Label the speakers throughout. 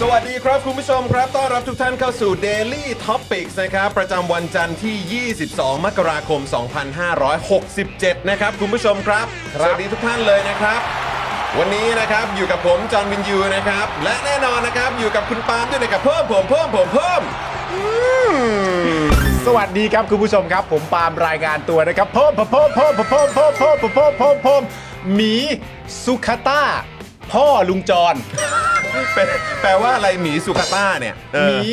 Speaker 1: สวัสดีครับคุณผู้ชมครับ ต้อนรับทุกท่านเข้าสู่ Daily Topics นะครับ ประจำวันจันทร์ที่ 22 มกราคม 2567 นะครับ คุณผู้ชมครับ สวัสดีทุกท่านเลยนะครับ วันนี้นะครับอยู่กับผมจอห์นวินยูนะครับ และแน่นอนนะครับอยู่กับคุณปาล์มด้วยนะครับเพิ่มผมเพิ่มผมเพิ่ม
Speaker 2: สวัสดีครับคุณผู้ชมครับ ผมปาล์มรายงานตัวนะครับเพิ่มเพิ่มเพิ่มเพิ่มเพิ่มเพิ่มเพิ่มเพิ่มเพิ่มเพิ่มเพิ่มหมีสุขต้า พ่อลุงจร
Speaker 1: เป็นแปลว่าอะไรหมีสุขต้าเนี่ยเออ
Speaker 2: หมี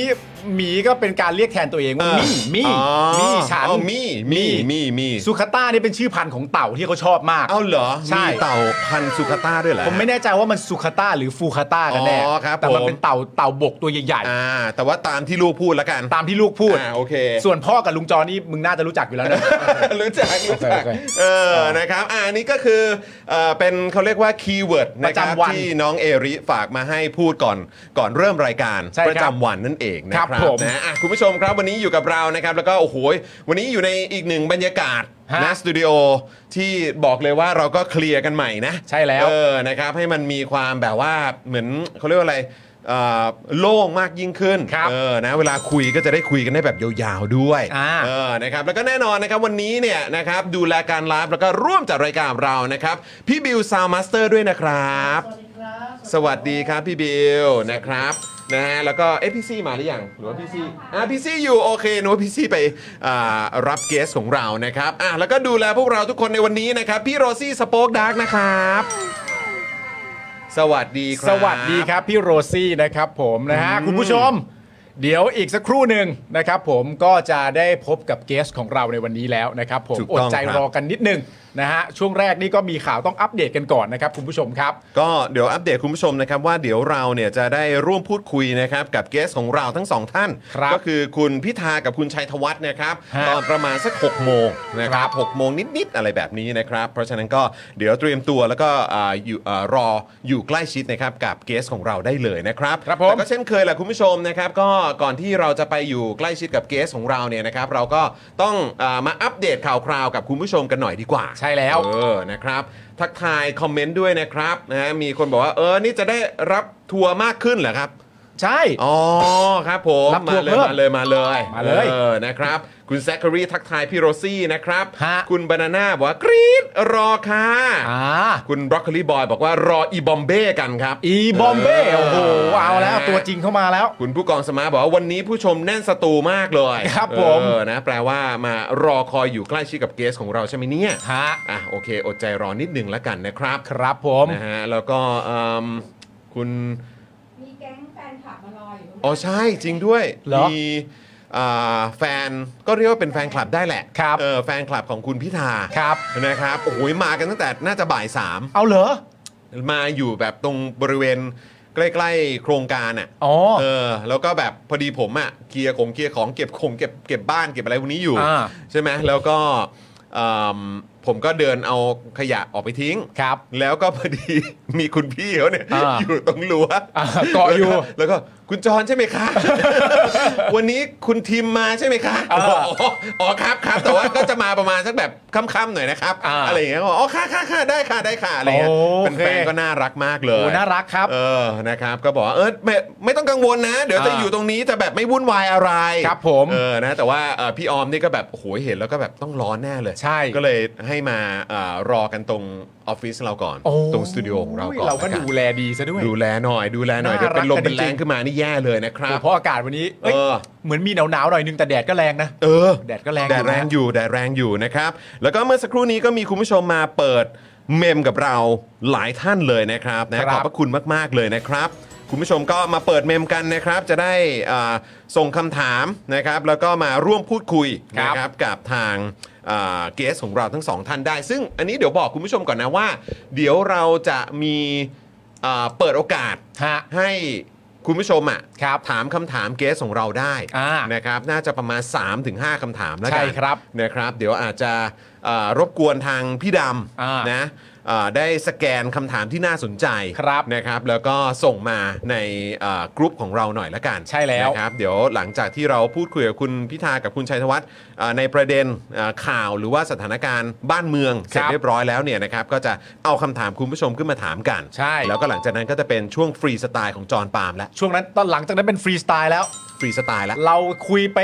Speaker 2: หมีก็เป็นการเรียกแทนตัวเองว่า
Speaker 1: เออ
Speaker 2: มี่มี่
Speaker 1: อ๋อ
Speaker 2: มี่ฉัน
Speaker 1: อ๋อมี่มี่มี่มี่
Speaker 2: สุขต้านี่เป็นชื่อพันธุ์ของเต่าที่เขาชอบมาก
Speaker 1: เอาเหรอ
Speaker 2: ใช่
Speaker 1: มีเต่าพันธุ์สุขต้าด้วยเหรอ
Speaker 2: ผมไม่แน่ใจว่ามันสุขต้าหรือฟูคาต้ากันแน่
Speaker 1: อ๋อครับ
Speaker 2: แต่มัน
Speaker 1: ผม
Speaker 2: เป็นเต่าเต่าบกตัวใหญ่
Speaker 1: อ่า แต่ว่าตามที่ลูกพูดแล้วกัน
Speaker 2: ๆตามที่ลูกพูด
Speaker 1: อ่าโอเค
Speaker 2: ส่วนพ่อกับลุงจรนี่มึงน่าจะรู้จักอยู่แล้วนะ
Speaker 1: รู้จักรู้จัก
Speaker 2: โอเค
Speaker 1: เออนะครับอ่าอันนี้ก็คือเอ่อเป็นเขาเรียกว่าคีย์เวิร์ดนะค
Speaker 2: ประ
Speaker 1: รับ
Speaker 2: จำวัน
Speaker 1: ที่น้องเอริฝากมาให้พูดก่อนก่อนเริ่มรายการ
Speaker 2: ใช่ครับ
Speaker 1: ประจำวันนั่นเองนะค
Speaker 2: ครั
Speaker 1: รับบ
Speaker 2: ผม
Speaker 1: นะอ่ะคุณผู้ชมครับวันนี้อยู่กับเรานะครับ แล้วก็โอ้โหวันนี้อยู่ในอีกหนึ่งบรรยากาศ
Speaker 2: ฮะ
Speaker 1: นะสตูดิโอที่บอกเลยว่าเราก็เคลียร์กันใหม่นะ
Speaker 2: ใช่แล้ว
Speaker 1: เออนะครับให้มันมีความแบบว่าเหมือนเขาเรียกว่าอะไรเอ่อโล่งมากยิ่งขึ้นเออนะเวลาคุยก็จะได้คุยกันได้แบบยาวๆด้วย
Speaker 2: อ่า
Speaker 1: เออ นะครับ แล้วก็แน่นอนนะครับวันนี้เนี่ยนะครับดูแลการไลฟ์แล้วก็ร่วมจัดรายการเรานะครับ พี่บิวซาวมาสเตอร์ด้วยนะครับ สวัสดีครับพี่บิวนะครับนะฮะแล้วก็เอะพี่ซี่มาหรือยังหรือว่าพี่ซี่อ่ะพี่ซี่อยู่โอเคหนูว่าพี่ซี่ไปอ่ารับเกสของเรานะครับอ่ะแล้วก็ดูแลพวกเราทุกคนในวันนี้นะครับพี่โรซี่สป็อกดาร์กนะครับ สวัสดีครับ
Speaker 2: สวัสดีครับ พี่โรซี่นะครับผมนะฮะ คุณผู้ชม เดี๋ยวอีกสักครู่หนึ่งนะครับผมก็จะได้พบกับเกสของเราในวันนี้แล้วนะครับผม
Speaker 1: ถูก
Speaker 2: อ
Speaker 1: ต้
Speaker 2: ด
Speaker 1: อง
Speaker 2: ใจ
Speaker 1: ครับ
Speaker 2: รอกันนิดหนึงนะฮะ ช่วงแรกนี่ก็มีข่าวต้องอัปเดตกันก่อนนะครับคุณผู้ชมครับ
Speaker 1: ก็เดี๋ยวอัปเดตคุณผู้ชมนะครับว่าเดี๋ยวเราเนี่ยจะได้ร่วมพูดคุยนะครับกับเกสของเราทั้งสองท่าน
Speaker 2: ครับ
Speaker 1: ก็คือคุณพิธากับคุณชัยธวัฒน์นะครับ
Speaker 2: ฮะ
Speaker 1: ตอนประมาณสัก6โมงนะค
Speaker 2: ครั
Speaker 1: รับบ 6โมงนิดๆอะไรแบบนี้นะครับ เพราะฉะนั้นก็เดี๋ยวเตรียมตัวแล้วก็อ่าอยู่อ่ารออยู่ใกล้ชิดนะครับกับเกสของเราได้เลยนะครับ
Speaker 2: ครับผม
Speaker 1: แต่ก็ เช่นเคยแหละคุณผู้ชมนะครับก็ก่อนที่เราจะไปอยู่ใกล้ชิดกับเกสของเราเนี่ยนะครับเราก็ต้องเออมาอัปเดตข่าวคราวกับคุณผู้ชมกันหน่อยดีกว่า
Speaker 2: ใช่แล้ว
Speaker 1: เออนะครับทักทายคอมเมนต์ด้วยนะครับนะฮะมีคนบอกว่าเออนี่จะได้รับทัวร์มากขึ้นเหรอครับ
Speaker 2: ใช่
Speaker 1: อ๋อครับผม
Speaker 2: รับทั
Speaker 1: มาว
Speaker 2: ร์
Speaker 1: เลยมาเลยมาเลย
Speaker 2: มาเลย
Speaker 1: ออนะครับคุณแซคคารีทักทายพี่โรซี่นะครับ
Speaker 2: ฮะ
Speaker 1: คุณบานาน่าบอกว่ากรี๊ดรอค่ะ
Speaker 2: อ่า
Speaker 1: คุณบรอกโคลีบอยบอกว่ารออีบอมเบ้กันครับ
Speaker 2: อีบอมเบ้โอ้โหเอาแล้ว
Speaker 1: นะ
Speaker 2: ตัวจริงเข้ามาแล้ว
Speaker 1: คุณผู้กองสมาร์ทบอกว่าวันนี้ผู้ชมแน่นสตูมากเลย
Speaker 2: ครับผม
Speaker 1: เออนะแปลว่ามารอคอยอยู่ใกล้ชิดกับเกสของเราใช่ไหมเนี่ย
Speaker 2: ฮะ
Speaker 1: อ่ะโอเค อดใจรอนิดนึงแล้วกันนะครับ
Speaker 2: ครับผม
Speaker 1: นะฮะแล้วก็เอิ่มคุณ
Speaker 3: มีแก๊งแฟนคลับมารออยู่
Speaker 1: อ๋อใช่จริงด้วย
Speaker 2: เหรอ
Speaker 1: มีอ่าแฟนก็เรียกว่าเป็นแฟนคลับได้แหละ
Speaker 2: ครับ
Speaker 1: เออแฟนคลับของคุณพิธา
Speaker 2: ครับ
Speaker 1: นะครับโอ้โหมากันตั้งแต่น่าจะบ่ายสาม
Speaker 2: เอาเหรอ
Speaker 1: มาอยู่แบบตรงบริเวณใกล้ๆโครงการอ่ะ
Speaker 2: อ๋อ
Speaker 1: เออแล้วก็แบบพอดีผมอะ่ะเคลียร์ของเคลียร์ของเก็บของเก็บเก็บบ้านเก็บอะไรพวกนี้อยู่
Speaker 2: อ่า
Speaker 1: ใช่ไหมแล้วก็เอิ่มผ ผมก็เดินเอาขยะออกไปทิ้ง
Speaker 2: ครับ
Speaker 1: แล้วก็พอดี มีคุณพี่เขาเนี่ย
Speaker 2: อ่า
Speaker 1: อยู่ตรงรั้ว
Speaker 2: อ่าเกาะอยู่
Speaker 1: แล้วก็แล้วก็คุณจรใช่ไหมคะ วันนี้คุณทีมมาใช่ไหมคะ
Speaker 2: อ่า
Speaker 1: บอกอ๋ออ๋อครับครับแต่ว่าก็จะมาประมาณสักแบบค่ำๆหน่อยนะครับ
Speaker 2: อ่า
Speaker 1: อะไรอย่างเงี้ยก็บอกอ๋อค่ะค่ะค่ะได้ค่ะได้ค่ะอะไรเงี้ย
Speaker 2: โอเค
Speaker 1: แฟนๆก็น่ารักมากเลย
Speaker 2: โอ้น่ารักครับ
Speaker 1: เออ นะครับ ก็บอกว่าเออไม่ไม่ต้องกังวลนะ เดี๋ยวจะ
Speaker 2: อ่า
Speaker 1: อยู่ตรงนี้จะแบบไม่วุ่นวายอะไร
Speaker 2: ครับผม
Speaker 1: เออ นะ แต่ว่าเอ่อพี่ออมนี่ก็แบบโอ้โหเห็นแล้วก็แบบต้องร้อนแน่เลย
Speaker 2: ใช่
Speaker 1: ก็เลยให้มาเอ่อรอกันตรงออฟฟิศเราก่อน
Speaker 2: โอ้
Speaker 1: ตรงสตูดิโอของเราก่อน
Speaker 2: เราก็
Speaker 1: ละน
Speaker 2: ดูแลดีซะด้วย
Speaker 1: ดูแลหน่อย ดูแลหน่อยเดี๋ยวเป็นลม
Speaker 2: น่ารัก
Speaker 1: เป็นแรง
Speaker 2: จริง
Speaker 1: ขึ้นมานี่แย่เลยนะครับ
Speaker 2: เพราะอากาศวันนี้เอ้ย
Speaker 1: เออ
Speaker 2: เหมือนมีหนาวๆหน่อยนึงแต่แดดก็แรงนะ
Speaker 1: เออ
Speaker 2: แดดก็แรง
Speaker 1: แดดแรง
Speaker 2: นะ
Speaker 1: อยู่แดดแรงอยู่นะครับ แล้วก็เมื่อสักครู่นี้ก็มีคุณผู้ชมมาเปิดเมมกับเราหลายท่านเลยนะครับ
Speaker 2: ครั
Speaker 1: นะ
Speaker 2: บ
Speaker 1: ขอบพระคุณมาก ๆ เลยนะครับ คุณผู้ชมก็มาเปิดเมมกันนะครับ จะได้อ่าส่งคำถามนะครับ แล้วก็มาร่วมพูดคุย
Speaker 2: ครั
Speaker 1: นะ
Speaker 2: บ
Speaker 1: ครับกับทางเกสของเราทั้งสองท่านได้ ซึ่งอันนี้เดี๋ยวบอกคุณผู้ชมก่อนนะว่า เดี๋ยวเราจะมีอ่าเปิดโอกาส
Speaker 2: ฮะ
Speaker 1: ให้คุณผู้ชมอ่ะ
Speaker 2: ครับ
Speaker 1: ถามคำถามเกสของเราได้
Speaker 2: อ่า
Speaker 1: นะครับ น่าจะประมาณ 3-5ถึงคำถามแล้วกัน
Speaker 2: ใช่ครับ
Speaker 1: นะครับ เดี๋ยวอาจจะเอ่อรบกวนทางพี่ด
Speaker 2: อ่า
Speaker 1: ำ
Speaker 2: น
Speaker 1: นะเอ่อได้สแกนคำถามที่น่าสนใจ
Speaker 2: ครับ
Speaker 1: นะครับ แล้วก็ส่งมาในเอ่อกรุ๊ปของเราหน่อยละกัน
Speaker 2: ใช่แล้ว
Speaker 1: นะครับเดี๋ยวหลังจากที่เราพูดคุยกับคุณพิธากับคุณชัยธวัฒน์เอ่อในประเด็นเอ่อข่าวหรือว่าสถานการณ์บ้านเมืองเสร็จ
Speaker 2: ครับ
Speaker 1: เรียบร้อยแล้วเนี่ยนะครับก็จะเอาคำถามคุณผู้ชมขึ้นมาถามกัน
Speaker 2: ใช่
Speaker 1: แล้วก็หลังจากนั้นก็จะเป็นช่วงฟรีสไตล์ของจอห์นปาล์มและ
Speaker 2: ช่วงนั้นตอนหลังจากนั้นเป็นฟรีสไตล์แล้ว
Speaker 1: ฟรีสไตล์และ
Speaker 2: เราคุยไป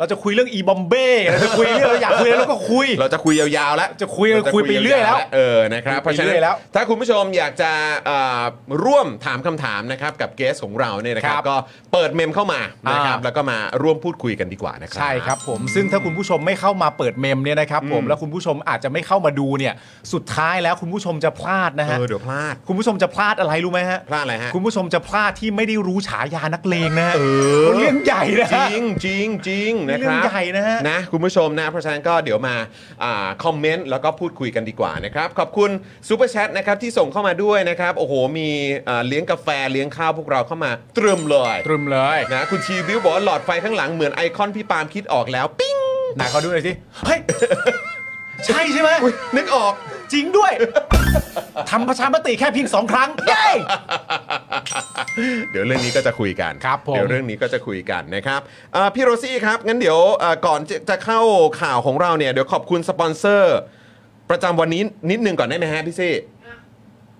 Speaker 2: เราจะคุยเรื่องอีบอมเบ้เราจะคุยเรื่องเราอยากคุยแล้วเราก็คุย
Speaker 1: เราจะคุยยาวๆแล้ว
Speaker 2: จะคุยกันคุยไปเรื่อยแล้ว
Speaker 1: เออนะครับเพ
Speaker 2: คุย
Speaker 1: ราะ
Speaker 2: ไป
Speaker 1: ฉะ
Speaker 2: เรื่
Speaker 1: นั้น
Speaker 2: อยแล้ว
Speaker 1: ถ้าคุณผู้ชมอยากจะเอ่อร่วมถามคำถามนะครับกับเกสของเราเนี่ยนะครับ
Speaker 2: ครับ
Speaker 1: ก็เปิดเมมเข้ามานะครับ
Speaker 2: อ่า
Speaker 1: แล้วก็มาร่วมพูดคุยกันดีกว่านะครั
Speaker 2: ใช่ครับผมซึ่งถ้าคุณผู้ชมไม่เข้ามาเปิดเมมเนี่ยนะครับผม
Speaker 1: อืม
Speaker 2: แล้วคุณผู้ชมอาจจะไม่เข้ามาดูเนี่ย สุดท้ายแล้วคุณผู้ชมจะพลาดนะ
Speaker 1: เอ
Speaker 2: ฮะ
Speaker 1: อเดี๋ยวพลาด
Speaker 2: คุณผู้ชมจะพลาดอะไรรู้ไหมฮะ
Speaker 1: พลาดอะไรฮะ
Speaker 2: คุณผู้ ชมจะพลาดที่ไม่ได้รู้ฉายานักเลงนะฮะ
Speaker 1: เออ
Speaker 2: เรื่องใหญ่นะ
Speaker 1: จริงจริงจริงนะ
Speaker 2: เรื่
Speaker 1: ค
Speaker 2: อง
Speaker 1: รับ
Speaker 2: ใหญ่นะฮะ
Speaker 1: นะคุณผู้ชมนะ เพราะฉะนั้นก็เดี๋ยวมาอ่าคอมเมนต์แล้วก็พูดคุยกันดีกว่านะครับ ขอบคุณซูเปอร์แชทนะครับที่ส่งเข้ามาด้วยนะครับ โอ้โห มีอ่าเลี้ยงกาแฟเลี้ยงข้าวพวกเราเข้ามาตรึมเลย
Speaker 2: ตรึมเลย
Speaker 1: นะคุณชีวิวบอกว่าหลอดไฟข้างหลังเหมือนไอคอนพี่ปาล์มคิดออกแล้ว ปิ้ง
Speaker 2: ไหนเขาดูหน่อยสิเฮ้ยใช่ใช่ไหม
Speaker 1: อุ๊ยนึกออก
Speaker 2: จริงด้วยทำประชามติแค่เพียงสองครั้งเย้
Speaker 1: เดี๋ยวเรื่องนี้ก็จะคุยกัน
Speaker 2: ครับผม
Speaker 1: เดี๋ยวเรื่องนี้ก็จะคุยกันนะครับอ่าพี่โรซี่ครับ งั้นเดี๋ยวอ่าก่อนจะจะเข้าข่าวของเราเนี่ย เดี๋ยวขอบคุณสปอนเซอร์ ประจำวันนี้นิดนึงก่อนได้ไหมฮะพี่ซี่
Speaker 3: อ่ะ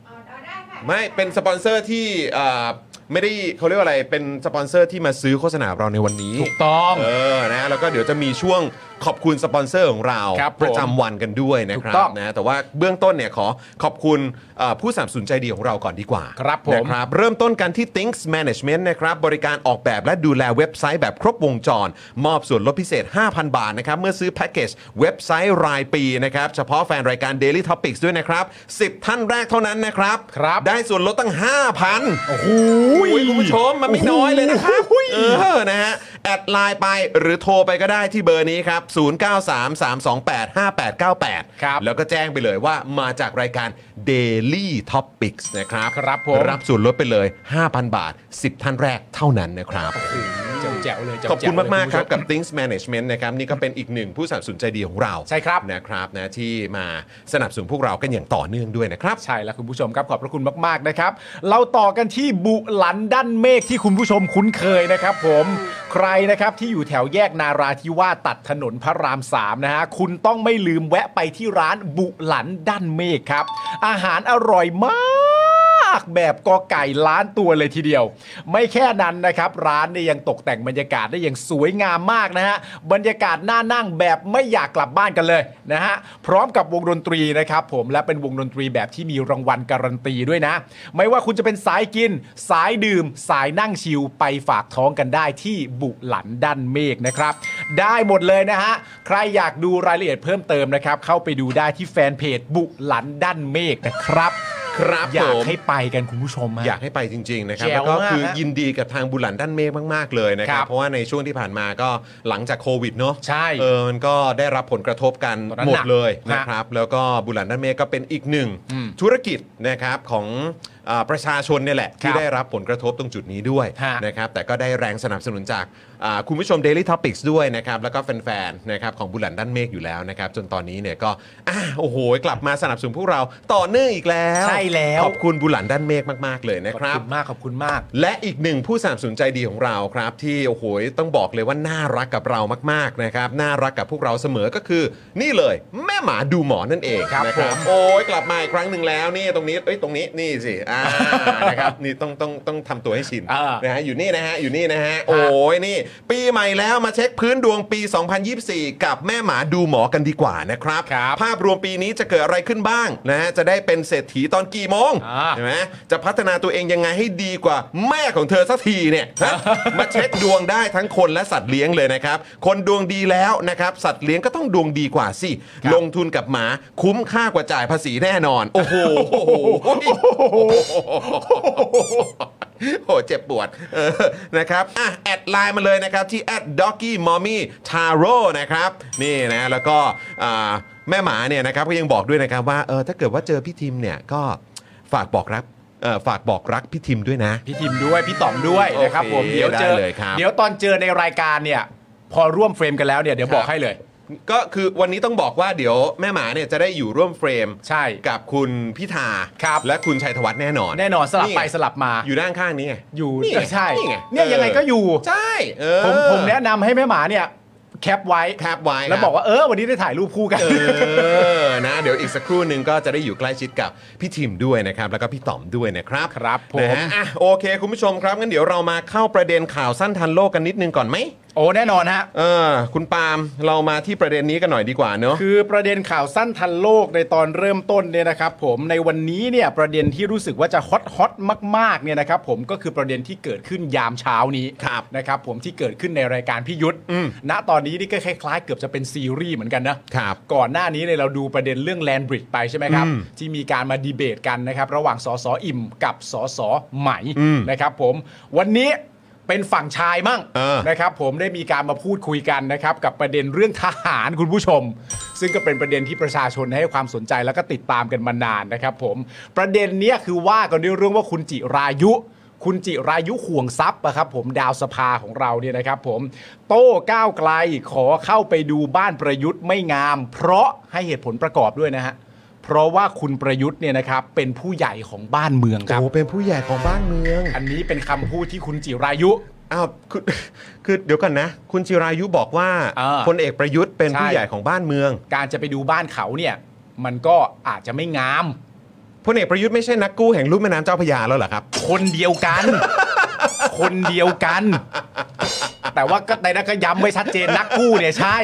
Speaker 3: เอาเอาได้ค่ะ
Speaker 1: ไม่เป็นสปอนเซอร์ที่เอ่อไม่ได้เขาเรียกว่าอะไรเป็นสปอนเซอร์ที่มาซื้อโฆษณาเราในวันนี้
Speaker 2: ถูกต้อง
Speaker 1: เออนะแล้วก็เดี๋ยวจะมีช่วงขอบคุณสปอนเซอร์ของเรา
Speaker 2: ครับผม
Speaker 1: ประจำวันกันด้วยนะครั
Speaker 2: ถูกต้
Speaker 1: บ
Speaker 2: อง
Speaker 1: นะแต่ว่าเบื้องต้นเนี่ยขอขอบคุณเอ่อผู้สนับสนุนใจดีของเราก่อนดีกว่า
Speaker 2: ครับผม
Speaker 1: นะครับ เริ่มต้นกันที่ Things Management นะครับ บริการออกแบบและดูแลเว็บไซต์แบบครบวงจร มอบส่วนลดพิเศษ 5,000 บาทนะครับ เมื่อซื้อแพ็กเกจเว็บไซต์รายปีนะครับ เฉพาะแฟนรายการ Daily Topics ด้วยนะครับ 10 ท่านแรกเท่านั้นนะครับ
Speaker 2: ครับ
Speaker 1: ได้ส่วนลดตั้ง 5,000
Speaker 2: โอ้โห
Speaker 1: อุ้ยคุณผู้ชม มันไม่น้อยเลยนะครับเออนะฮะ แอดไลน์ไปหรือโทรไปก็ได้ที่เบอร์นี้ครับ 0933285898
Speaker 2: ครับ
Speaker 1: แล้วก็แจ้งไปเลยว่ามาจากรายการ Daily Topics นะครับ
Speaker 2: ครับผม
Speaker 1: รับส่วนลดไปเลย 5,000 บาท 10 ท่านแรกเท่านั้นนะครับ
Speaker 2: แจ๋วๆเลยแจ๋วๆ
Speaker 1: ขอบคุณมาก ๆ ครับ
Speaker 2: เลยณผู้ช
Speaker 1: กับ Things Management นะครับ นี่ก็เป็นอีกหนึ่งผู้สนับสนุนใจดีของเรา
Speaker 2: ใช่ครับ
Speaker 1: นะครับนะที่มาสนับสนุนพวกเรากันอย่างต่อเนื่องด้วยนะครับ
Speaker 2: ใช่แล้วคุณผู้ชมครับขอบพระคุณมากๆนะครับ เราต่อกันที่บุหลันด้านเมฆที่คุณผู้ชมคุ้นเคยนะครับ ผมใครนะครับที่อยู่แถวแยกนาราธิวาสตัดถนนพระราม3นะฮะคุณต้องไม่ลืมแวะไปที่ร้านบุหลันด้านเมฆครับ อาหารอร่อยมาก มากแบบกอไก่ล้านตัวเลยทีเดียว ไม่แค่นั้นนะครับ ร้านเนี่ยยังตกแต่งบรรยากาศได้อย่างสวยงามมากนะฮะบรรยากาศน่านั่งแบบไม่อยากกลับบ้านกันเลยนะฮะพร้อมกับวงดนตรีนะครับผมและเป็นวงดนตรีแบบที่มีรางวัลการันตีด้วยนะ ไม่ว่าคุณจะเป็นสายกิน สายดื่ม สายนั่งชิลไปฝากท้องกันได้ที่บุหลันด้านเมฆนะครับ ได้หมดเลยนะฮะใครอยากดูรายละเอียดเพิ่มเติมนะครับเข้าไปดูได้ที่แฟนเพจบุหลันด้านเมฆนะครับ
Speaker 1: ครับ
Speaker 2: อยา
Speaker 1: ผ
Speaker 2: ก
Speaker 1: ม
Speaker 2: ให้ไปกันคุณผู้ชมฮะ
Speaker 1: อยากให้ไปจริง ๆ นะครับ
Speaker 2: แจ๋
Speaker 1: แล้ววก็คือ
Speaker 2: มากฮะ
Speaker 1: ยินดีกับทางบุหลันด้านเมฆมาก ๆ เลยนะครั
Speaker 2: ครับ บ
Speaker 1: เพราะว่าในช่วงที่ผ่านมาก็หลังจากโควิดเนาะ
Speaker 2: ใช่
Speaker 1: เออมันก็ได้รับผลกระทบกัน
Speaker 2: ตอนนั้น
Speaker 1: หมดเลย
Speaker 2: หนัก
Speaker 1: นะครับ แล้วก็บุหลันด้านเมฆก็เป็นอีกหนึ่ง
Speaker 2: อืม
Speaker 1: ธุรกิจนะครับของ อ่าประชาชนเนี่ยแหละ ที่
Speaker 2: ครับ
Speaker 1: ได้รับผลกระทบตรงจุดนี้ด้วย
Speaker 2: ฮะ
Speaker 1: นะครับแต่ก็ได้แรงสนับสนุนจากอ่าคุณผู้ชม Daily Topics ด้วยนะครับแล้วก็แฟนๆนะครับของบุหลันด้านเมฆอยู่แล้วนะครับจนตอนนี้เนี่ยก็อ่ะโอ้โหกลับมาสนับสนุนพวกเราต่อเนื่องอีกแล้ว
Speaker 2: ใช่แล้ว
Speaker 1: ขอบคุณบุหลันด้านเมฆมากๆเลยนะค
Speaker 2: ข
Speaker 1: รั
Speaker 2: อบ บคุณมากขอบคุณมาก
Speaker 1: และอีกหนึ่งผู้สนับสนุนใจดีของเราครับ ที่โอ้โหต้องบอกเลยว่าน่ารักกับเรามากๆนะครับน่ารักกับพวกเราเสมอก็คือ นี่เลยแม่หมาดูหมอนั่นเอง
Speaker 2: ครับ
Speaker 1: นะ
Speaker 2: ผม
Speaker 1: โอ้ยกลับมาอีกครั้งหนึ่งแล้วนี่ตรงนี้เอ้ยตรงนี้นี่สิอ่า นะครับนี่ต้องต้องต้องทำตัวให้ชิน
Speaker 2: อ่า
Speaker 1: นะฮะอยู่นี่นะฮะอยู่นี่นะฮะโอ้ยนี่ ปีใหม่แล้วมาเช็คพื้นดวงปี 2024 กับแม่หมาดูหมอกันดีกว่านะครับ
Speaker 2: ครับ
Speaker 1: ภาพรวมปีนี้จะเกิดอะไรขึ้นบ้างนะฮะจะได้เป็นเศรษฐีตอนกี่โมง
Speaker 2: อ่า
Speaker 1: ใช่ไหมจะพัฒนาตัวเองยังไงให้ดีกว่าแม่ของเธอสักทีเนี่ยฮ ะ มาเช็คดวงได้ทั้งคนและสัตว์เลี้ยงเลยนะครับ คนดวงดีแล้วนะครับ สัตว์เลี้ยงก็ต้องดวงดีกว่าสิ ลงทุนกับหมาคุ้มค่ากว่าจ่ายภาษีแน่นอน โอ้โห โหเจ็บปวดเออนะครับอ่ะแอดไลน์มาเลยนะครับ ที่ d o g g y m o m m y t a r o นะครับ นี่นะแล้วก็อ่าแม่หมาเนี่ยนะครับก็ยังบอกด้วยนะครับว่าเออถ้าเกิดว่าเจอพี่ทิมเนี่ยก็ฝากบอกรักเอ่อฝากบอกรักพี่ทิมด้วยนะ
Speaker 2: พี่ทิมด้วย พี่ต๋อมด้วย
Speaker 1: โอเค
Speaker 2: นะครับผมเดี๋ยวเจอ
Speaker 1: ได้เลยครับ
Speaker 2: เดี๋ยวตอนเจอในรายการเนี่ย พอร่วมเฟรมกันแล้วเนี่ยเดี๋ยวบอกให้เลย
Speaker 1: ก็คือวันนี้ต้องบอกว่าเดี๋ยวแม่หมาเนี่ยจะได้อยู่ร่วมเฟรม
Speaker 2: ใช่
Speaker 1: กับคุณพิธา
Speaker 2: ครับ
Speaker 1: และคุณชัยธวัฒน์แน่นอน
Speaker 2: แน่นอนสลับไป
Speaker 1: ไง
Speaker 2: สลับมา
Speaker 1: อยู่ด้านข้างนี้ไง
Speaker 2: อยู่
Speaker 1: นี่ไง
Speaker 2: ใช่
Speaker 1: นี่ไง
Speaker 2: เนี่ยยังไงก็อยู่
Speaker 1: ใช่เออ
Speaker 2: ผมผมแนะนำให้แม่หมาเนี่ย แคปไว้
Speaker 1: แคปไว้
Speaker 2: แล้ว
Speaker 1: ครับ
Speaker 2: บอกว่าเออวันนี้ได้ถ่ายรูปคู่กัน
Speaker 1: เออ นะ เดี๋ยวอีกสักครู่หนึ่งก็จะได้อยู่ใกล้ชิดกับพี่ทิมด้วยนะครับ แล้วก็พี่ต๋อมด้วยนะครับ
Speaker 2: ครับผม
Speaker 1: นะฮะอ่ะโอเค คุณผู้ชมครับ งั้นเดี๋ยวเรามาเข้าประเด็นข่าวสั้นทันโลกกันนิดนึงก่อนไหม
Speaker 2: โอ้แน่นอนฮะ
Speaker 1: เออ คุณปาล์มเรามาที่ประเด็นนี้กันหน่อยดีกว่าเนอะ
Speaker 2: คือประเด็นข่าวสั้นทันโลกในตอนเริ่มต้นเนี่ยนะครับผมในวันนี้เนี่ยประเด็นที่รู้สึกว่าจะฮอตฮอตมากๆเนี่ยนะครับผมก็คือประเด็นที่เกิดขึ้นยามเช้านี้
Speaker 1: ครับ
Speaker 2: นะครับผมที่เกิดขึ้นในรายการพี่ยุทธ
Speaker 1: อืม
Speaker 2: ณตอนนี้นี่ก็คล้ายๆ เกือบจะเป็นซีรีส์เหมือนกันนะครับ ก่อนหน้านี้เนี่ยเราดูประเด็นเรื่องแลนบริดจ์ไปใช่ไหมครับ
Speaker 1: อืม
Speaker 2: ที่มีการมาดีเบตกันนะครับระหว่างสสอิ่มกับสสไหม
Speaker 1: อืม
Speaker 2: นะครับผมวันนี้เป็นฝั่งชายมั่ง
Speaker 1: เออ
Speaker 2: นะ นะครับผมได้มีการมาพูดคุยกันนะครับกับประเด็นเรื่องทหารคุณผู้ชม ซึ่งก็เป็นประเด็นที่ประชาชนให้ความสนใจแล้วก็ติดตามกันมานานนะครับผมประเด็นเนี้ยคือว่ากันด้วยเรื่องว่าคุณจิรายุ คุณจิรายุห่วงทรัพย์อะครับผมดาวสภาของเราเนี่ยนะครับผมโต้ก้าวไกลขอเข้าไปดูบ้านประยุทธ์ไม่งาม เพราะให้เหตุผลประกอบด้วยนะฮะเพราะว่าคุณประยุทธ์เนี่ยนะครับเป็นผู้ใหญ่ของบ้านเมืองครับ
Speaker 1: โอ้เป็นผู้ใหญ่ของบ้านเมือง
Speaker 2: อันนี้เป็นคำพูดที่คุณจิรายุ
Speaker 1: อ้าวคือคือเดี๋ยวก่อนนะ คุณจิรายุบอกว่า
Speaker 2: เออ
Speaker 1: พลเอกประยุทธ์เป็น
Speaker 2: ใช่
Speaker 1: ผู้ใหญ่ของบ้านเมือง
Speaker 2: การจะไปดูบ้านเขาเนี่ย มันก็อาจจะไม่งาม
Speaker 1: พลเอกประยุทธ์ไม่ใช่นักกู้แห่งลุ่มแม่น้ำเจ้าพระยาแล้วเหรอครับ
Speaker 2: คนเดียว กัน คนเดียวกัน แต่ว่าก็ในนั้นก็ย้ำไว้ชัดเจนนักกู้เนี่ยใช่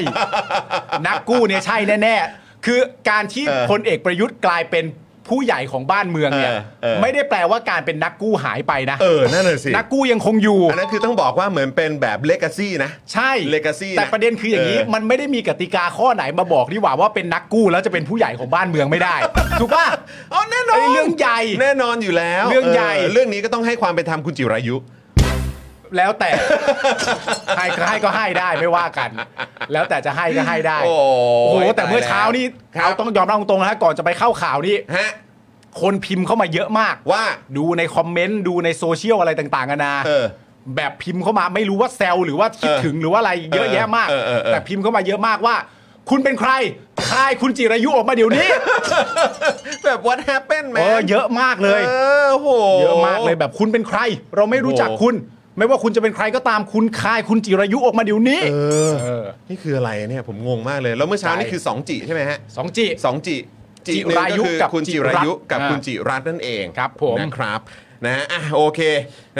Speaker 2: นักกู้เนี่ยใช่แน่ๆคือการที่
Speaker 1: เออ
Speaker 2: พลเอกประยุทธ์กลายเป็นผู้ใหญ่ของบ้านเมืองเนี่ย
Speaker 1: เออเออ
Speaker 2: ไม่ได้แปลว่าการเป็นนักกู้หายไปนะ
Speaker 1: เออนั่นน่ะสิ
Speaker 2: นักกู้ยังคงอยู่
Speaker 1: อันนั้นคือต้องบอกว่าเหมือนเป็นแบบเลกาซี่นะ
Speaker 2: ใช่
Speaker 1: legacy
Speaker 2: แต่ประเด็นคืออย่างนี้
Speaker 1: เออ
Speaker 2: มันไม่ได้มีกติกาข้อไหนมาบอกนี่หว่าว่าเป็นนักกู้แล้วจะเป็นผู้ใหญ่ของบ้านเมืองไม่ได้ถูกป่ะ
Speaker 1: อ๋อแน่นอน
Speaker 2: ไอ้เรื่องใหญ่
Speaker 1: แน่นอนอยู่แล้ว
Speaker 2: เรื่องใหญ่
Speaker 1: เรื่องนี้ก็ต้องให้ความเป็นธรรมคุณจิรายุ
Speaker 2: แล้วแต่ ให้ก็ให้ก็ให้ได้ไม่ว่ากัน แล้วแต่จะให้ก็ให้ได้
Speaker 1: โอ้ย
Speaker 2: โหแต่
Speaker 1: ตาย
Speaker 2: เมื่อเช้านี่
Speaker 1: แล้วครั
Speaker 2: เรา
Speaker 1: บ
Speaker 2: ต้องยอมรับตรงๆนะฮะก่อนจะไปเข้าข่าวนี่
Speaker 1: ฮะ
Speaker 2: คนพิมพ์เข้ามาเยอะมาก
Speaker 1: ว่า
Speaker 2: ดูในคอมเมนต์ดูในโซเชียลอะไรต่างๆกันานะ
Speaker 1: เออ
Speaker 2: แบบพิมพ์เข้ามาไม่รู้ว่าแซวหรือว่าคิดถึงหรือว่าอะไรเยอะแยะมาก
Speaker 1: เออเออเออ
Speaker 2: แต่พิมพ์เข้ามาเยอะมากว่า คุณเป็นใครคายคุณจิรายุออกมาเดี๋ยวนี้
Speaker 1: แบบ what happened
Speaker 2: เอ
Speaker 1: man
Speaker 2: อเยอะมากเลย
Speaker 1: เออโห
Speaker 2: เยอะมากเลยแบบคุณเป็นใคร เราไม่รู้จัก
Speaker 1: โอ้โห
Speaker 2: คุณ ไม่ว่าคุณจะเป็นใครก็ตามคุณคายคุณจิรายุออกมาเดี๋ยวนี้
Speaker 1: เออ
Speaker 2: เออ
Speaker 1: นี่คืออะไรเนี่ยผมงงมากเลย แล้วเมื่อเช้านี่คือ 2 จิใช่ไหมฮะ
Speaker 2: สองจิ
Speaker 1: สองจิจิหนึ่งก็คือคุณจิรายุกับคุณจิรัตน์นั่นเอง
Speaker 2: ครับผม
Speaker 1: นะครับนะฮะอ่ะโอเค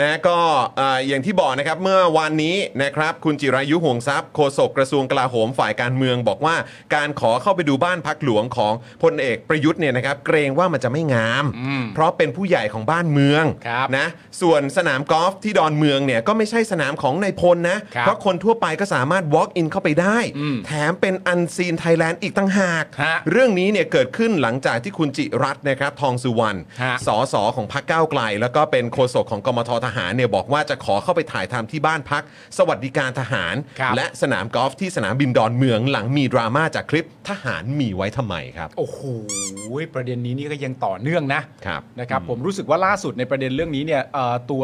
Speaker 1: นะก็เอ่ออย่างที่บอกนะครับเมื่อวานนี้นะครับคุณจิรายุห่วงทรัพย์โฆษกกระทรวงกลาโหมฝ่ายการเมืองบอกว่า การขอเข้าไปดูบ้านพักหลวงของพลเอกประยุทธ์เนี่ยนะครับเกรงว่ามันจะไม่งาม เพราะเป็นผู้ใหญ่ของบ้านเมือง
Speaker 2: ครับ
Speaker 1: นะส่วนสนามกอล์ฟที่ดอนเมืองเนี่ยก็ไม่ใช่สนามของนายพลนะครับเพราะ คนทั่วไปก็สามารถ walk in เข้าไปได้
Speaker 2: อืม
Speaker 1: แถมเป็นอันซีนไทยแลนด์อีกตั้งหาก
Speaker 2: ฮะ
Speaker 1: เรื่องนี้เนี่ยเกิดขึ้นหลังจากที่คุณจิรัตน์นะครับทองสุวรรณ
Speaker 2: ฮะ
Speaker 1: สสของพรรคก้าวไกล แล้ว ก็เป็นโฆษกของกมททหารเนี่ยบอกว่าจะขอเข้าไปถ่ายทำที่บ้านพัก สวัสดิการทหาร
Speaker 2: ครับ
Speaker 1: และสนามกอล์ฟที่สนามบินดอนเมืองหลังมีดราม่าจากคลิปทหารมีไว้ทำไมครับ
Speaker 2: โอ้โหประเด็นนี้นี่ก็ยังต่อเนื่องนะ
Speaker 1: ครับ
Speaker 2: นะครับผมรู้สึกว่าล่าสุดในประเด็นเรื่องนี้เนี่ยเอ่อตัว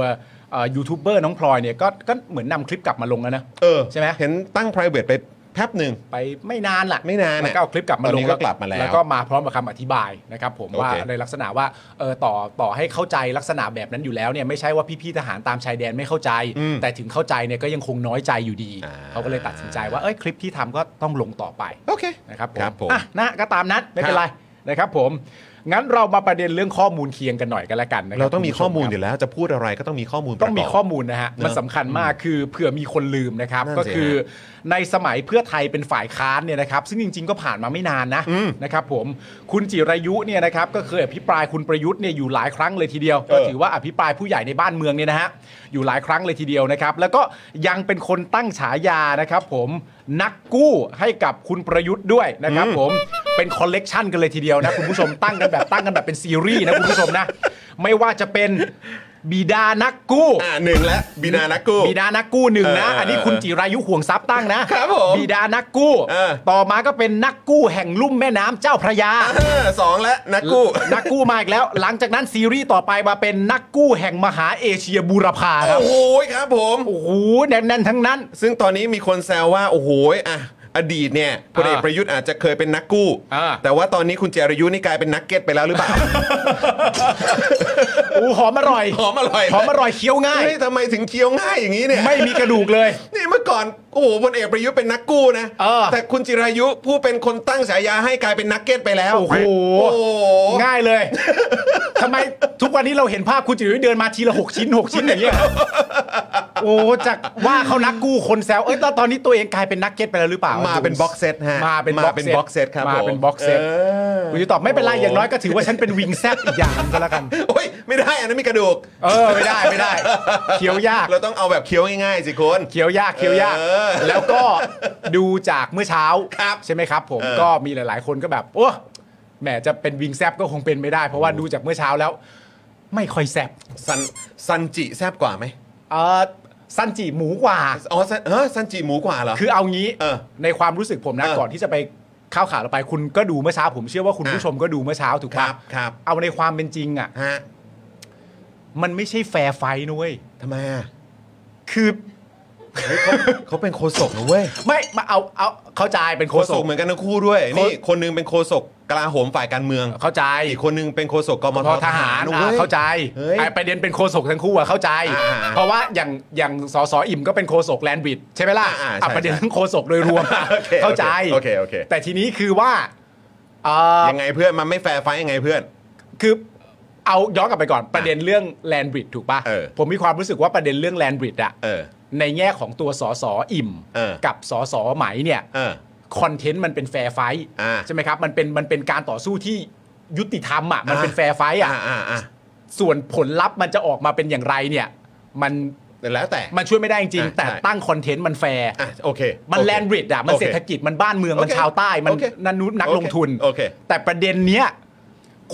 Speaker 2: เอ่อยูทูบเบอร์น้องพลอยเนี่ยก็ก็เหมือนนำคลิปกลับมาลงแล้วนะ
Speaker 1: เออ
Speaker 2: ใช่ไหม
Speaker 1: เห็นตั้ง private ไปแป๊บหนึ่ง
Speaker 2: ไปไม่นานละ
Speaker 1: ไม่นานอะ
Speaker 2: แล้วก็เอาคลิปกลับมา
Speaker 1: ตอน
Speaker 2: ล
Speaker 1: นี้
Speaker 2: ง
Speaker 1: ก็กลับมาแล้ว
Speaker 2: แล้วก็มาพร้อมกับคำอธิบายนะครับผม
Speaker 1: โอเค
Speaker 2: ว่าในลักษณะว่าเออต่อต่อให้เข้าใจลักษณะแบบนั้นอยู่แล้วเนี่ยไม่ใช่ว่าพี่ๆทหารตามชายแดนไม่เข้าใจ แต่ถึงเข้าใจเนี่ยก็ยังคงน้อยใจอยู่ดี เขาก็เลยตัดสินใจว่าเอ้ยคลิปที่ทำก็ต้องลงต่อไป
Speaker 1: โอเค
Speaker 2: นะครับผม
Speaker 1: ครับผม
Speaker 2: อ่ะนะก็ตามนั้นไม่เป็นไรนะครับผม งั้นเรามาประเด็นเรื่องข้อมูลเคียงกันหน่อยกันละกันนะคบ
Speaker 1: เราต้องมี
Speaker 2: คุณผู้ช
Speaker 1: ข้อมูล
Speaker 2: ครับ
Speaker 1: อยู่แล้วจะพูดอะไรก็ต้องมีข้อมูล
Speaker 2: ต้อง
Speaker 1: ป
Speaker 2: มี
Speaker 1: ระกบ
Speaker 2: ข้อมูลนะฮะ มัน
Speaker 1: เนอะ
Speaker 2: สำคัญมากคือเผื่อมีคนลืมนะครับ
Speaker 1: นั่นสิ
Speaker 2: ก็คือในสมัยเพื่อไทยเป็นฝ่ายค้านเนี่ยนะครับ ซึ่งจริง ๆ ก็ผ่านมาไม่นานนะ
Speaker 1: อืม
Speaker 2: นะครับผมคุณจิรายุเนี่ยนะครับก็เคยอภิปรายคุณประยุทธ์เนี่ยอยู่หลายครั้งเลยทีเดียว
Speaker 1: เออ
Speaker 2: ก็ถือว่าอภิปรายผู้ใหญ่ในบ้านเมืองเนี่ยนะฮะอยู่หลายครั้งเลยทีเดียวนะครับ แล้วก็ยังเป็นคนตั้งฉายานะครับผมนักกู้ให้กับคุณประยุทธ์ด้วยนะครับผมเป็นคอลเลกชันกันเลยทีเดียวนะคุณผู้ชมตั้งกันแบบตั้งกันแบบเป็นซีรีส์นะคุณผู้ชมนะไม่ว่าจะเป็นบิดานักกู้
Speaker 1: อ่าหนึ่งแล้วบินานักกู
Speaker 2: บิดานักกู้หนึ่งนะ
Speaker 1: เอออั
Speaker 2: อันนี้คุณจิรายุห่วงทรัพย์ตั้งนะครับ
Speaker 1: ผม
Speaker 2: บิดานักกู้
Speaker 1: เออ
Speaker 2: ต่อมาก็เป็นนักกู้แห่งลุ่มแม่น้ำเจ้าพระยา
Speaker 1: อ่าสองแล้วนักกู
Speaker 2: นักกู้มาอีกแล้ว หลังจากนั้นซีรีส์ต่อไปมาเป็นนักกู้แห่งมหาเอเชียบูรพาครับ
Speaker 1: โอ้โหครับผม
Speaker 2: โอ้โหแน่นๆทั้งนั้น
Speaker 1: ซึ่งตอนนี้มีคนแซวว่า โอ้โหอ่ะอดีตเนี่ยพลเอกประยุทธ์อาจจะเคยเป็นนักกู้
Speaker 2: อ่า
Speaker 1: แต่ว่าตอนนี้คุณเจรยุทธ์นี่กลายเป็นนักเก็ตไปแล้วหรือ เปล่า
Speaker 2: โอ้หอมอร่อย
Speaker 1: หอมอร่อย
Speaker 2: หอมอร่อยเคี้ยวง่าย
Speaker 1: เฮ้ยทำไมถึงเคี้ยวง่ายอย่างนี้เนี่ย
Speaker 2: ไม่มีกระดูกเลย
Speaker 1: นี่เมื่อก่อนโอ้โหพลเอกประยุทธ์เป็นนักกู้นะ
Speaker 2: เออ
Speaker 1: แต่คุณจิรายุผู้เป็นคนตั้งฉายาให้กลายเป็นนักเก็ตไปแล้ว
Speaker 2: โอ้โห
Speaker 1: โอ้โห
Speaker 2: ง่ายเลยทำไมทุกวันนี้เราเห็นภาพคุณจิรายุเดินมาทีละหกชิ้นหกชิ้นอย่างเงี้ย โอ้จากว่าเขานักกู้คนแซวเอ้ยแล้วตอนนี้ตัวเองกลายเป็นนักเก็ตไปแล้วหรือเปล่า
Speaker 1: มาเป็น box set ฮะ
Speaker 2: มาเป็น
Speaker 1: มาเป็น box set ครับ
Speaker 2: มาเป็
Speaker 1: ผม
Speaker 2: นบ็อกเซต
Speaker 1: เออ
Speaker 2: คุณจะตอบไม่เป็นไรอย่างน้อยก็ถือว่าฉันเป็นวิงแซบอีกอย่างหนึ่งก็แล้วกัน
Speaker 1: โอ้ยไม่ได้อันนั้นมีกระดูก
Speaker 2: เออไม่ได้ไม่ ได้เคี้ยวยาก
Speaker 1: เราต้องเอาแบบเคี้ยวง่ายๆสิคุณ
Speaker 2: เคี้ยวยากเคี้ยวยาก
Speaker 1: เออ
Speaker 2: แล้วก็ดูจากเมื่อเช้า
Speaker 1: ครับ
Speaker 2: ใช่ไหมครับผม
Speaker 1: เออ
Speaker 2: ก็มีหลาย ๆ คนก็แบบโอ้แหมจะเป็นวิงแซบก็คงเป็นไม่ได้เพราะว่าดูจากเมื่อเช้าแล้ว ไม่ค่อยแซบ
Speaker 1: ซันซันจิแซบกว่าไหม
Speaker 2: เออซันจิหมูกว่า
Speaker 1: อ๋อซันเออซันจิหมูกว่าเหรอ
Speaker 2: คือเอางี้
Speaker 1: เออ
Speaker 2: ในความรู้สึกผมนะ
Speaker 1: เออ
Speaker 2: ก่อนที่จะไปข่าวข่าวเราไปคุณก็ดูเมื่อเช้า ผมเชื่อว่าคุณผู้ชมก็ดูเมื่อเช้าถูก
Speaker 1: ครั
Speaker 2: ปะ
Speaker 1: บครับ
Speaker 2: เอาในความเป็นจริงอ่ะ
Speaker 1: ฮะ
Speaker 2: มันไม่ใช่แฟร์ไฟท์นุ้ย
Speaker 1: ทำไมอ่ะ
Speaker 2: คือ
Speaker 1: เฮ้ยเขาเขาเป็นโคศกนะเว้ย
Speaker 2: ไม่มาเอาเอาเข้าใจเป็น
Speaker 1: โค
Speaker 2: โค
Speaker 1: ศ
Speaker 2: ศ
Speaker 1: ก
Speaker 2: ก
Speaker 1: เหมือนกันทั้งคู่ด้วย
Speaker 2: โค
Speaker 1: นี่คนหนึงเป็นโคศกกลาโหมฝ่ายการเมือง
Speaker 2: เข้าใจ
Speaker 1: อีกคนหนึงเป็นโคศกกม
Speaker 2: พ
Speaker 1: ท
Speaker 2: อทหาร
Speaker 1: นะ
Speaker 2: อ่ะ
Speaker 1: ว้ย
Speaker 2: เข้าใจ
Speaker 1: เฮ้ย
Speaker 2: ไอ้ประเด็นเป็นโคศกทั้งคู่อ่ะเข้าใจ
Speaker 1: อ่า
Speaker 2: เพราะว่าอย่างอย่างสสอิ่มก็เป็นโคศกแลนด์บิดใช่ไหมล่ะ
Speaker 1: อ่าใช่
Speaker 2: อ่ะประเด็นทั้งโคศกโดยรวม
Speaker 1: โอเค
Speaker 2: เข้าใจ
Speaker 1: โอเคโอเค
Speaker 2: แต่ทีนี้คือว่าเอ่อ
Speaker 1: ยังไงเพื่อนมันไม่แฟร์ไฟท์ยังไงเพื่อน
Speaker 2: คือเอาย้อนกลับไปก่อนประเด็นเรื่องแลนบริดถูกปะ
Speaker 1: เออ
Speaker 2: ผมมีความรู้สึกว่าประเด็นเรื่องแลนบริดอะ
Speaker 1: เออ
Speaker 2: ในแง่ของตัวสอสออิ่ม
Speaker 1: เออ
Speaker 2: กับสอสอไหมเนี่ย
Speaker 1: เออ
Speaker 2: คอนเทนต์มันเป็นแฟร์ไฟท์
Speaker 1: อ่า
Speaker 2: ใช่ไหมครับ มันเป็นมันเป็นการต่อสู้ที่ยุติธรรมอะมันเป็นแฟร์ไฟท์
Speaker 1: อ่า
Speaker 2: อะ
Speaker 1: อ่าอ่า
Speaker 2: ส่วนผลลัพธ์มันจะออกมาเป็นอย่างไรเนี่ย มัน
Speaker 1: แล้วแต่
Speaker 2: มันช่วยไม่ได้จริง
Speaker 1: อ่า
Speaker 2: ๆแต่
Speaker 1: ใช่
Speaker 2: ตั้งคอนเทนต์มันแฟร์
Speaker 1: อ่ะโอเค
Speaker 2: มัน
Speaker 1: โอเค
Speaker 2: แลนบริดอะมัน
Speaker 1: โค
Speaker 2: เศรษฐกิจมันบ้านเมืองมัน
Speaker 1: โอเค
Speaker 2: ชาวใต้มัน
Speaker 1: โอเค
Speaker 2: นันนุนัก
Speaker 1: โอเค
Speaker 2: ลงทุน
Speaker 1: โอเค
Speaker 2: แต่ประเด็นเนี้ย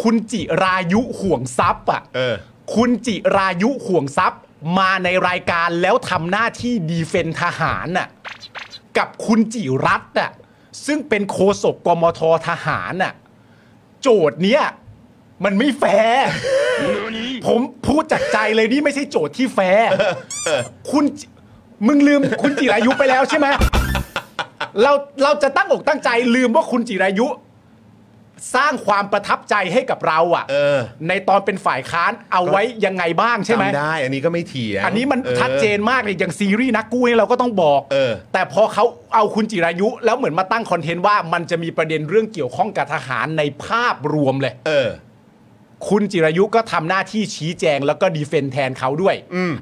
Speaker 2: คุณจิรายุห่วงทรัพย์อะ
Speaker 1: เออ
Speaker 2: คุณจิรายุห่วงทรัพย์มาในรายการแล้วทำหน้าที่ดีเฟนทหารน่ะกับคุณจิรัตน์น่ะซึ่งเป็นโคศกกมททหารน่ะโจทย์เนี้ยมันไม่แฟร์ผมพูดจากใจเลยนี่ไม่ใช่โจทย์ที่แฟร์คุณจิมึงลืมคุณจิรายุไปแล้วใช่ไหมเราเราจะตั้งอกตั้งใจลืมว่าคุณจิรายุ สร้างความประทับใจให้กับเราอ่ะ
Speaker 1: เออ
Speaker 2: ในตอนเป็นฝ่ายค้านเอาไว้ยังไงบ้างใช่ไหม
Speaker 1: จำได้อันนี้ก็ไม่เถียง
Speaker 2: อันนี้มัน
Speaker 1: ออ
Speaker 2: ชัดเจนมากเลยอย่างซีรีส์นักกู้เนี่ยเราก็ต้องบอก
Speaker 1: เออ
Speaker 2: แต่พอเขาเอาคุณจิรายุ แล้วเหมือนมาตั้งคอนเทนต์ว่ามันจะมีประเด็นเรื่องเกี่ยวข้องกับทหารในภาพรวมเลย
Speaker 1: เออ
Speaker 2: คุณจิรายุก็ทำหน้าที่ชี้แจงแล้วก็ดีเฟนแทนเขาด้วย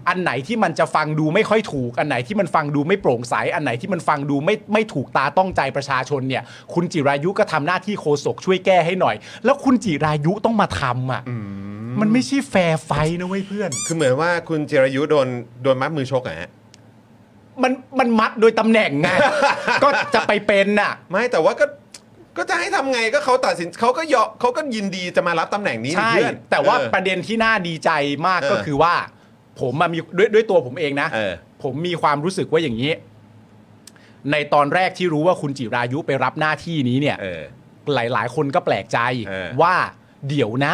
Speaker 2: อันไหนที่มันจะฟังดูไม่ค่อยถูก อันไหนที่มันฟังดูไม่โปร่งใส อันไหนที่มันฟังดูไม่ไม่ถูกตาต้องใจประชาชนเนี่ย คุณจิรายุก็ทำหน้าที่โคศกช่วยแก้ให้หน่อย แล้วคุณจิรายุต้องมาทำอ่ะ มันไม่ใช่แฟร์ไฟท์นะเว้ยเพื่อน
Speaker 1: คือเหมือนว่าคุณจิรายุโดนโดนมัดมือชกอะฮะ
Speaker 2: มันมันมัดโดยตำแหน่งไง ก็จะไปเป็นน่ะ
Speaker 1: ไม่แต่ว่าก็ ก็จะให้ทำไงก็เขาตัดสินเขาก็ยอมเขาก็ยินดีจะมารับตำแหน่งนี้
Speaker 2: ใช่
Speaker 1: เพื่อน
Speaker 2: แต่ว่า
Speaker 1: เออ
Speaker 2: ประเด็นที่น่าดีใจมาก
Speaker 1: เออ
Speaker 2: ก็คือว่า ผมมามีด้วยด้วยตัวผมเองนะ
Speaker 1: เออ
Speaker 2: ผมมีความรู้สึกว่าอย่างนี้ ในตอนแรกที่รู้ว่าคุณจิรายุไปรับหน้าที่นี้เนี่ย
Speaker 1: เออ
Speaker 2: หลายๆ คนก็แปลกใจ
Speaker 1: เออ
Speaker 2: ว่าเดี๋ยวนะ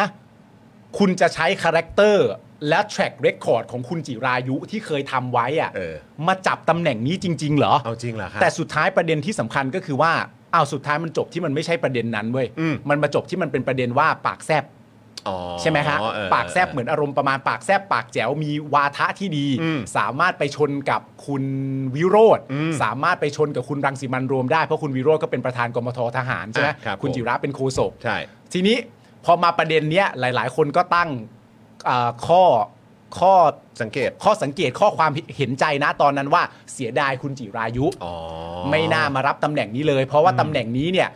Speaker 2: คุณจะใช้คาแรคเตอร์และ track record ของคุณจิรายุที่เคยทำไว้อะ
Speaker 1: เออ
Speaker 2: มาจับตำแหน่งนี้จริง ๆ เหรอ
Speaker 1: เอาจริงเหรอครับ
Speaker 2: แต่สุดท้ายประเด็นที่สำคัญก็คือว่าอ้าวสุดท้ายมันจบที่มันไม่ใช่ประเด็นนั้นเว้ย
Speaker 1: อืม
Speaker 2: มันมาจบที่มันเป็นประเด็นว่าปากแซบ
Speaker 1: อ๋อ
Speaker 2: ใช่ไหมฮะ
Speaker 1: เออ
Speaker 2: ปากแซบเหมือนอารมณ์ประมาณปากแซบปากแจ๋วมีวาทะที่ดี
Speaker 1: อืม
Speaker 2: สามารถไปชนกับคุณวิโรธ
Speaker 1: อืม
Speaker 2: สามารถไปชนกับคุณรังสิมันต์โรวมได้เพราะคุณวิโรธก็เป็นประธานกมททหารใช่ไหม
Speaker 1: อ่ะครับ
Speaker 2: คุณ
Speaker 1: ผม
Speaker 2: จิระเป็นโคศก
Speaker 1: ใช่
Speaker 2: ทีนี้พอมาประเด็นเนี้ยหลาย ๆ คนก็ตั้งเอ่อข้อข้อ
Speaker 1: สังเกต
Speaker 2: ข้อสังเกตข้อความเห็นใจนะตอนนั้นว่าเสียดายคุณจิรายุ
Speaker 1: อ๋อ
Speaker 2: ไม่น่ามารับตำแหน่งนี้เลย เพราะว่าตำแหน่งนี้เนี่ย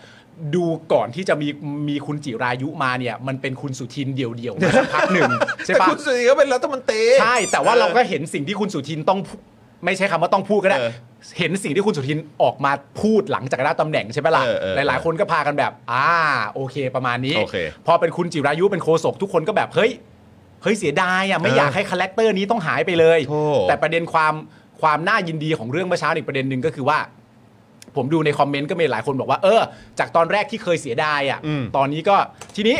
Speaker 2: ดูก่อนที่จะมีมีคุณจิรายุมาเนี่ย มันเป็นคุณสุทินเดี่ยวๆมาสักพักหนึ่ง ใช่
Speaker 1: แต่
Speaker 2: ปะ
Speaker 1: คุณสุธีก็เป็นรัฐมนตรี
Speaker 2: ใช่แต่ว่าเราก็เห็นสิ่งที่คุณสุทินต้องพูไม่ใช่คำว่าต้องพูดก็ได้
Speaker 1: เออ
Speaker 2: เห็นสิ่งที่คุณสุทินออกมาพูดหลังจากได้ตำแหน่งใช่ไหมล่ะ
Speaker 1: เออเออ
Speaker 2: หลายๆ คนก็พากันแบบ อ่าโอเคประมาณนี้
Speaker 1: โอเค
Speaker 2: พอเป็นคุณจิรายุเป็นโคศกทุกคนก็แบบเฮ้ยเฮ้ยเสียดายอ่ะไม่อยากให้คาแรคเตอร์นี้ต้องหายไปเลย
Speaker 1: โธ่
Speaker 2: แต่ประเด็นความความน่ายินดีของเรื่องเมื่อเช้าอีกประเด็นหนึ่งก็คือว่า ผมดูในคอมเมนต์ก็มีหลายคนบอกว่า เออ จากตอนแรกที่เคยเสียดายอ่ะ
Speaker 1: อืม
Speaker 2: ตอนนี้ก็ทีนี้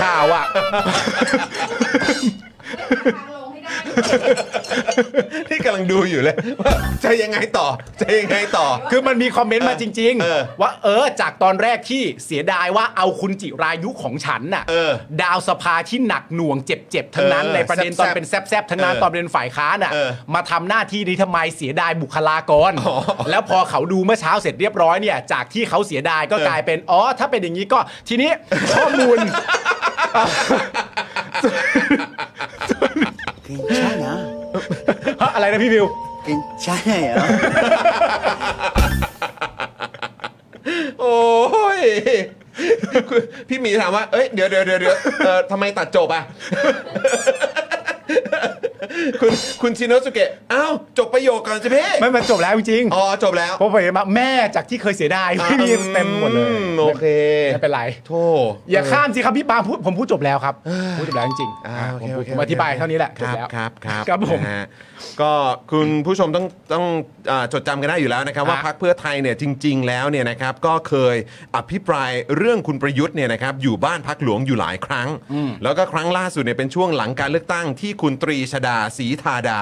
Speaker 2: ข่าวอ่ะ
Speaker 3: ทางลงให้ได้
Speaker 1: ที่กำลังดูอยู่เลยว่าจะยังไงต่อ จะยังไงต่อ
Speaker 2: คือมันมีคอมเมนต์มาจริง
Speaker 1: เออ
Speaker 2: ว่าเออ จากตอนแรกที่เสียดายว่าเอาคุณจิรายุของฉันน่ะ
Speaker 1: เออ
Speaker 2: ดาวสภาที่หนักหน่วงเจ็บๆทั้งนั้น
Speaker 1: เออ
Speaker 2: ในประเด็นตอนเป็นแซบๆทั้งนั้น
Speaker 1: เออ
Speaker 2: ตอนเป็นฝ่ายค้านน่ะ
Speaker 1: เออ
Speaker 2: มาทำหน้าที่นี้ทำไมเสียดายบุคลากร
Speaker 1: อ๋อ
Speaker 2: แล้วพอเขาดูเมื่อเช้าเสร็จเรียบร้อยเนี่ย จากที่เขาเสียดายก็
Speaker 1: เออ
Speaker 2: กลายเป็นอ๋อถ้าเป็นอย่างนี้ก็ทีนี้ ข้อมูล
Speaker 4: 괜찮아?
Speaker 2: อะไรนะพี่บิว
Speaker 4: 괜찮아요.
Speaker 1: โอ้ยคุณพี่หมีถามว่า เอ้ย เดี๋ยวเดี๋ยวเดี๋ยวเดี๋ยวเอ่อทำไมตัดจบอ่ะ คุณคุณชินโนสุเกะ อ้าว จบประโยคก่อนสิพี่
Speaker 2: ไม่มันจบแล้วจริงๆ
Speaker 1: อ๋อ จบแล้ว
Speaker 2: เพราะไปมาแม่จากที่เคยเสียดายพี่บิวเต็มหมดเลย
Speaker 1: อืโอเค
Speaker 2: ไม่เป็นไร
Speaker 1: โธ่
Speaker 2: อย่าข้ามสิครับพี่ปาล์มพูดผมพูดจบแล้วครับพูดจบแล้วจริงๆ
Speaker 1: อ่า
Speaker 2: อ่า
Speaker 1: โอ
Speaker 2: ผ
Speaker 1: เค
Speaker 2: ม
Speaker 1: โอเค
Speaker 2: ผมอธิบายเท่านี้แหละ
Speaker 1: ค
Speaker 2: จบ
Speaker 1: รับ
Speaker 2: แล้ว
Speaker 1: ครับครับ
Speaker 2: ครับผม
Speaker 1: นะฮะก็คุณผู้ชมต้องต้องอ่าจดจำกันได้อยู่แล้วนะครับ ว่า
Speaker 2: ฮะ
Speaker 1: พักเพื่อไทยเนี่ยจริง ๆ แล้วเนี่ยนะครับก็เคยอภิปรายเรื่องคุณประยุทธ์เนี่ยนะครับอยู่บ้านพักหลวงอยู่หลายครั้ง แล้วก็ครั้งล่าสุดเนี่ยเป็นช่วงหลังการเลือกตั้งที่คุณตรีชดาศรีธาดา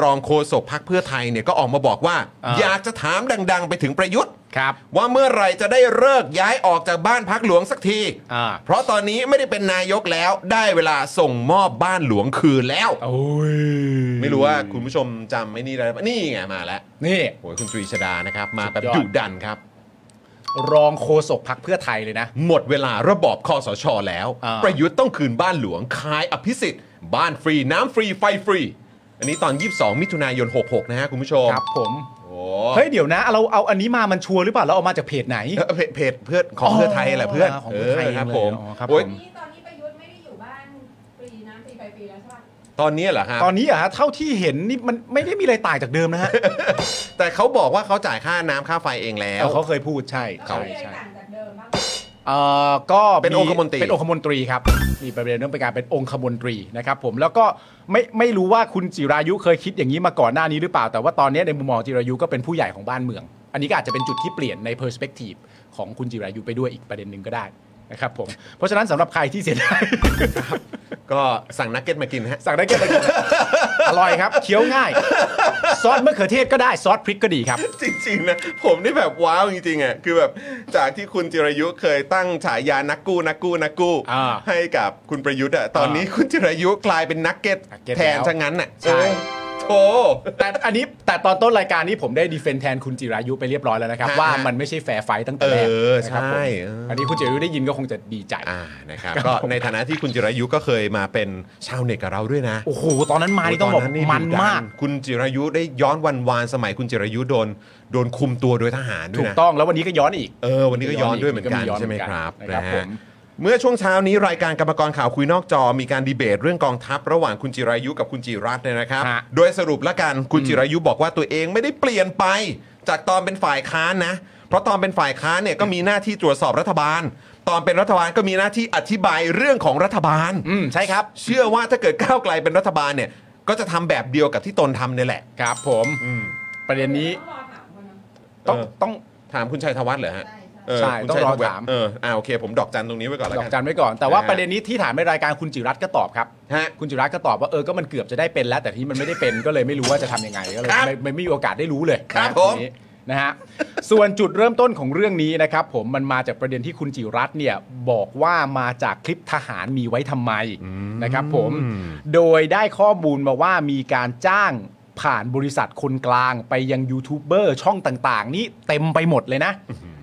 Speaker 1: รองโฆษกพักเพื่อไทยเนี่ยก็ออกมาบอกว่า
Speaker 2: อ่า
Speaker 1: อยากจะถามดัง ๆ ไปถึงประยุทธ์
Speaker 2: ครับ
Speaker 1: ว่าเมื่อไหร่จะได้เลิกย้ายออกจากบ้านพักหลวงสักที
Speaker 2: อ่า
Speaker 1: เพราะตอนนี้ไม่ได้เป็นนายกแล้ว ได้เวลาส่งมอบบ้านหลวงคืนแล้ว
Speaker 2: โอ้ย
Speaker 1: ไม่รู้ว่าคุณผู้ชมจำไม่นี่ได้ปะนี่ไงมาแล้ว
Speaker 2: นี่
Speaker 1: โอ้ยคุณตรีชดานะครับ มา
Speaker 2: สุดยอด
Speaker 1: แบบดุดันครับ
Speaker 2: รองโฆษกพักเพื่อไทยเลยนะ
Speaker 1: หมดเวลาระบอบคอสชแล้ว
Speaker 2: อ่า
Speaker 1: ประยุทธ์ต้องคืนบ้านหลวงคายอภิสิทธิ์ บ้านฟรีน้ำฟรีไฟฟรี อันนี้ตอน 22 มิถุนายน 66 นะฮะคุณผู้ชม
Speaker 2: ครับผม
Speaker 1: โอ้
Speaker 2: เฮ้ยเดี๋ยวนะเราเอาอันนี้มามันชัวร์หรือเปล่าเราเอามาจากเพจไหน
Speaker 1: เออเพจเพจเพื่อนของเพื่อไทยแหละเพื่อน
Speaker 2: ของเพื่อไทย
Speaker 1: ครับผม
Speaker 2: เลยอ๋อครับ
Speaker 1: โอ้ย
Speaker 2: ผม
Speaker 3: นี่ตอนนี้ประยุทธ์ไม่ได้อยู่บ้านฟรีน้ำฟรีไฟฟรีแล้วใช่ปะ
Speaker 1: ตอนนี้เหรอฮะ
Speaker 2: ตอนนี้เหรอะฮะเท่าที่เห็นนี่มันไม่ได้มีอะไรต่างจากเดิมนะฮะ
Speaker 1: แต่เขาบอกว่าเขาจ่ายค่าน้ำค่าไฟเองแล้ว
Speaker 2: เขาเคยพูดใช่
Speaker 3: แล้ว
Speaker 2: ใช่
Speaker 3: มีอะไร
Speaker 2: ใช่
Speaker 3: ต่างจากเดิมบ้าง
Speaker 2: เอ่อก็
Speaker 1: เป็นองคมนตรี
Speaker 2: เป็นองคมนตรีครับมีประเด็นเรื่องเป็นการเป็นองคมนตรีนะครับผมแล้วก็ไม่ไม่รู้ว่าคุณจิรายุเคยคิดอย่างนี้มาก่อนหน้านี้หรือเปล่า แต่ว่าตอนนี้ในมุมมองจิรายุก็เป็นผู้ใหญ่ของบ้านเมือง อันนี้ก็อาจจะเป็นจุดที่เปลี่ยนในเพอร์สเปกทีฟของคุณจิรายุไปด้วยอีกประเด็นหนึ่งก็ได้นะครับผมเพราะฉะนั้นสำหรับใครที่เสียดาย
Speaker 1: ก็สั่งนักเก็ตมากินฮะ
Speaker 2: สั่งได้แค่ไหนอร่อยครับเคี้ยวง่าย ซอสมะเขือเทศก็ได้ซอสพริกก็ดีครับ
Speaker 1: จริงๆนะผมนี่แบบว้าวจริงๆอ่ะคือแบบจากที่คุณจิรายุเคยตั้งฉายานักกู้นักกู้นักกู้
Speaker 2: อ่า
Speaker 1: ให้กับคุณประยุทธ์อ่ะตอนนี้คุณจิรายุกลายเป็นนักเก็ต
Speaker 2: นักเก็ต
Speaker 1: แทน
Speaker 2: แล้ว
Speaker 1: ซะงั้นอ่ะ
Speaker 2: ใช่
Speaker 1: เออโอ้
Speaker 2: แต่อันนี้แต่ตอนต้นรายการนี้ผมได้ดีเฟนแทนคุณจิรายุไปเรียบร้อยแล้วนะครับ
Speaker 1: ฮะ
Speaker 2: ว่ามันไม่ใช่แฟร์ไฟต์ตั้งแต่แรก
Speaker 1: เออ
Speaker 2: นะครับ
Speaker 1: ใช่
Speaker 2: ผม
Speaker 1: เอออั
Speaker 2: อันนี้คุณจิรายุได้ยินก็คงจะดีใจ
Speaker 1: อ่านะครับก็ในฐานะที่คุณจิรายุก็เคยมาเป็นชาวเน็ตกับเราด้วยนะ
Speaker 2: โอ้โห ตอนนั้นมานี่ต้องบอก
Speaker 1: โดุดั
Speaker 2: มันมาก
Speaker 1: คุณจิรายุได้ย้อนวันวานสมัยคุณจิรายุโดนโดนคุมตัวโดยทหารด้ว
Speaker 2: ถู
Speaker 1: ย
Speaker 2: ก
Speaker 1: นะ
Speaker 2: ต้องแล้ววันนี้ก็ย้อนอีก
Speaker 1: เออวันนี้ก็ย้อนด้วยเหมือนกัน
Speaker 2: ก็มีย้อน
Speaker 1: ใช่ไหมครับ
Speaker 2: เหมือนกัน
Speaker 1: นะ
Speaker 2: นะครับ
Speaker 1: ฮะ
Speaker 2: ผม
Speaker 1: เมื่อช่วงเช้านี้รายการกรรมกรข่าวคุยนอกจอมีการดีเบตเรื่องกองทัพระหว่างคุณจิรายุกับคุณจิรัตน์เนี่ยนะครับ
Speaker 2: ฮะ
Speaker 1: โดยสรุปละกันคุณจิรายุบอกว่าตัวเองไม่ได้เปลี่ยนไป จากตอนเป็นฝ่ายค้านนะ เพราะตอนเป็นฝ่ายค้านเนี่ยก็มีหน้าที่ตรวจสอบรัฐบาล ตอนเป็นรัฐบาลก็มีหน้าที่อธิบายเรื่องของรัฐบาล
Speaker 2: อืมใช่ครับ
Speaker 1: เชื่อว่าถ้าเกิดก้าวไกลเป็นรัฐบาลเนี่ย ก็จะทำแบบเดียวกับที่ตนทำเนี่ยแหละ
Speaker 2: ครับผม
Speaker 1: อืม
Speaker 2: ประเด็นนี้
Speaker 3: ต้องรอถามก่อนนะ
Speaker 2: ต้อง
Speaker 1: เออ
Speaker 2: ต้อง
Speaker 1: ถามคุณชัยธวัฒน์เหรอฮะ
Speaker 3: ใช่
Speaker 1: เอ
Speaker 2: ใช่
Speaker 3: ใช่
Speaker 1: คุณ
Speaker 2: ต้องร
Speaker 1: ชั
Speaker 2: อ
Speaker 1: ยธวัฒน์
Speaker 2: ถาม
Speaker 1: เอออ่าโอเค ผมดอกจันตรงนี้ไว้ก่อนแล้ว
Speaker 2: ด
Speaker 1: กั
Speaker 2: อน กจันไว้ก่อนแต่ว่า
Speaker 1: อ่า
Speaker 2: ประเด็นนี้ที่ถามในรายการคุณจิรัตน์ก็ตอบครับ
Speaker 1: ฮะ
Speaker 2: คุณจิรัตน์ก็ตอบว่าเออก็มันเกือบจะได้เป็นแล้ว แต่ที่มันไม่ได้เป็น ก็เลยไม่รู้ว่าจะทำยังไงก็เลย
Speaker 1: ครับ
Speaker 2: ไม่ไม่ไม่มีโอกาสได้รู้เลย
Speaker 1: ครับ
Speaker 2: นะ
Speaker 1: ผม
Speaker 2: ทีนี้นะฮะส่วนจุดเริ่มต้นของเรื่องนี้นะครับ ผมมันมาจากประเด็นที่คุณจิรัตน์เนี่ยบอกว่ามาจากคลิปทหารมีไว้ทำไมนะครับ ผมโดยได้ข้อมูลมาว่ามีการจ้างผ่านบริษัทคนกลาง ไปยังยูทูบเบอร์ช่องต่างๆ นี่เต็มไปหมดเลยนะ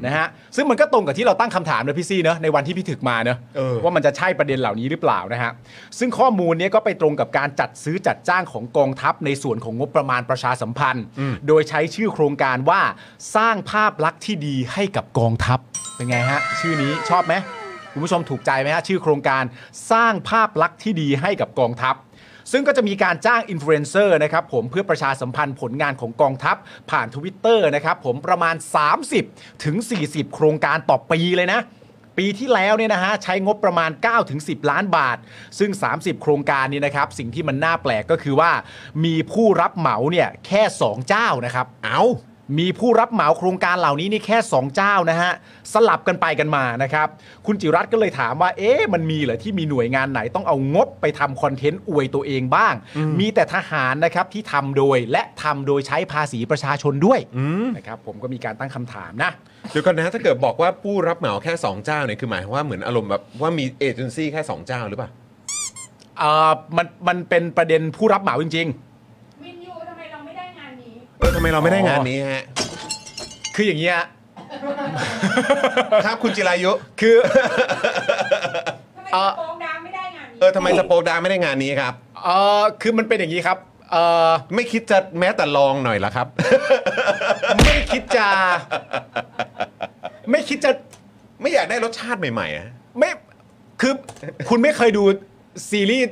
Speaker 2: นะฮะซึ่งมันก็ตรงกับที่เราตั้งคำถามเลยพี่ซี่เนอะในวันที่พี่ถึกมาเนอะ
Speaker 1: เออ
Speaker 2: ว่า ว่ามันจะใช่ประเด็นเหล่านี้หรือเปล่านะฮะ ซึ่งข้อมูลเนี้ยก็ไปตรงกับการจัดซื้อจัดจ้างของกองทัพในส่วนของงบประมาณประชาสัมพันธ์ โดยใช้ชื่อโครงการว่าสร้างภาพลักษณ์ที่ดีให้กับกองทัพ เป็นไงฮะ ชื่อนี้ชอบไหมคุณผู้ชมถูกใจไหมฮะ ชื่อโครงการสร้างภาพลักษณ์ที่ดีให้กับกองทัพ ซึ่งก็จะมีการจ้างอินฟลูเอนเซอร์นะครับผมเพื่อประชาสัมพันธ์ผลงานของกองทัพ ผ่าน Twitter นะครับผมประมาณ 30 ถึง 40 โครงการต่อปีเลยนะ ปีที่แล้วเนี่ยนะฮะใช้งบประมาณ 9-10 ล้านบาท ซึ่ง 30 โครงการนี้นะครับ สิ่งที่มันน่าแปลกก็คือว่า มีผู้รับเหมาเนี่ยแค่ 2 เจ้านะครับ
Speaker 1: เอา
Speaker 2: มีผู้รับเหมาโครงการเหล่านี้นี่แค่ 2 เจ้านะฮะ สลับกันไปกันมานะครับ คุณจิรัตน์ก็เลยถามว่า เอ๊ะมันมีเหรอที่มีหน่วยงานไหนต้องเอางบไปทำคอนเทนต์อวยตัวเองบ้าง มีแต่ทหารนะครับที่ทำโดยและทำโดยใช้ภาษีประชาชนด้วยนะครับผมก็มีการตั้งคำถามนะ
Speaker 1: เดี๋ยวก่อนนะถ้าเกิดบอกว่าผู้รับเหมาแค่ 2 เจ้าเนี่ยคือหมายความว่าเหมือนอารมณ์แบบว่ามีเอเจนซี่แค่ 2 เจ้าหรือเปล่า
Speaker 2: เอ่อมันมันเป็นประเด็นผู้รับเหมาจริง
Speaker 3: วินยูทำไมเราไม่ได้งานนี้
Speaker 1: เออทำไมเราไม่ได้งานนี้ฮะ
Speaker 2: ๆ คืออย่างเงี้ย
Speaker 1: ครับคุณจิรายุ
Speaker 2: คือ
Speaker 3: ทำไม
Speaker 2: เอ่อ
Speaker 3: โปรงดางไม่ได้งานนี้
Speaker 1: เออทำไมสโปดาไม่ได้งานนี้ครับ
Speaker 2: เอ่อคือมันเป็นอย่างนี้ครับเอ่อ
Speaker 1: ไม่คิดจะแม้แต่ลองหน่อยเหรอครับ
Speaker 2: ไม่คิดจะ ไม่คิดจะ
Speaker 1: ไม่อยากได้รสชาติใหม่ๆอะ
Speaker 2: ไม่คือคุณไม่เคยดูซีรีส์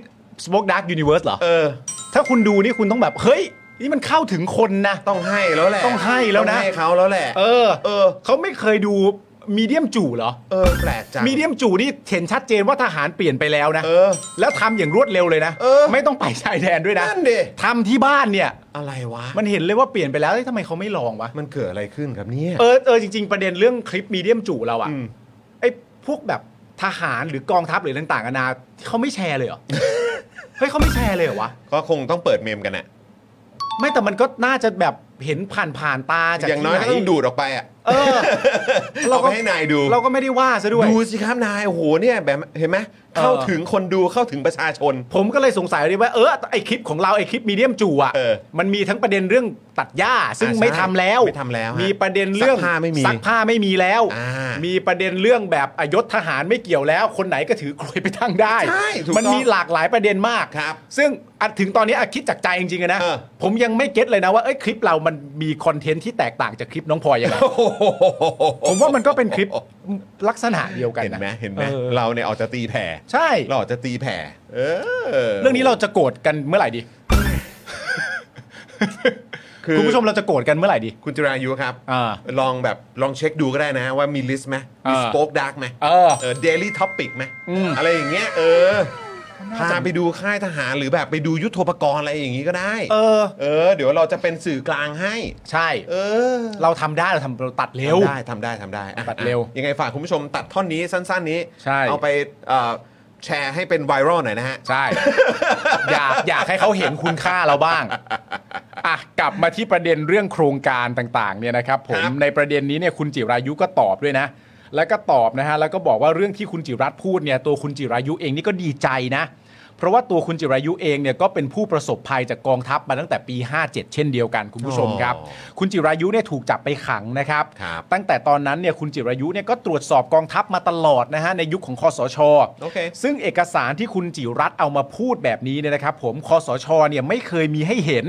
Speaker 2: Smoke Dark Universe เหรอ
Speaker 1: เออ
Speaker 2: ถ้าคุณดูนี่คุณต้องแบบ เฮ้ย นี่มันเข้าถึงคนนะ
Speaker 1: ต้องให้แล้วแหละ
Speaker 2: ต้องให้แล้วนะ
Speaker 1: ต้องให้เขาแล้วแหละ
Speaker 2: เออ
Speaker 1: เออ
Speaker 2: เขาไม่เคยดูมีเดียมจู่เหรอ
Speaker 1: เออแปลกจัง
Speaker 2: มีเดียมจู่นี่เห็นชัดเจนว่าทหารเปลี่ยนไปแล้วนะ
Speaker 1: เออ
Speaker 2: แล้วทำอย่างรวดเร็วเลยนะ
Speaker 1: เออ
Speaker 2: ไม่ต้องไปชายแดนด้วยนะ
Speaker 1: นั่นดิ
Speaker 2: ทำที่บ้านเนี่ย
Speaker 1: อะไรวะ
Speaker 2: มันเห็นเลยว่าเปลี่ยนไปแล้วเอ้ยทำไมเขาไม่ลองวะ
Speaker 1: มันเกิดอะไรขึ้นครับเนี่ย
Speaker 2: เออเออจริง ๆ ประเด็นเรื่องคลิปมีเดียมจู่เราอะ
Speaker 1: อืม
Speaker 2: ไอ้พวกแบบทหารหรือกองทัพหรือต่างๆนานาเขาไม่แชร์เลยเหรอ เฮ้ยเขาไม่แชร์เลยเหรอวะ
Speaker 1: ก็คงต้องเปิดเมมกันแหละ
Speaker 2: ไม่แต่มันก็น่าจะแบบเห็นผ่านผ่านๆตาจาก
Speaker 1: อย่างน้อยก็ต้อง
Speaker 2: ที่ไห
Speaker 1: ดูดออกไปอ่ะ
Speaker 2: เออ เรา
Speaker 1: เอา
Speaker 2: ก็
Speaker 1: ไปให้นายดู
Speaker 2: เราก็ไม่ได้ว่าซะด้วย
Speaker 1: ดูสิครับนายโอ้โหเนี่ยแบบเห็นไหมเข้า
Speaker 2: เออ
Speaker 1: ถึงคนดูเข้าถึงประชาชน
Speaker 2: ผมก็เลยสงสัยเลยว่าเออไอคลิปของเราไอคลิปมีเดียมจู่อะ
Speaker 1: เออ
Speaker 2: มันมีทั้งประเด็นเรื่องตัดหญ้าซึ่ง
Speaker 1: อ่าใช่
Speaker 2: ไม่ทำแล้ว
Speaker 1: ไม่ทำแล้วฮะ
Speaker 2: มีประเด็นเรื่อง
Speaker 1: ซักผ้าไม่มี
Speaker 2: ซักผ้าไม่มีแล้ว
Speaker 1: อ่ามี
Speaker 2: มีประเด็นเรื่องแบบอะยศทหารไม่เกี่ยวแล้ว คนไหนก็ถือกลวยไปทั้งได้
Speaker 1: ใช่ถูกต้อง
Speaker 2: มันมีหลากหลายประเด็นมาก
Speaker 1: ครับ
Speaker 2: ซึ่งอ่ะถึงตอนนี้อ่ะคิดจากใจจริงๆอะนะ
Speaker 1: เออ
Speaker 2: ผมยังไม่เก็ตเลยนะว่าเอ้ยคลิปเรามันมีคอนเทนต์ที่แตกต่างจากคลิปน้องพลอยยังไง ผมว่ามันก็เป็นคลิปลักษณะเดียวกัน
Speaker 1: เห็น
Speaker 2: นะ
Speaker 1: ไหมเห็นไหม
Speaker 2: ออ
Speaker 1: เราเนี่ยออกจะตีแผ่
Speaker 2: ใช่
Speaker 1: เราออกจะตีแผ่เออ
Speaker 2: เรื่องนี้เราจะโกรธกันเมื่อไหร่ดี
Speaker 1: คือ
Speaker 2: คุณผู้ชมเราจะโกรธกันเมื่อไหร่ดี
Speaker 1: คุณจิรายุครับ
Speaker 2: อ่า
Speaker 1: ลองแบบลองเช็คดูก็ได้นะว่ามีลิสต์ไหมมี
Speaker 2: อ่า
Speaker 1: สป็อกดาร์กไหม
Speaker 2: เออ
Speaker 1: เออเดลี่ท็อปิกไหม
Speaker 2: อืม
Speaker 1: อะไรอย่างเงี้ยเออพาไปดูค่ายทหารหรือแบบไปดูยุทโธปกรณ์อะไรอย่างงี้ก็ได้
Speaker 2: เออ
Speaker 1: เออ เดี๋ยวเราจะเป็นสื่อกลางให้
Speaker 2: ใช่
Speaker 1: เออ
Speaker 2: เราทำได้เราทำเราตัดเร็ว
Speaker 1: ทำได้ทำได้ทำได้อ่ะ
Speaker 2: ตัดเร็ว
Speaker 1: อ่ะยังไงฝากคุณผู้ชมตัดท่อนนี้สั้น ๆ นี้
Speaker 2: ใช่
Speaker 1: เอาไปเอ่อแชร์ให้เป็นไวรัลหน่อยนะฮะ
Speaker 2: ใช่ อยากอยากให้เขาเห็นคุณค่าเราบ้างอ่ะกลับมาที่ประเด็นเรื่องโครงการต่างๆเนี่ยนะครับผ
Speaker 1: ค
Speaker 2: ม
Speaker 1: รับ
Speaker 2: ในประเด็นนี้เนี่ยคุณจิรายุก็ตอบด้วยนะ แล้วก็ตอบนะฮะแล้วก็บอกว่าเรื่องที่คุณจิรัตน์พูดเนี่ยตัวคุณจิรายุเองนี่ก็ดีใจนะ เพราะว่าตัวคุณจิรายุเองเนี่ยก็เป็นผู้ประสบภัยจากกองทัพมาตั้งแต่ปี 57 เช่นเดียวกันคุณผู้ชมครับ
Speaker 1: อ๋อ
Speaker 2: คุณจิรายุเนี่ยถูกจับไปขังนะครับ
Speaker 1: ครับ
Speaker 2: ตั้งแต่ตอนนั้นเนี่ยคุณจิรายุเนี่ยก็ตรวจสอบกองทัพมาตลอดนะฮะในยุคของคอสช
Speaker 1: โอเค
Speaker 2: ซึ่งเอกสารที่คุณจิรัตน์เอามาพูดแบบนี้เนี่ยนะครับ ผมคอสชเนี่ยไม่เคยมีให้เห็น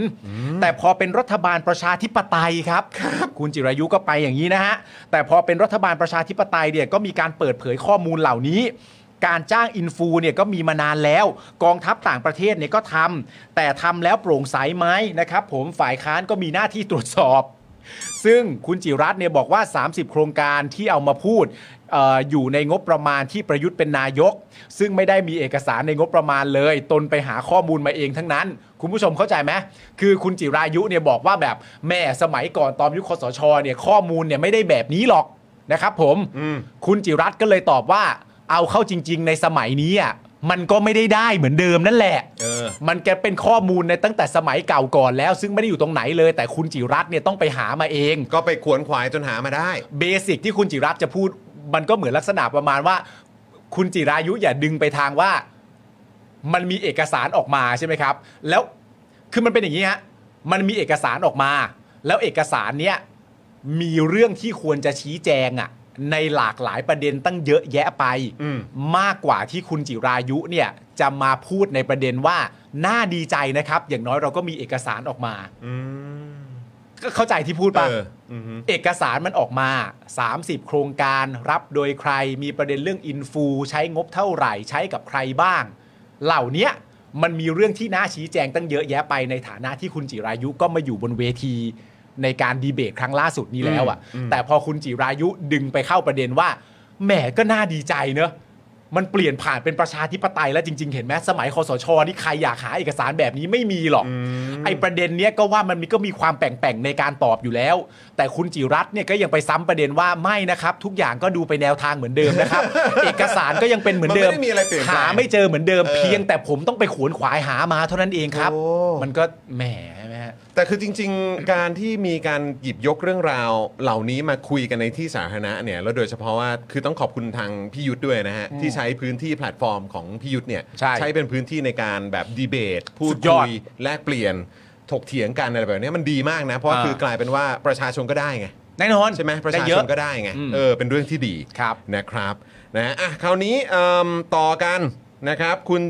Speaker 2: แต่พอเป็นรัฐบาลประชาธิปไตยครับ คุณจิรายุก็ไปอย่างนี้นะฮะ แต่พอเป็นรัฐบาลประชาธิปไตยเนี่ยก็มีการเปิดเผยข้อมูลเหล่านี้ การจ้างอินฟูเนี่ยก็มีมานานแล้ว กองทัพต่างประเทศเนี่ยก็ทำแต่ทำแล้วโปร่งใสไหมนะครับ ผมฝ่ายค้านก็มีหน้าที่ตรวจสอบ ซึ่งคุณจิรัตน์เนี่ยบอกว่า 30 โครงการที่เอามาพูดเอออยู่ในงบประมาณที่ประยุทธ์เป็นนายก ซึ่งไม่ได้มีเอกสารในงบประมาณเลย ตนไปหาข้อมูลมาเองทั้งนั้น คุณผู้ชมเข้าใจไหมคือคุณจิรายุเนี่ยบอกว่าแบบแม่สมัยก่อนตอนยุคคสชเนี่ยข้อมูลเนี่ยไม่ได้แบบนี้หรอกนะครับผม คุณจิรัตน์ก็เลยตอบว่า เอาเข้าจริง ๆ ในสมัยนี้อ่ะมันก็ไม่ได้ได้เหมือนเดิมนั่นแหละ
Speaker 1: เออ
Speaker 2: มันแกเป็นข้อมูลในตั้งแต่สมัยเก่าก่อนแล้ว ซึ่งไม่ได้อยู่ตรงไหนเลย แต่คุณจิรัตน์เนี่ยต้องไปหามาเอง
Speaker 1: ก็ไปขวนขวายจนหามาได้
Speaker 2: เบสิกที่คุณจิรัตน์จะพูด มันก็เหมือนลักษณะประมาณว่า คุณจิรายุอย่าดึงไปทางว่า มันมีเอกสารออกมาใช่ไหมครับ แล้วคือมันเป็นอย่างนี้ฮะมันมีเอกสารออกมา แล้วเอกสารเนี้ยมีเรื่องที่ควรจะชี้แจงอะในหลากหลายประเด็นตั้งเยอะแยะไป
Speaker 1: อืม
Speaker 2: กกว่าที่คุณจิรายุเนี่ยจะมาพูดในประเด็นว่าน่าดีใจนะครับ อย่างน้อยเราก็มีเอกสารออกมา
Speaker 1: อืม
Speaker 2: ก็เข้าใจที่พูด
Speaker 1: เอ
Speaker 2: ปะ
Speaker 1: ออืมฮึ
Speaker 2: เอกสารมันออกมา 30 โครงการรับโดยใครมีประเด็นเรื่องอินฟูใช้งบเท่าไหร่ใช้กับใครบ้าง เหล่าเนี้ยมันมีเรื่องที่น่าชี้แจงตั้งเยอะแยะไปในฐานะที่คุณจิรายุก็มาอยู่บนเวที ในการดีเบตครั้งล่าสุดนี้แล้วอะ่ะ
Speaker 1: อืม
Speaker 2: แต่พอคุณจิรายุดึงไปเข้าประเด็นว่าแหมก็น่าดีใจเนอะมันเปลี่ยนผ่านเป็นประชาธิปไตยแล้วจริง ๆ เห็นไหมสมัยคอสชนี่ใครอยากหาเอกสารแบบนี้ไม่มีหรอก ไอประเด็นเนี้ยก็ว่ามันมีก็มีความแปลงๆในการตอบอยู่แล้ว แต่คุณจิรัตน์เนี่ยก็ยังไปซ้ำประเด็นว่าไม่นะครับ ทุกอย่างก็ดูไปแนวทางเหมือนเดิม นะครับ เอกสารก็ยังเป็นเหมือนเดิ
Speaker 1: มันไม่ได้มีอะไรเปลี่ยนแปลง
Speaker 2: หาไม่เจอเหมือนเดิม
Speaker 1: เออ
Speaker 2: เพียง แต่ผมต้องไปขวนขวายหามาเท่านั้นเองครับ
Speaker 1: โอ้
Speaker 2: มันก็แหมใช่ไหมฮะ
Speaker 1: แต่คือจริง ๆ การที่มีการหยิบยกเรื่องราวเหล่านี้มาคุยกันในที่สาธารณะเนี่ยแล้วโดยเฉพาะว่าคือต้องขอบคุณทางพี่ยุทธด้วยนะฮะ ที่ใช้พื้นที่แพลตฟอร์มของพี่ยุทธเนี่ย
Speaker 2: ใช่
Speaker 1: เป็นพื้นที่ในการแบบดีเบตพู
Speaker 2: สุ
Speaker 1: ด
Speaker 2: ดยอ
Speaker 1: คุ
Speaker 2: ด
Speaker 1: ยแลกเปลี่ยนถกเถียงกันอะไรแบบเนี้ยมันดีมากนะ เพราะว่า
Speaker 2: อ่า
Speaker 1: คือกลายเป็นว่าประชาชนก็ได้ไง
Speaker 2: แน่นอน
Speaker 1: ใช่ไหมประชา
Speaker 2: ด้เย
Speaker 1: ช
Speaker 2: อ
Speaker 1: นก็ได้ไง
Speaker 2: อืม
Speaker 1: เออเป็นเรื่องที่ดี
Speaker 2: ครับ
Speaker 1: นะครับนะอ่ะคราวนี้เอิ่มต่อกันนะครับ คุณ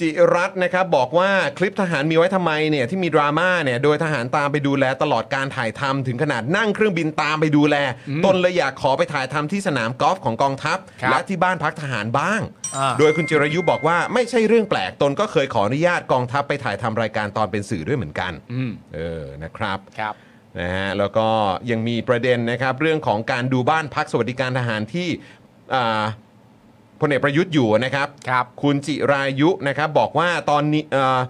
Speaker 1: จิรัตน์นะครับบอกว่าคลิปทหารมีไว้ทำไมเนี่ยที่มีดราม่าเนี่ยโดยทหารตามไปดูแลตลอดการถ่ายทำถึงขนาดนั่งเครื่องบินตามไปดูแล ตนเลยอยากขอไปถ่ายทำที่สนามกอล์ฟของกองทัพ
Speaker 2: ครับ
Speaker 1: และที่บ้านพักทหารบ้าง
Speaker 2: อ่า
Speaker 1: โดยคุณจิรายุบอกว่าไม่ใช่เรื่องแปลกตนก็เคยขออนุญาตกองทัพไปถ่ายทำรายการตอนเป็นสื่อด้วยเหมือนกัน
Speaker 2: อืม
Speaker 1: เออนะครับ
Speaker 2: ครับ
Speaker 1: นะฮะแล้วก็ยังมีประเด็นนะครับ เรื่องของการดูบ้านพักสวัสดิการทหารที่อ่าพลเอกประยุทธ์อยู่นะครับ
Speaker 2: ครับ
Speaker 1: คุณจิรายุนะครับบอกว่าตอนนี้เอ่อ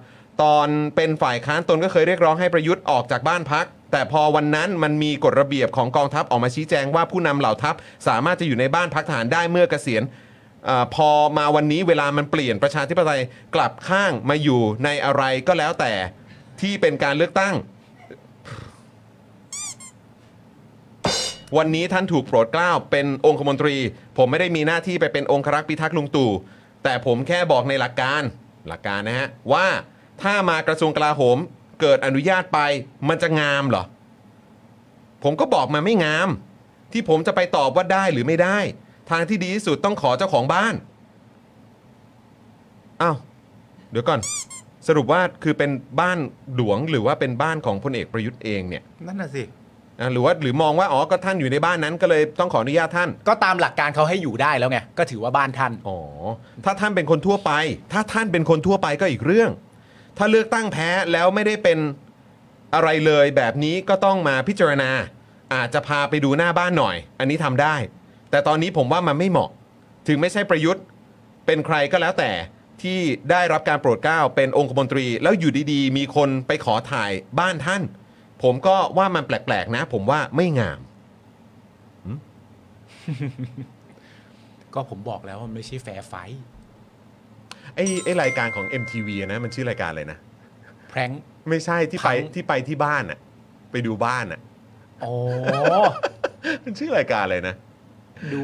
Speaker 1: ตอนเป็นฝ่ายค้านตนก็เคยเรียกร้องให้ประยุทธ์ออกจากบ้านพัก แต่พอวันนั้นมันมีกฎระเบียบของกองทัพออกมาชี้แจงว่าผู้นำเหล่าทัพ สามารถจะอยู่ในบ้านพักทหารได้เมื่อเกษียณเออพอมาวันนี้เวลามันเปลี่ยนประชาธิปไตยกลับข้างมาอยู่ในอะไรก็แล้วแต่ที่เป็นการเลือกตั้ง วันนี้ท่านถูกโปรดเกล้าเป็นองคมนตรี ผมไม่ได้มีหน้าที่ไปเป็นองครักษ์พิทักษ์ลุงตู่แต่ผมแค่บอกในหลักการหลักการนะฮะ ว่าถ้ามากระทรวงกลาโหมเกิดอนุญาตไปมันจะงามเหรอ ผมก็บอกมาไม่งาม ที่ผมจะไปตอบว่าได้หรือไม่ได้ ทางที่ดีที่สุดต้องขอเจ้าของบ้านอ้าวเดี๋ยวก่อน สรุปว่าคือเป็นบ้านหลวงหรือว่าเป็นบ้านของพลเอกประยุทธ์เองเนี่ย
Speaker 2: นั่นน่ะสิ
Speaker 1: อ่ะหรือว่าหรือมองว่าอ๋อก็ท่านอยู่ในบ้านนั้นก็เลยต้องขออนุญาตท่าน
Speaker 2: ก็ตามหลักการเขาให้อยู่ได้แล้วไงก็ถือว่าบ้านท่าน
Speaker 1: อ๋อ ถ้าท่านเป็นคนทั่วไป ถ้าท่านเป็นคนทั่วไปก็อีกเรื่อง ถ้าเลือกตั้งแพ้แล้วไม่ได้เป็นอะไรเลยแบบนี้ก็ต้องมาพิจารณา อาจจะพาไปดูหน้าบ้านหน่อย อันนี้ทำได้ แต่ตอนนี้ผมว่ามันไม่เหมาะ ถึงไม่ใช่ประยุทธ์ เป็นใครก็แล้วแต่ที่ได้รับการโปรดเกล้าเป็นองคมนตรี แล้วอยู่ดีๆ มีคนไปขอถ่ายบ้านท่าน ผมก็ว่ามันแปลกๆนะ ผมว่าไม่งาม
Speaker 2: ก็ผมบอกแล้วว่ามันไม่ใช่แฟร์ไฟท์
Speaker 1: ไอ้ไอ้รายการของ MTV อะนะมันชื่อรายการอะไรนะ
Speaker 2: แพร้ง
Speaker 1: ไม่ใช่ที่ไป
Speaker 2: พัง
Speaker 1: ที่ไปที่บ้านอะไปดูบ้านอะ
Speaker 2: อ๋อ
Speaker 1: มันชื่อรายการอะไรนะ
Speaker 2: ดู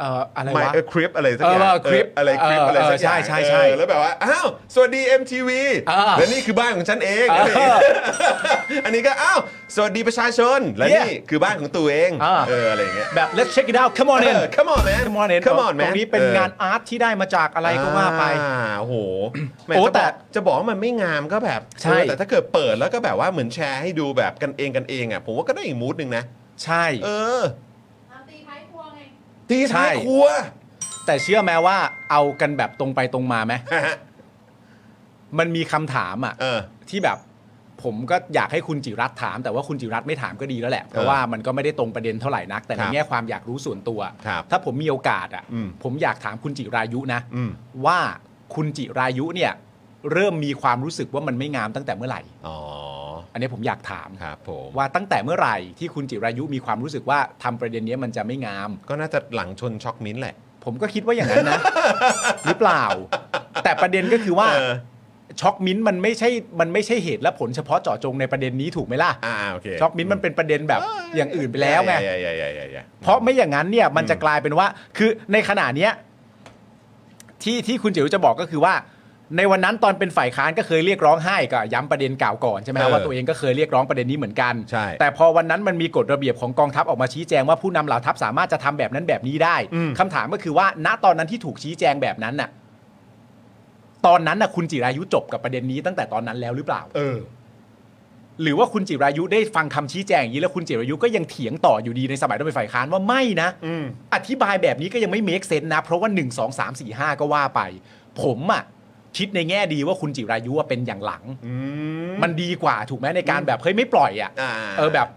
Speaker 2: เอ่ออะไร
Speaker 1: My
Speaker 2: วะ
Speaker 1: a Crip อะไรสักอย่าง
Speaker 2: เออ Crip
Speaker 1: เอออะไร Crip อะไรสักอย่าง
Speaker 2: เออใช่ใช่ใช่
Speaker 1: เออแล้วแบบว่าอ้าวสวัสดี MTV
Speaker 2: เออ
Speaker 1: และนี่คือบ้านของฉันเอง
Speaker 2: เออ
Speaker 1: อะไรอย่างเงี้ย อันนี้ก็อ้าวสวัสดีประชาชนและ
Speaker 2: เยี่ย
Speaker 1: นี่คือบ้านของตัวเอง
Speaker 2: อ่า
Speaker 1: เอออะไรอย่างเงี้ย
Speaker 2: แบบ let's check it out come on
Speaker 1: เอ
Speaker 2: in
Speaker 1: อ come on man
Speaker 2: come on in
Speaker 1: come on
Speaker 2: ต
Speaker 1: man
Speaker 2: รงนี้เป็น
Speaker 1: ออง
Speaker 2: านอาร์ตที่ได้มาจากอะไรก็ว่าไป
Speaker 1: อ่าโอ้โหแหม
Speaker 2: โอ้
Speaker 1: จะบ
Speaker 2: แต่
Speaker 1: อกจะบอกว่ามันไม่งามก็แบบ
Speaker 2: ใช่
Speaker 1: เออแต่ถ้าเกิดเปิดแล้วก็แบบว่าเหมือนแชร์ให้ดูแบบกันเองกันเองอ่ะผมว่าก็ได้อีกมูดหนึ่งนะ
Speaker 2: ใช่
Speaker 1: เออ
Speaker 3: เอาตีท้ายครัวไง
Speaker 1: ตีท้าย
Speaker 2: ใช่
Speaker 1: ครัว
Speaker 2: แต่เชื่อไหมว่าเอากันแบบตรงไปตรงมาไหม
Speaker 1: ฮะ
Speaker 2: มันมีคำถามอ่ะ
Speaker 1: เออ
Speaker 2: ที่แบบ ผมก็อยากให้คุณจิรัตน์ถาม แต่ว่าคุณจิรัตน์ไม่ถามก็ดีแล้วแหละ เพราะว่ามันก็ไม่ได้ตรงประเด็นเท่าไหร่นัก แต่ใน
Speaker 1: ครับ
Speaker 2: แง่ความอยากรู้ส่วนตัว
Speaker 1: ครับ
Speaker 2: ถ้าผมมีโอกาสอ่ะ
Speaker 1: อืม
Speaker 2: ผมอยากถามคุณจิรายุนะ
Speaker 1: อืม
Speaker 2: ว่าคุณจิรายุเนี่ยเริ่มมีความรู้สึกว่ามันไม่งามตั้งแต่เมื่อไหร่
Speaker 1: อ๋อ
Speaker 2: อันนี้ผมอยากถาม
Speaker 1: ครับผม
Speaker 2: ว่าตั้งแต่เมื่อไหร่ที่คุณจิรายุมีความรู้สึกว่าทำประเด็นเนี้ยมันจะไม่งาม
Speaker 1: ก็น่าจะหลังชนช็อกมิ้นท์แหละ
Speaker 2: ผมก็คิดว่าอย่างนั้นนะ หรือเปล่า แต่ประเด็นก็คือว่า
Speaker 1: เออ
Speaker 2: ช็อกมิ้นท์มันไม่ใช่มันไม่ใช่เหตุและผลเฉพาะเจาะจงในประเด็นนี้ถูกไหมล่ะ
Speaker 1: อ่าโอเค
Speaker 2: ช็อกมิ้นท์มันเป็นประเด็นแบบอย่างอื่นไปแล้วไง
Speaker 1: อย่าอย่าอย่าอย่าอย่า
Speaker 2: เพราะไม่อย่างนั้นเนี่ยมันจะกลายเป็นว่า คือในขณะเนี้ยที่ที่คุณจิ๋วจะบอกก็คือว่า ในวันนั้นตอนเป็นฝ่ายค้านก็เคยเรียกร้องให้ก็ย้ำประเด็นเก่าก่อนใช่ไหมฮะ
Speaker 1: เออ
Speaker 2: ว่าตัวเองก็เคยเรียกร้องประเด็นนี้เหมือนกัน
Speaker 1: ใช่
Speaker 2: แต่พอวันนั้นมันมีกฎระเบียบของกองทัพออกมาชี้แจงว่าผู้นำเหล่าทัพสามารถจะทำแบบนั้นแบบนี้ได้
Speaker 1: อืม
Speaker 2: คำถามก็คือว่า ณตอนนั้นที่ถูกชี้แจงแบบนั้นน่ะ ตอนนั้นน่ะคุณจิรายุจบกับประเด็นนี้ตั้งแต่ตอนนั้นแล้วหรือเปล่า
Speaker 1: เออ
Speaker 2: หรือว่าคุณจิรายุได้ฟังคำชี้แจงอย่างนี้แล้วคุณจิรายุก็ยังเถียงต่ออยู่ดีในสมัยต้องเป็นฝ่ายค้านว่าไม่นะ
Speaker 1: อืม
Speaker 2: อธิบายแบบนี้ก็ยังไม่ make sense นะ เพราะว่า 1 2 3 4 5 ก็ว่าไป ผมอะคิดในแง่ดีว่าคุณจิรายุว่าเป็นอย่างหลัง
Speaker 1: อืม
Speaker 2: มันดีกว่าถูกไหมในการแบบเฮ้ยไม่ปล่อยอะ
Speaker 1: อ่า
Speaker 2: เออแบบ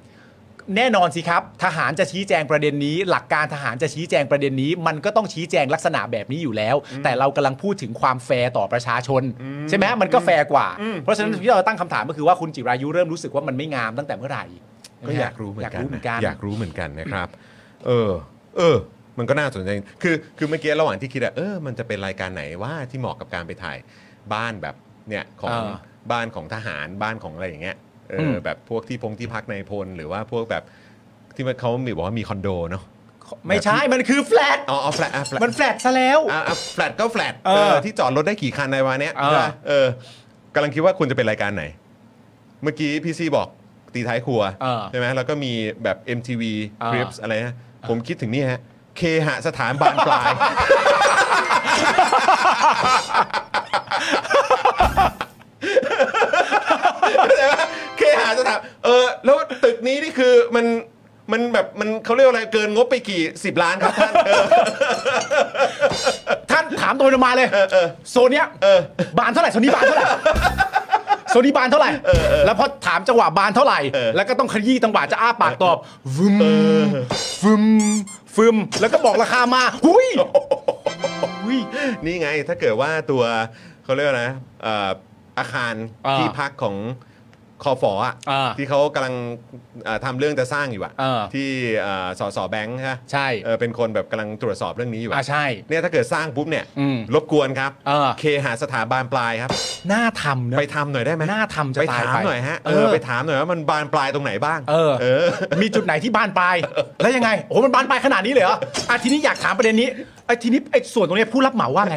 Speaker 2: แน่นอนสิครับ ทหารจะชี้แจงประเด็นนี้ หลักการทหารจะชี้แจงประเด็นนี้ มันก็ต้องชี้แจงลักษณะแบบนี้อยู่แล้ว แต่เรากำลังพูดถึงความแฟร์ต่อประชาชน ใช่ไหมมันก็แฟร์กว่า เพราะฉะนั้นที่เราตั้งคำถามก็คือว่าคุณจิรายุเริ่มรู้สึกว่ามันไม่งามตั้งแต่เมื่อไหร่
Speaker 1: ก็อยากรู้เหมือนกัน
Speaker 2: อนกัน
Speaker 1: อยากรู้เหมือนกันนะครับ เออ เออ มันก็น่าสนใจ คือ คือเมื่อกี้ระหว่างที่คิดอะเออ มันจะเป็นรายการไหนว่าที่เหมาะกับการไปถ่ายบ้านแบบ เนี่ยของ
Speaker 2: เออ
Speaker 1: บ้านของทหารบ้านของอะไรอย่างเงี้ย เออ
Speaker 2: ม
Speaker 1: อแบบพวกที่พงที่พักในพลหรือว่าพวกแบบที่มันเขามีบอกว่ามีคอนโดเนาะ
Speaker 2: ไม่ใช่มันคือแฟลต
Speaker 1: อ๋อเอาแฟลตอ่ะแฟลต
Speaker 2: มันแฟลตซะแล้ว
Speaker 1: อ่ะอ่ะแฟลตก็แฟลต
Speaker 2: เออ
Speaker 1: ที่จอดรถได้กี่คันในวันเนี้ย
Speaker 2: เออ
Speaker 1: ใช่ปะเออกำลังคิดว่าคุณจะเป็นรายการไหน เมื่อกี้พี่ซีบอกตีท้ายครัว
Speaker 2: เออ
Speaker 1: ใช่ไหมแล้วก็มีแบบ MTV
Speaker 2: เออ
Speaker 1: c r i p s อะไรฮะผมคิดถึงนี่ฮะ เคหสถานบานป ลาย เข้าใจปะเคหสถานเออ แล้วตึกนี้นี่คือมันมันแบบมันเขาเรียกว่าอะไรเกินงบไปกี่ 10 ล้านครับท่านเออ
Speaker 2: ท่านถามตัวมาเลยโซนเนี้ยบานเท่าไหร่โซนนี้บานเท่าไหร่ โซนนี้บานเท่าไหร่ แล้วพอถามจังหวะบานเท่าไหร่ แล้วก็ต้องขยี้จังหวะจะอ้าปากตอบฟึมฟึมฟึมแล้วก็บอกราคามาหุยหุย
Speaker 1: นี่ไงถ้าเกิดว่าตัวเขาเรียกว่านะเอ่ออาคาร
Speaker 2: อ่า
Speaker 1: ที่พักของคอฟอ่ะ
Speaker 2: อ่า
Speaker 1: ที่เขากำลังเอ่อทำเรื่องจะสร้างอยู่อะ
Speaker 2: เออ
Speaker 1: ที่เอ่อสสแบงค์ใช่ปะ
Speaker 2: ใช่
Speaker 1: เออเป็นคนแบบกำลังตรวจสอบเรื่องนี้อยู่
Speaker 2: อ่า
Speaker 1: อะ
Speaker 2: ใช่
Speaker 1: เนี่ยถ้าเกิดสร้างปุ๊บเนี่ย
Speaker 2: อืม
Speaker 1: รบกวนครับ
Speaker 2: เออ
Speaker 1: เคหาสถาบานปลายครับ
Speaker 2: น่าทำนะ
Speaker 1: ไปทำหน่อยได้ไหม
Speaker 2: น่าทำจะ
Speaker 1: ไป
Speaker 2: ตาย
Speaker 1: ถาม
Speaker 2: ไป
Speaker 1: หน่อยฮะเอ
Speaker 2: เอ
Speaker 1: อ
Speaker 2: อ
Speaker 1: ไปถามหน่อยว่ามันบานปลายตรงไหนบ้าง
Speaker 2: เออ
Speaker 1: เออ
Speaker 2: มีจุดไหนที่บานปลาย แล้วยังไง โอ้โหมันบานปลายขนาดนี้เลยเหรออ่ะทีนี้อยากถามประเด็นนี้ไอ้ทีนี้ไอ้ส่วนตรงเนี้ยผู้รับเหมาว่าไง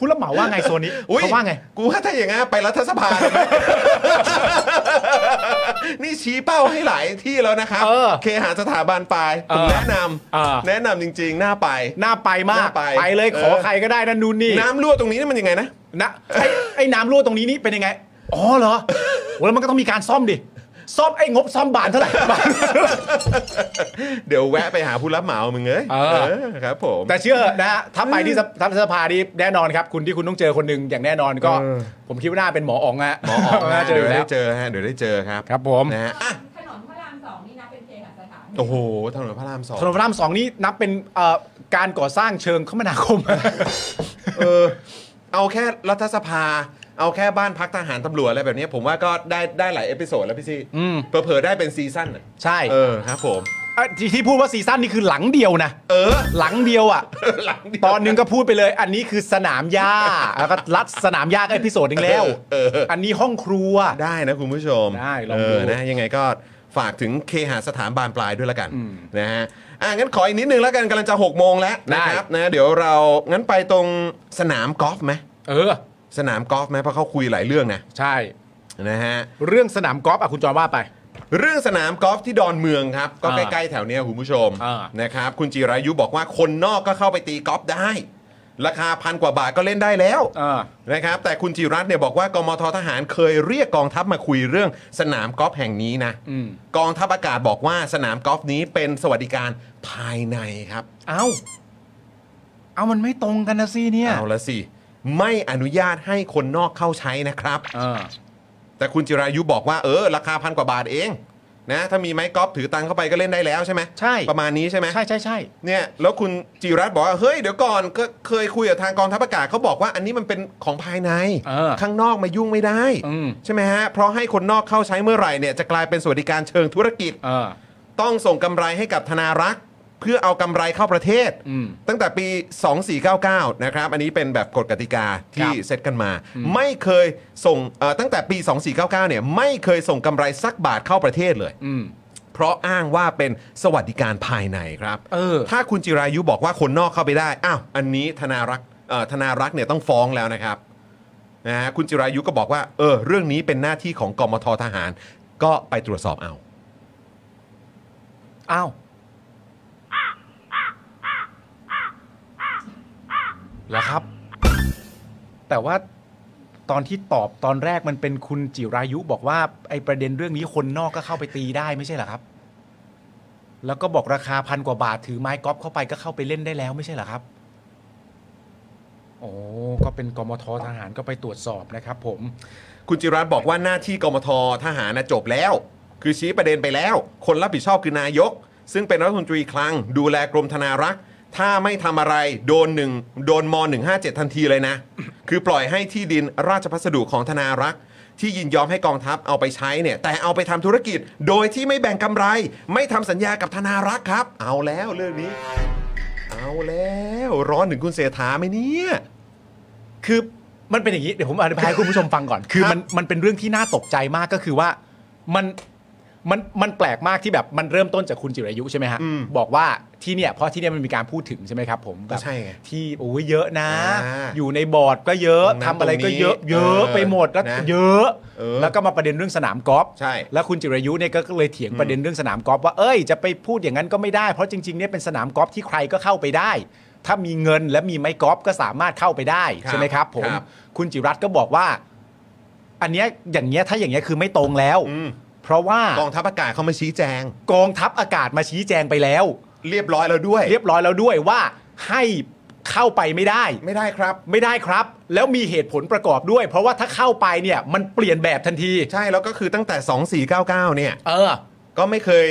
Speaker 2: ผู้รับเหมาว่าไงโซนนี้
Speaker 1: อุ๊ย
Speaker 2: เขาว่าไง
Speaker 1: กูว่าถ้าอย่างงั้นไปรัฐสภา เลยไหม นี่ชี้เป้าให้หลายที่แล้วนะครับ
Speaker 2: เออ
Speaker 1: เคหาสถาบันไป
Speaker 2: เอ
Speaker 1: ผ
Speaker 2: อ
Speaker 1: มแนะน
Speaker 2: เออ
Speaker 1: ำแนะนำจริงๆ หน้าไป
Speaker 2: น่าไปมาก
Speaker 1: น่าไป
Speaker 2: เลย
Speaker 1: เออ
Speaker 2: ขอใครก็ได้นั่นนู่นนี่
Speaker 1: น้ำรั่วตรงนี้นี่มันยังไงนะ
Speaker 2: นะไอ้ไอ้น้ำรั่วตรงนี้นี่เป็นยังไง อ๋อเหรอโอ้แล้วมันก็ต้องมีการซ่อมดิ ซ่อมไอ้งบซ่อมบานเท่าไหร่
Speaker 1: เดี๋ยวแวะไปหาผู้รับเหมามึงเอ้ย
Speaker 2: เออ
Speaker 1: เออครับผม
Speaker 2: แต่เชื่อนะฮะถ้าไปที่สภทัฐสภานี่แน่นอนครับ คุณที่คุณต้องเจอคนหนึ่งอย่างแน่นอนก็ ผมคิดว่าน่าเป็นหมออ๋องฮะ
Speaker 1: หมออ๋องนะ
Speaker 2: น่าเจอ
Speaker 1: เดี๋ยว
Speaker 2: แล้
Speaker 1: ได้
Speaker 2: ว
Speaker 1: เจอฮะเดี๋ยวได้เจอครับ
Speaker 2: ครับผม
Speaker 1: นะฮะอ่ะ
Speaker 3: ถนนพระรามสองนี่นะเป็นเคหสถาน
Speaker 1: โอ้โหถนนพระรามสอง
Speaker 2: ถนนพระรามสองนี่นับเป็นเอ่อการก่อสร้างเชิงคมนาคม
Speaker 1: เออเอาแค่รัฐสภา เอาแค่บ้านพักทหารตำรวจอะไรแบบนี้ผมว่าก็ได้ได้หลายเอพิโซดแล้วพี่ซี
Speaker 2: อืม
Speaker 1: เผลอๆได้เป็นซีซั่นอะ
Speaker 2: ใช่
Speaker 1: เออครับผม
Speaker 2: เอ่อที่ที่พูดว่าซีซั่นนี่คือหลังเดียวนะ
Speaker 1: เออ
Speaker 2: หลังเดียวอ่ะ
Speaker 1: หลังเดียว
Speaker 2: ตอนหนึงก็พูดไปเลย อันนี้คือสนามหญ้าแล้วก็รัดสนามหญ้าก็เอพิโซดหนึงแล้ว
Speaker 1: เออเออ
Speaker 2: อันนี้ห้องครัว
Speaker 1: ได้นะคุณผู้ชม
Speaker 2: ได้ลองดู
Speaker 1: เนะยังไงก็ฝากถึงเคหสถานบานปลายด้วยละกันนะฮะอ่ะงั้นขออีกนิดนึงแล้วกันกำลังจะ 6 โมงแล้วนะครับนะเดี๋ยวเรางั้นไปตรงสนามกอล์ฟไหม
Speaker 2: เออ
Speaker 1: สนามกอล์ฟไหมเพราะเขาคุยหลายเรื่องนะ
Speaker 2: ใช่
Speaker 1: นะฮะ
Speaker 2: เรื่องสนามกอล์ฟอ่ะคุณจอมว่าไป
Speaker 1: เรื่องสนามกอล์ฟที่ดอนเมืองครับก็ใก
Speaker 2: อ่า
Speaker 1: ล้ๆแถวเนี้ยคุณผู้ชม
Speaker 2: อ่าน
Speaker 1: นะครับคุณจิรายุบอกว่าคนนอกก็เข้าไปตีกอล์ฟได้ ราคาพันกว่าบาทก็เล่นได้แล้ว
Speaker 2: เออ
Speaker 1: นะครับแต่คุณจิรัตน์เนี่ยบอกว่ากมททหารเคยเรียกกองทัพมาคุยเรื่องสนามกอล์ฟแห่งนี้นะ
Speaker 2: อืม
Speaker 1: กองทัพอากาศบอกว่าสนามกอล์ฟนี้เป็นสวัสดิการภายในครับ
Speaker 2: เอาเอามันไม่ตรงกันนะสิเนี่ย
Speaker 1: เอาละสิ ไม่อนุญาตให้คนนอกเข้าใช้นะครับ
Speaker 2: เออ
Speaker 1: แต่คุณจิรายุบอกว่าเออราคาพันกว่าบาทเองนะถ้ามีไม้กอล์ฟถือตังเข้าไปก็เล่นได้แล้วใช่ไหม
Speaker 2: ใช่
Speaker 1: ประมาณนี้ใช่ไหม
Speaker 2: ใช่ใช่ใช่
Speaker 1: เนี่ยแล้วคุณจิรัตน์บอกว่า เฮ้ย เดี๋ยวก่อนก็เคยคุยกับทางกองทัพอากาศเขาบอกว่าอันนี้มันเป็นของภายใน
Speaker 2: เออ
Speaker 1: ข้างนอกมายุ่งไม่ได้
Speaker 2: อืม
Speaker 1: ใช่ไหมฮะ เพราะให้คนนอกเข้าใช้เมื่อไหร่เนี่ยจะกลายเป็นสวัสดิการเชิงธุรกิจ
Speaker 2: เออ
Speaker 1: ต้องส่งกำไรให้กับธนารักษ์ เพื่อเอากำไรเข้าประเทศ
Speaker 2: อืม
Speaker 1: ตั้งแต่ปี 2499 นะครับ อันนี้เป็นแบบกฎกติกาที่
Speaker 2: ครับ
Speaker 1: เซตกันมา ไม่เคยส่งเอ่อตั้งแต่ปี 2499 เนี่ยไม่เคยส่งกำไรสักบาทเข้าประเทศเลย
Speaker 2: อืม
Speaker 1: เพราะอ้างว่าเป็นสวัสดิการภายในครับ
Speaker 2: เออ
Speaker 1: ถ้าคุณจิรายุบอกว่าคนนอกเข้าไปได้อ้าวอันนี้ธนารักษ์เอ่อธนารักษ์เนี่ยต้องฟ้องแล้วนะครับนะฮะคุณจิรายุก็บอกว่าเออเรื่องนี้เป็นหน้าที่ของกมททหาร ก็ไปตรวจสอบเอา
Speaker 2: อ้าว แล้วครับ แต่ว่าตอนที่ตอบตอนแรกมันเป็นคุณจิรายุบอกว่า ไอ้ประเด็นเรื่องนี้คนนอกก็เข้าไปตีได้ไม่ใช่เหรอครับ แล้วก็บอกราคาพันกว่าบาทถือไม้กอล์ฟเข้าไปก็เข้าไปเล่นได้แล้วไม่ใช่เหรอครับ โอ้ก็เป็นกมททหารก็ไปตรวจสอบนะครับผม
Speaker 1: คุณจิรัตน์บอกว่าหน้าที่กมททหารนะจบแล้ว คือชี้ประเด็นไปแล้ว คนรับผิดชอบคือนายก ซึ่งเป็นรัฐมนตรีคลัง ดูแลกรมธนารักษ์ ถ้าไม่ทำอะไรโดนหนึ่งโดนม 157 ทันทีเลยนะ คือปล่อยให้ที่ดินราชพัสดุของธนารักษ์ ที่ยินยอมให้กองทัพเอาไปใช้เนี่ย แต่เอาไปทำธุรกิจ โดยที่ไม่แบ่งกำไร ไม่ทำสัญญากับธนารักษ์ครับ เอาแล้วเรื่องนี้ เอาแล้วร้อนถึงคุณเสถาไหมเนี่ย
Speaker 2: คือมันเป็นอย่างนี้เดี๋ยวผมอธิบายให้คุณผู้ชมฟังก่อน คือมันมันเป็นเรื่องที่น่าตกใจมากก็คือว่ามันมันมันแปลกมากที่แบบมันเริ่มต้นจากคุณจิรายุใช่ไหมฮะ
Speaker 1: อืม
Speaker 2: บอกว่าที่เนี่ยเพราะที่เนี่ยมันมีการพูดถึงใช่ไหมครับผมแบบ
Speaker 1: ก็ใช่ไง
Speaker 2: ที่โอ้ยเยอะนะ
Speaker 1: อ่า
Speaker 2: อยู่ในบอร์ดก็เยอะ
Speaker 1: ตรงนั้น
Speaker 2: ทำอะไรก็เยอะ
Speaker 1: ตรงนี้
Speaker 2: เยอะ
Speaker 1: เออ
Speaker 2: ไปหมดแล้ว
Speaker 1: นะ
Speaker 2: เยอะ
Speaker 1: เออ
Speaker 2: แล้วก็มาประเด็นเรื่องสนามกอล์ฟ
Speaker 1: ใช่
Speaker 2: แล้วคุณจิรายุเนี่ยก็เลยเถียงประเด็นเรื่องสนามกอล์ฟว่าเอ้ยจะไปพูดอย่างนั้นก็ไม่ได้เพราะจริงๆเนี่ยเป็นสนามกอล์ฟที่ใครก็เข้าไปได้ ถ้ามีเงินและมีไม้กอล์ฟก็สามารถเข้าไปได้
Speaker 1: ครับ
Speaker 2: ใช่ไหมครับผม
Speaker 1: ครับ
Speaker 2: คุณจิรัตน์ก็บอกว่า อันเนี้ยอย่างเงี้ยถ้าอย่างเงี้ยคือไม่ตรงแล้ว
Speaker 1: อืม
Speaker 2: เพราะว่าก
Speaker 1: องทัพอากาศเขามาชี้แจง
Speaker 2: กองทัพอากาศมาชี้แจงไปแล้ว
Speaker 1: เรียบร้อยแล้วด้วย
Speaker 2: เรียบร้อยแล้วด้วยว่าให้เข้าไปไม่ได้
Speaker 1: ไม่ได้ครับ
Speaker 2: ไม่ได้ครับ แล้วมีเหตุผลประกอบด้วย เพราะว่าถ้าเข้าไปเนี่ยมันเปลี่ยนแบบทันที
Speaker 1: ใช่แล้วก็คือตั้งแต่ 2499 เนี่ย
Speaker 2: เออ
Speaker 1: ก็ไม่เคย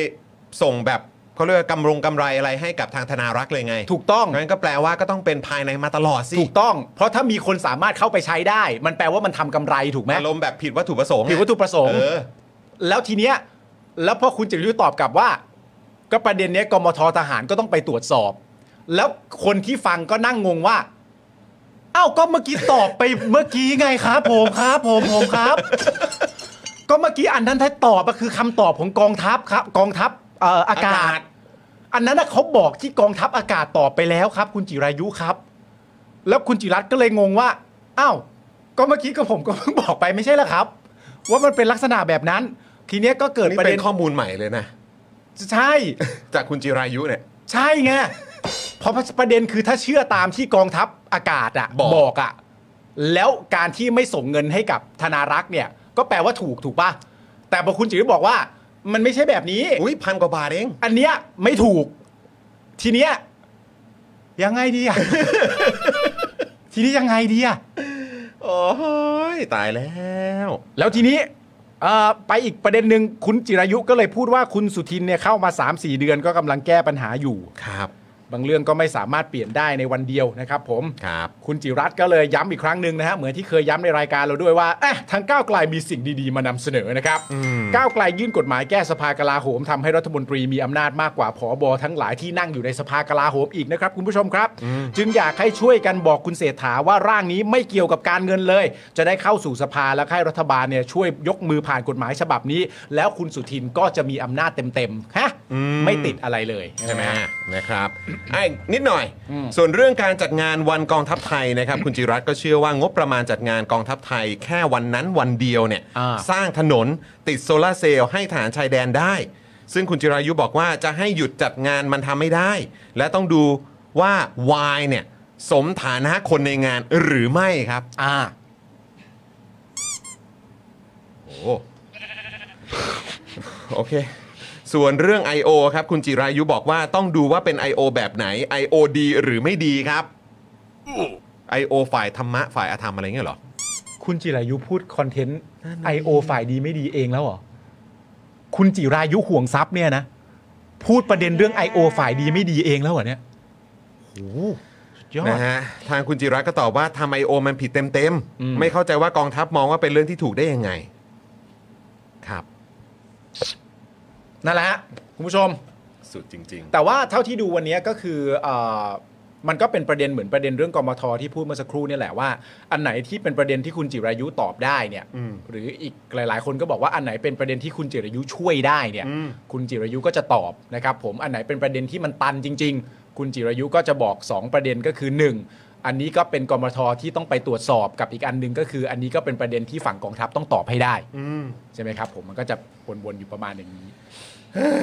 Speaker 1: ส่งแบบเขาเรียกว่ากำรงกำไรอะไรให้กับทางธนารักษ์เลยไง
Speaker 2: ถูกต้อง
Speaker 1: งั้นก็แปลว่าก็ต้องเป็นภายในมาตลอดสิ
Speaker 2: ถูกต้อง เพราะถ้ามีคนสามารถเข้าไปใช้ได้ มันแปลว่ามันทำกำไรถูกไหม
Speaker 1: อารมณ์แบบผิดวัตถุประสงค์
Speaker 2: ผิดวัตถุประสงค์
Speaker 1: เออ
Speaker 2: แล้วทีเนี้ยแล้วพอคุณจิรยุทธ์ตอบกลับว่า ก็ประเด็นเนี้ยกมททหารก็ต้องไปตรวจสอบ แล้วคนที่ฟังก็นั่งงงว่า เอ้าก็เมื่อกี้ตอบไป เมื่อกี้ไงครับผมครับผมผมครับ ก็เมื่อกี้อันนั้นถ้าตอบก็คือคำตอบของกองทัพครับ กองทัพเอ่ออากา
Speaker 1: อากา
Speaker 2: ศ
Speaker 1: ศ
Speaker 2: อันนั้นนะเขาบอกที่กองทัพอากาศตอบไปแล้วครับ คุณจิรายุครับ แล้วคุณจิรัตน์ก็เลยงงว่าอ้าวก็เมื่อกี้ก็ผมก็เพิ่งบอกไปไม่ใช่เหรอครับ ว่ามันเป็นลักษณะแบบนั้น ทีเนี้ยก็เกิด
Speaker 1: นี่
Speaker 2: ประ
Speaker 1: เป็
Speaker 2: เด็น
Speaker 1: นข้อมูลใหม่เลยนะ
Speaker 2: ใช่
Speaker 1: จากคุณจิรายุเนี่ย
Speaker 2: ใช่ไงเพราะประเด็นคือถ้าเชื่อตามที่กองทัพอากาศอะ
Speaker 1: บอก
Speaker 2: บอกอะแล้วการที่ไม่ส่งเงินให้กับธนารักษ์เนี่ย ก็แปลว่าถูกถูกป่ะ แต่พอคุณจิรยุทธ์บอกว่า มันไม่ใช่แบบนี้
Speaker 1: อุ้ยพันกว่าบาทเอง
Speaker 2: อันเนี้ยไม่ถูก ทีเนี้ยยังไงดีอะ ทีนี้ยังไงดีอะ
Speaker 1: โอ้ยตายแล้ว
Speaker 2: แล้วทีนี้เอ่อไปอีกประเด็นหนึ่งคุณจิรายุก็เลยพูดว่าคุณสุทินเนี่ยเข้ามา 3-4 เดือนก็กำลังแก้ปัญหาอยู่
Speaker 1: ครับ
Speaker 2: บางเรื่องก็ไม่สามารถเปลี่ยนได้ในวันเดียวนะครับผม
Speaker 1: ครับ
Speaker 2: คุณจิรัตน์ก็เลยย้ำอีกครั้งหนึ่งนะฮะเหมือนที่เคยย้ำในรายการเราด้วยว่าเอ๊ะทางก้าวไกลมีสิ่งดีๆ มานำเสนอนะครับ ก้าวไกลยื่นกฎหมายแก้สภากลาโหมทำให้รัฐมนตรีมีอำนาจมากกว่าผอบอทั้งหลายที่นั่งอยู่ในสภากลาโหมอีกนะครับ คุณผู้ชมครับ จึงอยากให้ช่วยกันบอกคุณเศรษฐาว่าร่างนี้ไม่เกี่ยวกับการเงินเลย จะได้เข้าสู่สภาและให้รัฐบาลเนี่ยช่วยยกมือผ่านกฎหมายฉบับนี้ แล้วคุณสุทินก็จะมีอำนาจเต็มๆฮะไม่ติดอะไรเลย
Speaker 1: ใช่ไหม
Speaker 2: ฮะ
Speaker 1: นะครับไอ้นิดหน่อย ส่วนเรื่องการจัดงานวันกองทัพไทยนะครับ คุณจิรัตน์ก็เชื่อว่างบประมาณจัดงานกองทัพไทย แค่วันนั้นวันเดียวเนี่ย
Speaker 2: อ่า
Speaker 1: สร้างถนนติดโซลาร์เซลล์ให้ฐานชายแดนได้ ซึ่งคุณจิรายุบอกว่าจะให้หยุดจัดงานมันทำไม่ได้ และต้องดูว่าวายเนี่ยสมฐานะคนในงานหรือไม่ครับ
Speaker 2: อ่า
Speaker 1: โอ้ โอเค ส่วนเรื่อง I.O. ครับ คุณจิรายุบอกว่าต้องดูว่าเป็น I.O. แบบไหน I.O. ดีหรือไม่ดีครับ I.O. ฝ่ายธรรมะ ฝ่ายอธรรมอะไรเงี้ยเหรอ
Speaker 2: คุณจิรายุพูดคอนเทนต์ I.O. ฝ่ายดีไม่ดีเองแล้วเหรอ คุณจิรายุห่วงทรัพย์เนี่ยนะ พูดประเด็นเรื่อง I.O. ฝ่ายดีไม่ดีเองแล้วเหรอเนี่ยโอ้โหสุดยอด
Speaker 1: นะฮะทางคุณจิรัตน์ก็ตอบว่าทำไอโอมันผิดเต็ม
Speaker 2: อืม
Speaker 1: ๆ ไม่เข้าใจว่ากองทัพมองว่าเป็นเรื่องที่ถูกได้ยังไง ครับ
Speaker 2: นั่นแหละฮะคุณผู้ชม
Speaker 1: สุดจริง
Speaker 2: แต่ว่าเท่าที่ดูวันนี้ก็คือเออมันก็เป็นประเด็นเหมือนประเด็นเรื่องกมทที่พูดเมื่อสักครู่เนี่ยแหละว่า อันไหนที่เป็นประเด็นที่คุณจิรายุตอบได้เนี่ย
Speaker 1: อืม
Speaker 2: หรืออีกหลาย ๆ คนก็บอกว่าอันไหนเป็นประเด็นที่คุณจิรายุช่วยได้เนี่ย
Speaker 1: อืม
Speaker 2: คุณจิรายุก็จะตอบนะครับผมอันไหนเป็นประเด็นที่มันตันจริง ๆ คุณจิรายุก็จะบอก 2 ประเด็นก็คือ 1 อันนี้ก็เป็นกมทที่ต้องไปตรวจสอบกับอีกอันหนึงก็คือ อันนี้ก็เป็นประเด็นที่ฝั่งกองทัพต้องตอบให้ได้
Speaker 1: ๆ อืม
Speaker 2: ใช่ไหมครับผมมันก็จะวนๆอยู่ประมาณอย่างนี้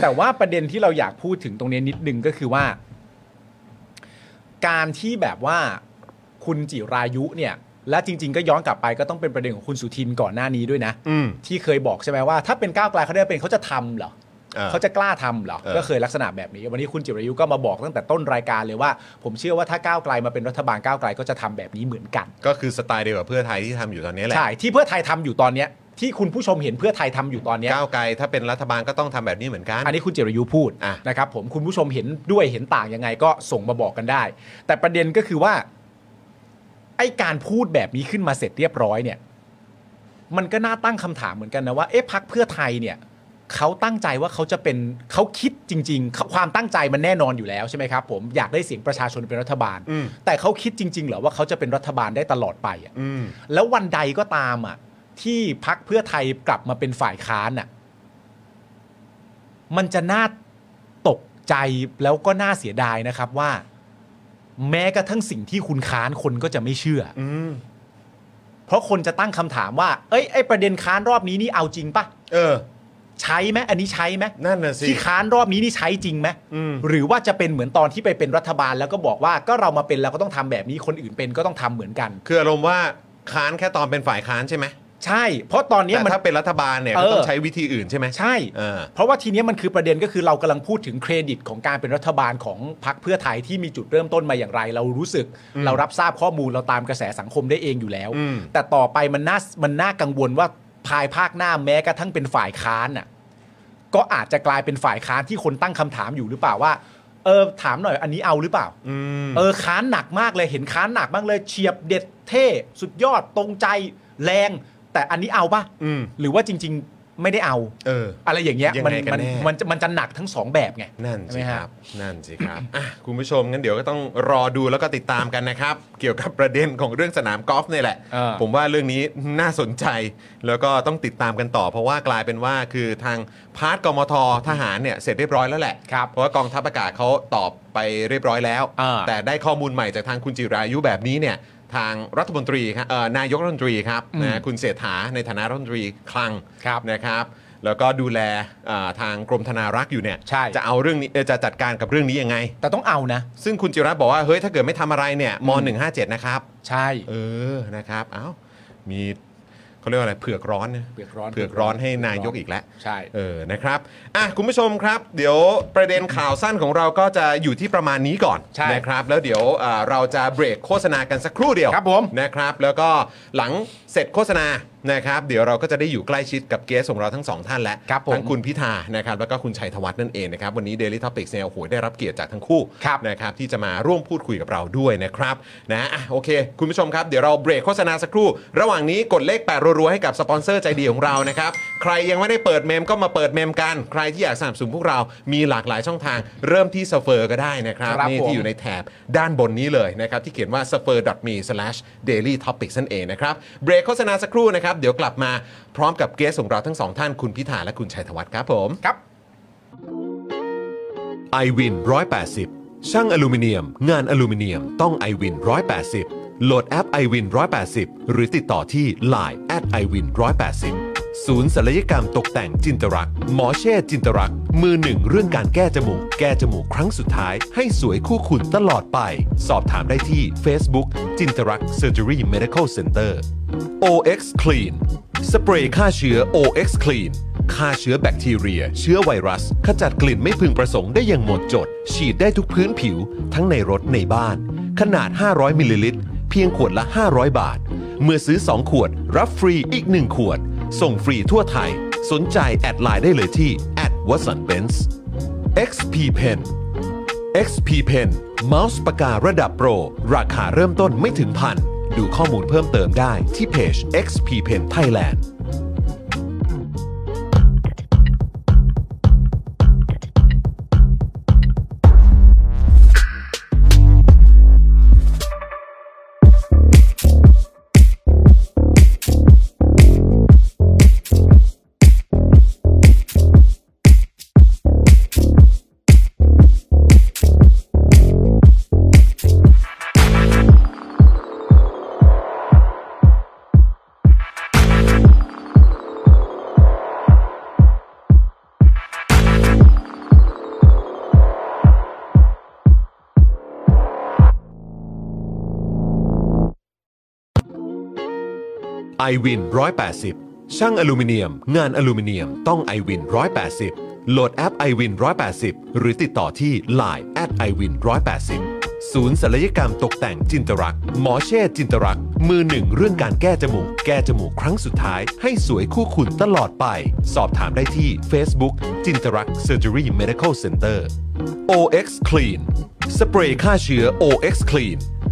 Speaker 2: แต่ว่าประเด็นที่เราอยากพูดถึงตรงนี้นิดนึงก็คือว่า การที่แบบว่าคุณจิรายุเนี่ย และจริง ๆ ก็ย้อนกลับไปก็ต้องเป็นประเด็นของคุณสุทินก่อนหน้านี้ด้วยนะ
Speaker 1: อืม
Speaker 2: ที่เคยบอกใช่ไหมว่าถ้าเป็นก้าวไกลเขาได้เป็นเขาจะทำเหรอ เขาจะกล้าทำเหรอ
Speaker 1: เออ
Speaker 2: ก็เคยลักษณะแบบนี้ วันนี้คุณจิรายุก็มาบอกตั้งแต่ต้นรายการเลยว่า ผมเชื่อว่าถ้าก้าวไกลมาเป็นรัฐบาลก้าวไกลก็จะทำแบบนี้เหมือนกัน
Speaker 1: ก็คือสไตล์เดียวกับเพื่อไทยที่ทำอยู่ตอนนี้แหละ
Speaker 2: ใช่ ที่เพื่อไทยทำอยู่ตอนเนี้ย ที่คุณผู้ชมเห็นเพื่อไทยทำอยู่ตอนเนี้ย
Speaker 1: ก้าวไกลถ้าเป็นรัฐบาลก็ต้องทำแบบนี้เหมือนกัน
Speaker 2: อันนี้คุณจิรยุพูด
Speaker 1: อ่ะ
Speaker 2: นะครับผมคุณผู้ชมเห็นด้วยเห็นต่างยังไงก็ส่งมาบอกกันได้ แต่ประเด็นก็คือว่า ไอ้การพูดแบบนี้ขึ้นมาเสร็จเรียบร้อยเนี่ย มันก็น่าตั้งคำถามเหมือนกันนะว่าเอ๊ะพักเพื่อไทยเนี่ยเขาตั้งใจว่าเขาจะเป็นเขาคิดจริงๆเขาความตั้งใจมันแน่นอนอยู่แล้วใช่ไหมครับผมอยากได้เสียงประชาชนเป็นรัฐบาล
Speaker 1: อืม
Speaker 2: แต่เขาคิดจริงๆเหรอว่าเขาจะเป็นรัฐบาลได้ตลอดไปอะ
Speaker 1: อืม
Speaker 2: แล้ววันใดก็ตามอ่ะ ที่พักเพื่อไทยกลับมาเป็นฝ่ายค้านอ่ะ มันจะน่าตกใจแล้วก็น่าเสียดายนะครับว่า แม้กระทั่งสิ่งที่คุณค้านคนก็จะไม่เชื่อ
Speaker 1: อืม
Speaker 2: เพราะคนจะตั้งคำถามว่า เอ้ยไอประเด็นค้านรอบนี้นี่เอาจริงปะ
Speaker 1: เออ
Speaker 2: ใช้ไหมอันนี้ใช้ไหม
Speaker 1: นั่นน่ะสิ
Speaker 2: ที่ค้านรอบนี้นี่ใช้จริงไหม
Speaker 1: อืม
Speaker 2: หรือว่าจะเป็นเหมือนตอนที่ไปเป็นรัฐบาลแล้วก็บอกว่าก็เรามาเป็นเราก็ต้องทำแบบนี้คนอื่นเป็นก็ต้องทำเหมือนกัน
Speaker 1: คืออารมณ์ว่าค้านแค่ตอนเป็นฝ่ายค้านใช่ไหม
Speaker 2: ใช่ เพราะตอนเนี้ย
Speaker 1: แต่
Speaker 2: มัน
Speaker 1: ถ้าเป็นรัฐบาลเนี่ยก็
Speaker 2: เออ
Speaker 1: ต้องใช้วิธีอื่นใช่ไหม
Speaker 2: ใช่
Speaker 1: เออ
Speaker 2: เพราะว่าทีเนี้ยมันคือประเด็นก็คือเรากำลังพูดถึงเครดิตของการเป็นรัฐบาลของพรรคเพื่อไทยที่มีจุดเริ่มต้นมาอย่างไร เรารู้สึก เรารับทราบข้อมูลเราตามกระแสสังคมได้เองอยู่แล้ว
Speaker 1: อืม
Speaker 2: แต่ต่อไปมันน่ามันน่ากังวลว่าภายภาคหน้าแม้กระทั่งเป็นฝ่ายค้านน่ะก็อาจจะกลายเป็นฝ่ายค้านที่คนตั้งคำถามอยู่หรือเปล่าว่าเออถามหน่อยอันนี้เอาหรือเปล่า
Speaker 1: อืม
Speaker 2: เออค้านหนักมากเลยเห็นค้านหนักมากเลยเฉียบเด็ดเท่ สุดยอดตรงใจแรง แต่อันนี้เอาปะ
Speaker 1: อืม
Speaker 2: หรือว่าจริง ๆ ไม่ได้เอา
Speaker 1: เออ
Speaker 2: อะไรอย่างเงี้ย
Speaker 1: ยัง
Speaker 2: มัน
Speaker 1: ไงกัน
Speaker 2: มัน
Speaker 1: แน่
Speaker 2: มันจะมันจะหนักทั้งสองแบบไง
Speaker 1: นั่นสิ
Speaker 2: ใช่ไหม
Speaker 1: ค
Speaker 2: ฮะ
Speaker 1: รับ นั่นสิครับ อ่ะคุณผู้ชมงั้นเดี๋ยวก็ต้องรอดูแล้วก็ติดตามกันนะครับ เกี่ยวกับประเด็นของเรื่องสนามกอล์ฟเนี่ยแหละ
Speaker 2: เออ
Speaker 1: ผมว่าเรื่องนี้น่าสนใจ แล้วก็ต้องติดตามกันต่อ เพราะว่ากลายเป็นว่าคือทางพาร์ทกมททหารเนี่ยเสร็จเรียบร้อยแล้วแหละ
Speaker 2: ครับ
Speaker 1: เพราะว่ากองทัพอากาศเขาตอบไปเรียบร้อยแล้ว
Speaker 2: อ่า
Speaker 1: แต่ได้ข้อมูลใหม่จากทางคุณจิรายุแบบนี้เนี่ยทางรัฐมนตรีครับเอ่อนายกรัฐมนตรีครับ
Speaker 2: อืม
Speaker 1: นะคุณเศรษฐาในฐานะรัฐมนตรีคลัง
Speaker 2: ครับ
Speaker 1: นะครับ แล้วก็ดูแลเอ่อทางกรมธนารักษ์อยู่เนี่ย
Speaker 2: ใช่
Speaker 1: จะเอาเรื่องนี้เอ่อจะจัดการกับเรื่องนี้ยังไง
Speaker 2: แต่ต้องเอานะ
Speaker 1: ซึ่งคุณจิรัตน์บอกว่าเฮ้ยถ้าเกิดไม่ทำอะไรเนี่ยม .157 นะครับ
Speaker 2: ใช่
Speaker 1: เออนะครับเอ้ามีเขาเรียกว่าอะไรเผือกร้อนนะ
Speaker 2: เผือกร้อน
Speaker 1: เผือกร้อนให้นายกอีกแล้ว
Speaker 2: ใช่
Speaker 1: เออ นะครับ อ่ะ คุณผู้ชมครับ เดี๋ยวประเด็นข่าวสั้นของเราก็จะอยู่ที่ประมาณนี้ก่อน
Speaker 2: ใช่
Speaker 1: นะครับ แล้วเดี๋ยวเอ่อเราจะเบรกโฆษณากันสักครู่เดียว
Speaker 2: ครับผม
Speaker 1: นะครับ แล้วก็หลังเสร็จโฆษณา นะครับ เดี๋ยวเราก็จะได้อยู่ใกล้ชิดกับเกสของเราทั้งสองท่านแล้ว
Speaker 2: ครับผม
Speaker 1: ทั้งคุณพิธา นะครับ แล้วก็คุณชัยธวัฒน์นั่นเองนะครับ วันนี้ Daily Topics เนี่ย โอ้โห ได้รับเกียรติจากทั้งคู่
Speaker 2: ครับ
Speaker 1: นะครับ ที่จะมาร่วมพูดคุยกับเราด้วยนะครับ นะอ่ะโอเค คุณผู้ชมครับ เดี๋ยวเราเบรกโฆษณาสักครู่ ระหว่างนี้กดเลขแปดรัวๆให้กับสปอนเซอร์ใจดีของเรานะครับ ใครยังไม่ได้เปิดเมมก็มาเปิดเมมกัน ใครที่อยากสนับสนุนพวกเรา มีหลากหลายช่องทาง เริ่มที่สเฟอร์ก็ได้นะครับ
Speaker 2: ครับ
Speaker 1: นี่
Speaker 2: ผม
Speaker 1: ที่อยู่ในแถบด้านบนนี้เลยนะครับ ที่เขียนว่า s f e r m e d a i l y t o p i c นั่นเองนะครับ เบรกโฆษณาสักครู่นะครับ เดี๋ยวกลับมาพร้อมกับเกสของเราทั้งสองท่าน คุณพิธาและคุณชัยธวัฒน์ครับผม
Speaker 2: ครับ
Speaker 5: i w วิน180 ช่างอลูมิเนียม งานอลูมิเนียมต้อง i w วิน180 โหลดแอป i w วิน180 หรือติดต่อที่ Line at i w วิน180 ศูนย์ศัลยกรรมตกแต่งจินตรัก หมอเช่จินตรัก มือหนึ่งเรื่องการแก้จมูก แก้จมูกครั้งสุดท้าย ให้สวยคู่คุณตลอดไป สอบถามได้ที่ Facebook จินตรัก Surgery Medical Center OX Clean สเปรย์ฆ่าเชื้อ OX Clean ฆ่าเชื้อแบคทีเรีย เชื้อไวรัส ขจัดกลิ่นไม่พึงประสงค์ได้อย่างหมดจด ฉีดได้ทุกพื้นผิว ทั้งในรถในบ้าน ขนาด 500 มิลลิลิตร
Speaker 1: พียงขวดละ 500 บาท เมื่อซื้อ 2 ขวด รับฟรีอีก 1 ขวด ส่งฟรีทั่วไทย สนใจแอดไลน์ได้เลยที่ w a t s o n b e n z XP Pen XP Pen เมาส์ปากการะดับโปร ราคาเริ่มต้นไม่ถึงพัน ดูข้อมูลเพิ่มเติมได้ที่เพจ XP Pen Thailand i w วิน180 ช่างอลูมิเนียม งานอลูมิเนียมต้อง i w วิน180 โหลดแอป i w วิน180 หรือติดต่อที่ Line at i w วิน180 ศูนย์ศัลยกรรมตกแต่งจินตรัก หมอเช่จินตรัก มือหนึ่งเรื่องการแก้จมูก แก้จมูกครั้งสุดท้าย ให้สวยคู่คุณตลอดไป สอบถามได้ที่ Facebook จินตรัก Surgery Medical Center OX Clean สเปรย์ฆ่าเชื้อ OX Clean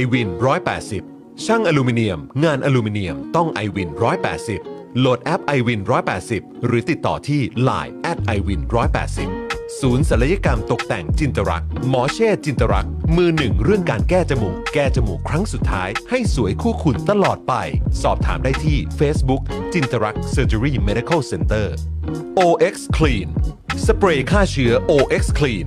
Speaker 1: i w วิน180 ช่างอลูมิเนียม งานอลูมิเนียมต้อง i w วิน180 โหลดแอป i w วิน180 หรือติดต่อที่ Line at i w วิน180 ศูนย์ศัลยกรรมตกแต่งจินตรัก หมอเช่จินตรัก มือหนึ่งเรื่องการแก้จมูก แก้จมูกครั้งสุดท้าย ให้สวยคู่คุณตลอดไป สอบถามได้ที่ Facebook จินตรัก Surgery Medical Center OX Clean สเปรย์ฆ่าเชื้อ OX Clean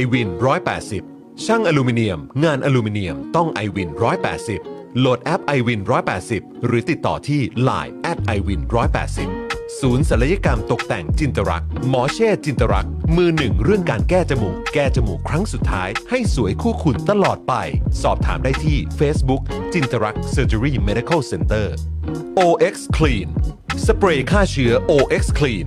Speaker 1: i w วิน180 ช่างอลูมิเนียม งานอลูมิเนียมต้อง i w วิน180 โหลดแอป i w วิน180 หรือติดต่อที่ Line at i w วิน180 ศูนย์ศัลยกรรมตกแต่งจินตรัก หมอเช่จินตรัก มือหนึ่งเรื่องการแก้จมูก แก้จมูกครั้งสุดท้าย ให้สวยคู่คุณตลอดไป สอบถามได้ที่ Facebook จินตรัก Surgery Medical Center OX Clean สเปรย์ฆ่าเชื้อ OX Clean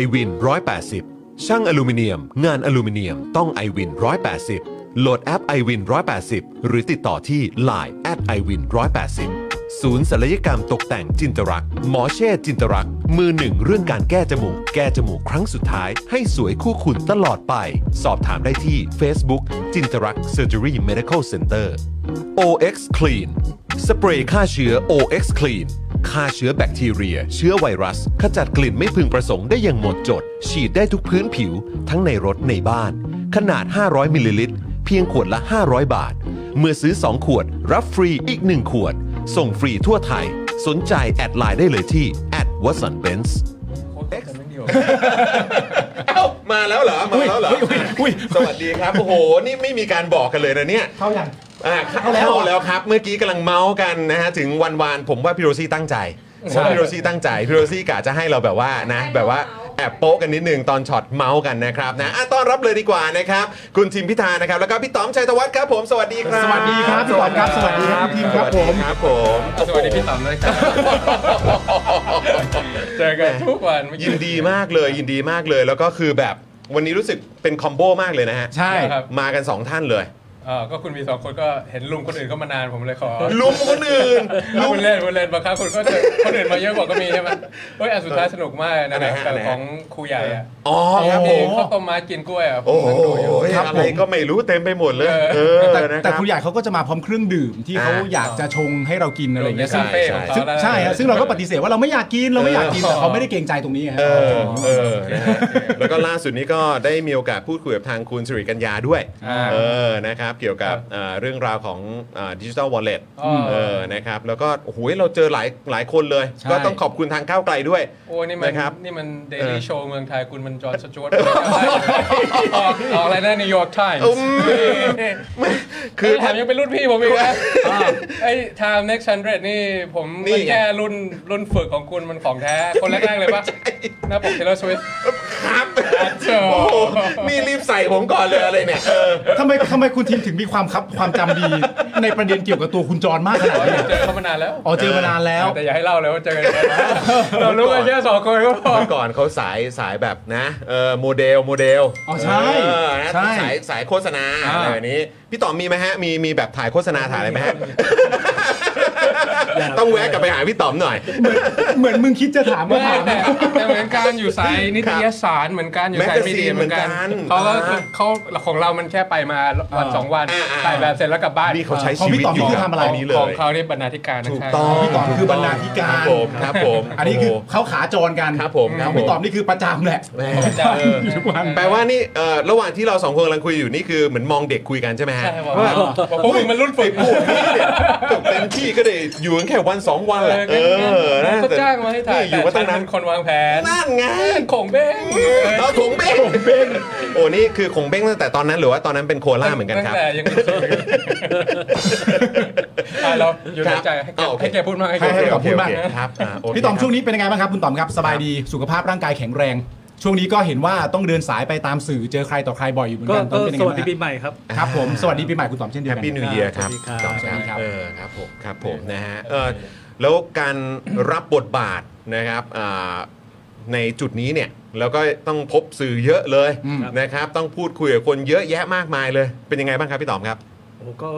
Speaker 5: i w วิน180 ช่างอลูมิเนียม งานอลูมิเนียมต้อง i w วิน180 โหลดแอป i w วิน180 หรือติดต่อที่ Line at i w วิน180 ศูนย์ศัลยกรรมตกแต่งจินตรักษณ์หมอเช่จินตรักษณ์มือหนึ่งเรื่องการแก้จมูก แก้จมูกครั้งสุดท้าย ให้สวยคู่คุณตลอดไป สอบถามได้ที่ Facebook จินตรักเซอร์เจอรี่เมดิคอลเซ็นเตอร์ OX Clean สเปรย์ฆ่าเชื้อ OX Clean ฆ่าเชื้อแบคทีเรีย เชื้อไวรัส ขจัดกลิ่นไม่พึงประสงค์ได้อย่างหมดจด ฉีดได้ทุกพื้นผิว ทั้งในรถในบ้าน ขนาด 500 มิลลิลิตร เพียงขวดละ 500 บาท เมื่อซื้อ 2 ขวด รับฟรีอีก 1 ขวด ส่งฟรีทั่วไทย สนใจแอดไลน์ได้เลยที่ w a t s o n b e n z
Speaker 1: เอ้ามาแล้วเหรอ มาแล้วเหรอ
Speaker 2: อุ้ย
Speaker 1: สวัสดีครับ โอ้โห นี่ไม่มีการบอกกันเลยนะเนี่ย
Speaker 2: เข้าอย่าง
Speaker 1: อ่าเข้าแล้วแล้วครับ เมื่อกี้กำลังเมาส์กันนะฮะ ถึงวันวานผมว่าพี่โรซี่ตั้งใจผม
Speaker 2: ใช่
Speaker 1: ว่าพี่โรซี่ตั้งใจพี่โรซี่กะจะให้เราแบบว่านะ แบบว่าแอบโป๊ะกันนิดนึงตอนช็อตเมาส์กันนะครับนะอ่ะต้อนรับเลยดีกว่านะครับ คุณทิมพิธานะครับ แล้วก็พี่ต๋อมชัยธวัฒน์ครับผมสวัสดีครับ
Speaker 2: สวัสดีครับพี่ต๋อมครับ สวัสดีครับพี่ทีมครับผม
Speaker 1: สวัสดีครับผม
Speaker 6: สวัสดีพี่ต๋อมด้วยครับ เจอกันทุกวันไม่
Speaker 1: ยินดีมากเลยยินดีมากเลย แล้วก็คือแบบวันนี้รู้สึกเป็นคอมโบมากเลยนะฮะ
Speaker 2: ใช่
Speaker 6: ครับ
Speaker 1: มากันสองท่านเลย
Speaker 6: เอ่อก็คุณมีสองคนก็เห็นลุงคนอื่นก็มานานผมเลยขอ
Speaker 1: ลุมคนอื่นลุ
Speaker 6: ลุ
Speaker 1: ม
Speaker 6: งเล่นคุณเล่นบางครั้งคุณก็เจอคนอื่นมาเยอะกว่าก็มีใช่ไหมเฮ้ยอันสุดท้ายสนุกมาก
Speaker 1: อั
Speaker 6: นะ
Speaker 1: นไหนฮะ
Speaker 6: ค
Speaker 1: อั
Speaker 6: รับ
Speaker 1: นไหนฮะ
Speaker 6: ของครูใหญ่อะ
Speaker 1: อ๋อครับผ
Speaker 6: ที่
Speaker 1: ม
Speaker 6: ข้าวต้มมัดกินกล้วยอ่ะผม
Speaker 1: โอ้โห
Speaker 6: นั่งดูอยู่
Speaker 1: อะไรก็ไม่รู้เต็มไปหมดเลยเออ
Speaker 2: แต่
Speaker 1: นะ
Speaker 2: แต่
Speaker 1: รับ
Speaker 2: คุณใหญ่เขาก็จะมาพร้อมเครื่องดื่มที่เขา
Speaker 1: อ่า
Speaker 2: อยากจะชงให้เรากินอะไรอย่างเงี้ย
Speaker 6: ใช่
Speaker 2: ซึ่ง
Speaker 6: ใช่
Speaker 2: ซึ่งใช่
Speaker 6: ใช่
Speaker 2: ฮะซึ่งเราก็ปฏิเสธว่าเราไม่อยากกินเราไม่อยากกินแต่เขาไม่ได้เกรงใจตรงนี้ฮะ
Speaker 1: เออเออนะฮะแล้วก็ล่าสุดนี้ก็ได้มีโอกาสพูดคุยกับทางคุณสิริกัญญาด้วย
Speaker 6: อ่า
Speaker 1: เออนะครับเกี่ยวกับเอ่อเรื่องราวของดิจิทัลวอลเล็ต
Speaker 6: อ๋อ
Speaker 1: เออนะครับแล้วก็โอ้โหเราเจอหลายหลายคนเลย
Speaker 2: ใช่
Speaker 1: ก็ต้องขอบคุณทางก้าวไกลด้วย
Speaker 6: โอ้นี่มัน
Speaker 1: นะครับ
Speaker 6: นี่มันเด
Speaker 1: เออ
Speaker 6: ลี่โชว์เมืองไทยคุณมันจอร์จสจวตออกออกอะไรนะนิวยอร์กไทมส์
Speaker 1: คือ
Speaker 6: แถมยังเป็นรุ่นพี่ผมอีกนะไอ้ Time Next 100 นี่ผม
Speaker 1: นี่
Speaker 6: มัน
Speaker 1: ไง
Speaker 6: แค่รุ่นรุ่นฝึกของคุณมันของแท้ คนแรก ๆ เลยปะหน้าปก Taylor Swift
Speaker 1: ครับ
Speaker 6: เจอ
Speaker 1: โอ้โหนี่รีบใส่ผมก่อนเลยอะไรเนี่ยเออ
Speaker 2: ทำไมทำไมคุณทีมถึงมีความครับความจำดี ในประเด็นเกี่ยวกับตัวคุณจรมากขนาดนี้
Speaker 6: เจอเขามานานแล้ว
Speaker 2: อ๋อเจอมานานแล้ว
Speaker 6: แต่อย่าให้เล่าเลยว่าเจอกันยังไงนะเรารู้กันแค่สองคนก็พอ
Speaker 1: เมื่อก่อนเขาสายสายแบบนะเออโมเดลโมเดล
Speaker 2: อ๋อใช่
Speaker 1: เออนะ
Speaker 2: ใช่
Speaker 1: สายสายโฆษณา
Speaker 2: อ่า
Speaker 1: อะไรแบบนี้ พี่ต่อมมีไหมฮะ มีมีแบบถ่ายโฆษณาถ่ายอะไรไหม ฮะ ต้องแวะกลับไปหาพี่ต่อมหน่อย
Speaker 2: เหมือนมึงคิดจะถาม
Speaker 6: ไม่
Speaker 2: ว่าถาม
Speaker 6: แต่แต่เหมือนการอยู่สายนิตยสารเหมือนกันอยู่สายมีเดีย
Speaker 1: Magazine
Speaker 6: เหมือนกัน
Speaker 1: เหมือนกัน
Speaker 6: เขาก็
Speaker 1: อ่า
Speaker 6: เขาของเรามันแค่ไปมาวันสองวัน
Speaker 1: อ่าอ่า
Speaker 6: ถ่ายแบบเสร็จแล้วกลับบ้าน
Speaker 1: นี่เขาใช้
Speaker 2: ของ
Speaker 1: ชีวิต
Speaker 2: พี่ต่อม
Speaker 1: อยู่
Speaker 2: นี่คื
Speaker 1: กับ
Speaker 2: อทำอะไร
Speaker 1: อันนี้เลย
Speaker 6: ของเขานี่บรรณาธิการนะ
Speaker 1: ถูก
Speaker 6: ใช่
Speaker 1: ต้อง
Speaker 2: พี่ต่อมคือบรรณาธิกา
Speaker 1: ครั
Speaker 2: ร
Speaker 1: บผมครับผม
Speaker 2: อันนี้คือ
Speaker 1: โโห
Speaker 2: เขาขาจรกัน
Speaker 1: ครับผมครับ
Speaker 2: ของพี่
Speaker 1: ผม
Speaker 2: ตอบนี่คือประจำแหละ
Speaker 1: แม่
Speaker 6: เจอ
Speaker 2: ทุกวัน
Speaker 1: แปลว่านี่เอ่อระหว่างที่เราสองคนกำลังคุยอยู่นี่คือเหมือนมองเด็กคุยกันใช่ไหมฮะ
Speaker 6: ใช่ครับ
Speaker 1: ว่า
Speaker 6: ผมผมมันรุ่นฝึก
Speaker 1: พวกนี้เนี่ยก็เต็มที่ก็ได้อยู่กันแค่วันสองวันแหละเออนะ
Speaker 6: ก็จ้างมาให้ถ่าย
Speaker 1: นี่อยู่มาตั้งนาน
Speaker 6: เป็คนวางแผน
Speaker 1: นั่นไง
Speaker 6: ของเบ้ง
Speaker 1: เอาขงเบ้งขงเบ้งโอ้นี่คือขงเบ้งตั้งแต่ตอนนั้นหรือว่าตอนนั้นเป็นโคล่าเหมือนกัน
Speaker 6: ตั้ง
Speaker 1: ครับ
Speaker 6: แต่ยังเป็นคนอยู่อ่ะเราอยู่ในใจให้แก
Speaker 1: อ่ะโอเค
Speaker 6: ให้แกพูดมากให้แก
Speaker 1: โอเค
Speaker 6: พูด
Speaker 1: โอ
Speaker 6: มาก
Speaker 1: เคโอ
Speaker 2: ขอบคุณมาก
Speaker 1: เคครับาโเค
Speaker 2: พี่ต๋อม
Speaker 1: ครับ
Speaker 2: ช่วงนี้เป็นยังไงบ้างครับคุณต๋อมครับสบายดีสุขภาพร่างกายแข็งแรง ช่วงนี้ก็เห็นว่าต้องเดินสายไปตามสื่อเจอใครต่อใครบ่อยอยู่เหมือน
Speaker 7: ก็
Speaker 2: กันต้
Speaker 7: ก็
Speaker 2: องเป็นยัง
Speaker 7: ส
Speaker 2: ไง
Speaker 7: วัส
Speaker 2: บ้าง
Speaker 7: ดีปี
Speaker 2: ฮะ
Speaker 7: ใหม่ครับ
Speaker 2: ครับผมสวัสดีปีใหม่คุณต๋อมเช่นเดีย
Speaker 1: แฮ
Speaker 2: ว
Speaker 1: ป
Speaker 2: กัน
Speaker 1: ปี้นิวเยียร์ครับ
Speaker 7: สวัสดีครับ
Speaker 1: เออครับผมครับผมนะฮะเออแล้วการรับบทบาทนะครับอ่าในจุดนี้เนี่ยแล้วก็ต้องพบสื่อเยอะเลย
Speaker 2: อืม
Speaker 1: นะครับ ต้องพูดคุยกับคนเยอะแยะมากมายเลย เป็นยังไงบ้างครับพี่ต๋อมครับ
Speaker 7: โอ้ก็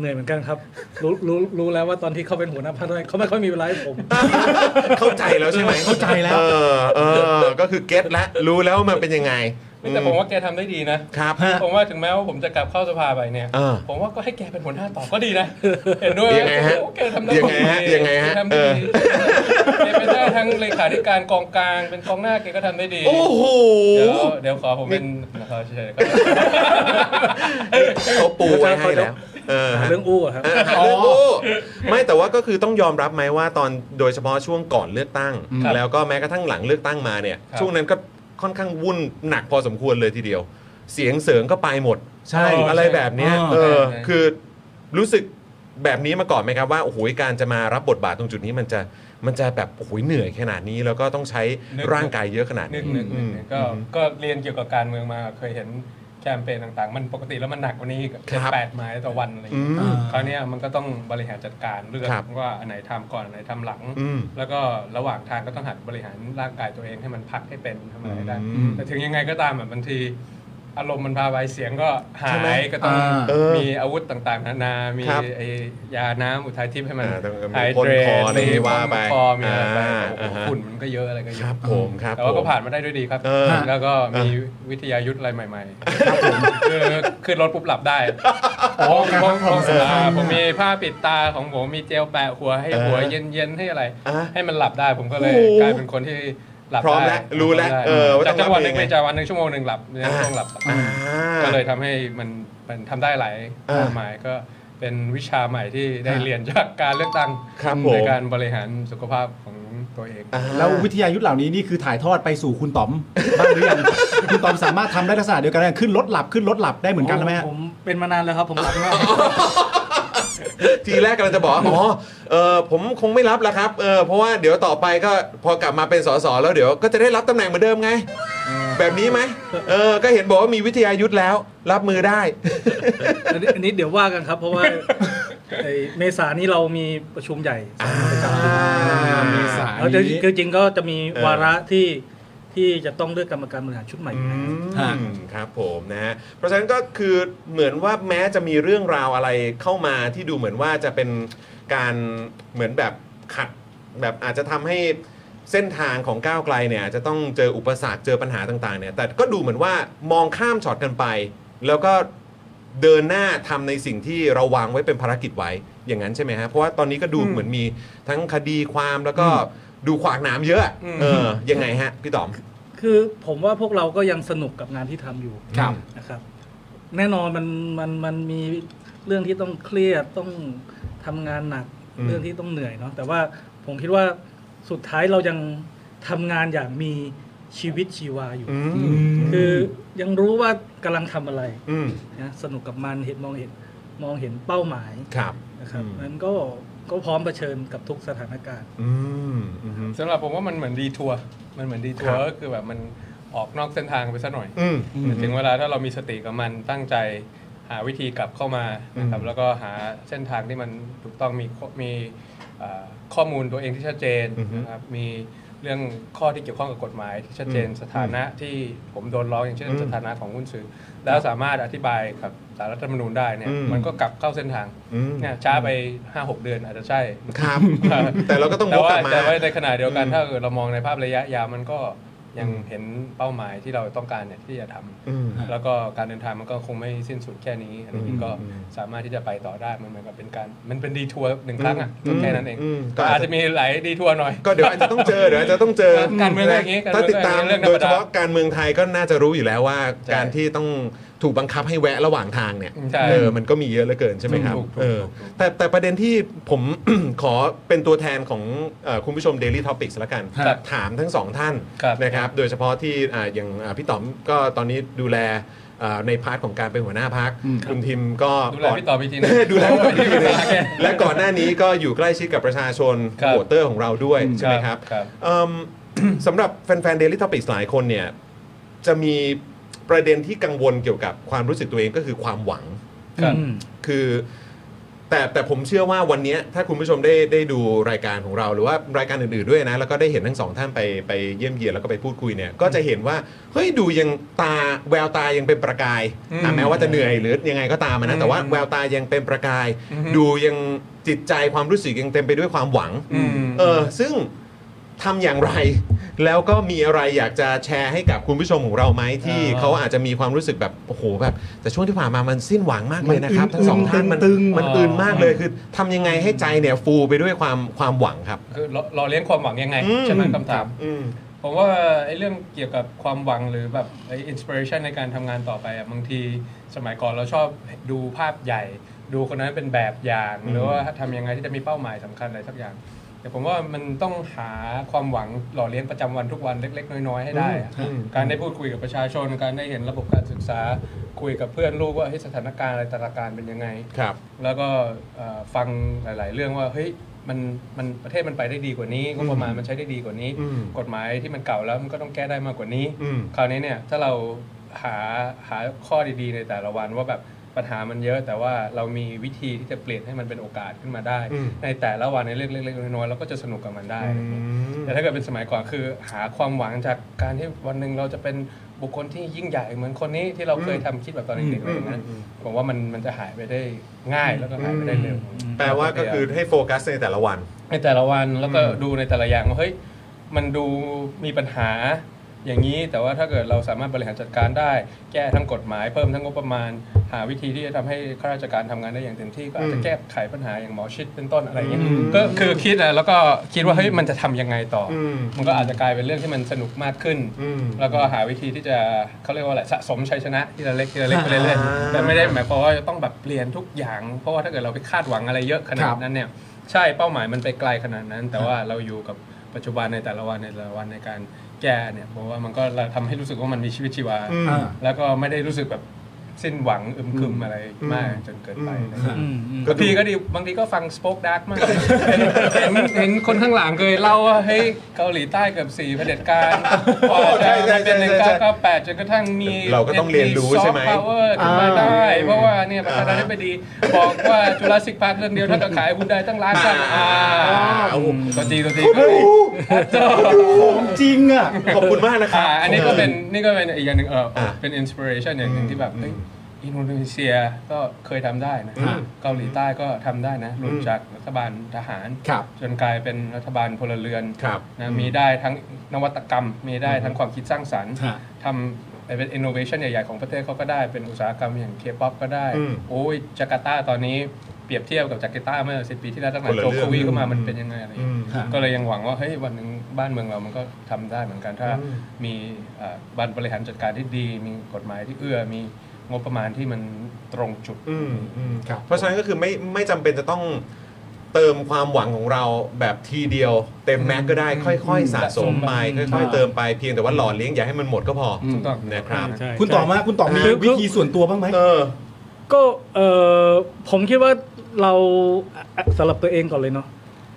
Speaker 7: เหนื่อยเหมือนกันครับ รู้รู้รู้แล้วว่าตอนที่เขาเป็นหัวหน้าพักด้วยเขาไม่ค่อยมีเวลาให้ผม
Speaker 1: เข้าใจแล้วใช่ไหม
Speaker 2: เข้าใจแล้ว
Speaker 1: เออเออก็คือเก็ตละรู้แล้วว่ามันเป็นยังไง
Speaker 6: ไม่แต่ผมว่าแกทำได้ดีนะ
Speaker 1: ครับ
Speaker 6: ผมว่าถึงแม้ว่าผมจะกลับเข้าสภาไปเนี่ย
Speaker 1: เออ
Speaker 6: ผมว่าก็ให้แกเป็นหัวหน้าต่อก็ดีนะ เห็นด้วย
Speaker 1: ยังไงฮะ
Speaker 6: โอ้แกทำได้
Speaker 1: ยังไงฮะ
Speaker 6: ดี
Speaker 1: ยังไงฮะ
Speaker 6: แกทำได้ดี
Speaker 1: เออ
Speaker 6: แกเป็นได้ทั้งเลขาธิการกองกลางเป็นกองหน้าแกก็ทำได้ดี
Speaker 1: โอ้โห
Speaker 6: เดี๋ยวเดี๋ยวขอผมเป็นขอเฉยๆก่อน
Speaker 1: เขาปูไว้ให้แล้วเออฮะ
Speaker 7: เรื่องอู้อะครับ
Speaker 1: เออหาเรื่องกู้ไม่แต่ว่าก็คือต้องยอมรับไหมว่าตอนโดยเฉพาะช่วงก่อนเลือกตั้ง
Speaker 6: ครับ
Speaker 1: แล้วก็แม้กระทั่งหลังเลือกตั้งมาเนี่ย
Speaker 6: ครับ
Speaker 1: ช่วงนั้นก็ค่อนข้างวุ่นหนักพอสมควรเลยทีเดียว เสียงเสริงก็ไปหมด
Speaker 2: ใช่
Speaker 1: อะไรแบบเนี้ย
Speaker 2: เออ
Speaker 1: เออคือรู้สึกแบบนี้มาก่อนไหมครับว่าโอ้โหการจะมารับบทบาทตรงจุดนี้มันจะมันจะแบบโอ้โหเหนื่อยขนาดนี้ แล้วก็ต้องใช้ร่างกายเยอะขนาด
Speaker 6: หนึ่
Speaker 1: นี้
Speaker 6: งหนึ่งห
Speaker 1: อื
Speaker 6: นึ่ง
Speaker 1: ม
Speaker 6: หนึ่งก็ก็เรียนเกี่ยวกับการเมืองมาเคยเห็นแคมเปญต่างๆ มันปกติแล้วมันหนักกว่านี้อีก
Speaker 1: ครับ
Speaker 6: แปดหมายต่อวันอะไรอย่างเงี้ย
Speaker 1: อืม
Speaker 6: คราวเนี้ยมันก็ต้องบริหารจัดการเลือก
Speaker 1: ครับ
Speaker 6: ว่าอันไหนทำก่อนอันไหนทำหลัง
Speaker 1: อืม
Speaker 6: แล้วก็ระหว่างทางก็ต้องหัดบริหารร่างกายตัวเองให้มันพักให้เป็นทำอะไรได้
Speaker 1: อืม
Speaker 6: แต่ถึงยังไงก็ตามแบบบางที อารมณ์มันพาไปเสียงก็หา
Speaker 1: ใช่ไหม
Speaker 6: ยก็ต้อง
Speaker 2: อ่า
Speaker 1: เออ
Speaker 6: มีอาวุธต่างๆนานา มี
Speaker 1: ครับ
Speaker 6: ไอยาน้ำอุทัยทิพย์ให้มัน
Speaker 1: อ่าต้องมี
Speaker 6: หาย
Speaker 1: พ่น
Speaker 6: เดร
Speaker 1: คอ
Speaker 6: ต
Speaker 1: อะไรอย่างงี้ว่าไป
Speaker 6: พ่นคอมีอะไรไป
Speaker 1: อ่า
Speaker 6: โอ้
Speaker 1: อ่า
Speaker 6: โห
Speaker 1: ฮะ
Speaker 6: ฝุ่นมันก็เยอะอะไรก็เย
Speaker 1: ค
Speaker 6: อะ
Speaker 1: รับผมครับ
Speaker 6: แต่ว่า
Speaker 1: ผ
Speaker 6: ก็
Speaker 1: ม
Speaker 6: ผ่านมาได้ด้วยดีครับ
Speaker 1: เออ
Speaker 6: แล้วก็มี
Speaker 1: เออ
Speaker 6: วิทยายุทธ์อะไรใหม่ๆคือขึ้นรถปุ๊บหลับได้ผม
Speaker 2: ครับ
Speaker 6: ผมผม
Speaker 2: เออ
Speaker 6: อ่าผมมีผ้าปิดตาของผมมีเจลแปะหัวให้หัวเย็นๆให้อะไร
Speaker 1: อ่ะ
Speaker 6: ให้มันหลับได้ผมก็เลย
Speaker 1: โอ้โห
Speaker 6: กลายเป็นคนที่หลับ
Speaker 1: พร้อม
Speaker 6: ได้
Speaker 1: แล้วรู้แล้ว
Speaker 6: ได้
Speaker 1: เออว่าต้อ
Speaker 6: จา
Speaker 1: ก ง
Speaker 6: จังหวะหนึ่
Speaker 1: รับยัง งไง
Speaker 6: ไปจากวันหนึ่งชั่วโมงหนึ่งหลับใน
Speaker 1: อ่า
Speaker 6: ช่วงหลับ
Speaker 1: อ่า
Speaker 6: ก็เลยทำให้มันมันทำได้หลาย
Speaker 1: อ่า
Speaker 6: ความหมายก็เป็นวิชาใหม่ที่ได้
Speaker 2: อ่า
Speaker 6: เรียนจากการเลือกตั้ง
Speaker 1: ครับผม
Speaker 6: ในการบริหารสุขภาพของตัวเอง
Speaker 1: อ่า
Speaker 2: แล้ววิทยายุทธ์เหล่านี้นี่คือถ่ายทอดไปสู่คุณต๋อม บ้างหรือยัง คุณต๋อมสามารถทำได้ลักษณะเดียวกันได้ขึ้นรถหลับขึ้นรถหลับได้เหมือนกันไหมฮะ
Speaker 7: ผมเป็นมานานแล้วครับ ผมรับมาก
Speaker 1: ทีแรกกำลังจะบอกว่าอ๋อเออผมคงไม่รับละครับเออเพราะว่าเดี๋ยวต่อไปก็พอกลับมาเป็นสสแล้วเดี๋ยวก็จะได้รับตำแหน่งเหมือนเดิมไง แบบนี้ไหมเออก็เห็นบอกว่ามีวิทยายุทธ์แล้ว รับมือได้
Speaker 7: อันนี้อันนี้เดี๋ยวว่ากันครับ เพราะว่าไอ้เมษานี้เรามีประชุมใหญ่
Speaker 2: เมษา
Speaker 7: แล้วเดี๋ยว
Speaker 2: อันนี้
Speaker 7: คือจริงๆก็จะมี
Speaker 1: เออ
Speaker 7: วาระที่ที่จะต้องเลือกกรรมการบริหารชุดใหม่อยู่นะครับ
Speaker 2: ฮะ
Speaker 1: อืมครับผมนะฮะเพราะฉะนั้นก็คือเหมือนว่าแม้จะมีเรื่องราวอะไรเข้ามาที่ดูเหมือนว่าจะเป็นการเหมือนแบบขัดแบบอาจจะทำให้เส้นทางของก้าวไกลเนี่ยอาจจะต้องเจออุปสรรคเจอปัญหาต่างๆเนี่ยแต่ก็ดูเหมือนว่ามองข้ามช็อตกันไป แล้วก็เดินหน้าทำในสิ่งที่เราวางไว้เป็นภารกิจไว้อย่างนั้นใช่ไหมฮะเพราะว่าตอนนี้ก็ดูเหมือนมีทั้งคดีความแล้วก็ดูขวากหนามเยอะ
Speaker 6: อืม
Speaker 1: เออยังไงฮะพี่ต๋อม
Speaker 7: คือผมว่าพวกเราก็ยังสนุกกับงานที่ทำอยู่
Speaker 2: ครับ
Speaker 7: นะครับ แน่นอนมันมันมันมีเรื่องที่ต้องเครียดต้องทำงานหนัก
Speaker 1: อืม
Speaker 7: เรื่องที่ต้องเหนื่อยเนาะแต่ว่าผมคิดว่าสุดท้ายเรายังทำงานอย่างมีชีวิตชีวาอยู่
Speaker 1: อื
Speaker 2: อื
Speaker 1: ม
Speaker 2: ม
Speaker 7: คือยังรู้ว่ากำลังทำอะไร
Speaker 1: อืม
Speaker 7: นะสนุกกับมันเห็นมองเห็นมองเห็นเป้าหมาย
Speaker 1: ครับ
Speaker 7: นะครับ
Speaker 1: อืม
Speaker 7: นั้นก็ก็พร้อมเผชิญกับทุกสถานการณ์
Speaker 1: อืมอืม
Speaker 6: สำหรับผมว่ามันเหมือนดีทัวร์มันเหมือนดีทัว
Speaker 1: ครับ
Speaker 6: ร์ก็คือแบบมันออกนอกเส้นทางไปสักหน่อย
Speaker 1: อืม
Speaker 6: แต่ถึงเวลาถ้าเรามีสติกับมันตั้งใจหาวิธีกลับเข้ามานะครับ
Speaker 1: อืม
Speaker 6: แล้วก็หาเส้นทางที่มันถูกต้องมีข้อมีเอ่อข้อมูลตัวเองที่ชัดเจน
Speaker 1: อือฮึ
Speaker 6: นะครับมีเรื่องข้อที่เกี่ยวข้องกับกฎหมายที่ชัดเจน
Speaker 1: อืม
Speaker 6: สถานะที่ผมโดนร้องอย่างเช่น
Speaker 1: อืม
Speaker 6: สถานะของหุ้นสื่อ แล้วสามารถอธิบายกับสารรัฐธรรมนูญได้เนี่ย
Speaker 1: อืม
Speaker 6: มันก็กลับเข้าเส้นทาง
Speaker 1: อืม
Speaker 6: เนี่ยช้าไป 5-6 เดือนอาจจะใช่
Speaker 1: ครับ แต่เราก็ต้อง
Speaker 6: แต่
Speaker 1: วกก
Speaker 6: ว่า
Speaker 1: ลับมา
Speaker 6: แต่ว่าในขณะเดียวกัน
Speaker 1: อืม
Speaker 6: ถ้าเกิดเรามองในภาพระยะยาวมันก็ยัง
Speaker 1: อืม
Speaker 6: เห็นเป้าหมายที่เราต้องการเนี่ยที่จะทำ
Speaker 1: อืม
Speaker 6: แล้วก็การเดินทางมันก็คงไม่สิ้นสุดแค่นี้อัน
Speaker 1: อื
Speaker 6: นี้
Speaker 1: ม
Speaker 6: ก็
Speaker 1: อืม
Speaker 6: สามารถที่จะไปต่อได้มันเหมือนกับเป็นการ มันเป็นดีทัวร์หนึ่งครั้งอ่ะ
Speaker 1: อืม
Speaker 6: แค่นั้นเอง
Speaker 1: อืมก็
Speaker 6: ก็
Speaker 1: อาจจะ
Speaker 6: อาจจะมีหลายดีทัวร์หน่อย
Speaker 1: ก็เดี๋ยวอาจจะต้องเจอเดี๋ยวอาจจะต้องเจอ
Speaker 6: การเมืองอย่างนี้การ
Speaker 1: ถ้า
Speaker 6: เมือง
Speaker 1: ติดตาม
Speaker 6: เรื่องธร
Speaker 1: โด
Speaker 6: รม
Speaker 1: ย
Speaker 6: ดา
Speaker 1: เฉพาะการเมืองไทยก็น่าจะรู้อยู่แล้วว่า
Speaker 6: ใช่
Speaker 1: การที่ต้องถูกบังคับให้แวะระหว่างทางเนี่ย
Speaker 6: ใช่
Speaker 1: เออมันก็มีเยอะเหลือเกินใช่ไหมครับ
Speaker 6: ถูกถูก
Speaker 1: เออ
Speaker 6: ถูกถูก
Speaker 1: แต่แต่ประเด็นที่ผม ขอเป็นตัวแทนของเอ่อคุณผู้ชม Daily Topics ละกัน
Speaker 6: ครับ
Speaker 1: ถามทั้งสองท่าน
Speaker 6: ครับ
Speaker 1: นะครับ โดยเฉพาะที่อ่าอย่างอ่าพี่ต๋อมก็ตอนนี้ดูแลอ่าในพาร์ทของการเป็นหัวหน้าพักคุณทิมก็
Speaker 6: ดูแล
Speaker 1: ก่อน
Speaker 6: พี่ต่อพี่ทีหนึง
Speaker 1: ดูแลพวกพี่เลยและก่อนหน้านี้ก็อยู่ใกล้ชิดกับประชาชน
Speaker 6: ครับ
Speaker 1: โหวตเตอร์ของเราด้วยใช่ไหมครับ
Speaker 6: ครับ
Speaker 1: เอิ่ม สำหรับแฟนๆ Daily Topics หลายคนเนี่ย จะมีประเด็นที่กังวลเกี่ยวกับความรู้สึกตัวเองก็คือความหวัง
Speaker 6: ครับ
Speaker 1: คือ แต่แต่ผมเชื่อว่าวันเนี้ยถ้าคุณผู้ชมได้ได้ดูรายการของเราหรือว่ารายการอื่นๆด้วยนะ แล้วก็ได้เห็นทั้งสองท่านไปไปเยี่ยมเยียนแล้วก็ไปพูดคุยเนี่ยก็จะเห็นว่าเฮ้ยดูยังตาแววตายังเป็นประกาย
Speaker 6: อืม
Speaker 1: อ่ะแม้ว่าจะเหนื่อยหรือยังไงก็ตามอะนะแต่ว่า
Speaker 6: อืม
Speaker 1: แววตายังเป็นประกาย
Speaker 6: อือฮึ
Speaker 1: ดูยังจิตใจความรู้สึกยังเต็มไปด้วยความหวัง
Speaker 6: ม
Speaker 1: เออซึ่งทำอย่างไร แล้วก็มีอะไรอยากจะแชร์ให้กับคุณผู้ชมของเราไหมที่
Speaker 2: เออ
Speaker 1: เขาอาจจะมีความรู้สึกแบบโอ้โหแบบแต่ช่วงที่ผ่านมามันสิ้นหวังมากเลยนะครับ
Speaker 2: มัน
Speaker 1: ทั้งสอง
Speaker 2: อึนๆ
Speaker 1: ท่านมัน
Speaker 2: ตึง
Speaker 1: มัน
Speaker 6: อ๋ออึ
Speaker 1: ตื่นมากเลยคือทำยังไงให้ใจเนี่ยฟูไปด้วยความความหวังครับ
Speaker 6: คือเราเราเลี้ยงความหวังยังไง
Speaker 1: อืม
Speaker 6: ใช่ไหมคำถาม
Speaker 1: อืม
Speaker 6: ผมว่าไอ้เรื่องเกี่ยวกับความหวังหรือแบบไอ้อินสปิเรชันในการทำงานต่อไปอ่ะบางทีสมัยก่อนเราชอบดูภาพใหญ่ ดูคนนั้นเป็นแบบอย่าง หรือว่าทำยังไงที่จะมีเป้าหมายสำคัญอะไรสักอย่าง แต่ผมว่ามันต้องหาความหวังหล่อเลี้ยงประจำวันทุกวันเล็ก ๆ น้อยๆให้ได้อะ
Speaker 1: อืม
Speaker 6: การได้พูดคุยกับประชาชน การได้เห็นระบบการศึกษา คุยกับเพื่อนลูกว่าเฮ้ยสถานการณ์อะไรแต่ละการเป็นยังไง
Speaker 1: ครับ
Speaker 6: แล้วก็เอ่อฟังหลาย ๆ เรื่องว่าเฮ้ยมันมันประเทศมันไปได้ดีกว่านี้งบประมาณมันใช้ได้ดีกว่านี้
Speaker 1: อืม
Speaker 6: กฎหมายที่มันเก่าแล้วมันก็ต้องแก้ได้มากกว่านี้
Speaker 1: อืม
Speaker 6: คราวนี้เนี่ยถ้าเราหาหาข้อดี ๆ ในแต่ละวันว่าแบบปัญหามันเยอะ แต่ว่าเรามีวิธีที่จะเปลี่ยนให้มันเป็นโอกาสขึ้นมาได้
Speaker 1: อืม
Speaker 6: ในแต่ละวันในเรื่องเล็กๆน้อยๆเราก็จะสนุกกับมันได้
Speaker 1: อืม
Speaker 6: แต่ถ้าเกิดเป็นสมัยก่อนคือหาความหวังจากการที่วันหนึ่งเราจะเป็นบุคคลที่ยิ่งใหญ่เหมือนคนนี้ที่เราเคยทำคิดแบบตอนเด็กๆอะไรอย่างนั้น
Speaker 1: อืม
Speaker 6: ผมว่ามันมันจะหายไปได้ง่ายแล้วก็หายไปได้เร็ว
Speaker 1: แปลว่าก็คือให้โฟกัสในแต่ละวัน
Speaker 6: ในแต่ละวันแล้วก็
Speaker 1: อืม
Speaker 6: ดูในแต่ละอย่างว่าเฮ้ยมันดูมีปัญหาอย่างนี้ แต่ว่าถ้าเกิดเราสามารถบริหารจัดการได้ แก้ทั้งกฎหมายเพิ่มทั้งงบประมาณ หาวิธีที่จะทำให้ข้าราชการทำงานได้อย่างเต็มที่ก็อาจจะแก้ไขปัญหาอย่างหมอชิดเป็นต้นอะไรอย่างเงี้ยก็คือคิดอะแล้วก็คิดว่าเฮ้ยมันจะทำยังไงต่ออ
Speaker 1: อืม
Speaker 6: มันก็อาจจะกลายเป็นเรื่องที่มันสนุกมากขึ้น
Speaker 1: อืม
Speaker 6: แล้วก็หาวิธีที่จะเขาเรียกว่าอะไรสะสมชัยชนะทีละเล็กทีละเล็กไปเรื่อย
Speaker 1: อ่า
Speaker 6: ๆแต่ไม่ได้หมายความว่าจะต้องแบบเปลี่ยนทุกอย่าง เพราะว่าถ้าเกิดเราไปคาดหวังอะไรเยอะขนาดนั้นเนี่ย ใช่เป้าหมายมันไปไกลขนาดนั้น แต่ว่าเราอยู่กับปัจจุบันในแต่ละวันในแต่ละวันในการแก้เนี่ยเพราะว่ามันก็ทำให้รู้สึกว่ามันมีชีวิตชีวา
Speaker 1: อืม
Speaker 6: แล้วก็ไม่ได้รู้สึกแบบสิ้นหวังอึมครึมอะไรมากจนเกินไป
Speaker 1: อืม
Speaker 6: นะครับ
Speaker 7: อืมอืม
Speaker 6: บางทีก็ดีบางทีก็ฟังสป็อคดักมาก เห็นเห็นคนข้างหลังเคยเล่าว่าเฮ้ยเกาหลีใต้เกือบสี่เผด็จ การพอ
Speaker 1: ใช่
Speaker 6: จะ
Speaker 1: ใช่
Speaker 6: มาเป็นหนึ่ง
Speaker 1: ใช่
Speaker 6: เก้าเก้าแปดจนกระทั่งมี
Speaker 1: เราก็ต้องเรียนรู้ใช่ไหม
Speaker 6: ซอฟต์พาวเวอร์ขึ้นมาได้
Speaker 1: อ่า
Speaker 6: เพราะว่าเนี่ยประธานาธิบดีบอกว่าจุลศิษย์พาร์คเรื่องเดียวถ้าจะขายหุ้นได้ตั้งล้านกัน
Speaker 1: อ่า
Speaker 6: อ่าตัวจริงตัวจริง
Speaker 2: ของจริงอ่ะ
Speaker 1: ขอบคุณมากนะครั
Speaker 6: อ่า
Speaker 1: บ
Speaker 6: อันนี้ก็เป็นนี่ก็เป็นอีกอย่างหนึ่งเอออา เป็นอินสปิเรชันอย่างหนึ่งที่แบบเฮ้ยอินโดนีเซียก็เคยทำได้นะ
Speaker 1: อืม
Speaker 6: เกาหลีใต้ก็ทำได้นะหลุดจากรัฐบาลทหาร
Speaker 2: ครับ
Speaker 6: จนกลายเป็นรัฐบาลพลเรือน
Speaker 1: ครับ
Speaker 6: นะมีได้ทั้งนวัตกรรม มีได้ทั้งความคิดสร้างสรรค์
Speaker 2: ฮะ
Speaker 6: ทำเป็น innovation ใหญ่ ๆ ของประเทศเขาก็ได้เป็นอุตสาหกรรมอย่างเคป๊อปก็ได้
Speaker 1: อืม
Speaker 6: โอ้ยจาการ์ตาตอนนี้เปรียบเทียบกับจาการ์ตาเมื่อสิปีที่แล้วตั้งแต่
Speaker 1: คนละ
Speaker 6: โจโควี
Speaker 1: เรื่อง
Speaker 6: เข้ามามัน
Speaker 1: อืม
Speaker 6: เป็นยังไงอะไรอย่าง
Speaker 1: อื
Speaker 6: เงี้ย
Speaker 1: ม
Speaker 6: ก็เลยยังหวังว่าเฮ้ยวันหนึ่งบ้านเมืองเรามันก็ทำได้เหมือนกันถ้า
Speaker 1: อืม
Speaker 6: มีเอ่อบานบริหารจัดการที่ดี มีกฎหมายที่เอื้อมีงบประมาณที่มันตรงจุด
Speaker 1: อืมอืม
Speaker 6: ครับ
Speaker 1: เพราะฉะนั้นก็คือไม่ไม่จำเป็นจะต้องเติมความหวังของเราแบบทีเดียว เต็มแม็กก็ได้
Speaker 6: อืม
Speaker 1: ค่อย ๆ สะสมไป
Speaker 6: อืม
Speaker 1: ค่อย ๆ เติมไปเพียงแต่ว่าหล่อเลี้ยงอย่าให้มันหมดก็พอ
Speaker 6: ถูกต้อง
Speaker 1: นะครับ
Speaker 7: ใช่
Speaker 2: คุณต่อมาคุณต่อมี
Speaker 7: คือ
Speaker 2: วิธีส่วนตัวบ้างไหม
Speaker 1: เออ
Speaker 7: ก็เออผมคิดว่าเราอ่ะสำหรับตัวเองก่อนเลยเนาะ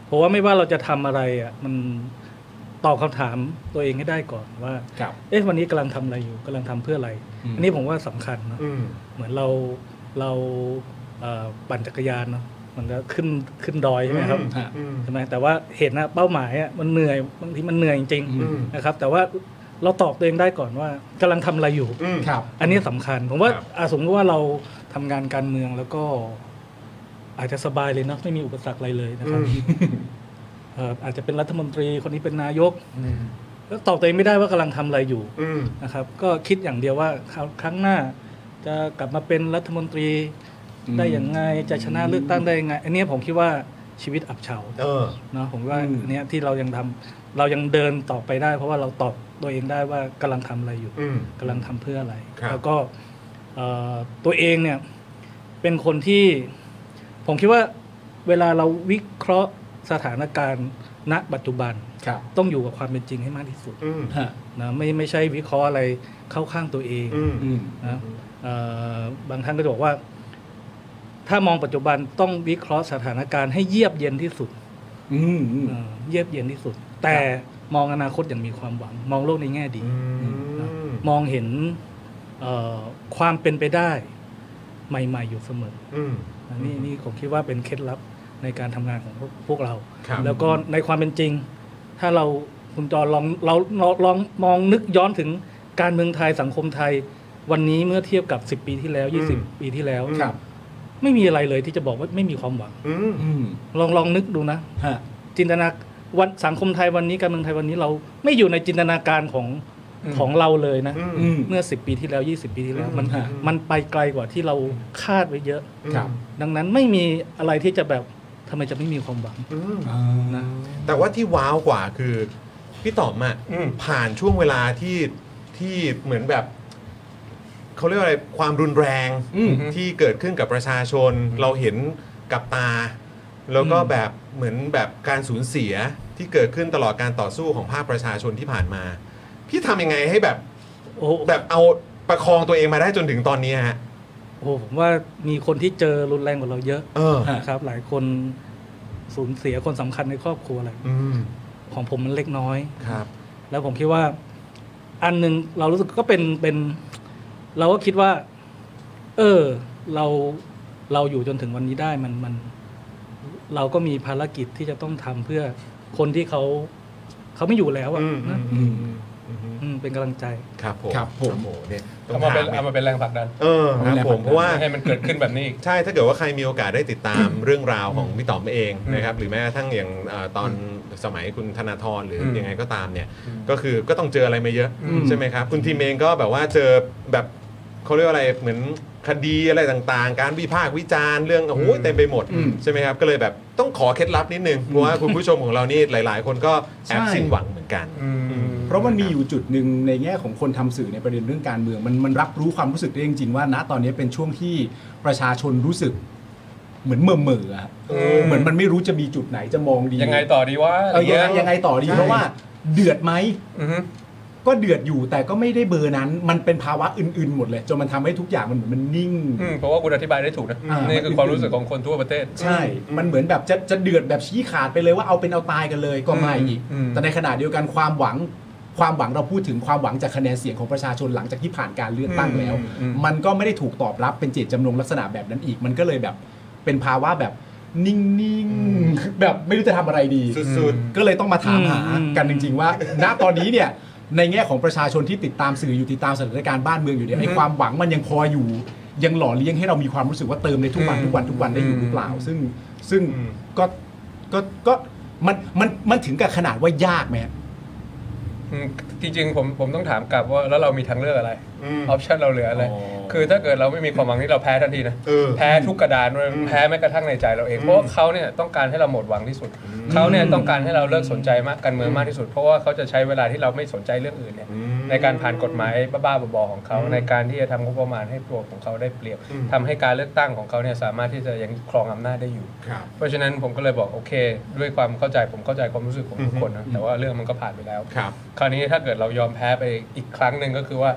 Speaker 7: ผมว่าไม่ว่าเราจะทำอะไรอ่ะมันตอบคำถามตัวเองให้ได้ก่อนว่า
Speaker 2: ครับ
Speaker 7: เอ๊ะวันนี้กำลังทำอะไรอยู่กำลังทำเพื่ออะไร
Speaker 2: อืม
Speaker 7: อันนี้ผมว่าสำคัญเนาะ
Speaker 1: อืม
Speaker 7: เหมือนเราเราเอ่อปั่นจักรยานเนาะมันก็ขึ้นขึ้นดอยใช่ไหมครับ
Speaker 1: อืม อืม
Speaker 7: ใช่ไหมแต่ว่าเห็นนะเป้าหมายอ่ะมันเหนื่อยบางทีมันเหนื่อยจริง
Speaker 1: อืม
Speaker 7: ๆนะครับ แต่ว่าเราตอบตัวเองได้ก่อนว่ากำลังทำอะไรอยู่
Speaker 1: อืม
Speaker 2: ครับ
Speaker 7: อันนี้สำคัญ ผมว่า
Speaker 1: ครับ
Speaker 7: อาสมมติว่าเราทำงานการเมืองแล้วก็อาจจะสบายเลยเนอะไม่มีอุปสรรคอะไรเลยนะ
Speaker 1: อื
Speaker 7: ครับ
Speaker 1: ม
Speaker 7: เอ่ออาจจะเป็นรัฐมนตรีคนนี้เป็นนายกก็ตอบตัวเองไม่ได้ว่ากำลังทำอะไรอยู่
Speaker 1: อืม
Speaker 7: นะครับ ก็คิดอย่างเดียวว่าคราวครั้งหน้า จะกลับมาเป็นรัฐมนตรี
Speaker 2: อืม
Speaker 7: ได้อย่างไงจะชนะเลือกตั้งได้ยังไง อันนี้ผมคิดว่าชีวิตอับเฉา
Speaker 1: เออ
Speaker 7: เนาะผมว่าอันเนี้ยที่เรายังทำเรายังเดินต่อไปได้ เพราะว่าเราตอบตัวเองได้ว่ากำลังทำอะไรอยู่
Speaker 1: อืม
Speaker 7: กำลังทำเพื่ออะไร
Speaker 1: ครับ
Speaker 7: แล้วก็เอ่อตัวเองเนี่ยเป็นคนที่ผมคิดว่าเวลาเราวิเคราะห์สถานการณ์ณปัจจุบัน
Speaker 2: ครับ
Speaker 7: ต้องอยู่กับความเป็นจริงให้มากที่สุด
Speaker 1: อืม
Speaker 2: ฮะ
Speaker 7: นะไม่ไม่ใช่วิเคราะห์อะไรเข้าข้างตัวเอง
Speaker 1: อืม
Speaker 2: อืม
Speaker 7: นะเอ่อบางท่านก็จะบอกว่า ถ้ามองปัจจุบันต้องวิเคราะห์สถานการณ์ให้เยียบเย็นที่สุด
Speaker 2: อืมอืม
Speaker 7: เอ่อเยียบเย็นที่สุด แต่มองอนาคตอย่างมีความหวัง มองโลกในแง่ดี
Speaker 1: อืม
Speaker 7: มองเห็นเอ่อความเป็นไปได้ ใหม่ ๆ อยู่เสมอ
Speaker 1: อืม
Speaker 7: อันนี่นี่ผมคิดว่าเป็นเคล็ดลับในการทำงานของพวกพวกเรา
Speaker 1: ครับ
Speaker 7: แล้วก็ในความเป็นจริง ถ้าเราคุณจอลองเราเราลองมองนึกย้อนถึงการเมืองไทยสังคมไทย วันนี้เมื่อเทียบกับ 10 ปีที่แล้ว 20 ปีที่แล้ว
Speaker 2: ครับ
Speaker 7: ไม่มีอะไรเลยที่จะบอกว่าไม่มีความหวัง
Speaker 1: อืม
Speaker 2: อืม
Speaker 7: ลองลองนึกดูนะ
Speaker 2: ฮะ
Speaker 7: จินตนาวันสังคมไทยวันนี้การเมืองไทยวันนี้เราไม่อยู่ในจินตนาการของของเราเลยนะ
Speaker 2: อืม
Speaker 7: เมื่อ 10 ปีที่แล้ว 20 ปีที่แล้ว มัน
Speaker 2: อืม
Speaker 7: มันไปไกลกว่าที่เราคาดไว้เยอะ
Speaker 2: ครับ
Speaker 7: ดังนั้นไม่มีอะไรที่จะแบบทำไมจะไม่มีความหวัง
Speaker 2: อ่า
Speaker 7: นะ
Speaker 1: แต่ว่าที่ว้าวกว่าคือ พี่ต๋อมอะ
Speaker 6: อืม
Speaker 1: ผ่านช่วงเวลาที่ที่เหมือนแบบเขาเรียกว่าอะไรความรุนแรง
Speaker 2: อืม
Speaker 1: ที่เกิดขึ้นกับประชาชน เราเห็นกับตา แล้วก็
Speaker 2: อืม
Speaker 1: แบบเหมือนแบบการสูญเสียที่เกิดขึ้นตลอดการต่อสู้ของภาคประชาชนที่ผ่านมา พี่ทำยังไงให้แบบ
Speaker 7: โอ้
Speaker 1: แบบเอาประคองตัวเองมาได้จนถึงตอนนี้ฮะ
Speaker 7: โอ้ผมว่ามีคนที่เจอรุนแรงกว่าเราเยอะ
Speaker 1: เออ
Speaker 2: ฮะ
Speaker 7: นะครับ หลายคนสูญเสียคนสำคัญในครอบครัวอะไร
Speaker 1: อืม
Speaker 7: ของผมมันเล็กน้อย
Speaker 1: ครับ
Speaker 7: แล้วผมคิดว่า อันหนึ่งเรารู้สึกก็เป็นเป็น เราก็คิดว่า เออ เราเราอยู่จนถึงวันนี้ได้มันมัน เราก็มีภารกิจที่จะต้องทำเพื่อคนที่เขาเขาไม่อยู่แล้วอะ
Speaker 1: อืมอื
Speaker 7: นะ
Speaker 1: มอืมอืม
Speaker 7: อืมเป็นกำลังใจ
Speaker 1: ครับผม
Speaker 2: ครับผม
Speaker 1: โอ้โหเนี่ยต้อง
Speaker 6: เอามาเป็น
Speaker 1: ถาม
Speaker 6: เอามาเป็นแรงผลักดัน
Speaker 1: เออครับผมเพราะว่า
Speaker 6: ไม่ให้มันเกิดขึ้นแบบนี้อีก
Speaker 1: ใช่ ถ้าเกิดว่าใครมีโอกาสได้ติดตาม เรื่องราวของพี่ต๋อมเองนะครับหรือแม้กระทั่งอย่างเอ่อตอนสมัยคุณธนาธรหรืออยังไงก็ตามเนี่ย ก็คือก็ต้องเจออะไรมาเยอะ
Speaker 2: อืม
Speaker 1: ใช่ไหมครับ คุณทีมเองก็แบบว่าเจอแบบเขาเรียกว่าอะไรเหมือนคดีอะไรต่างๆ การวิพากษ์วิจารณ์เรื่องโอ้โหเต็มไปหมด ใช่ไหมครับ ก็เลยแบบต้องขอเคล็ดลับนิดนึงเพราะว่าคุณผู้ชมของเรานี่หลาย ๆ คนก็แอบสิ้นหวังเหมือนกัน
Speaker 2: เพราะมันมีอยู่จุดหนึ่งในแง่ของคนทำสื่อในประเด็นเรื่องการเมือง มันมันรับรู้ความรู้สึกได้จริงๆว่าณตอนนี้เป็นช่วงที่ประชาชนรู้สึก เหมือนเมื่อเมื่อะ
Speaker 6: ม
Speaker 2: เหมือนมันไม่รู้จะมีจุดไหนจะมองดี
Speaker 6: ยังไงต่อดีวะ
Speaker 2: เออยังไงยังไงต่อดี
Speaker 1: ใช่
Speaker 2: เพราะว่า เดือดไหม
Speaker 6: อือฮึ
Speaker 2: ก็เดือดอยู่แต่ก็ไม่ได้เบอร์นั้น มันเป็นภาวะอื่นๆหมดเลยจนมันทำให้ทุกอย่างมันเหมือนมันนิ่ง
Speaker 6: อืมเพราะว่าคุณอธิบายได้ถูกนะ
Speaker 2: อ่ามั
Speaker 6: นี่
Speaker 2: น
Speaker 6: คือความรู้สึกของคนทั่วประเทศ
Speaker 2: ใช่ มันเหมือนแบบจะจะเดือดแบบชี้ขาดไปเลยว่าเอาเป็นเอาตายกันเลยก็ไม่
Speaker 6: อืม
Speaker 2: อีก
Speaker 6: อืม
Speaker 2: แต่ในขณะเดียวกันความหวัง ความหวังเราพูดถึงความหวังจากคะแนนเสียงของประชาชนหลังจากที่ผ่านการเลือกตั้งแล้ว มันก็ไม่ได้ถูกตอบรับเป็นเจตจำนงลักษณะแบบนั้นอีก มันก็เลยแบบเป็นภาวะแบบนิ่งๆ แบบไม่รู้จะทำอะไรดี
Speaker 1: สุด
Speaker 2: ก็เลยต้องมาถามหา
Speaker 7: อืม
Speaker 2: กันจริง ๆ ว่า ณตอนนี้เนี่ยในแง่ของประชาชนที่ติดตามสื่ออยู่ติดตามสถานการณ์บ้านเมืองอยู่เนี่ยไอ้ความหวังมันยังพออยู่ ยังหล่อเลี้ยงให้เรามีความรู้สึกว่าเติมในทุกวันทุกวันทุกวันได้อยู่หรือเปล่า ซึ่งซึ่ง
Speaker 1: อืม
Speaker 2: ก็ก็ก็มันมันมันถึงกับขนาดว่ายากไหมฮะ
Speaker 6: อืมจริงๆผมผมต้องถามกลับว่าแล้วเรามีทางเลือกอะไร
Speaker 1: ๆอื
Speaker 6: อ
Speaker 1: ม
Speaker 6: อปชันเราเหลืออะไร
Speaker 2: อ๋อ
Speaker 6: คือถ้าเกิดเราไม่มีความหวังนี่เราแพ้ทันทีนะ
Speaker 1: เออ
Speaker 6: แพ้ทุกกระดานเลยแพ้แม้กระทั่งในใจเราเอง เพราะว่าเขาเนี่ยต้องการให้เราหมดหวังที่สุด เขาเนี่ยต้องการให้เราเลิกสนใจมากการเมืองมากที่สุด เพราะว่าเขาจะใช้เวลาที่เราไม่สนใจเรื่องอื่นเนี่ย
Speaker 1: อืม
Speaker 6: ในการผ่านกฎหมายบ้าๆบอๆของเขาในการที่จะทำงบประมาณให้ตัวของเขาได้เปรียบ
Speaker 1: อืม
Speaker 6: ทำให้การเลือกตั้งของเขาเนี่ยสามารถที่จะยังครองอำนาจได้อยู่
Speaker 1: ครับ
Speaker 6: เพราะฉะนั้นผมก็เลยบอกโอเค ด้วยความเข้าใจผมเข้าใจความรู้สึกของทุกคนนะแต่ว่าเรื่องมันก็ผ่านไปแล้ว
Speaker 1: ครับ
Speaker 6: คราวนี้ถ้าเกิดเรายอมแพ้ไปอีกครั้งหนึ่งก็คือว่า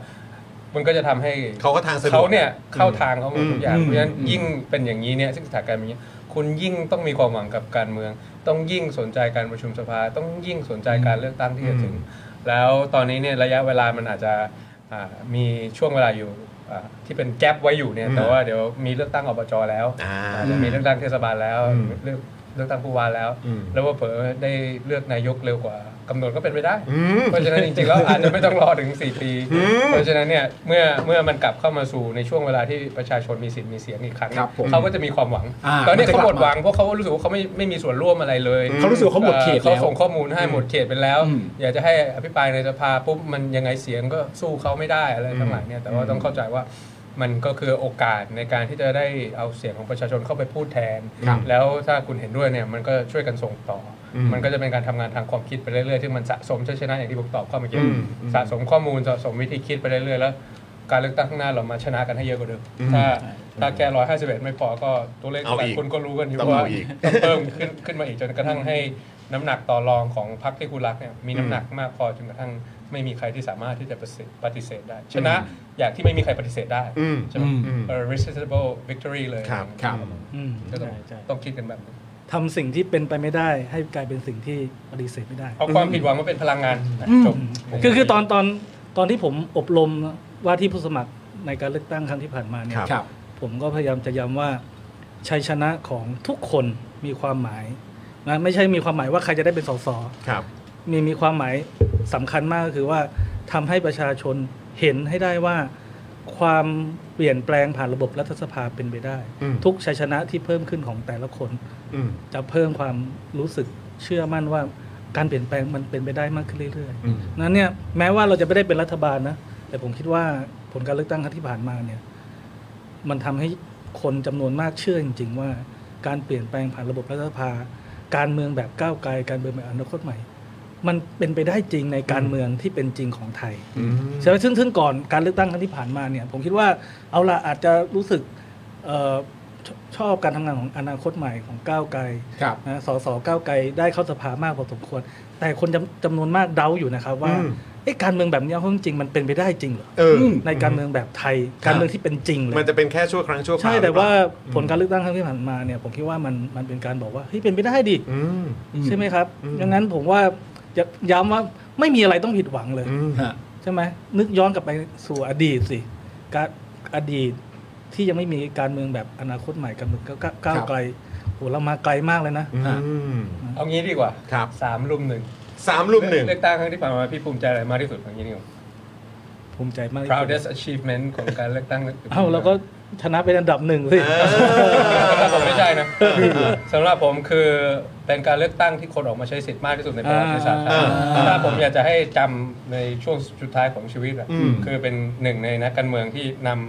Speaker 6: มันก็จะทำให้
Speaker 1: เขาก็ทางสะดวก
Speaker 6: เขาเนี่ยเข้าทางเขาหมดทุกอย่าง
Speaker 2: อืม
Speaker 6: เพราะฉะนั้น
Speaker 2: อืม
Speaker 6: ยิ่งเป็นอย่างนี้เนี่ยซึ่งสถานการณ์แบบนี้คุณยิ่งต้องมีความหวังกับการเมือง ต้องยิ่งสนใจการประชุมสภา ต้องยิ่งสนใจการเลือกตั้งที่จะถึง แล้วตอนนี้เนี่ยระยะเวลามันอาจจะอ่ามีช่วงเวลาอยู่อ่าที่เป็นแกลบไว้อยู่เนี่ย
Speaker 1: อืม
Speaker 6: แต่ว่าเดี๋ยวมีเลือกตั้งอบจแล้ว
Speaker 1: อ่า
Speaker 6: อาจจะมีเลือกตั้งเทศบาลแล้ว
Speaker 1: อืม
Speaker 6: เลือกเลือกตั้งผู้ว่าแล้ว
Speaker 1: อืม
Speaker 6: แล้วว่าเผลอได้เลือกนายกเร็วกว่ากำหนดก็เป็นไปได้
Speaker 1: อืม
Speaker 6: เพราะฉะนั้นจริงๆแล้วอาจจะไม่ต้องรอถึง 4 ปี เพราะฉะนั้นเนี่ยเมื่อเมื่อมันกลับเข้ามาสู่ในช่วงเวลาที่ประชาชนมีสิทธิ์มีเสียงอีกครั้ง
Speaker 2: ครับผม
Speaker 6: เขาก็จะมีความหวัง
Speaker 2: อ่า
Speaker 6: ตอนนี้เขาหมด
Speaker 2: มันจะกลับมา
Speaker 6: หวังเพราะเขารู้สึกว่าเขาไม่ไม่มีส่วนร่วมอะไรเลย
Speaker 2: เขารู้สึกว่าเขาหมดเขตแล้ว
Speaker 6: เขาส่งข้อมูลให้หมดเขตไปแล้ว
Speaker 2: อืม
Speaker 6: อยากจะให้อภิปรายในสภาปุ๊บมันยังไงเสียงก็สู้เขาไม่ได้อะไรทั้งหลายเนี่ยแต่ว่าต้องเข้าใจว่ามันก็คือโอกาสในการที่จะได้เอาเสียงของประชาชนเข้าไปพูดแทน
Speaker 2: ครับ
Speaker 6: แล้วถ้าคุณเห็นด้วยเนี่ยมันก็ช่วยกันส่งต่ออ
Speaker 1: ม
Speaker 6: มันก็จะเป็นการทำงานทางความคิดไปเรื่อยๆที่มันสะสมชัยชนะอย่างที่ผมตอบข้อเมื่อกี้
Speaker 1: อืมอืม
Speaker 6: สะสมข้อมูลสะสมวิธีคิดไปเรื่อยๆแล้ว การเลือกตั้งข้างหน้าเรามาชนะกันให้เยอะกว่าเดิม
Speaker 1: อืม
Speaker 6: ถ้าถ้าแก้ร้อยห้าสิบเอ็ดไม่พอก็ตัวเลข
Speaker 1: เอาอีก
Speaker 6: คุณก็รู้กันอยู่
Speaker 1: ต้อง
Speaker 6: ว่า
Speaker 1: เอาอีก
Speaker 6: ต้องเพิ่มขึ้นขึ้นมาอีกจนกระทั่งให้น้ำหนักต่อรองของพรรคที่คุณรักเนี่ยมีน้ำหนักมากพอจนกระทั่งไม่มีใครที่สามารถที่จะปฏิเสธปฏิเสธได้ ชนะอย่างที่ไม่มีใครปฏิเสธได้
Speaker 1: อืม
Speaker 6: ใช่ไหม
Speaker 2: อืม
Speaker 1: อืม
Speaker 6: เอ่อ resistible victory เลย
Speaker 1: ครับ
Speaker 2: ครับ
Speaker 7: อืม
Speaker 6: ก็ต้อง
Speaker 7: ใช่ใช่
Speaker 6: ต้องคิดกันแบบนี้
Speaker 7: ทำสิ่งที่เป็นไปไม่ได้ ให้กลายเป็นสิ่งที่ปฏิเสธไม่ได้
Speaker 6: เอาความผิดหวังมาเป็นพลังงานจบ
Speaker 7: คือคือตอนตอนตอนที่ผมอบรมว่าที่ผู้สมัครในการเลือกตั้งครั้งที่ผ่านมาเนี่ย
Speaker 1: ครับ
Speaker 2: ครับ
Speaker 7: ผ ผมก็พยายามจะย้ำว่าชัยชนะของทุกคนมีความหมายนะไม่ใช่มีความหมายว่าใครจะได้เป็นสส
Speaker 2: ครับ
Speaker 7: มีมีความหมายสำคัญมากก็คือว่าทำให้ประชาชนเห็นให้ได้ว่า ความเปลี่ยนแปลงผ่านระบบรัฐสภาเป็นไปได้
Speaker 2: อืม
Speaker 7: ทุกชัยชนะที่เพิ่มขึ้นของแต่ละคน
Speaker 2: อืม
Speaker 7: จะเพิ่มความรู้สึกเชื่อมั่นว่าการเปลี่ยนแปลงมันเป็นไปได้มากขึ้นเรื่อย
Speaker 2: อืม
Speaker 7: ๆนั้นเนี่ยแม้ว่าเราจะไม่ได้เป็นรัฐบาลนะแต่ผมคิดว่าผลการเลือกตั้งครั้งที่ผ่านมาเนี่ยมันทำให้คนจำนวนมากเชื่อจริง ๆ ว่าการเปลี่ยนแปลงผ่านระบบรัฐสภา การเมืองแบบก้าวไกลการเมืองแบบอนาคตใหม่ มันเป็นไปได้จริงในการเมืองที่เป็นจริงของไทย
Speaker 2: อืม
Speaker 7: ใช่ไหมซึ่งซึ่งก่อนการเลือกตั้งครั้งที่ผ่านมาเนี่ยผมคิดว่าเอาละอาจจะรู้สึกเออชชอบการทำงานของอนาคตใหม่ของก้าวไกล
Speaker 2: ครับ
Speaker 7: นะสสก้าวไกลได้เข้าสภามากพอสมควร แต่คนจำจำนวนมากเดาอยู่นะครับว่า
Speaker 2: อืม
Speaker 7: เอ๊ะการเมืองแบบนี้เอาเข้าจริงๆมันเป็นไปได้จริงเหรอ
Speaker 1: เออ
Speaker 7: ในการเมืองแบบไทย
Speaker 1: ครับ
Speaker 7: การเมืองที่เป็นจริงเลย
Speaker 1: มันจะเป็นแค่ชั่วครั้งชั่วคราว
Speaker 7: ใช่แต่ว่า
Speaker 1: หรือเปล่
Speaker 7: ผลการเลือกตั้งครั้งที่ผ่านมาเนี่ยผมคิดว่ามันมันเป็นการบอกว่าเฮ้ยเป็นไปได้ดิ
Speaker 1: อืม
Speaker 7: ใช่ไหมครับ
Speaker 1: อืม
Speaker 7: ดังนั้นผมว่าจะย้ำว่าไม่มีอะไรต้องผิดหวังเลย
Speaker 1: อืม
Speaker 2: ฮะ
Speaker 7: ใช่ไหมนึกย้อนกลับไปสู่อดีตสิการอดีตที่ยังไม่มีการเมืองแบบอนาคตใหม่การเมืองก้าวก้าวไกลโหเรามาไกลมากเลยนะ
Speaker 1: อืม
Speaker 6: เอางี้ดีกว่า
Speaker 1: ครับ
Speaker 6: สามรุมหนึ่ง
Speaker 1: สามลุมหนึ่ง
Speaker 6: เลือกตั้งครั้งที่ผ่านมาพี่ภูมิใจอะไรมากที่สุดของยี่นิว
Speaker 7: ภูมิใจมากที่สุด
Speaker 6: proudest achievement ของการเลือกตั้ง
Speaker 7: เอ้าเราก็ชนะเป็นอันดับหนึ่งสิ
Speaker 6: ผมไม่ใช่นะสำหรับผมคือเป็นการเลือกตั้งที่คนออกมาใช้สิทธิ์มากที่สุดในประวัติศาสตร์ไทย
Speaker 1: อ่าอ่า
Speaker 6: ถ้าผมอยากจะให้จำในช่วงสุดท้ายของชีวิตอะ
Speaker 1: อืม
Speaker 6: คือเป็นหนึ่งในนักการเมืองที่นำ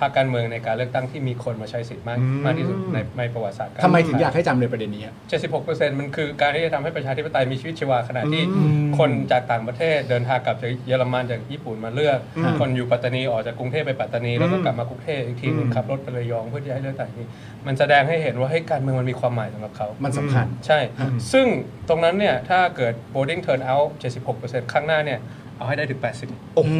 Speaker 6: พรรคการเมืองในการเลือกตั้งที่มีคนมาใช้สิทธิ์มากมากที่สุดในในประวัติศาสตร์กร
Speaker 2: ทำไมถึงอยากให้จำในประเด็นนี้ฮะ
Speaker 6: 76%มันคือการที่จะทำให้ประชาธิปไตยมีชีวิตชีวาขณะที่
Speaker 2: อืม
Speaker 6: คนจากต่างประเทศเดินทางกลับจากเยอรมันจากญี่ปุ่นมาเลือก
Speaker 1: อืม
Speaker 6: คนอยู่ปัตตานีออกจากกรุงเทพไปปัตตานีแล้วก็กลับมากรุงเทพอีกทีหนึง
Speaker 1: อืม
Speaker 6: ขับรถไประยองเพื่อที่จะให้เลือกตั้งอีกทีมันแสดงให้เห็นว่าให้ยการเมืองมันมีความหมายสำหรับเขา
Speaker 2: มันสำคัญ
Speaker 6: ใช่ ซึ่งตรงนั้นเนี่ยถ้าเกิด voting turn out 76%ข้างหน้าเนี่ยเอาให้ได้ถึง 80
Speaker 1: โอ้โห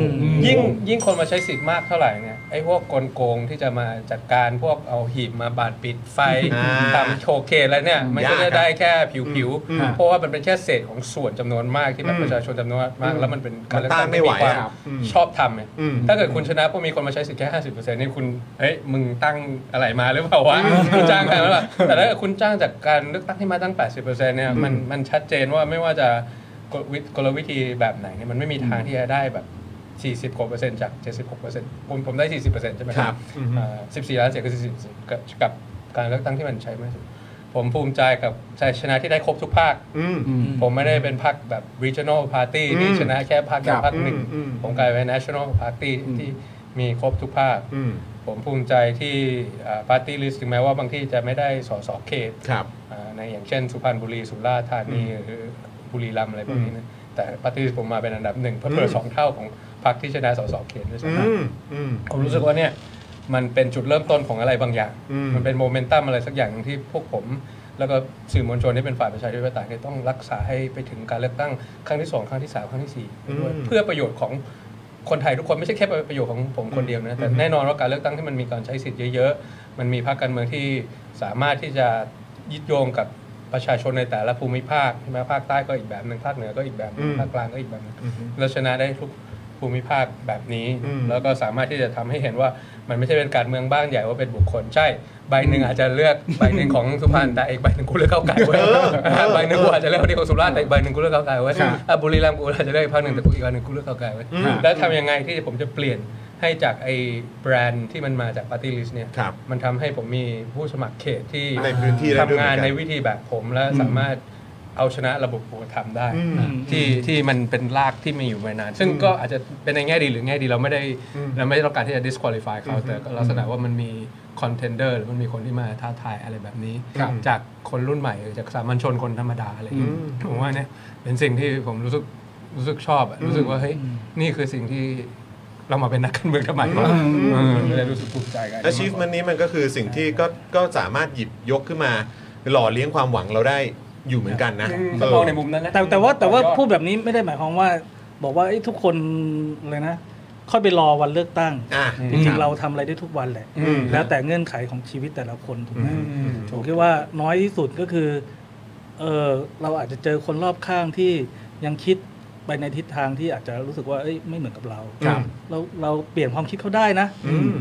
Speaker 6: ยิ่งยิ่งคนมาใช้สิทธิ์มากเท่าไหร่เนี่ยไอ้พวกกลโกงที่จะมาจัดการพวกเอาหีบมาบาดปิดไฟ
Speaker 1: อ่า
Speaker 6: ตามโชว์เคสแล้วเนี่ยมันก็
Speaker 1: ยากครั
Speaker 6: จะ
Speaker 1: บ
Speaker 6: ได้แค่ผิว
Speaker 2: อืม
Speaker 6: ๆเพราะว่ามันเป็นแค่เศษของส่วนจำนวนมากที่แบบประชาชนจำนวนมากแล้วมันเป็นการเลือกตั้งที่มีค
Speaker 1: มั
Speaker 6: วาม
Speaker 1: นต้านไม่ไหวอะอืม
Speaker 6: ชอบทำเนี่ย
Speaker 1: อืม
Speaker 6: ถ้าเกิดคุณชนะพวกมีคนมาใช้สิทธิ์แค่ห้าสิบเปอร์เซ็นต์นี่คุณ เฮ้ย มึงตั้งอะไรมาหรือเปล่าวะ คุณจ้างใครมาหรือเปล่าแต่ถ้าเกิดคุณจ้างจากการเลือกตั้งที่มาตั้งแปดสิบเปอร์เซ็นต์เนี่ย มัน มันชัดเจนว่าไม่ว่าจะกลวิกลวิธีแบบไหนเนี่ย มันไม่มีทางที่จะได้แบบสี่สิบกว่าเปอร์เซ็นต์จากเจ็ดสิบหกเปอร์เซ็นต์ผมผมได้สี่สิบเปอร์เซ็นต์ใช่ไหม
Speaker 1: ครับอืม
Speaker 6: สิบสี่า14 ล้านเสียงคือสี่สิบกับกับการเลือกตั้งที่มันใช้มากที่สุดผมภูมิใจกับชัยชนะที่ได้ครบทุกภาค
Speaker 1: อืม
Speaker 6: ผมไม่ได้เป็นพรรคแบบ regional party ที่
Speaker 1: อืม
Speaker 6: ชนะแค่พรรคใด
Speaker 2: ครับ
Speaker 6: พรรคหนึ่ง
Speaker 1: อืมอืม
Speaker 6: ผมกลายเป็น national party ที่มีครบทุกภาค
Speaker 1: อืม
Speaker 6: ผมภูมิใจที่เอ่อ party list ถึงแม้ว่าบางที่จะไม่ได้สสเขต
Speaker 1: ครับ
Speaker 6: อ่าในอย่างเช่น สุพรรณบุรี สุราษฎร์ธานีหรือบุรีรัมย์อะไรพวกนี้นะ แต่ party list ผมมาเป็นอันดับหนึ่งเพื่อเปิด
Speaker 1: อืม
Speaker 6: สองเท่าของพรรคที่ชนะสสเขตด้วย
Speaker 1: อื
Speaker 6: ซ้ำ
Speaker 1: มอืม
Speaker 6: ผมรู้สึกว่าเนี่ยมันเป็นจุดเริ่มต้นของอะไรบางอย่าง
Speaker 1: อืม
Speaker 6: มันเป็นโมเมนตัมอะไรสักอย่างหนึ่งที่พวกผม แล้วก็สื่อมวลชนที่เป็นฝ่ายประชาธิปไตยเนี่ยต้องรักษาให้ไปถึงการเลือกตั้งครั้งที่สองครั้งที่สามครั้งที่สี่ด้วย
Speaker 1: อืม
Speaker 6: เพื่อประโยชน์ของคนไทยทุกคนไม่ใช่แค่ประโยชน์ของผมคนเดียวนะแต่
Speaker 1: อืม
Speaker 6: แน่นอนว่าการเลือกตั้งที่มันมีการใช้สิทธิ์เยอะๆมันมีพรรคการเมืองที่สามารถที่จะยึดโยงกับประชาชนในแต่ละภูมิภาคใช่ไหมภาคใต้ก็อีกแบบหนึ่งภาคเหนือก็อีกแบบหนึ่งภาคกลางก็อีกแบบหนึ่ง
Speaker 1: อืม
Speaker 6: เราชนะได้ทุกภูมิภาคแบบนี้
Speaker 1: อืม
Speaker 6: แล้วก็สามารถที่จะทำให้เห็นว่ามันไม่ใช่เป็นการเมืองบ้างใหญ่ว่าเป็นบุคคลใช่ ใบหนึ่งอาจจะเลือก ใบหนึ่งของสุพรรณแต่อีกใบหนึ่งกูเลือกเก้าวไก่ไว้ยใบหนึ่งกูอาจจะเลือกคนที่ของสุราษฎร์แต่อีกใบหนึ่งกูเลือกเก้าวไก่ไว้ยอ่ะบุรีรัมย์กูอาจจะเลือกอีกพักหนึ่งแต่กูอีกพักหนึ่งกูเลือกเก้าวไก่ไว้ย
Speaker 1: อืม
Speaker 6: แล้วทำยังไงที่ผมจะเปลี่ยนให้จากไอ้แบรนด์ที่มันมาจากปาร์ตี้ลิสต์เนี่ย
Speaker 1: ครับ
Speaker 6: มันทำให้ผมมีผู้สมัครเขตที่
Speaker 1: ในพื้นที่ได้
Speaker 6: ทำ
Speaker 1: ด้วยเหมื
Speaker 6: งา
Speaker 1: อน นกัน
Speaker 6: ในวิธีแบบผมและสามารถเอาชนะระบบอุปถัมภ์ได้
Speaker 1: อืม
Speaker 6: ที่ที่มันเป็นรากที่มีอยู่มานาน ซึ่งก็อาจจะเป็นในแง่ดีหรือแง่ดีเราไม่ได้
Speaker 1: อืม
Speaker 6: เราไม่ได้ต้องการที่จะ disqualify เขา
Speaker 1: อืม
Speaker 6: แต่ก็ลักษณะว่ามันมี contender หรือมันมีคนที่มาท้าทายอะไรแบบนี้
Speaker 1: ครับ
Speaker 6: จากคนรุ่นใหม่หรือจากสามัญชนคนธรรมดาอะไรอย่างเงี้ย
Speaker 1: อืม
Speaker 6: ผมว่าเนี่ยเป็นสิ่งที่ผมรู้สึกรู้สึกชอบอะรู้สึกว่าเฮ้ยนี่คือสิ่งที่เรามาเป็นนักการเมืองทำไมวะ
Speaker 1: อืม
Speaker 6: เออเลยรู้สึกภูมิใจกัน
Speaker 1: achievement นี้มันก็คือสิ่งที่ก็ก็สามารถหยิบยกขึ้นมา หล่อเลี้ยงความหวังเราได้อยู่เหมือนกันนะ
Speaker 6: ถ้ามองในมุมนั้นนะ
Speaker 7: แต่แต่ว่าแต่ว่า
Speaker 6: ต่อยอ
Speaker 7: พูดแบบนี้ไม่ได้หมายความว่า บอกว่าเอ้ยทุกคนเลยนะ ค่อยไปรอวันเลือกตั้ง
Speaker 1: อ่ะ
Speaker 7: จริงๆเราทำอะไรได้ทุกวันแหละ
Speaker 1: อืม
Speaker 7: แล้วแต่เงื่อนไขของชีวิตแต่ละคนถูกไหม
Speaker 1: อืม
Speaker 7: ผมคิดว่าน้อยที่สุดก็คือเออเราอาจจะเจอคนรอบข้างที่ยังคิดไปในทิศทางที่อาจจะรู้สึกว่าเอ้ยไม่เหมือนกับเรา
Speaker 1: ครับ
Speaker 7: เราเราเปลี่ยนความคิดเขาได้นะ
Speaker 1: อืม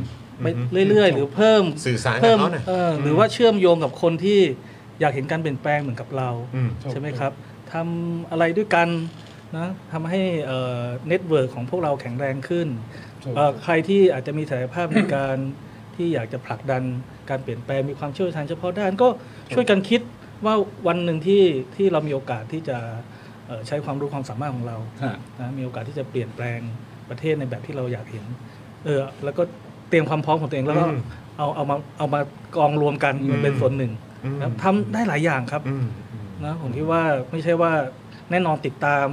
Speaker 7: ไปเรื่อยๆ หรือเพิ่ม
Speaker 1: สื่อสารกับ
Speaker 7: เพิ่ม
Speaker 1: เขาหน่อย
Speaker 7: เออหรือว่าเชื่อมโยงกับคนที่อยากเห็นการเปลี่ยนแปลงเหมือนกับเรา
Speaker 1: อืม
Speaker 7: ใช่ไหมครับทำอะไรด้วยกันนะทำให้เน็ตเวิร์กของพวกเราแข็งแรงขึ้นเอ่อใครที่อาจจะมีศักยภาพในการที่อยากจะผลักดันการเปลี่ยนแปลงมีความเชี่ยวชาญเฉพาะด้านก็ช่วยกันคิดว่าวันหนึ่งที่ที่เรามีโอกาสที่จะเอ่อใช้ความรู้ความสามารถของเรา
Speaker 2: ฮะ
Speaker 7: นะมีโอกาสที่จะเปลี่ยนแปลงประเทศในแบบที่เราอยากเห็น เออ แล้วก็เตรียมความพร้อมของตัวเองแล้วก็
Speaker 1: อืม
Speaker 7: เอาเอามาเอามากองรวมกัน
Speaker 1: อืม
Speaker 7: เป็นส่วนหนึ่ง
Speaker 1: อืม
Speaker 7: นะทำได้หลายอย่างครับ
Speaker 1: อืม
Speaker 7: นะผมคิดว่าไม่ใช่ว่าแน่นอนติดตาม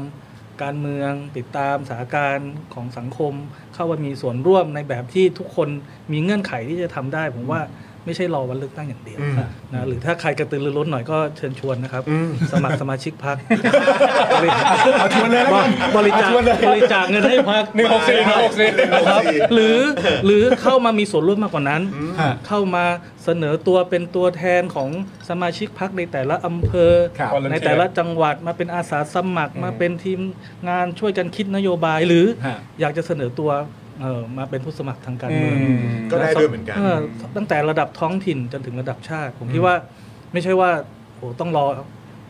Speaker 7: การเมือง ติดตามสถานการณ์ของสังคม เข้ามามีส่วนร่วมในแบบที่ทุกคนมีเงื่อนไขที่จะทำได้ ผมว่าไม่ใช่รอวันเลือกตั้งอย่างเดียว
Speaker 1: อืม
Speaker 7: นะหรือถ้าใครกระตือรือร้นหน่อยก็เชิญชวนนะครับ
Speaker 1: อืม
Speaker 7: สมัครสมาชิกพัก
Speaker 2: เอาชวนเลยแล้วกัน
Speaker 7: บริจาค
Speaker 2: ชวนเลย
Speaker 7: บริจาคเงินให้พัก
Speaker 6: หนึ่งหกสี่หนึ่งหกสี่
Speaker 7: ครับหรือหรือเข้ามามีส่วนร่วมมากกว่านั้น
Speaker 2: ฮะ
Speaker 7: เข้ามาเสนอตัวเป็นตัวแทนของสมาชิกพักในแต่ละอำเภอ
Speaker 2: ครับ
Speaker 7: ในแต่ละจังหวัดมาเป็นอาสาสมัครมาเป็นทีมงานช่วยกันคิดนโยบาย หรือ
Speaker 2: ฮะ
Speaker 7: อยากจะเสนอตัวเอ่อมาเป็นผู้สมัครทางการเมือง
Speaker 1: ก็ได้ด้วยเหมือนกัน
Speaker 7: ตั้งแต่ระดับท้องถิ่นจนถึงระดับชาติ ผมคิดว่าไม่ใช่ว่าโอ้โหต้องรอ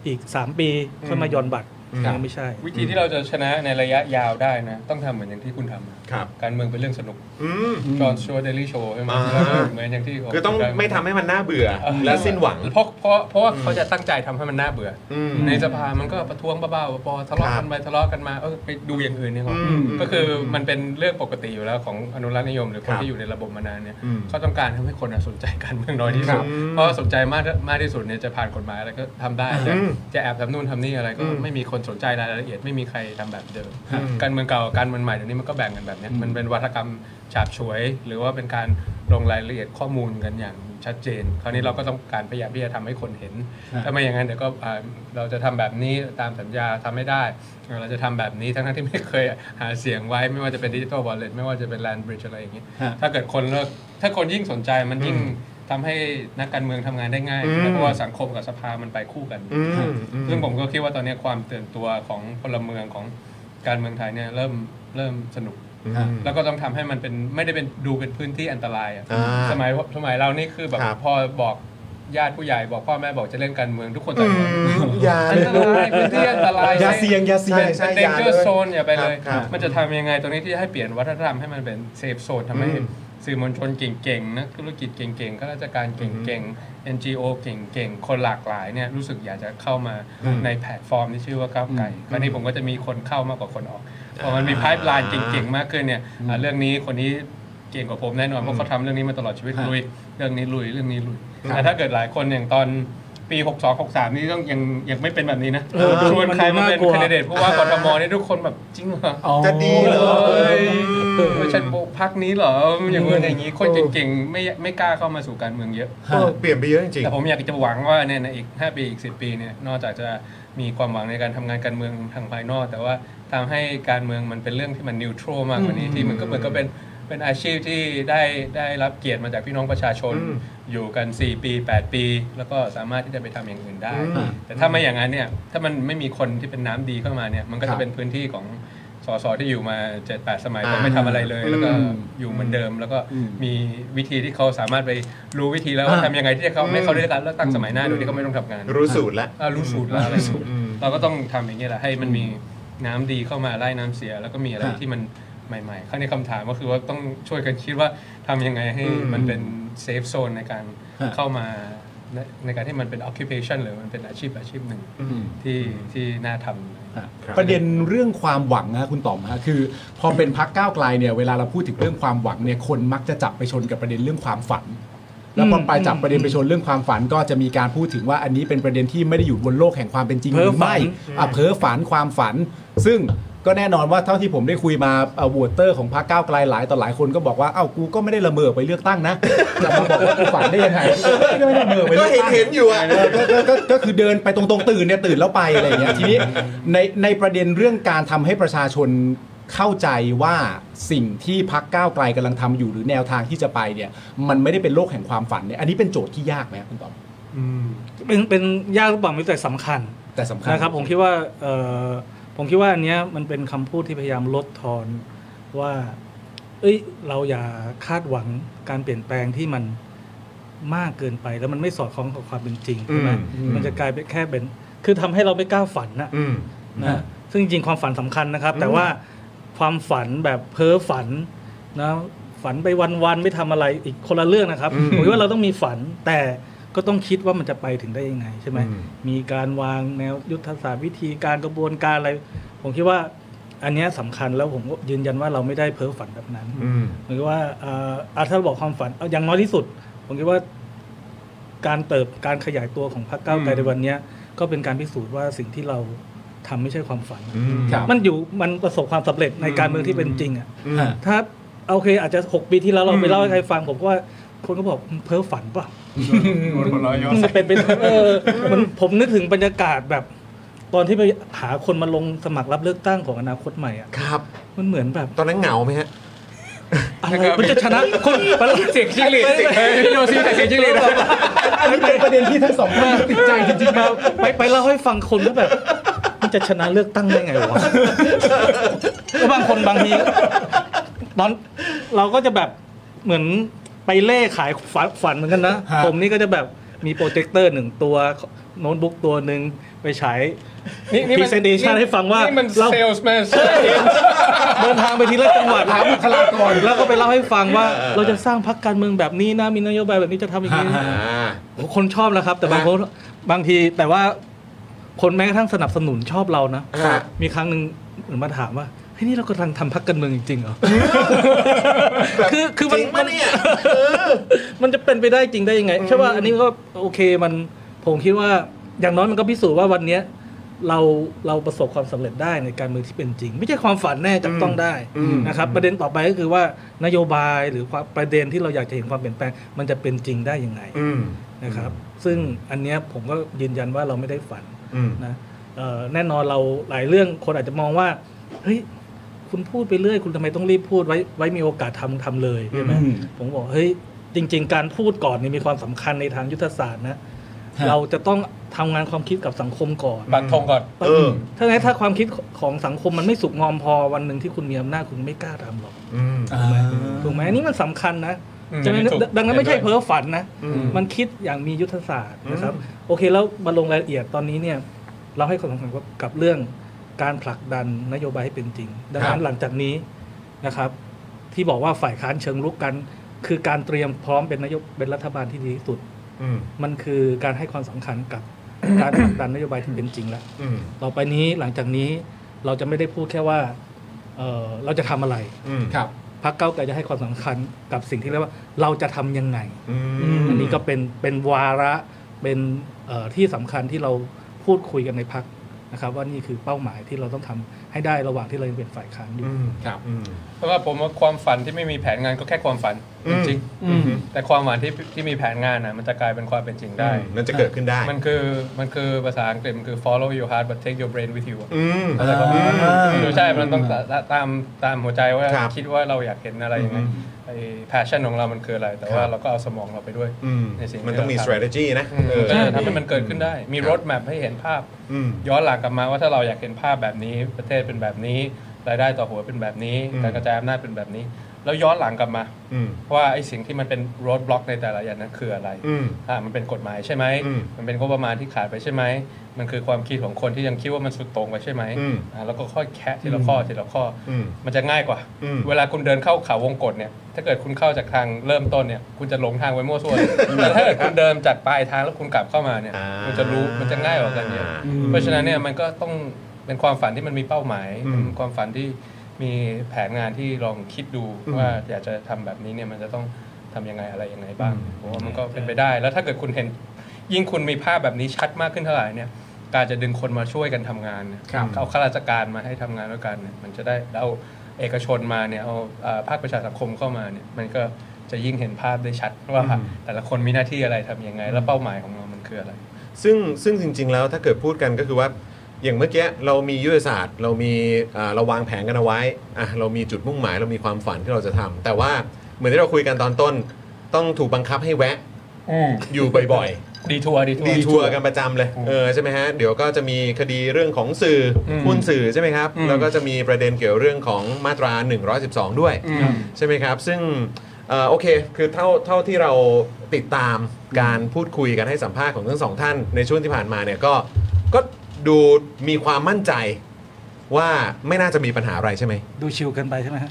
Speaker 7: อีก 3 ปีค่อยมาหย่อนบัตร
Speaker 1: ครับ
Speaker 7: ไม่ใช่
Speaker 6: วิธีที่เราจะชนะในระยะยาวได้นะ ต้องทำเหมือนอย่างที่คุณทำนะครับ การเมืองเป็นเรื่องสนุก
Speaker 1: อืม
Speaker 6: จอห์นชัวร์เดลี่โชว์ใช่ไหม
Speaker 1: อ่า
Speaker 6: แล้วก็เหมือนอย่างที่ผม
Speaker 1: คือต้อง
Speaker 6: ด้
Speaker 1: ไม่ทำให้มันน่าเบื่อและสิ้นหวัง
Speaker 6: เพราะเพราะเพราะว่าเขาจะตั้งใจทำให้มันน่าเบื่ออ
Speaker 1: ม
Speaker 6: ในสภามันก็ประท้วงบ้าๆบอๆทะเลาะกันไปทะเลาะกันมาเออไปดูอย่างอื่นดีกว่า
Speaker 1: อืม
Speaker 6: ก็คือมันเป็นเรื่องปกติอยู่แล้วของอนุรักษ์นิยมหรือค
Speaker 1: ครั
Speaker 6: น
Speaker 1: บ
Speaker 6: ที่อยู่ในระบบมานานเนี่ย
Speaker 1: อืม
Speaker 6: เขาต้องการทำให้คนน่ะสนใจการเมืองน้อยที่สุ
Speaker 1: ครับ
Speaker 6: ดเพราะว่าสนใจมากมากที่สุดเนี่ยจะผ่านกฎหมายอะไรก็ทำได้จะ
Speaker 1: อืม
Speaker 6: จะแอบทำนู่นทำนี่อะไรก็
Speaker 1: อืม
Speaker 6: ไม่มีคนสนใจรายละเอียดไม่มีใครทำแบบเดิม
Speaker 1: อืม
Speaker 6: การเมืองเก่ากับการเมืองใหม่เดี๋ยวนี้มันก็แบ่งกันแบบเนี้ยมันเป็นวัฒกรรมฉาบฉวย หรือว่าเป็นการลงรายละเอียดข้อมูลกันอย่างชัดเจน คราวนี้เราก็ต้องการพยายามที่จะทำให้คนเห็น ถ้าไม่อย่างนั้นเดี๋ยวก็อ่าเราจะทำแบบนี้ตามสัญญาทำไม่ได้ เราจะทำแบบนี้ทั้งๆที่ไม่เคยหาเสียงไว้ไม่ว่าจะเป็นดิจิทัลบอลเลตไม่ว่าจะเป็นแลนบริดจ์อะไรอย่างเงี้ย
Speaker 2: ฮะ
Speaker 6: ถ้าเกิดคนเลิกถ้าคนยิ่งสนใจมันยิ่งทำให้นักการเมืองทำงานได้ง่ายขึ้นนะเพราะว่าสังคมกับสภามันไปคู่กัน
Speaker 1: อืมอืม
Speaker 6: ซึ่งผมก็คิดว่าตอนนี้ความตื่นตัวของพลเมืองของการเมืองไทยเนี่ยเริ่มเริ่มสนุก
Speaker 1: อืม
Speaker 6: แล้วก็ต้องทำให้มันเป็นไม่ได้เป็นดูเป็นพื้นที่อันตรายอะ
Speaker 1: อ่า
Speaker 6: สมัยสมัยเรานี่คือแบบ
Speaker 1: ครับ
Speaker 6: พอบอกญาติผู้ใหญ่บอกพ่อแม่บอกจะเล่นการเมืองทุกคนแต่งงาน
Speaker 1: อืมอย่า
Speaker 6: อั
Speaker 1: เล
Speaker 6: น
Speaker 1: ย
Speaker 6: ตรายพื้นที่อันตราย
Speaker 2: อย่าเสี่ยงอย่าเสี่ยง
Speaker 6: เป็นเดนเจอร์โซนอย่าไปเลย
Speaker 1: ครับ
Speaker 6: มันจะทำยังไงตรงนี้ที่ให้เปลี่ยนวัฒนธรรมให้มันเป็นเซฟโซนทำให้
Speaker 1: อืม
Speaker 6: สื่อมวลชนเก่งๆนักธุรกิจเก่งๆข้าราชการเก่งๆ NGO เก่งๆ คนหลากหลายเนี่ยรู้สึกอยากจะเข้ามาในแพลตฟอร์มที่ชื่อว่าก้าวไกลคราวนี้ผมก็จะมีคนเข้ามากกว่าคนออกพอมันมีไพ p e ไลน์เก่งๆ มากขึ้นเนี่ยอ่ะเรื่องนี้คนนี้เก่งกว่าผมแน่นอนเพราะเขาทำเรื่องนี้มาตลอดชีวิตลุยเรื่องนี้ลุยเรื่องนี้ลุยแต่ถ้าเกิดหลายคนอย่างตอนปี 62 63 นี่ต้องยังยังไม่เป็นแบบนี้นะ
Speaker 7: เออดู
Speaker 6: ชวนใครมาเป็น
Speaker 7: มันดูน่ากลัว
Speaker 6: คนดิเดตผู้ว่ากทมนี่ทุกคนแบบจริงเหรอ
Speaker 1: จะดี
Speaker 6: เล
Speaker 1: เลยย
Speaker 6: เออฉันโบกพักนี้เหรออย่างเงี้ยอย่างงี้คนเก่งๆไม่ไม่กล้าเข้ามาสู่การเมืองเยอะ
Speaker 1: เออเปลี่ยนไปเยอะจริง
Speaker 6: แต่ผมอยากจะหวังว่าเนี่ยในอีก 5 ปีอีก 10 ปีเนี่ยนอกจากจะมีความหวังในการทำงานการเมืองทางภายนอก แต่ว่าทำให้การเมืองมันเป็นเรื่องที่มันนิวทรัลมากกว่านี้ที่มันก็เหมือนก็เป็นเป็นอาชีพที่ได้ได้รับเกียรติมาจากพี่น้องประชาชน อยู่กัน 4 ปี 8 ปี แล้วก็สามารถที่จะไปทำอย่างอื่นได้ แต่ถ้าไม่อย่างนั้นเนี่ยถ้ามันไม่มีคนที่เป็นน้ำดีเข้ามาเนี่ยมันก็
Speaker 2: ครั
Speaker 6: จะ
Speaker 2: บ
Speaker 6: เป็นพื้นที่ของสสที่อยู่มา 7-8 สมัยก็ไม่ทำอะไรเลย แล้วก็อยู่เหมือนเดิม แล้วก็มีวิธีที่เขาสามารถไปรู้วิธีแล้วว่าทำยังไงที่จะเขาไม่เขาได้รับการเลือกตั้งสมัยหน้าโดยที่เขาไม่ต้องทำงาน
Speaker 1: รู้สูตรแล้ว
Speaker 6: อ่ะรู้สูตรแล้วอะไรสูตรเราก็ต้องทำอย่างเงี้ยแหละให้มันมีน้ำดีเข้ามาไล่น้ำเสีย แล้วก็มีอะไร
Speaker 2: ครับ
Speaker 6: ที่มันใหม่ๆเข้าในคำถามก็คือว่าต้องช่วยกันคิดว่าทำยังไงให้มันเป็นเซฟโซนในการเข้ามาในในการที่มันเป็น occupation หรือมันเป็นอาชีพอาชีพหนึ่งที่ที่น่าทำ
Speaker 2: ฮะประเด็นเรื่องความหวังนะคุณต๋อมฮะคือ พอเป็นพักก้าวไกลเนี่ยเวลาเราพูดถึงเรื่องความหวังเนี่ยคนมักจะจับไปชนกับประเด็นเรื่องความฝัน แล้วพอไปจับประเด็นไปชนเรื่องความฝัน ก็จะมีการพูดถึงว่าอันนี้เป็นประเด็นที่ไม่ได้อยู่บนโลกแห่งความเป็นจริงห
Speaker 7: เพ้
Speaker 2: รือ อไม่
Speaker 7: ฝัน
Speaker 2: อ่ะเพ้อฝันความฝัน ซึ่งก็แน่นอนว่าเท่าที่ผมได้คุยมาเอ่อวตเตอร์ของพรรคก้าวไกลหลายต่อหลายคนก็บอกว่าเอ้ากูก็ไม่ได้ละเมอไปเลือกตั้งนะจะมาบอกว่ากูฝันได้ยังไงกูก็ไม่ได้ละเมอไป
Speaker 1: ก็เห็
Speaker 2: เลือก
Speaker 1: น
Speaker 2: ตั้ง
Speaker 1: เห็นอยู่อ่ะ
Speaker 2: เออก็ก็ก็ก็คือเดินไปตรงๆตื่นเนี่ยตื่นแล้วไปอะไรอย่างเงี้ยทีนี้ในในประเด็นเรื่องการทำให้ประชาชนเข้าใจว่าสิ่งที่พักก้าวไกลกำลังทำอยู่หรือแนวทางที่จะไปเนี่ย มันไม่ได้เป็นโลกแห่งความฝันเนี่ยอันนี้เป็นโจทย์ที่ยากไหมครับคุณต๋อม
Speaker 7: เป็นเป็นยากหรือเปล่าไม่รู้แต่สำคัญ
Speaker 2: แต่สำคัญ
Speaker 7: นะครับผมคิดว่าเอ่อผมคิดว่าอันเนี้ยมันเป็นคำพูดที่พยายามลดทอนว่า เอ้ยเราอย่าคาดหวังการเปลี่ยนแปลงที่มันมากเกินไป แล้วมันไม่สอดคล้องกับความเป็นจริงใช่ไหม
Speaker 2: อืม
Speaker 7: มันจะกลายเป็นแค่เป็นคือทำให้เราไม่กล้าฝันนะ
Speaker 2: อืม
Speaker 7: นะซึ่งจริงๆ ความฝันสำคัญนะครับ แต่ว่าความฝันแบบเพ้อฝันนะฝันไปวันๆไม่ทำอะไรอีกคนละเรื่องนะครับผมคิดว่าเราต้องมีฝันแต่ก็ต้องคิดว่ามันจะไปถึงได้ยังไงใช่ไหมมีการวางแนวยุทธศาสตร์วิธีการกระบวนการอะไร ผมคิดว่าอันเนี้ยสำคัญแล้วผมก็ยืนยันว่าเราไม่ได้เพ้อฝันแบบนั้นหรือว่าเอ่ออ่ะถ้าบอกความฝันเอาอย่างน้อยที่สุด ผมคิดว่า การเติบการขยายตัวของพรรคก้าวไกลในวันเนี้ย ก็เป็นการพิสูจน์ว่าสิ่งที่เราทำไม่ใช่ความฝัน
Speaker 2: ครับ
Speaker 7: มันอยู่มันประสบความสำเร็จในการเมืองที่เป็นจริงอ่ะถ้าโอเค อาจจะ 6 ปีที่แล้วเราไปเล่าให้ใครฟัง ผมก็ว่าคนก็บอกเพ้อฝันป่ะ
Speaker 2: คนร้อยยศ
Speaker 7: มันจะเป็นไปเออมันผมนึกถึงบรรยากาศแบบ ตอนที่ไปหาคนมาลงสมัครรับเลือกตั้งของอนาคตใหม่อ่ะ
Speaker 1: ครับ
Speaker 7: มันเหมือนแบบ
Speaker 1: ตอนนั้นเหงาไหมฮะ
Speaker 7: อะไรมันจะชนะคน
Speaker 6: เสียงจิ้งหรีดเฮ้ยพี่โยซิแต่เสียงจิ้งหรีดนะ
Speaker 2: อันนี้เป็นประเด็นที่ทั้งสองคนติดใจจริงๆครับ
Speaker 7: ไปไปเล่าให้ฟังคนก็แบบ มันจะชนะเลือกตั้งได้ไงวะแล้วบางคนบางทีตอนเราก็จะแบบเหมือนไปเล่ขายฝันฝันเหมือนกันนะ ผมนี่ก็จะแบบมีโปรเจคเตอร์หนึ่งตัวโน้ตบุ๊กตัวหนึ่งไปใช้
Speaker 6: นี่นี่มั
Speaker 7: Presentation ให้ฟังว่า
Speaker 6: นี่มันเซลส์แมน
Speaker 7: เดินทางไปทีละจังหวัดหาบุคลากรแล้วก็ไปเล่าให้ฟังว่า เราจะสร้างพรรคการเมืองแบบนี้นะมีนโยบายแบบนี้จะทำอย่างนี้นะ
Speaker 1: อ่า
Speaker 7: คนชอบนะครับ แต่บางคนบางทีแต่ว่าคนแม้กระทั่งสนับสนุนชอบเรานะครับ มีครั้งหนึ่งเหมือนมาถามว่าเฮ้ยนี่เรากำลังทำพักการเมืองจริงๆเหรอ คือคือ
Speaker 1: จ
Speaker 7: มัน
Speaker 1: ริง
Speaker 7: มั
Speaker 1: ปะ
Speaker 7: น
Speaker 1: เนี่ย
Speaker 7: มันจะเป็นไปได้จริงได้ยังไงใช่ว่าอันนี้ก็โอเคมันผมคิดว่าอย่างน้อยมันก็พิสูจน์ว่าวันเนี้ยเราเราประสบความสำเร็จได้ในการเมืองที่เป็นจริง ไม่ใช่ความฝันแน่จับต้องได้นะครับ ประเด็นต่อไปก็คือว่านโยบายหรือความประเด็นที่เราอยากจะเห็นความเปลี่ยนแปลงมันจะเป็นจริงได้ยังไง
Speaker 1: อืม
Speaker 7: นะครับซึ่งอันเนี้ยผมก็ยืนยันว่าเราไม่ได้ฝัน
Speaker 1: อืม
Speaker 7: นะเอ่อแน่นอนเราหลายเรื่องคนอาจจะมองว่าเฮ้ยคุณพูดไปเรื่อย คุณทำไมต้องรีบพูดไว้ไว้มีโอกาสทำทำเลยใช่ไหมผมบอกเฮ้ยจริง ๆ การพูดก่อนนี่มีความสำคัญในทางยุทธศาสตร์นะเราจะต้องทำงานความคิดกับสังคมก่อน
Speaker 6: ปักธงก่อน
Speaker 7: เออถ้างั้นถ้าความคิดของสังคมมันไม่สุกงอมพอวันหนึ่งที่คุณมีอำนาจคุณไม่กล้าทำหรอกถูกไหมอันนี้มันสำคัญนะ
Speaker 6: อืม
Speaker 7: ฉะนั้น
Speaker 6: ถูก
Speaker 7: ดังนั้นไม่ใช่เพ้อฝันนะ
Speaker 6: อืม
Speaker 7: มันคิดอย่างมียุทธศาสตร์นะครับ โอเคแล้วมาลงรายละเอียดตอนนี้เนี่ยเราให้ความสำคัญกับเรื่องการผลักดันนโยบายให้เป็นจริง ดังนั้นหลังจากนี้นะครับ ที่บอกว่าฝ่ายค้านเชิงรุกกัน คือการเตรียมพร้อมเป็นนายกเป็นรัฐบาลที่ดีที่สุด
Speaker 1: อืม
Speaker 7: มันคือการให้ความสำคัญกับ การผลักดันนโยบายที่เป็นจริงแล้ว
Speaker 1: อืม
Speaker 7: ต่อไปนี้หลังจากนี้เราจะไม่ได้พูดแค่ว่าเอ่อเราจะทำอะไร
Speaker 1: อืม
Speaker 2: ครับ
Speaker 7: พรรคเก้าวไกลจะให้ความสำคัญกับสิ่งที่เรียกว่าเราจะทำยังไง
Speaker 1: อืม
Speaker 7: อันนี้ก็เป็นเป็นวาระเป็นเอ่อที่สำคัญที่เราพูดคุยกันในพรรคนะครับ ว่านี่คือเป้าหมายที่เราต้องทำให้ได้ระหว่างที่เรายังเป็นฝ่ายค้านอยู่
Speaker 1: อืม
Speaker 2: ครับ
Speaker 1: อืม
Speaker 6: เพราะว่าผมว่าความฝันที่ไม่มีแผนงานก็แค่ความฝัน
Speaker 1: อืม
Speaker 6: จริง
Speaker 7: อืม
Speaker 6: ๆแต่ความฝันที่ที่มีแผนงานนะมันจะกลายเป็นความเป็นจริงได้
Speaker 1: นั่นจะเกิดขึ้นได้
Speaker 6: มันคือมันคือภาษาอังกฤษมันคือ follow your heart but take your brain with you อะ
Speaker 1: อืม
Speaker 6: อะไรประมาณนั้น
Speaker 2: อ่า
Speaker 6: คือใช่มันต้องตามตามหัวใจว่า
Speaker 1: ครับ
Speaker 6: คิดว่าเราอยากเห็นอะไรยังไงไอ้ passion ของเรามันคืออะไร แต่ว่าเราก็เอาสมองเราไปด้วย
Speaker 1: อืม
Speaker 6: ในสิ่ง
Speaker 1: มันต้องมี
Speaker 6: ที่เราทำ
Speaker 1: strategy นะ
Speaker 6: อืม
Speaker 1: เออ
Speaker 6: ใช่ทำให้มันเกิดขึ้นได้ มี road map ให้เห็นภาพ
Speaker 1: อืม
Speaker 6: ย้อนหลังกลับมาว่าถ้าเราอยากเห็นภาพแบบนี้ประเทศเป็นแบบนี้รายได้ต่อหัวเป็นแบบนี้
Speaker 1: อืม
Speaker 6: การกระจายอำนาจเป็นแบบนี้ แล้วย้อนหลังกลับมา
Speaker 1: อืม
Speaker 6: ว่าไอ้สิ่งที่มันเป็น road block ในแต่ละอย่างนั้นคืออะไร
Speaker 1: อืม
Speaker 6: อ่ามันเป็นกฎหมายใช่ไหม
Speaker 1: อืม
Speaker 6: มันเป็นงบประมาณที่ขาดไปใช่ไหมมันคือความคิดของคนที่ยังคิดว่ามันสุดโต่งไปใช่ไหม
Speaker 1: อืม
Speaker 6: อ่าแล้วก็ค่อยแคะทีละข้อทีละข้ออ
Speaker 1: อืม
Speaker 6: มันจะง่ายกว่า
Speaker 1: อืม
Speaker 6: เวลาคุณเดินเข้าเขาวงกฏเนี่ยถ้าเกิดคุณเข้าจากทางเริ่มต้นเนี่ยคุณจะหลงทางไว้มั่วซั่วเลยแต่ถ้าเกิดคุณเดินจากปลายทางแล้วคุณกลับเข้ามาเนี่ย
Speaker 1: อ่ามั
Speaker 6: คุณจะรู้มันจะง่ายกว่ากันเยอะ
Speaker 1: อืม
Speaker 6: เพราะฉะนั้นเนี่ยมันก็ต้องเป็นความฝันที่มันมีเป้าหมาย
Speaker 1: อืม
Speaker 6: เป็นความฝันที่มีแผนงานที่ลองคิดดู
Speaker 1: อืม
Speaker 6: ว่าอยากจะทำแบบนี้เนี่ยมันจะต้องทำยังไงอะไรยังไงบ้าง
Speaker 1: อืม
Speaker 6: ผมว่ามันก็เป็นไปได้ แล้วถ้าเกิดคุณเห็น ยิ่งคุณมีภาพแบบนี้ชัดมากขึ้นเท่าไหร่เนี่ยการจะดึงคนมาช่วยกันทำงานเนี่ย
Speaker 2: ครับ
Speaker 6: เอาข้าราชการมาให้ทำงานด้วยกันเนี่ยมันจะได้แล้วเอาเอกชนมาเนี่ยเอาเอ่อภาคประชาสังคมเข้ามาเนี่ยมันก็จะยิ่งเห็นภาพได้ชัดว่า
Speaker 1: อืม
Speaker 6: แต่ละคนมีหน้าที่อะไรทำยังไง แล้วเป้าหมายของเรามันคืออะไร
Speaker 1: ซึ่งซึ่งจริง ๆ แล้วถ้าเกิดพูดกันก็คือว่า อย่างเมื่อกี้เรามียุทธศาสตร์ เรามีอ่าเราวางแผนกันเอาไว้อ่ะเรามีจุดมุ่งหมาย เรามีความฝันที่เราจะทำแต่ว่าเหมือนที่เราคุยกันตอนต้น ต้องถูกบังคับให้แวะอยู่บ่อย
Speaker 6: ดีทัวร์ดีทัวร์
Speaker 1: ดีทัวร์กันประจำเลยเออใช่ไหมฮะเดี๋ยวก็จะมีคดีเรื่องของสื่ออ
Speaker 6: ม
Speaker 1: หุ้นสื่อใช่ไหมครับ
Speaker 6: อืม
Speaker 1: แล้วก็จะมีประเด็นเกี่ยวเรื่องของมาตรา 112 ด้วย
Speaker 6: อืม
Speaker 1: ใช่ไหมครับ ซึ่งเอ่อโอเค คือเท่าเท่าที่เราติดตามการพูดคุยกันให้สัมภาษณ์ของทั้งสองท่านในช่วงที่ผ่านมาเนี่ยก็ก็ดูมีความมั่นใจว่าไม่น่าจะมีปัญหาอะไรใช่ไหม
Speaker 7: ดูชิลเกินไปใช่ไหมฮะ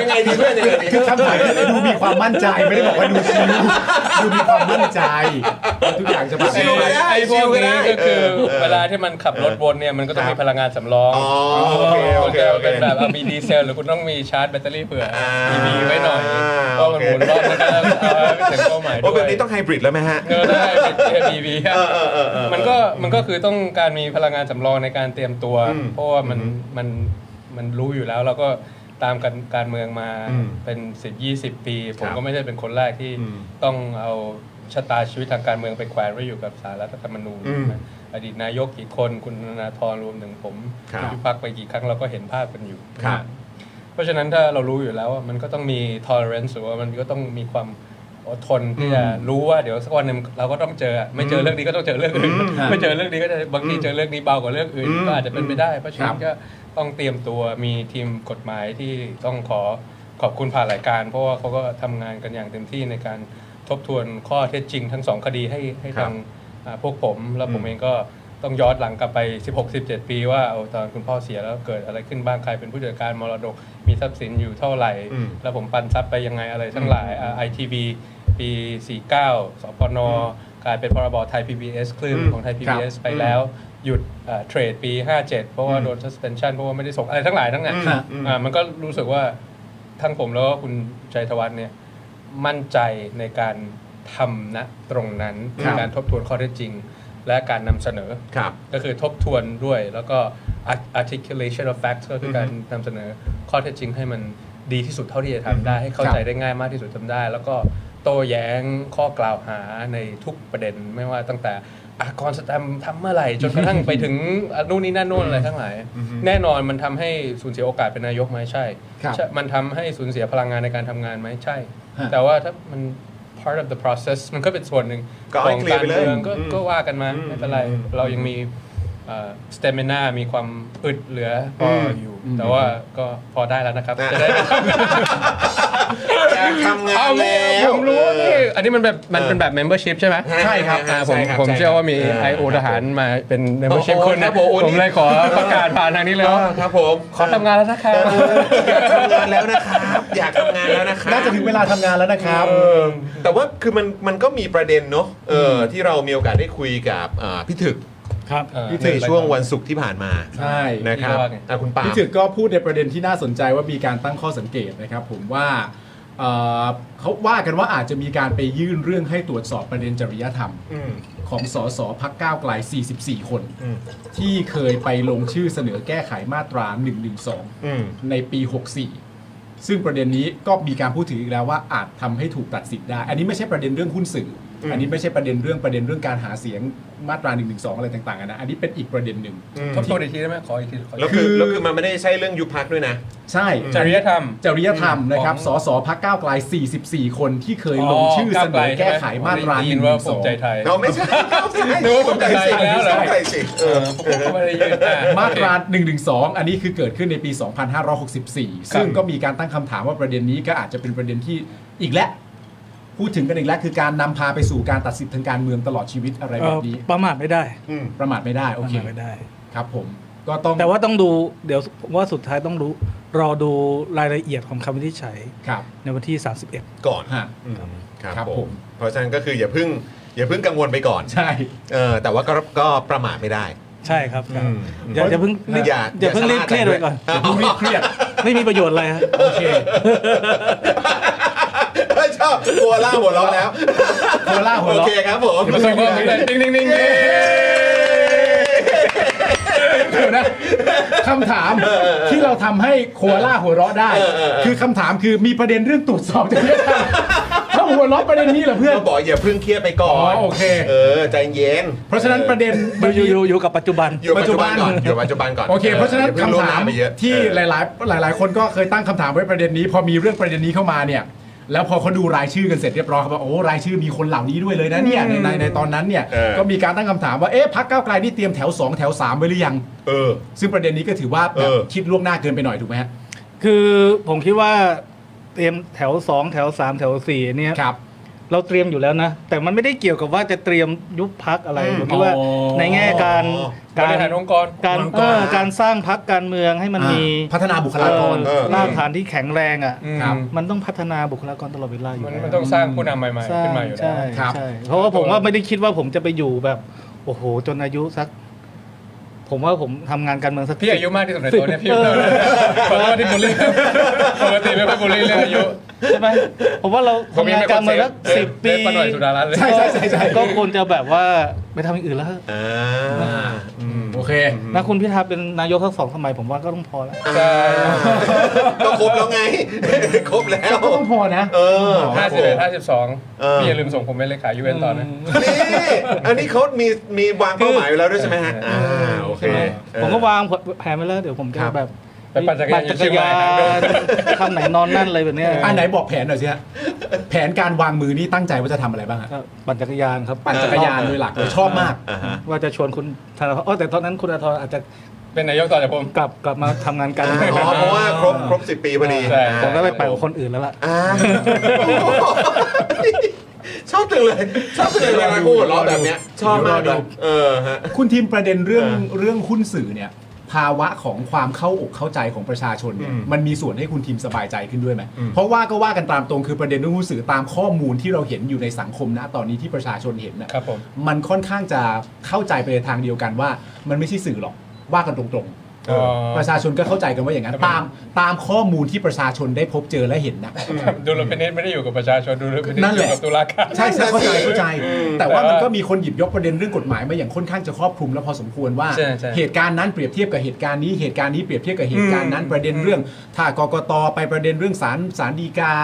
Speaker 1: ยังไงดีเพื่อนยังไงดี
Speaker 2: คือคำถามคือดูมีความมั่นใจไม่ได้บอกว่าดูชิลดูมีความมั่นใจทุกอย่างจะผ่าน
Speaker 1: ชิลก็ได้
Speaker 6: ไอ้พวก
Speaker 1: ชิลก็
Speaker 6: นี้
Speaker 1: ได้
Speaker 6: ก็คือ
Speaker 1: เออ
Speaker 6: เวลาที่มันขับรถวนเนี่ยมันก็ต้องมีพลังงานสำรอง
Speaker 1: อ๋อโอเคโอเคโอเค
Speaker 6: นแบบเอามีดีเซลหรือคุณต้องมีชาร์จแบตเตอรี่เผื่อ
Speaker 1: อ่า
Speaker 6: อีวีไว้หน่อยก็มันหมุนรอบมันก็เอาไปถึงเป้าหมายด้
Speaker 1: โอ้
Speaker 6: วย
Speaker 1: แบบนี้ต้องไฮบริดแล้วไหมฮะ
Speaker 6: เออได้เป็นอีวี
Speaker 1: เออเออเออเออ
Speaker 6: มันก็มันก็คือต้องการมีพลังงานสำรองในการเตรียมตัว
Speaker 1: อืม
Speaker 6: เพราะว่ามัน
Speaker 1: อืม
Speaker 6: มันมันรู้อยู่แล้วเราก็ตามกันการเมืองมา
Speaker 1: อืม
Speaker 6: เป็น 10 20 ปี ผม
Speaker 1: ครับ
Speaker 6: ก็ไม่ได้เป็นคนแรกที่
Speaker 1: อืม
Speaker 6: ต้องเอาชะตาชีวิตทางการเมืองไปแขวนไว้อยู่กับสารรัฐธรรมนูญ
Speaker 1: อืม
Speaker 6: อดีตนายกกี่คนคุณธนาธรรวมถึงผม
Speaker 1: ครับ
Speaker 6: ยุบพักไปกี่ครั้งเราก็เห็นภาพกันอยู่
Speaker 1: ครับ
Speaker 6: เพราะฉะนั้นถ้าเรารู้อยู่แล้วว่ามันก็ต้องมี tolerance หรือว่ามันก็ต้องมีความอดทนที่จะรู้ว่าเดี๋ยวสักวันหนึ่งเราก็ต้องเจอไม่เจอเรื่องนี้ก็ต้องเจอเรื่องอื่นไม่เจอเรื่องนี้ก็จะบางทีเจอเรื่องนี้เบากว่าเรื่องอื่น ก็อาจจะเป็นไปได้ เพราะฉะนั้นก็ต้องเตรียมตัวมีทีมกฎหมายที่ต้องขอขอบคุณผ่านรายการ เพราะว่าเขาก็ทำงานกันอย่างเต็มที่ในการทบทวนข้อเท็จจริงทั้งสองคดีให้ให้
Speaker 1: ครับ
Speaker 6: ทาง อ่าพวกผมแล้วผมเองก็ต้องย้อนหลังกลับไป 16 17 ปีว่าเอาตอนคุณพ่อเสียแล้วเกิดอะไรขึ้นบ้างใครเป็นผู้จัดการมรดก มีทรัพย์สินอยู่เท่าไหร่
Speaker 1: อืม
Speaker 6: แล้วผมปันทรัพย์ไปยังไงอะไรทั้งหลายไอทีบีปี 49 สปนกลายเป็นพรบไทย PBS คลื่น
Speaker 1: อืม
Speaker 6: ของไทย PBS ไปแล้ว หยุดเทรดปี 57 เพราะว่าโดน suspension เพราะว่าไม่ได้ส่งอะไรทั้งหลายทั้งนั้น
Speaker 1: อืมอืม
Speaker 6: อ่ามันก็รู้สึกว่าทั้งผมแล้วก็คุณชัยธวัฒน์เนี่ย มั่นใจในการทำณตรงนั้น
Speaker 1: ครับ
Speaker 6: การทบทวนข้อเท็จจริง และการนำเสนอ
Speaker 1: ครับ
Speaker 6: ก็คือทบทวนด้วยแล้วก็ art- articulation of facts ก็คือการนำเสนอข้อเท็จจริงให้มันดีที่สุดเท่าที่จะทำได้ ให้เข้าใจได้ง่ายมากที่สุดทำได้ แล้วก็โต้แย้งข้อกล่าวหาในทุกประเด็นไม่ว่าตั้งแต่อากรสแตมป์ทำเมื่อไหร่ จนกระทั่ง ไปถึงอ่ะนู่นนี่นั่นโน่นอะไรทั้งหลาย แน่นอนมันทำให้สูญเสียโอกาสเป็นนายกไหมใช่ใช่มันทำให้สูญเสียพลังงานในการทำงานไหมใช่ แต่ว่าถ้ามัน part of the process มันก็เป็นส่วนหนึ่ง
Speaker 1: ก็ให้
Speaker 6: ของ
Speaker 1: เคลียร์
Speaker 6: การ
Speaker 1: ไปเลย
Speaker 6: เมืองก็
Speaker 1: อืม
Speaker 6: ก็ว่ากันมา
Speaker 1: อืม
Speaker 6: ไม่เป็นไร
Speaker 1: อืม
Speaker 6: เรายังมี สเตมินามีความอึดเหลือพอออยู่ แต่ว่าก็พอได้แล้วนะครับ จะ ได้
Speaker 1: อยากทำงาน
Speaker 6: เอา
Speaker 1: แล้
Speaker 6: ผ
Speaker 1: ว
Speaker 6: มรู้ว่านี่อันนี้มันแบบมันเป็นแบบ membership ใช่ไหม
Speaker 1: ใช่ครับ
Speaker 6: อ่า
Speaker 1: ใช่
Speaker 6: ผม
Speaker 1: ครับ
Speaker 6: ผม
Speaker 1: ใช่ครับ
Speaker 6: เชื่อว่ามี
Speaker 1: เออ
Speaker 6: ไอโอทหารมาเป็น membership
Speaker 1: โอ้โห
Speaker 6: คน
Speaker 1: ครั
Speaker 6: นะ
Speaker 1: บผมโอ้
Speaker 6: ผม
Speaker 1: นี่
Speaker 6: เลยขอประกาศผ่านทางนี้เลยว่า
Speaker 1: ครับผม
Speaker 6: ขอทำงานแล้วนะครับ
Speaker 1: เอออยากทำงานแล้วนะครับ อยากทำงานแล้วนะครับ
Speaker 2: น่าจะถึงเวลาทำงานแล้วนะครับ
Speaker 1: เออแต่ว่าคือมันมันก็มีประเด็นเนาะเออที่เรามีโอกาสได้คุยกับอ่าพี่ถึก
Speaker 7: ครับ
Speaker 6: เออ
Speaker 1: ในช่วงวันศุกร์ที่ผ่านมา
Speaker 2: ใช่
Speaker 1: นะครับอ่ะคุณปาล์ม
Speaker 2: พี่ถึกก็พูดในประเด็นที่น่าสนใจว่ามีการตั้งข้อสังเกตนะครับผมว่าเอ่อเขาว่ากันว่าอาจจะมีการไปยื่นเรื่องให้ตรวจสอบประเด็นจริยธรรม ของสสพักก้าวไกล 44 คน
Speaker 1: อืม
Speaker 2: ที่เคยไปลงชื่อเสนอแก้ไขมาตรา 112
Speaker 1: อืม
Speaker 2: ในปี 64 ซึ่งประเด็นนี้ก็มีการพูดถึงอีกแล้วว่าอาจทำให้ถูกตัดสิทธิ์ได้ อันนี้ไม่ใช่ประเด็นเรื่องหุ้นสื่ออ
Speaker 1: ม
Speaker 2: อันนี้ไม่ใช่ประเด็นเรื่องประเด็นเรื่องการหาเสียงมาตรา 112 อะไรต่างๆอะนะ อันนี้เป็นอีกประเด็นหนึ่ง
Speaker 6: ทบทวนอีกทีได้ไหมขออีกทีขอ
Speaker 1: แล้ว
Speaker 6: อีกที
Speaker 1: คือ
Speaker 2: คือ
Speaker 1: แล้วคือมันไม่ได้ใช่เรื่องยุบพักด้วยนะ
Speaker 2: ใช่
Speaker 6: จริยธรรม
Speaker 2: จริยธรรมนะครับ
Speaker 6: ของ
Speaker 2: สสพักก้าวไกล 44 คนที่เคยลงชื่อเสนอแก้ไขมาตรา
Speaker 6: ได้ยินว่าภูมิใจไท
Speaker 2: 112
Speaker 6: ย
Speaker 1: เราไม่ใช่เราไม่ใช่
Speaker 6: นึกว่าผมจะใส่แล้วเหรอ
Speaker 1: ใส่สิ
Speaker 6: เออผมก็ไม่ได้ยินอ่ะ
Speaker 2: มาตรา112 อันนี้คือเกิดขึ้นในปี 2564 ซึ่งก็มีการตั้งคำถามว่าประเด็นนี้ก็อาจจะเป็นประเด็นที่อีกแล้วพูดถึงกันอีกแล้วคือการนำพาไปสู่การตัดสิทธิ์ทางการเมืองตลอดชีวิตอะไรแบบนี้
Speaker 7: เอ่อประมาทไม่ได้
Speaker 1: อืม
Speaker 2: ประมาทไม่ได้
Speaker 7: ป
Speaker 2: โอ
Speaker 7: ระ
Speaker 2: เค
Speaker 7: มาทไม่ได้
Speaker 2: ครับผม ก็ต้อง
Speaker 7: แต่ว่าต้องดูเดี๋ยวผมว่าสุดท้ายต้องรู้ รอดูรายละเอียดของคำวินิจฉัย
Speaker 2: ครับ
Speaker 7: ในวันที่
Speaker 1: ก่อน
Speaker 2: ฮะ
Speaker 1: อืมครับ
Speaker 2: ครับ
Speaker 1: ผ
Speaker 2: ผม ม
Speaker 1: เพราะฉะนั้นก็คืออย่าเพิ่งอย่าเพิ่งกังวลไปก่อน
Speaker 2: ใช่
Speaker 1: เออแต่ว่าก็ก็ประมาทไม่ได้
Speaker 7: 31 ใช่ครับ
Speaker 1: อืม
Speaker 7: อย่าอย่าเพิ่ง
Speaker 1: อย่า
Speaker 7: อย่าเพิ่งรีบเครียดไปก่อน
Speaker 2: อย่าเพิ่งรีบเครียด
Speaker 7: ไม่มีประโยชน์อะไรฮะ
Speaker 2: โอเค
Speaker 1: ชอบกลัวล่าหัวเราะแล้ว
Speaker 2: โคล่าหัว
Speaker 1: โอ
Speaker 2: เราะ
Speaker 1: เคครับผม
Speaker 6: ประสบความสำเร็จนิ่งๆๆ
Speaker 2: เดี๋ยวนะคำถามที่เราทำให้โคอาล่าหัวเราะได้ คือคำถามคือมีประเด็นเรื่องตรวจสอบจะเรียก ถ้าหัวเราะประเด็นนี้เหรอเพื่อน
Speaker 1: ก็บอกอย่าเพิ่งเครียดไปก่อน
Speaker 2: อ๋อโอเค
Speaker 1: เออใจเย็น
Speaker 2: เพราะฉะนั้นประ เด็น
Speaker 7: อยู่อยู่อยู่อยู่กับปัจจุบัน
Speaker 1: อยู่ปัจจุบันก่อนอยู่ปัจจุบันก่อน
Speaker 2: โอเค เพราะฉะนั้น
Speaker 1: อย่เพิ่ง
Speaker 2: คำ
Speaker 1: ล่วง
Speaker 2: ถา
Speaker 1: ห
Speaker 2: ม
Speaker 1: น้ไปเยอะ
Speaker 2: ที่
Speaker 1: เออ
Speaker 2: หลาย ๆ หลาย ๆ คนก็เคยตั้งคำถามไว้ประเด็นนี้ พอมีเรื่องประเด็นนี้เข้ามาเนี่ย แล้วพอเขาดูรายชื่อกันเสร็จเรียบร้อยเขาบอกโอ้รายชื่อมีคนเหล่านี้ด้วยเลยนะเนี่ยในในในตอนนั้นเนี่ย
Speaker 1: เออ
Speaker 2: ก็มีการตั้งคำถามว่าเอ๊ะพักก้าวไกลนี่เตรียมแถวสองแถวสามไว้หรือยัง
Speaker 1: เออ
Speaker 2: ซึ่งประเด็นนี้ก็ถือว่าแบบ
Speaker 1: เออ
Speaker 2: คิดล่วงหน้าเกินไปหน่อยถูกไหมฮะ
Speaker 7: คือผมคิดว่าเตรียมแถวสองแถวสามแถวสี่เนี่ย
Speaker 2: ครับ
Speaker 7: เราเตรียมอยู่แล้วนะ แต่มันไม่ได้เกี่ยวกับว่าจะเตรียมยุบพักอะไรผมคิดว่า
Speaker 2: อ๋อ
Speaker 7: ในแง่การ
Speaker 6: บ
Speaker 7: การ
Speaker 6: ริหารองค์กร
Speaker 7: การเออการสร้างพักการเมืองให้มันมี
Speaker 2: พัฒนาบุคลากร
Speaker 7: เอ่อรากฐานที่แข็งแรงอ่ะ
Speaker 6: อืม
Speaker 2: ครับ
Speaker 7: มันต้องพัฒนาบุคลากรตลอดเวลาอยู่
Speaker 6: มัน
Speaker 7: แล้ว
Speaker 6: มันต้องสร้างผู้นำใหม่
Speaker 7: สร้า
Speaker 6: ๆ ขึ้
Speaker 7: ง
Speaker 6: นมาอยู่แล้
Speaker 7: ใช่
Speaker 6: ว
Speaker 2: ครับ
Speaker 7: ใช่เพราะว่า
Speaker 6: แล้วก็
Speaker 7: ผมว่าไม่ได้คิดว่าผมจะไปอยู่แบบ โอ้โห จนอายุสัก ผมว่าผมทำงานการเมืองสัก
Speaker 6: พี่อายุมากที่สุดในตัวเนี่ยพี่ขอโทษที่บุลลี่ปกติไม่ค่อยบุลลี่เรื่องอายุ
Speaker 7: ใช่ไหมผมว่าเรา
Speaker 6: ผม
Speaker 7: ทำ
Speaker 6: ยัง
Speaker 7: งาน
Speaker 6: ไม่
Speaker 7: การ
Speaker 6: เซ
Speaker 7: เมือ
Speaker 6: ฟ
Speaker 7: งสักสิบปี
Speaker 6: เด็กปะหน่อยสุดารัตน์เลย
Speaker 2: ใช่ใช่ใช่ใช่
Speaker 7: ก็ควรจะแบบว่าไปทำอย่างอื่นแล้ว
Speaker 1: อ่า
Speaker 2: โอเค
Speaker 7: นะคุณพิธาเป็นนายกทั้งสองสมัยผมว่าก็ต้องพอแล้ว
Speaker 6: ใช่
Speaker 1: ก็ครบแล้วไง ครบแล้ว
Speaker 2: ก็ต้องพอนะ
Speaker 1: เออ
Speaker 6: ห้าสิบเอ็ดห้าสิบสอง
Speaker 1: เออ
Speaker 6: พี่อย่าลืมส่งผมไปเลขายูเอ็นต่อนะ
Speaker 1: นี่อันนี้เขามีมีวางเป้าหมายไว้แล้วด้วยใช่ไหมฮะอ่าโอเคเออ
Speaker 7: ผมก็วางแผนไว้แล้ว เดี๋ยวผมจะแบบ
Speaker 6: ไปปั่นจักรยานอยู่เชียงใหม่
Speaker 7: นคำไหนนอนนั่นอะไรแบบเนี้ย
Speaker 2: อันไหนบอกแผนหน่อยสิฮะ แผนการวางมือนี่ตั้งใจว่าจะทำอะไรบ้างฮะ
Speaker 7: ก็ปั่นจักรยานครับ
Speaker 2: ปั่นจักรยานโดยหลักเลยชอบมาก
Speaker 1: อ่าฮะ
Speaker 7: ว่าจะชวนคุณธนาธรอ๋อแต่ตอนนั้นคุณธนาธรอาจจะ
Speaker 6: เป็นนายกต่อจากผม
Speaker 7: กลับกลับมาทำงานการเมือง
Speaker 1: อ๋อเพราะว่าครบครบสิบปีพอดี
Speaker 6: ใช่
Speaker 7: ผมก็ไปไปกับคนอื่นแล้วล่ะ
Speaker 1: อ่าโอ้โหชอบจังเลย ชอบจังเลยเวลาพูดล้อแบบเนี้ย ชอบมากเลยเออฮะ
Speaker 2: คุณทีมประเด็นเรื่อง
Speaker 1: อ่า
Speaker 2: เรื่องหุ้นสื่อเนี่ย ภาวะของความเข้าอกเข้าใจของประชาชนเนี่ย
Speaker 1: อืม
Speaker 2: มันมีส่วนให้คุณทีมสบายใจขึ้นด้วยไหม
Speaker 1: อืม
Speaker 2: เพราะว่าก็ว่ากันตามตรงคือประเด็นเรื่องหุ้นสื่อตามข้อมูลที่เราเห็นอยู่ในสังคมนะตอนนี้ที่ประชาชนเห็นนะครับ
Speaker 6: ผม
Speaker 2: มันค่อนข้างจะเข้าใจไปในทางเดียวกันว่า มันไม่ใช่สื่อหรอกว่ากันตรงๆ
Speaker 6: เออ
Speaker 2: ประชาชนก็เข้าใจกันว่าอย่างนั้นตามตามข้อมูลที่ประชาชนได้พบเจอและเห็นนะ
Speaker 6: ดูลพินิจไม่ได้อยู่กับประชาชนดูลพินิจ
Speaker 2: นั่น
Speaker 6: อ
Speaker 2: แหละ
Speaker 6: ยู่กับตุลาการ
Speaker 2: ใช่ใช่เข้าใจเข้าใจ
Speaker 1: อืม
Speaker 2: แต่ว่ามันก็มีคนหยิบยกประเด็นเรื่องกฎหมายมาอย่างค่อนข้างจะครอบคลุมและพอสมควรว่า
Speaker 6: ใช่ใช่
Speaker 2: เหตุการณ์นั้นเปรียบเทียบกับเหตุการณ์นี้เหตุการณ์นี้เปรียบเทียบกับเหตุการณ์นั้นประเด็นเรื่อง ถ้ากกตไปประเด็นเรื่องศาลศาลฎีกา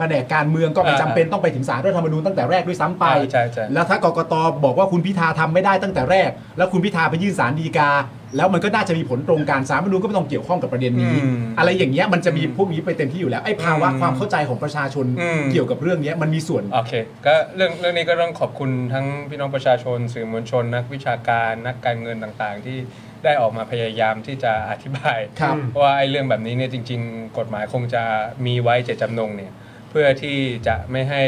Speaker 2: แผนกการเมืองก็ไม่จำเป็นต้องไปถึงศาลรัฐธรรมนูญตั้งแต่แรกด้วยซ้ำไป
Speaker 6: ใช่ใช่ใช่
Speaker 2: แล้วถ้ากกตบอกว่าคุณพิธาทำไม่ได้ตั้งแต่แรก แล้วคุณพิธาไปยื่นศาลฎีกา แล้วมันก็น่าจะมีผลตรงกันศาลรัฐธรรมนูญก็ไม่ต้องเกี่ยวข้องกับประเด็นนี้
Speaker 6: อืม
Speaker 2: อะไรอย่างเงี้ยมันจะมีพวกนี้ไปเต็มที่อยู่แล้วไอ้ภาวะความเข้าใจของประชาชน
Speaker 6: อืม
Speaker 2: เกี่ยวกับเรื่องเนี้ยมันมีส่วน
Speaker 6: โอเคก็เรื่องเรื่องนี้ก็ต้องขอบคุณทั้งพี่น้องประชาชน สื่อมวลชน นักวิชาการ นักการเงินต่างๆ ที่ได้ออกมาพยายามที่จะอธิบาย
Speaker 2: ครับ
Speaker 6: ว่าไอ้เรื่องแบบนี้เนี่ยจริง ๆ กฎหมายคงจะมีไว้เจตจำนงเนี่ยเพื่อที่จะไม่ให้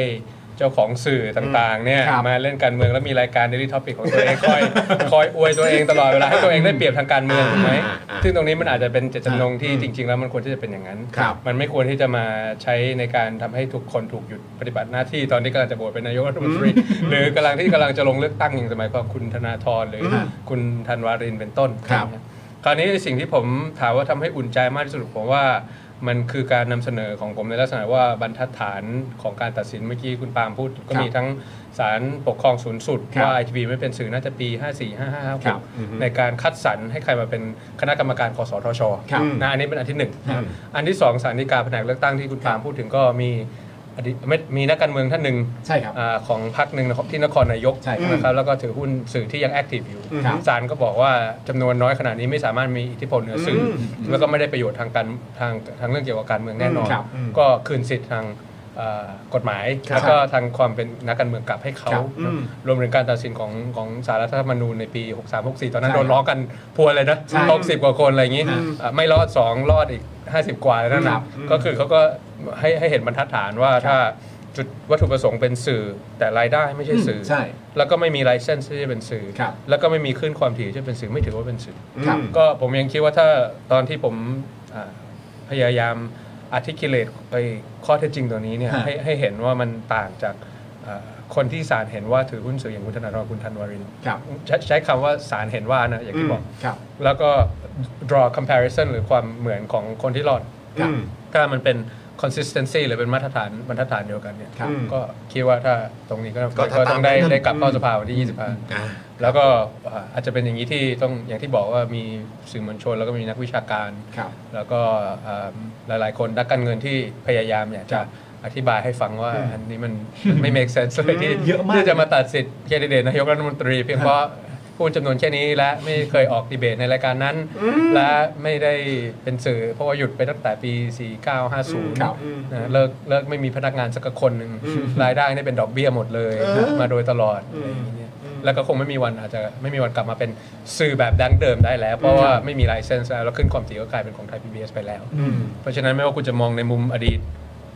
Speaker 6: เจ้าของสื่อต่างๆเนี่ย
Speaker 2: ครับ
Speaker 6: มาเล่นการเมืองแล้วมีรายการ Daily Topic ของตัวเองคอย คอยอวยตัวเองตลอดเวลาให้ตัวเองได้เปรียบทางการเมืองถูกไหม
Speaker 1: อ่าอ่า
Speaker 6: ซึ่งตรงนี้มันอาจจะเป็นเจตจำนงที่จริง ๆ แล้วมันควรที่จะเป็นอย่างนั้น
Speaker 2: ครับ
Speaker 6: มันไม่ควรที่จะมาใช้ในการทำให้ทุกคนถูกหยุดปฏิบัติหน้าที่ตอนนี้กำลังจะโหวตเป็นนายกรัฐมนตรี หรือกำลังที่กำลังจะลงเลือกตั้งอย่างสมัยก่อนคุณธนาธรหรืออคุณธันวารินเป็นต้น
Speaker 2: ครับ
Speaker 6: คราวนี้สิ่งที่ผมถามว่าทำให้อุ่นใจมากที่สุดผมว่า มันคือการนำเสนอของผมในลักษณะว่าบรรทัดฐานของการตัดสินเมื่อกี้คุณปาล์มพูดก็มีทั้งศาลปกครองสูงสุด
Speaker 2: ครับ
Speaker 6: ว่าไอทีบีไม่เป็นสื่อน่าจะปี
Speaker 2: ครับ
Speaker 6: 5455ในการคัดสรรให้ใครมาเป็นคณะกรรมการกสทช
Speaker 2: ครับ
Speaker 6: นะอันนี้เป็นอันที่หนึ่งนะอันที่สองสารดีกาแผนกเลือกตั้งที่คุณปาล์มพูดถึงก็มีอดีตไม่มีนักการเมืองท่านหนึ่ง
Speaker 2: ใช่ครับ
Speaker 6: อาของพรรคหนึ่งนะครับที่นครนายก
Speaker 2: ใช่ครับ
Speaker 6: นะครับแล้วก็ถือหุ้นสื่อที่ยังแอคทีฟอยู่
Speaker 2: ครับ
Speaker 6: ศาลก็บอกว่าจำนวนน้อยขนาดนี้ไม่สามารถมีอิทธิพลเหนือสื่ออแล้วก็ไม่ได้ประโยชน์ทางการทางทางเรื่องเกี่ยวกับการเมืองแน่นอน
Speaker 2: ครับ
Speaker 6: ก็คืนสิทธิ์ทางเอ่อกฎหมาย
Speaker 2: ครับ
Speaker 6: แล้วก็ทางความเป็นนักการเมืองกลับให้เขา
Speaker 2: ครับ
Speaker 6: นะรวมถึงการตัดสินของของสารรัฐธรรมนูญในปี 63-64 ตอนนั้น
Speaker 2: ใช่
Speaker 6: โดนล้อกันพัวเลยนะ
Speaker 2: ใช่
Speaker 6: ลบสิบกว่าคนอะไรอย่างนี้ เอ่อไม่รอด 2 รอดอีก 50 กว่าแล้วนั่นแห
Speaker 2: ครั
Speaker 6: ละ
Speaker 2: บ
Speaker 6: ก็คือเขาก็ให้ให้เห็นบรรทัดฐานว่าถ้าจุดวัตถุประสงค์เป็นสื่อแต่รายได้ไม่ใช่สื่อ
Speaker 2: ใช่
Speaker 6: แล้วก็ไม่มีไลเซนส์ที่จะเป็นสื่อ
Speaker 2: ครับ
Speaker 6: แล้วก็ไม่มีคลื่นความถี่ที่จะเป็นสื่อไม่ถือว่าเป็นสื่ออ
Speaker 2: ครับ
Speaker 6: ก็ผมยังคิดว่าถ้าตอนที่ผมอ่าพยายามอธิคิเลตไปข้อเท็จจริงตัวนี้เนี่ย
Speaker 2: ฮะ
Speaker 6: ให้ให้เห็นว่ามันต่างจากอ่าคนที่ศาลเห็นว่าถือหุ้นสื่ออย่างคุณธนาธรคุณธันวารินทร์
Speaker 2: ครับ
Speaker 6: ใช้ใช้คำว่าศาลเห็นว่านะอย่างที่บอก
Speaker 2: ครับ
Speaker 6: แล้วก็ draw comparison หรือความเหมือนของคนที่รอด
Speaker 2: ครับ
Speaker 6: ถ้ามันเป็น consistency หรือเป็นมาตรฐานบรรทัดฐานเดียวกันเนี่ย
Speaker 2: ครับ
Speaker 6: ก็คิดว่าถ้าตรงนี้ก็
Speaker 1: ก็ถ้า
Speaker 6: ก็ต้องได้
Speaker 1: ตามนั้น
Speaker 6: ได้กลับเข้าสภาวันที่
Speaker 1: อ่า
Speaker 6: 25 แล้วก็อ่าอาจจะเป็นอย่างนี้ที่ต้องอย่างที่บอกว่ามีสื่อมวลชน แล้วก็มีนักวิชาการ
Speaker 2: ครับ
Speaker 6: แล้วก็อ่าหลายๆ คนนักการเงินที่พยายามอยากจะอธิบายให้ฟังว่าอันนี้มันมันไม่ make sense เลยที่
Speaker 2: เยอะมาก
Speaker 6: ที่จะมาตัดสิทธิ์แคนดิเดตนายกรัฐมนตรี เพียงเพราะ พูดจำนวนแค่นี้และไม่เคยออกดีเบตในรายการนั้น และไม่ได้เป็นสื่อ เพราะว่าหยุดไปตั้งแต่ปี 4950
Speaker 1: ครับ
Speaker 6: นะเลิกเลิกไม่มีพนักงานสักคนหนึ่งรายได้เนี่ยเป็นดอกเบี้ยหมดเลย
Speaker 1: เออ
Speaker 6: มาโดยตลอดอะไรอย่างเงี้ยแล้วก็คงไม่มีวันอาจจะไม่มีวันกลับมาเป็นสื่อแบบดั้งเดิมได้แล้ว เพราะว่าไม่มีไลเซนส์แล้วแล้วขึ้นความถี่ก็กลายเป็นของไทยพีบีเอสไปแล้ว เพราะฉะนั้นไม่ว่าคุณจะมองในมุมอดีต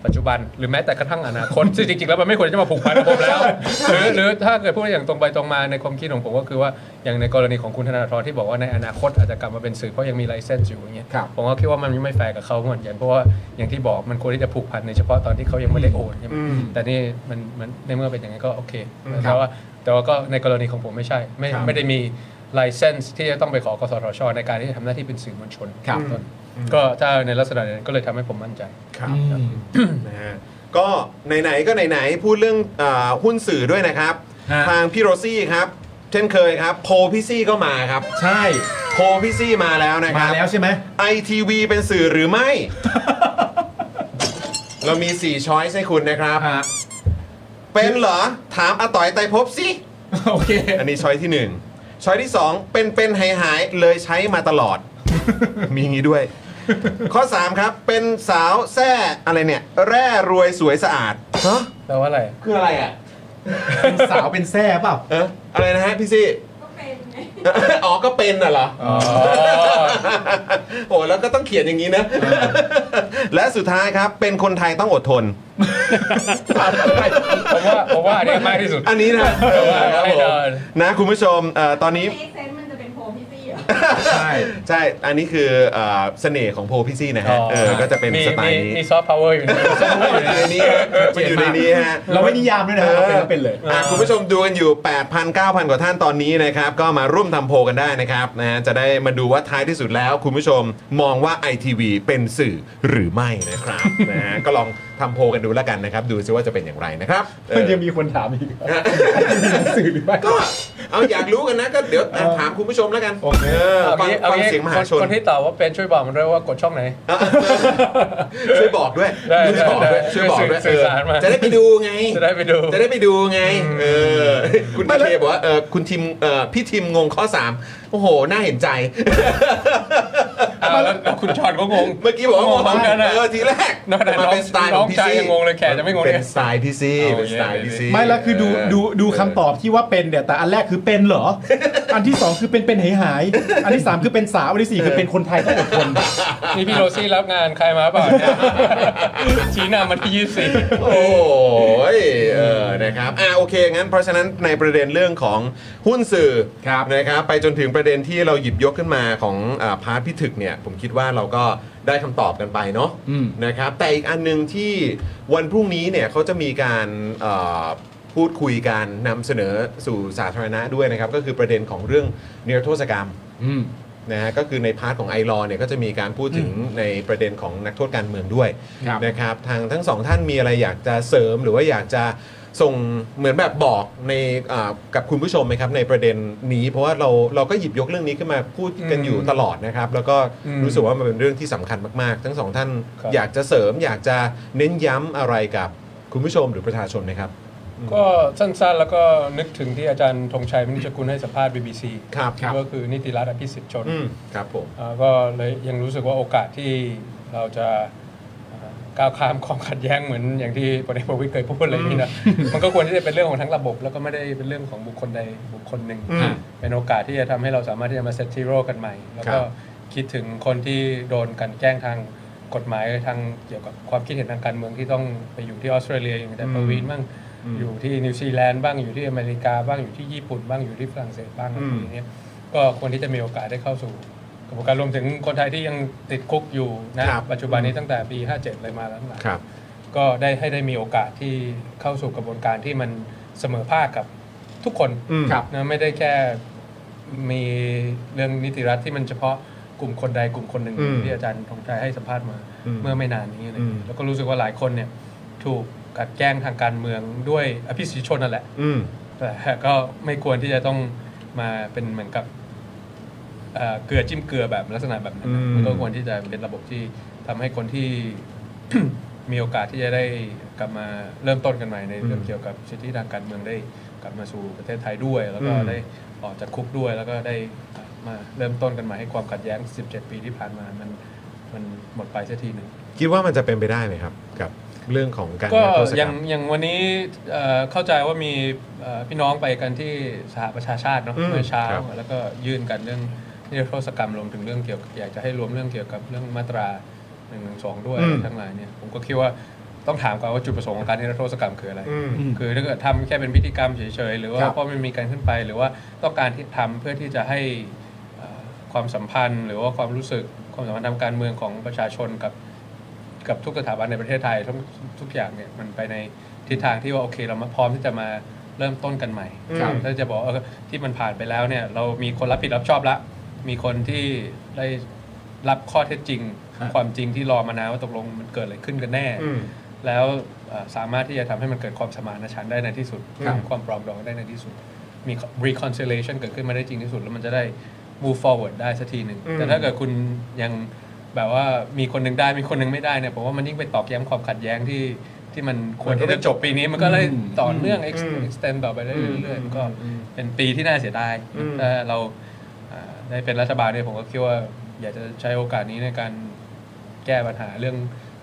Speaker 6: ปัจจุบันหรือแม้แต่กระทั่งอนาคต ซึ่งจริงๆแล้วมันไม่ควรจะมาผูกพันกับผม แล้วหรือหรือถ้าเกิดพูดอย่างตรงไปตรงมาในความคิดของผมก็คือว่าอย่างในกรณีของคุณธนาธรที่บอกว่าในอนาคตอาจจะกลับมาเป็นสื่อเพราะยังมีไลเซนส์อยู่อย่างเงี้ย
Speaker 2: ครับ
Speaker 6: ผมก็คิดว่ามันยังไม่แฟร์กับเขาเหมือนกันเพราะว่าอย่างที่บอกมันควรที่จะผูกพันในเฉพาะตอนที่เขายังไม่ได้โอนใช่ไหมแต่นี่มันมันในเมื่อเป็นอย่างนั้นก็โอเคแต่ว่าแต่ว่าก็ในกรณีของผมไม่ใช่ไม่ไม่ได้มีไลเซนส์ที่จะต้องไปขอกสทช ในการที่จะทำหน้าที่เป็นสื่อมวลชน
Speaker 2: ครับ
Speaker 6: ต้นก็ถ้าในลักษณะนั้นก็เลยทำให้ผมมั่นใจ
Speaker 1: ครับนะฮะก็ไหนๆก็ไหนๆพูดเรื่องอาหุ้นสื่อด้วยนะครับ
Speaker 6: ฮะ
Speaker 1: ทางพี่โรซี่ครับ เช่นเคยครับ โพลพี่ซี่ก็มาครับ
Speaker 2: ใช่
Speaker 1: โพลพี่ซี่มาแล้วนะค
Speaker 2: มา
Speaker 1: รับ
Speaker 2: แล้วใช่ไหม
Speaker 1: ITV เป็นสื่อหรือ ไม่ เรามี 4 ช้อยส์ให้คุณนะครับ
Speaker 2: อ่า
Speaker 1: เป็นเหรอ ถามอาต่อยไตรภพบสิ
Speaker 2: โอเค
Speaker 1: อันนี้ช้อยที่ 1 ช้อยที่ 2 เป็นเป็นหายหายเลยใช้มาตลอด มีอย่างนี้ด้วย ข้อ 3 ครับ เป็นสาวแซ่อะไรเนี่ย แร่รวยสวยสะอาด
Speaker 6: แปลว่าอะไร
Speaker 1: คืออะไรอ่ะ
Speaker 2: เป็นสาวเป็นแซ่เปล่า
Speaker 1: เอะอะไรนะฮะพี่ซี่
Speaker 3: ก็เป็นไง
Speaker 1: อ๋อก็เป็นน่ะเหรออโอ้แล้วก็ต้องเขียนอย่างนี้นะ และสุดท้ายครับ เป็นคนไทยต้องอดท น
Speaker 6: ผมว่าผมว่าอันนี้มากที่สุด
Speaker 1: อันนี้นะ
Speaker 6: เออ
Speaker 1: ครับ
Speaker 6: ให้
Speaker 1: ผม
Speaker 6: เดิน
Speaker 1: นะ คุณผู้ชมเอ่อตอนนี้
Speaker 3: make sense มันจะเป็นโพลพี่ซี่เหรอ
Speaker 2: ใช่
Speaker 1: ใช่ อันนี้คือเอ่อเสน่ห์ของโพลพี่ซี่นะฮะเออก็จะเป็นสไตล์
Speaker 6: มีมี
Speaker 1: นี้
Speaker 6: ซอฟต์พาวเวอร์อยู่ในนั้น
Speaker 1: มันอยู่ในนี้ฮะมันอยู่ในนี้ฮะ
Speaker 2: เราไม่นิยามด้วยนะเราเป็นก็เป็นเลย
Speaker 1: อ่ะคุณผู้ชมดูกันอยู่ 8,000 9,000 กว่าท่านตอนนี้นะครับ ก็มาร่วมทำโพลกันได้นะครับนะฮะจะได้มาดูว่าท้ายที่สุดแล้ว คุณผู้ชมมองว่า ITV เป็นสื่อหรือไม่นะครับ นะ ฮะก็ลองทำโพลกันดูแล้วกันนะครับ ดูซิว่าจะเป็นอย่างไรนะครับเอ
Speaker 2: มัน
Speaker 1: อ
Speaker 2: ยังมีคนถามอีกเหรอสื่อหรือไม่
Speaker 1: ก็เอาอยากรู้กันนะ ก็เดี๋ยวถามคุณผู้ชมแล้วกัน
Speaker 2: โอเค
Speaker 1: เออ
Speaker 6: เอา
Speaker 1: ฟัง
Speaker 6: งี้เอา
Speaker 1: ฟัง
Speaker 6: งี้
Speaker 1: เสียงมหาชน
Speaker 6: คนที่ตอบว่าเป็นช่วยบอกมันด้วยว่ากดช่องไหน
Speaker 1: ช่วยบอกด้วย
Speaker 6: ได้
Speaker 1: ช่วยบอกด้วย
Speaker 6: ได้
Speaker 1: ช่วยบอกด้วย
Speaker 6: สื่อสื่อสารมา
Speaker 1: เออจะได้ไปดูไง
Speaker 6: จะได้ไปดู
Speaker 1: จะได้ไปดูไง เออ คุณเคบอกว่าเออคุณทิมเออพี่ทิมงงข้อ 3 โอ้โห น่าเห็นใจ
Speaker 6: อ่าแล้วแล้วคุณชอนก็งง
Speaker 1: เมื่อกี้บอกว่างง
Speaker 6: เหมือนกันนะ
Speaker 1: เออทีแรก
Speaker 6: นั่นแหละ
Speaker 1: มัเป็นสไตล์ข
Speaker 6: น้
Speaker 1: อ
Speaker 6: อง ง
Speaker 1: พี่
Speaker 6: ชาย
Speaker 1: ซี่
Speaker 6: ยังงงเลยแขกจะไม่งง
Speaker 1: เป็
Speaker 6: เนี่
Speaker 1: น
Speaker 6: ย
Speaker 1: สไตล์พี่ซี่เป็นสไตล์พี่ซี่
Speaker 2: ไม่แล้วคือดู
Speaker 1: เ
Speaker 2: ดูดูคำตอบที่ว่าเป็นเนี่ยแต่อันแรกคือเป็นเหรอ อันที่สองคือเป็นเป็นหายหายอันที่สามคือเป็นสาวอันที่สี่คือเป็นคนไทยต้องอดทน
Speaker 6: นี่พี่โรซี่รับงานใครมาเปล่าเนี่ยชี้นำมาที่ยี่สิบ
Speaker 1: โอ้ยเออนะครับอ่ะโอเคงั้นเพราะฉะนั้นในประเด็นเรื่องของหุ้นสื่อ
Speaker 2: ครับ
Speaker 1: นะครับไปจนถึงประเด็นที่เราหยิบยกขึ้นมาของอาพาร์ทพิถึกเนี่ยผมคิดว่าเราก็ได้คำตอบกันไปเนาะ
Speaker 2: อืม
Speaker 1: นะครับแต่อีกอันหนึ่งที่วันพรุ่งนี้เนี่ยเขาจะมีการเอ่อพูดคุยการนำเสนอสู่สาธารณะด้วยนะครับก็คือประเด็นของเรื่องเนรโทษกรรม
Speaker 2: อืม
Speaker 1: นะฮะก็คือในพาร์ทของไอรอเนี่ยก็จะมีการพูดถึงในประเด็นของนักโทษการเมืองด้วย
Speaker 2: ครับ
Speaker 1: นะครับทางทั้งสองท่านมีอะไรอยากจะเสริมหรือว่าอยากจะส่งเหมือนแบบบอกในอ่ากับคุณผู้ชมไหมครับในประเด็นนี้ เพราะว่าเราเราก็หยิบยกเรื่องนี้ขึ้นมาพูดกัน
Speaker 6: อืม
Speaker 1: อยู่ตลอดนะครับ แล้วก็
Speaker 6: อืม
Speaker 1: รู้สึกว่ามันเป็นเรื่องที่สำคัญมากๆ ทั้งสองท่าน
Speaker 6: ครับ
Speaker 1: อยากจะเสริมอยากจะเน้นย้ำอะไรกับคุณผู้ชมหรือประชาชนไหมครับ
Speaker 6: ก็สั้นๆ แล้วก็นึกถึงที่อาจารย์ธงชัยมินิจกุลให้สัมภาษณ์ BBC
Speaker 1: ครับ
Speaker 6: ก็คือนิติรัฐอภิสิทธิ์ชน
Speaker 1: อืมครับผม
Speaker 6: เอ่อก็เลยยังรู้สึกว่าโอกาสที่เราจะเอ่อก้าวข้ามความขัดแย้งเหมือนอย่างที่พลเอกประวิตยเคยพูดอะไรอย่างนี้นะ มันก็ควรที่จะเป็นเรื่องของทั้งระบบ แล้วก็ไม่ได้เป็นเรื่องของบุคคลใดบุคคลหนึ่ง
Speaker 1: อืม
Speaker 6: เป็นโอกาสที่จะทำให้เราสามารถที่จะมาเซต z ีโร่กันใหม่ แล้ว
Speaker 1: ครั
Speaker 6: ก็
Speaker 1: บ
Speaker 6: คิดถึงคนที่โดนกลันแกล้งทางกฎหมายทางเกี่ยวกับความคิดเห็นทางการเมืองที่ต้องไปอยู่ที่ออสเตรเลียอยู่แต่ประวีนบ้างอยู่ที่นิวซีแลนด์บ้างอยู่ที่อเมริกาบ้างอยู่ที่ญี่ปุ่นบ้างอยู่ที่ฝรั่งเศสบ้างอะไรอย่างเงี้ย ก็ควรที่จะมีโอกาสได้เข้าสู่กระบวนการรวมถึงคนไทยที่ยังติดคุกอยู่นะครับ ปัจจุบันนี้ตั้งแต่ปี 57 เลยมาแล้วนะครับ ก็ได้ให้ได้มีโอกาสที่เข้าสู่กระบวนการที่มันเสมอภาคกับทุกคน
Speaker 1: อืม
Speaker 2: ครับ
Speaker 6: นะไม่ได้แค่มีเรื่องนิติรัฐที่มันเฉพาะกลุ่มคนใดกลุ่มคนหนึ่ง
Speaker 1: อืม
Speaker 6: ที่อาจารย์ธงชัยให้สัมภาษณ์มา
Speaker 1: อืม
Speaker 6: เมื่อไม่นานนี้อะไรอย่างเงี้
Speaker 1: อืม
Speaker 6: ยแล้วก็รู้สึกว่าหลายคนเนี่ยถูกกลัดแกล้งทางการเมืองด้วยอภิสิทธิชนนั่นแหละ
Speaker 1: อืม
Speaker 6: แต่ก็ไม่ควรที่จะต้องมาเป็นเหมือนกับเอ่อเกลือจิ้มเกลือแบบลักษณะแบบนั้น
Speaker 1: อืม
Speaker 6: มันก็ควรที่จะเป็นระบบที่ทำให้คนที่ มีโอกาสที่จะได้กลับมาเริ่มต้นกันใหม่ในเรื่องเกี่ยวกับสิทธิทางการเมืองได้ กลับมาสู่ประเทศไทยด้วย แล้วก็
Speaker 1: อืม
Speaker 6: ได้ออกจากคุกด้วย แล้วก็ได้มาเริ่มต้นกันใหม่ให้ความขัดแย้ง 17 ปีที่ผ่านมามันมันหมดไปสักทีหนึ่ง
Speaker 1: คิดว่ามันจะเป็นไปได้ไหมครับ กับเรื่องของการ
Speaker 6: ก็
Speaker 1: นิรโทษก
Speaker 6: อ
Speaker 1: รร
Speaker 6: ย่าง
Speaker 1: ม
Speaker 6: อย่างวันนี้เอ่อเข้าใจว่ามีเอ่อพี่น้องไปกันที่สหประชาชาติเนาะ
Speaker 1: อืม
Speaker 6: เมื่อเช้า
Speaker 1: ครับ
Speaker 6: แล้วก็ยื่นกันเรื่องนิรโทษกรรมรวมถึงเรื่องเกี่ยวกับอยากจะให้รวมเรื่องเกี่ยวกับเรื่องมาตรา1นึด้วย
Speaker 1: อืม
Speaker 6: ทั้งหลายเนี่ยผมก็คิดว่าต้องถามก่อนว่าจุดประสงค์ของการนิรโทษกรรมคืออะไร
Speaker 1: อืม
Speaker 7: อืม
Speaker 6: คือถ้าเกิดทำแค่เป็นพิธีกรรมเฉยๆ หรือว่า
Speaker 2: ครับ
Speaker 6: เพราะมันมีการขึ้นไปหรือว่าต้องการที่ทำเพื่อที่จะให้เอ่อความสัมพันธ์ หรือว่าความรู้สึกความสัมพันธ์ทางการเมืองของประชาชนกับกับทุกสถาบันในประเทศไทยทั้งทุกอย่างเนี่ยมันไปในทิศทางที่ว่าโอเคเรามาพร้อมที่จะมาเริ่มต้นกันใหม่
Speaker 1: ครับ
Speaker 6: ถ้าจะบอกว่าเออที่มันผ่านไปแล้วเนี่ยเรามีคนรับผิดรับชอบละมีคนที่ได้รับข้อเท็จจริง ความจริงที่รอมานานว่าตกลงมันเกิดอะไรขึ้นกันแน่
Speaker 1: อืม
Speaker 6: แล้วเอ่อสามารถที่จะทำให้มันเกิดความสมานฉันท์ได้ในที่สุด
Speaker 1: ครับ
Speaker 6: ความปรองดองได้ในที่สุด มี reconciliation เกิดขึ้นมาได้จริงที่สุด แล้วมันจะได้ move forward ได้สักทีหนึ่ง แต่ถ้าเกิดคุณยังแบบว่ามีคนหนึ่งได้มีคนหนึ่งไม่ได้เนี่ยผมว่ามันยิ่งไปตอกย้ำความขัดแย้งที่ที่มันควรที่จะจบปีนี้มันก็เลยต่อเนื่อง ex- extend ต่อไปได้เรื่อยๆมันก็เป็นปีที่น่าเสียดายถ้าเราเอ่อได้เป็นรัฐบาลเนี่ยผมก็คิดว่าอยากจะใช้โอกาสนี้ในการ แก้ปัญหาเรื่อง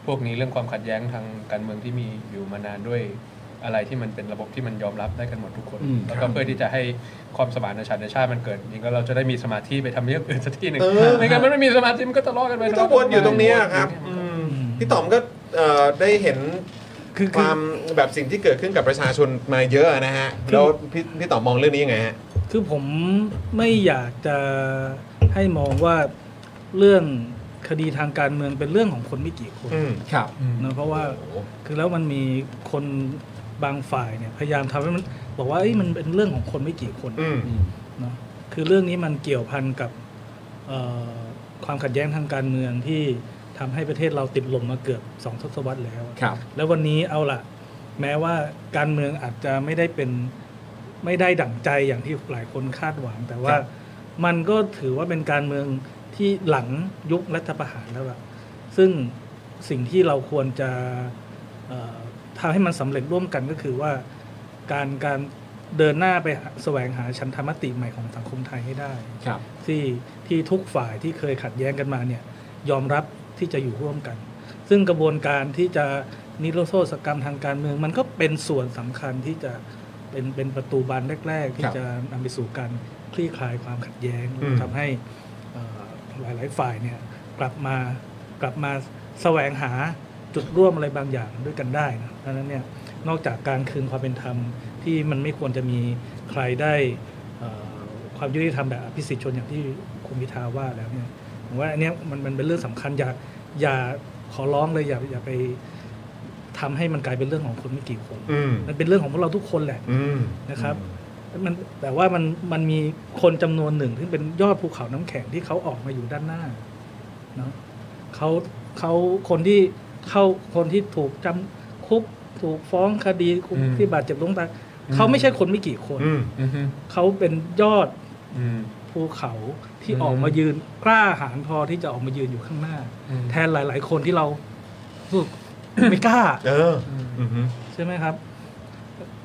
Speaker 6: พวกนี้เรื่องความขัดแย้งทางการเมืองที่มีอยู่มานานด้วยอะไรที่มันเป็นระบบที่มันยอมรับได้กันหมดทุกคน
Speaker 2: อืม
Speaker 6: แล้วก็เพื่อที่จะให้ความสมานฉันท์ในชาติมันเกิดจริงก็เราจะได้มีสมาธิไปทำเรื่อง อื่นสักที่หนึ่ง
Speaker 1: เออ
Speaker 6: ไม่งั้นมันไม่มีสมาธิมันก็ทะเลาะกันไป
Speaker 1: มันก็วนอยู่ตรงเนี้ยครับ
Speaker 6: มันก็
Speaker 1: อืมพี่ต๋อมก็เอ่อได้เห็น
Speaker 7: คือ
Speaker 1: ค
Speaker 7: คือ
Speaker 1: วามแบบสิ่งที่เกิดขึ้นกับประชาชนมาเยอะนะฮะแล้วพี่พี่ต๋อมมองเรื่องนี้ยังไงฮะ
Speaker 7: คือผมไม่อยากจะให้มองว่าเรื่องคดีทางการเมืองเป็นเรื่องของคนไม่กี่คน
Speaker 1: อืม
Speaker 2: ครับ
Speaker 7: นะเพราะว่า
Speaker 1: โอ้โห
Speaker 7: คือแล้วมันมีคนบางฝ่ายเนี่ยพยายามทำให้มันบอกว่าเอ้ยมันเป็นเรื่องของคนไม่กี่คน
Speaker 1: อืม
Speaker 7: เนาะคือเรื่องนี้มันเกี่ยวพันกับเอ่อความขัดแย้งทางการเมืองที่ทำให้ประเทศเราติดลมมาเกือบสองทศวรรษแล้ว
Speaker 2: ครับ
Speaker 7: แล้ววันนี้เอาล่ะ แม้ว่าการเมืองอาจจะไม่ได้เป็นไม่ได้ดั่งใจอย่างที่หลายคนคาดหวัง แต่ว่ามันก็ถือว่าเป็นการเมืองที่หลังยุครัฐประหารแล้วล่ะซึ่งสิ่งที่เราควรจะเอ่อทำให้มันสำเร็จร่วมกันก็คือว่าการการเดินหน้าไปหาแสวงหาชันธรรมติใหม่ของสังคมไทยให้ได้
Speaker 2: ครับ
Speaker 7: ที่ที่ทุกฝ่ายที่เคยขัดแย้งกันมาเนี่ยยอมรับที่จะอยู่ร่วมกัน ซึ่งกระบวนการที่จะนิรโทษกรรมทางการเมือง มันก็เป็นส่วนสำคัญที่จะเป็นเป็นประตูบานแรก ๆ
Speaker 2: ค
Speaker 7: ที่
Speaker 2: รับ
Speaker 7: จะนำไปสู่การคลี่คลายความขัดแย้งทำให้เอ่อหลายๆฝ่ายเนี่ยกลับมากลับมาแสวงหาจุดร่วมอะไรบางอย่างด้วยกันได้นะดังนั้นเนี่ยนอกจากการคืนความเป็นธรรมที่มันไม่ควรจะมีใครได้ เอ่อความยุติธรรมแบบอภิสิทธิชนอย่างที่คุณพิธาว่าแล้วเนี่ยผมว่าอันเนี้ยมันมันเป็นเรื่องสำคัญอย่าอย่าขอร้องเลยอย่าอย่าไปทำให้มันกลายเป็นเรื่องของคนไม่กี่คน
Speaker 1: อืม
Speaker 7: มันเป็นเรื่องของพวกเราทุกคนแหละ
Speaker 1: อืม
Speaker 7: นะครับมันแต่ว่ามันมันมีคนจำนวนหนึ่งที่งเป็นยอดภูเขาน้ำแข็งที่เขาออกมาอยู่ด้านหน้าเนาะเขาเขาคนที่เข้าคนที่ถูกจำคุกถูกฟ้องคดี
Speaker 6: อืม
Speaker 7: ที่บาดเจ็บล้มตายเขาไม่ใช่คนไม่กี่คน
Speaker 1: อืม
Speaker 6: อืมอืม
Speaker 7: เขาเป็นยอด
Speaker 6: อืม
Speaker 7: ภูเขาที่
Speaker 6: อืม
Speaker 7: ออกมายืนกล้าหาญพอที่จะออกมายืนอยู่ข้างหน้า
Speaker 6: อืม
Speaker 7: แทนหลาย ๆ คนที่เรา รู้สึก ไม่กล้า
Speaker 1: เออ อืม
Speaker 7: ใช่ไหมครับ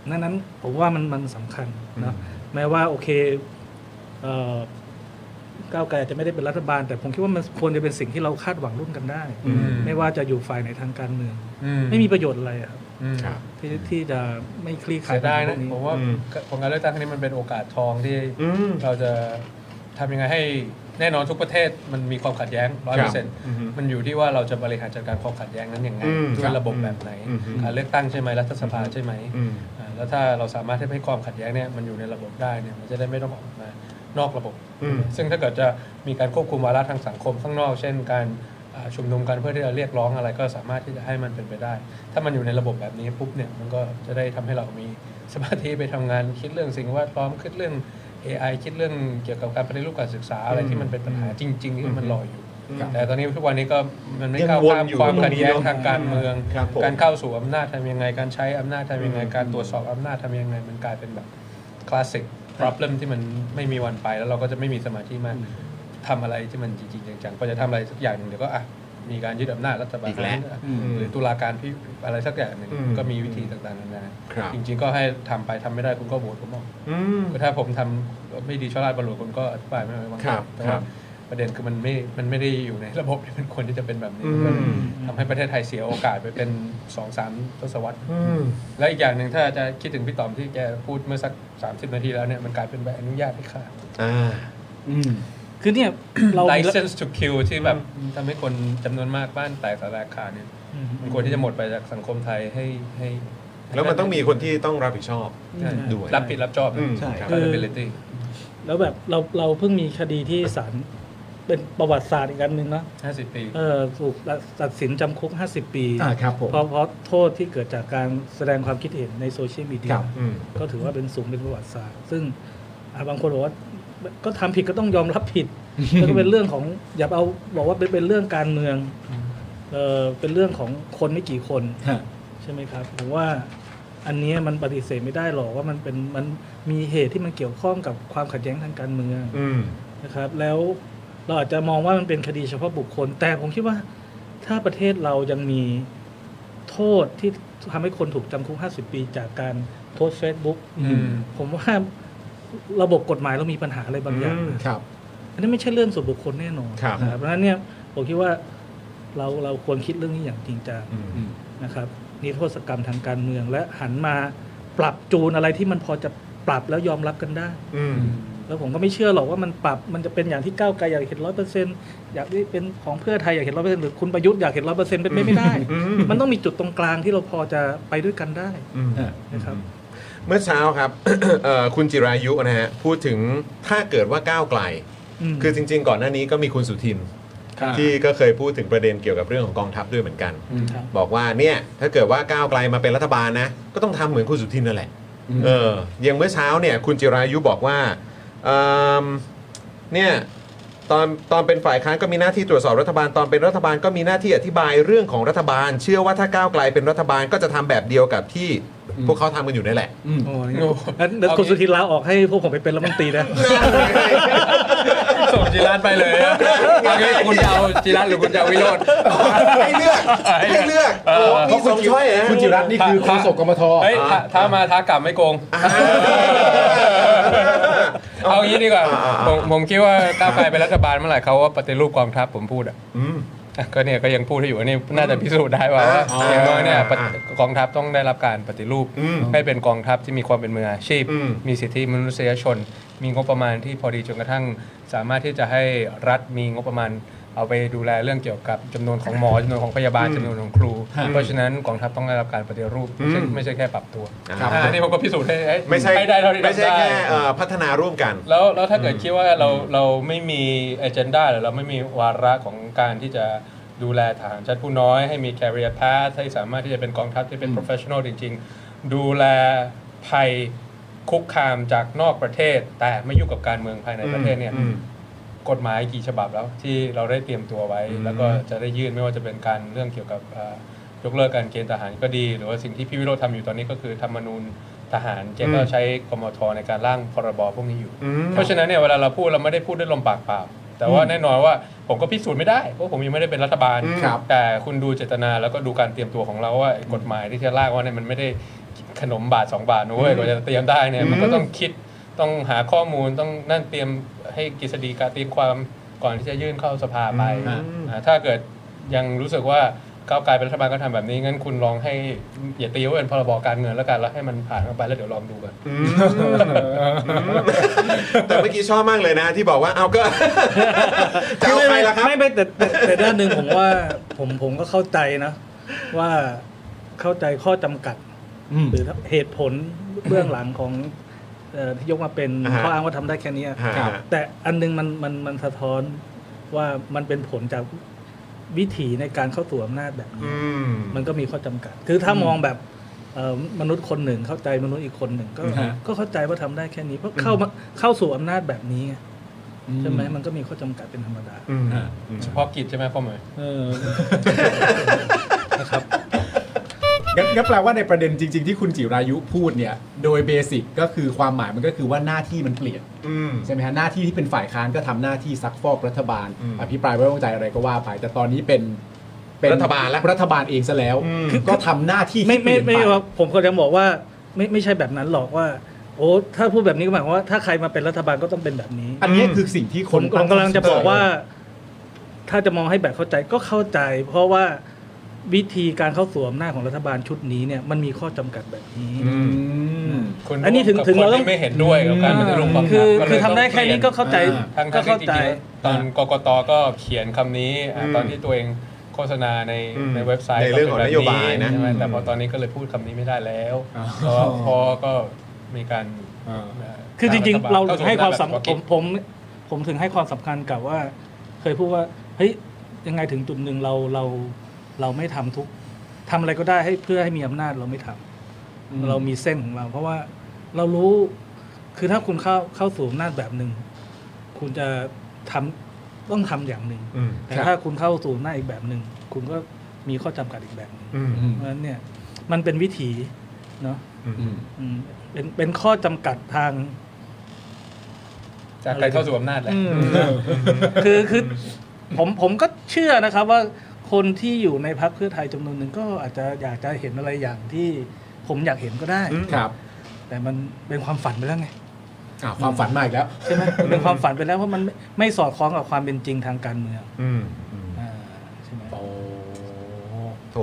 Speaker 7: นั้นนั้นผมว่ามันมันสำคัญเนอะ
Speaker 1: อื
Speaker 7: แม้ว่าโอเคเอ่อก้าวไกลอาจจะไม่ได้เป็นรัฐบาล แต่ผมคิดว่ามันควรจะเป็นสิ่งที่เราคาดหวังร่วมกันได้
Speaker 1: อืม
Speaker 7: ไม่ว่าจะอยู่ฝ่ายไหนทางการเมือง
Speaker 6: อื
Speaker 7: ไม่มีประโยชน์อะไรอะครับ
Speaker 6: อืม
Speaker 1: ครับ
Speaker 7: ที่ที่จะไม่คลี่คลา
Speaker 6: เสี
Speaker 7: ย
Speaker 6: ยดายนะ
Speaker 7: ปัญหพว
Speaker 6: ผ
Speaker 7: ก
Speaker 6: มว่า
Speaker 1: อืม
Speaker 6: ผลการเลือกตั้งครั้งนี้มันเป็นโอกาสทองที่
Speaker 1: อืม
Speaker 6: เราจะทำยังไงให้แน่นอนทุกประเทศมันมีความขัดแย้งร้อย
Speaker 1: ค
Speaker 6: เป
Speaker 1: รั
Speaker 6: อร์เซ็
Speaker 1: บ
Speaker 6: นต์
Speaker 1: อือฮึ
Speaker 6: มันอยู่ที่ว่าเราจะบริหารจัดการความขัดแย้งนั้นยังไง
Speaker 1: อืมค
Speaker 6: ด้
Speaker 1: รั
Speaker 6: ว
Speaker 1: บ
Speaker 6: ยระบบแบบไหน
Speaker 1: อืมอืม
Speaker 6: การเลือกตั้งใช่ไหมรัฐสภาใช่ไหม
Speaker 1: อืม
Speaker 6: อ่าแล้วถ้าเราสามารถที่ให้ความขัดแย้งเนี่ยมันอยู่ในระบบได้เนี่ยมันจะได้ไม่ต้องออกมานอกระบบ
Speaker 1: อืม
Speaker 6: ซึ่งถ้าเกิดจะมีการควบคุมวาระทางสังคมข้างนอก เช่น การอ่าชุมนุมกันเพื่อที่จะเรียกร้องอะไรก็สามารถที่จะให้มันเป็นไปได้ ถ้ามันอยู่ในระบบแบบนี้ปุ๊บเนี่ยมันก็จะได้ทำให้เรามีสมาธิไปทำงานคิดเรื่องสิ่งแวดล้อมคิดเรื่อง AI คิดเรื่องเกี่ยวกับการปฏิรูปการศึกษาอะไรที่มันเป็นปัญหาจริง ๆ ที่มันรออยู่ แต่ตอนนี้ทุกวันนี้ก็มันไม่
Speaker 1: ยัง
Speaker 6: ก้าว
Speaker 1: วน
Speaker 6: ข้าม
Speaker 1: อยู่
Speaker 6: ความ
Speaker 1: ตรง
Speaker 6: ขัด
Speaker 1: นี้
Speaker 6: แย้ง
Speaker 1: เนอะ
Speaker 6: ทางการเมือง
Speaker 1: ครับผม
Speaker 6: การเข้าสู่อำนาจทำยังไงการใช้อำนาจทำยังไงการตรวจสอบอำนาจทำยังไงมันกลายเป็นแบบ คลาสสิก problem ที่มันไม่มีวันไปแล้วเราก็จะไม่มีสมาธิมากทำอะไรที่มันจริงๆจังๆพอจะทำอะไรสักอย่างหนึ่งเดี๋ยวก็อ่ะ มีการยึดอำนาจรัฐบาล
Speaker 1: อีกแล้ว
Speaker 6: หรือตุลาการพิอะไรสักอย่างหนึ่ง
Speaker 1: อืม
Speaker 6: ก็มีวิธีต่างๆนานา
Speaker 1: ครับ
Speaker 6: จริง ๆ ก็ให้ทำไปทำไม่ได้คุณก็โหวตผมออก ถ้าผมทำไม่ดีชอบราชบัลลูคนก็อธิบายไม่ไม่วางใจ
Speaker 1: ครับ
Speaker 6: แต่
Speaker 1: ครั
Speaker 6: ว่า
Speaker 1: บ
Speaker 6: ประเด็นคือมันไม่ มันไม่ได้อยู่ในระบบที่มันควรที่จะเป็นแบบนี้
Speaker 1: อืม
Speaker 6: มันทำให้ประเทศไทยเสียโอกาสไปเป็นสองสามทศวรรษและอีกอย่างหนึ่งถ้าจะคิดถึงพี่ต๋อมที่แกพูดเมื่อสัก 30 นาทีแล้วเนี่ยมันกลายเป็นใบอนุญาตให้ฆ่า
Speaker 1: อ่า
Speaker 7: คือ เนี่ย เรามี
Speaker 6: license to kill ที่แบบทำให้คนจำนวนมากบ้านแตกสลายขาดเนี่ย
Speaker 7: อืม
Speaker 6: มันควรที่จะหมดไปจากสังคมไทยให้ให้
Speaker 1: แล้วมันต้องมีคนที่ต้องรับผิดชอบ
Speaker 6: ใช่
Speaker 1: ด้วย
Speaker 6: รับผิดรับจอบ
Speaker 1: อืม
Speaker 6: ใช่
Speaker 1: ครับ
Speaker 6: accountability
Speaker 7: แล้วแบบเราเราเพิ่งมีคดีที่ศาลเป็นประวัติศาสตร์อีกอันหนึ่งเนาะ
Speaker 6: 50 ปี
Speaker 7: เออถูกตัดสินจำคุก 50 ปี
Speaker 2: อ่าครับผม
Speaker 7: เพราะเพราะโทษที่เกิดจากการแสดงความคิดเห็นในโซเชียลมีเดีย
Speaker 2: ครับ
Speaker 1: อืม
Speaker 7: ก็ถือว่าเป็นสูงเป็นประวัติศาสตร์ ซึ่งอ่ะบางคนบอกว่าก็ทำผิดก็ต้องยอมรับ ผิด แล้วก็เป็นเรื่องของอย่าเอาบอกว่าเป็นเป็นเรื่องการเมืองเออเป็นเรื่องของคนไม่กี่คน
Speaker 2: ฮะ
Speaker 7: ใช่ไหมครับผมว่าอันเนี้ยมันปฏิเสธไม่ได้หรอกว่ามันเป็นมันมีเหตุที่มันเกี่ยวข้องกับความขัดแย้งทางการเมือง
Speaker 1: อืม
Speaker 7: นะครับ แล้วเราอาจจะมองว่ามันเป็นคดีเฉพาะบุคคล แต่ผมคิดว่าถ้าประเทศเรายังมีโทษที่ทำให้คนถูกจำคุก 50 ปีจากการโพสต์เฟซบุ๊ก
Speaker 2: อืม
Speaker 7: ผมว่าระบบกฎหมายเรามีปัญหาอะไรบางอย่าง
Speaker 1: อืม
Speaker 2: ครับ
Speaker 7: อันนี้ไม่ใช่เรื่องส่วนบุคคลแน่นอน
Speaker 1: ครับ
Speaker 7: นะเพราะฉะนั้นเนี่ยผมคิดว่าเราเราควรคิดเรื่องนี้อย่างจริงจัง
Speaker 1: อืม
Speaker 7: นะครับนิรโทษกรรมทางการเมืองและหันมาปรับจูนอะไรที่มันพอจะปรับแล้วยอมรับกันได้
Speaker 1: อืม
Speaker 7: แล้วผมก็ไม่เชื่อหรอกว่ามันปรับมันจะเป็นอย่างที่ก้าวไกลอยากเห็นร้อยเปอร์เซ็นต์อยากที่เป็นของเพื่อไทยอยากเห็นร้อยเปอร์เซ็นต์หรือคุณประยุทธ์อยากเห็นร้อยเปอร์เซ็นต์เป็นไปไม่ได้
Speaker 1: อืม
Speaker 7: มันต้องมีจุดตรงกลางที่เราพอจะไปด้วยกันได้
Speaker 1: อืม
Speaker 7: นะครับ
Speaker 1: เมื่อเช้าครับ เอ่อคุณจิรายุนะฮะ พูดถึงถ้าเกิดว่าก้าวไกล
Speaker 7: ม
Speaker 1: คือจริง ๆ ก่อนหน้านี้ก็มีคุณสุทิน
Speaker 7: ครับ
Speaker 1: ที่ก็เคยพูดถึงประเด็นเกี่ยวกับเรื่องของกองทัพด้วยเหมือนกัน
Speaker 7: ครับ
Speaker 1: บอกว่าเนี่ย ถ้าเกิดว่าก้าวไกลมาเป็นรัฐบาลนะ ก็ต้องทำเหมือนคุณสุทินนั่นแหละ เอออย่างเมื่อเช้าเนี่ย คุณจิรายุบอกว่าเอิ่มเนี่ยตอนตอนเป็นฝ่ายค้านก็มีหน้าที่ตรวจสอบรัฐบาลตอนเป็นรัฐบาลก็มีหน้าที่อธิบายเรื่องของรัฐบาล เชื่อว่าถ้าก้าวไกลเป็นรัฐบาลก็จะทำแบบเดียวกับที่พวกเขาทำกันอยู่นั่นแหละ
Speaker 7: โอ้ยงั้นเดี๋ยวคุณสุธีลาออกให้พวกผมไปเป็นรัฐมนตรีนะ
Speaker 6: ส่งจิรัตไปเลยอะเอางี้คุณจะเอาจิรัตหรือคุณจะเอาวิโรจน์
Speaker 1: ให้เลือกให้เลือกโอ้มีสองช้อยนะ
Speaker 2: คุณจิรัตน์นี่คือโฆษกกมท
Speaker 6: เฮ้ยถ้าถ้ามาท้ากลับไม่โกง เอางี้ดีกว่าผมผมคิดว่าก้าวไกลเป็นรัฐบาลเมื่อไหร่เขาว่าปฏิรูปกองทัพผมพูดอ่ะ
Speaker 1: อืม
Speaker 6: ก็เนี่ยก็ยังพูดให้อยู่อันนี้น่าจะพิสูจน์ได้ว่าว่า
Speaker 1: อ่า
Speaker 6: อย่างน้อยเนี่ย
Speaker 1: อ่า
Speaker 6: ปฏิกองทัพต้องได้รับการปฏิรูป
Speaker 1: อืม
Speaker 6: ให้เป็นกองทัพที่มีความเป็นมืออาชีพ
Speaker 1: อืม
Speaker 6: มีสิทธิมนุษยชน มีงบประมาณที่พอดีจนกระทั่ง สามารถที่จะให้รัฐมีงบประมาณ เอาไปดูแลเรื่องเกี่ยวกับจำนวนของหมอจำนวนของพยาบาลจำนวนของครู
Speaker 2: ฮะ
Speaker 6: เพราะฉะนั้นกองทัพต้องได้รับการปฏิรูปไม่ใช่
Speaker 1: อืม
Speaker 6: ไม่ใช่แค่ปรับตัว
Speaker 1: ครับ
Speaker 6: อ่าอันนี้ผมก็พิสูจน์ให้ให้
Speaker 1: ไม่ใช่
Speaker 6: ให้ได้เท่าที่ทำ
Speaker 1: ไม่ใช่
Speaker 6: ได้
Speaker 1: แค่เอ่อพัฒนาร่วมกัน
Speaker 6: แล้วแล้วถ้าเกิดคิดว่าเราเราไม่มี agenda หรือเราไม่มีวาระของการที่จะดูแลฐานชั้นผู้น้อย ให้มี career path ให้สามารถที่จะเป็นกองทัพที่เป็น professional จริง ๆ ดูแลภัยคุกคามจากนอกประเทศ แต่ไม่ยุ่งกับการเมืองภายในประเทศเนี่ย กฎหมายกี่ฉบับแล้วที่เราได้เตรียมตัวไว้
Speaker 1: อืม
Speaker 6: แล้วก็จะได้ยื่นไม่ว่าจะเป็นการเรื่องเกี่ยวกับเอ่อยกเลิกการเกณฑ์ทหารก็ดี หรือว่าสิ่งที่พี่วิโรธทำอยู่ตอนนี้ก็คือธรรมนูญทหารแกก็
Speaker 1: อืม
Speaker 6: ใช้กมทในการร่างพรบพวกนี้อยู่
Speaker 1: อืม
Speaker 6: เพราะฉะนั้นเนี่ยเวลาเราพูดเราไม่ได้พูดด้วยลมปากเปล่า แต่ว่าแน่นอนว่าผมก็พิสูจน์ไม่ได้เพราะผมยังไม่ได้เป็นรัฐบาล
Speaker 1: อืมครับ
Speaker 6: แต่คุณดูเจตนาแล้วก็ดูการเตรียมตัวของเราว่าไอ้กฎหมายที่จะล่างว่าเนี่ยมันไม่ได้ขนมบาทสองบาทนะเว้ยกว่าจะเตรียมได้เนี่ยมันก็ต้องคิดต้องหาข้อมูลต้องนั่นเตรียมให้กฤษฎีกาตีความก่อนที่จะยื่นเข้าสภาไปอ่าถ้าเกิดยังรู้สึกว่าก้าวไกลเป็นรัฐบาลก็ทำแบบนี้งั้นคุณลองให้อย่าตีว่าเป็นพรบการเงินแล้วกันแล้วให้มันผ่านเข้าไปแล้วเดี๋ยวลองดูกัน
Speaker 1: แต่เมื่อกี้ชอบมากเลยนะ ที่บอกว่าเอาก็ จะ
Speaker 7: คือ
Speaker 1: เอา
Speaker 7: ไม่
Speaker 1: ใคร
Speaker 7: ไม่
Speaker 1: ล่ะครับ
Speaker 7: ไม่ไม่แต่แต่แต่ด้านหนึ่งผมว่าผมผมก็เข้าใจนะ ว่าเข้าใจข้อจำกัด
Speaker 2: อืม
Speaker 7: หรือเหตุผลเบื้องหลังของเอ่อที่ยกมาเป็น
Speaker 1: อ่าฮะ
Speaker 7: ข้ออ้างว่าทำได้แค่เนี้ย
Speaker 1: ฮะ
Speaker 2: ครับ
Speaker 7: แต่อันหนึงมันมันมันสะท้อนว่ามันเป็นผลจากวิถีในการเข้าสู่อำนาจแบบนี้
Speaker 1: อืม
Speaker 7: มันก็มีข้อจำกัด คือถ้ามองแบบเอ่อมนุษย์คนหนึ่งเข้าใจมนุษย์อีกคนหนึ่งก็
Speaker 2: ฮะ
Speaker 7: ก็เข้าใจว่าทำได้แค่นี้เพราะเข้ามาเข้าสู่อำนาจแบบนี้ไงใช่ไหมมันก็มีข้อจำกัดเป็นธรรมดา
Speaker 1: อืม
Speaker 2: ฮะ
Speaker 6: เฉพาะกิจใช่ไหมพ่อเหมย
Speaker 7: เออ
Speaker 2: งั้นงั้นแปลว่าในประเด็นจริง ๆ ที่คุณจิรายุพูดเนี่ย โดยเบสิกก็คือความหมายมันก็คือว่าหน้าที่มันเปลี่ยน
Speaker 1: อืม
Speaker 2: ใช่ไหมฮะหน้าที่ที่เป็นฝ่ายค้านก็ทำหน้าที่ซักฟอกรัฐบาล
Speaker 1: อืม
Speaker 2: อภิปรายไว้วางใจอะไรก็ว่าไป แต่ตอนนี้เป็น เป็น
Speaker 1: รัฐบาลแล้ว
Speaker 2: รัฐบาลเองซะแล้ว
Speaker 1: อืม
Speaker 2: คือก็ทำหน้าที่
Speaker 7: ไม่ไม่
Speaker 2: ที่เป
Speaker 7: ไม่
Speaker 2: ลี่ยนป
Speaker 7: ว่าผมก็จะบอกว่าไม่ไม่ใช่แบบนั้นหรอกว่า โอ้ถ้าพูดแบบนี้ก็หมายความว่าถ้าใครมาเป็นรัฐบาลก็ต้องเป็นแบบนี้
Speaker 2: อันนี้คือสิ่งที่ค
Speaker 7: ผม
Speaker 2: น
Speaker 7: ผมกำลังจะบอกว่า ถ้าจะมองให้แบบเข้าใจก็เข้าใจ เพราะว่าวิธีการเข้าสู่อำนาจของรัฐบาลชุดนี้เนี่ยมันมีข้อจำกัดแบบนี้
Speaker 2: อืม
Speaker 6: คุณ
Speaker 7: อันนี้ถึง
Speaker 6: กับ
Speaker 7: ถึง
Speaker 6: คน
Speaker 7: เราต้อง
Speaker 6: ที่ไม่เห็นด้วยกับการปฏิรูปความ
Speaker 7: คือ
Speaker 6: ก็เลย
Speaker 7: คือทำได้
Speaker 6: ต้อง
Speaker 7: แค่นี้ก็เข้าใจ
Speaker 2: อ่า
Speaker 6: เปลี่ยน
Speaker 7: ก็
Speaker 6: ทั้งๆที่จ
Speaker 7: เข้าใจ
Speaker 6: ริงๆตอนกกตก็เขียนคำนี้อ่ะ
Speaker 2: อืม
Speaker 6: ตอนที่ตัวเองโฆษณาใน
Speaker 1: อืม
Speaker 6: ในเว็บไซต์
Speaker 1: ในเรื่องของ
Speaker 6: ก็ป็
Speaker 1: นโยบายนะ
Speaker 6: ใช่ไหมแต่พอตอนนี้ก็เลยพูดคำนี้ไม่ได้แล้ว
Speaker 2: อ๋อ
Speaker 6: ก็พอก็มีการ
Speaker 2: อ่า
Speaker 6: เอ่อ
Speaker 7: คือจริง ๆ เรา
Speaker 6: เข้สู่
Speaker 7: ให้ความสำ
Speaker 6: แบบ
Speaker 7: คัญผมผมผมถึงให้ความสำคัญกับว่า เคยพูดว่าเฮ้ยยังไงถึงจุดหนึ่งเราเราเราไม่ทำทุกทำอะไรก็ได้ให้เพื่อให้มีอำนาจเราไม่ทำ
Speaker 2: อืม
Speaker 7: เรามีเส้นของเรา เพราะว่าเรารู้คือถ้าคุณเข้าเข้าสู่อำนาจแบบหนึ่งคุณจะทำต้องทำอย่างหนึ่ง
Speaker 1: อืม
Speaker 7: แต่
Speaker 2: ครับ
Speaker 7: ถ้าคุณเข้าสู่อำนาจอีกแบบหนึ่งคุณก็มีข้อจำกัดอีกแบบหนึ่ง
Speaker 1: อืม
Speaker 2: อืม
Speaker 7: เพราะฉะนั้นเนี่ยมันเป็นวิถีเนาะ
Speaker 2: อืม
Speaker 7: อืมเป็นเป็นข้อจำกัดทาง
Speaker 6: จากการเข้าสู่อำนาจแหละ
Speaker 7: คือคือผมผมก็เชื่อนะครับว่าคนที่อยู่ในพรรคเพื่อไทยจำนวนหนึ่งก็อาจจะอยากจะเห็นอะไรอย่างที่ผมอยากเห็นก็ได้
Speaker 2: ครับ
Speaker 7: แต่มันเป็นความฝันไปแล้วไง
Speaker 2: อ่าความฝันมาอีกแล้ว
Speaker 7: ใช่ไหมมันเป็นความฝันไปแล้วเพราะมันไม่ไม่สอดคล้องกับความเป็นจริงทางการเมือง
Speaker 1: อืมอืม
Speaker 7: อ่าใช่ไหม
Speaker 2: โอ้
Speaker 1: โถ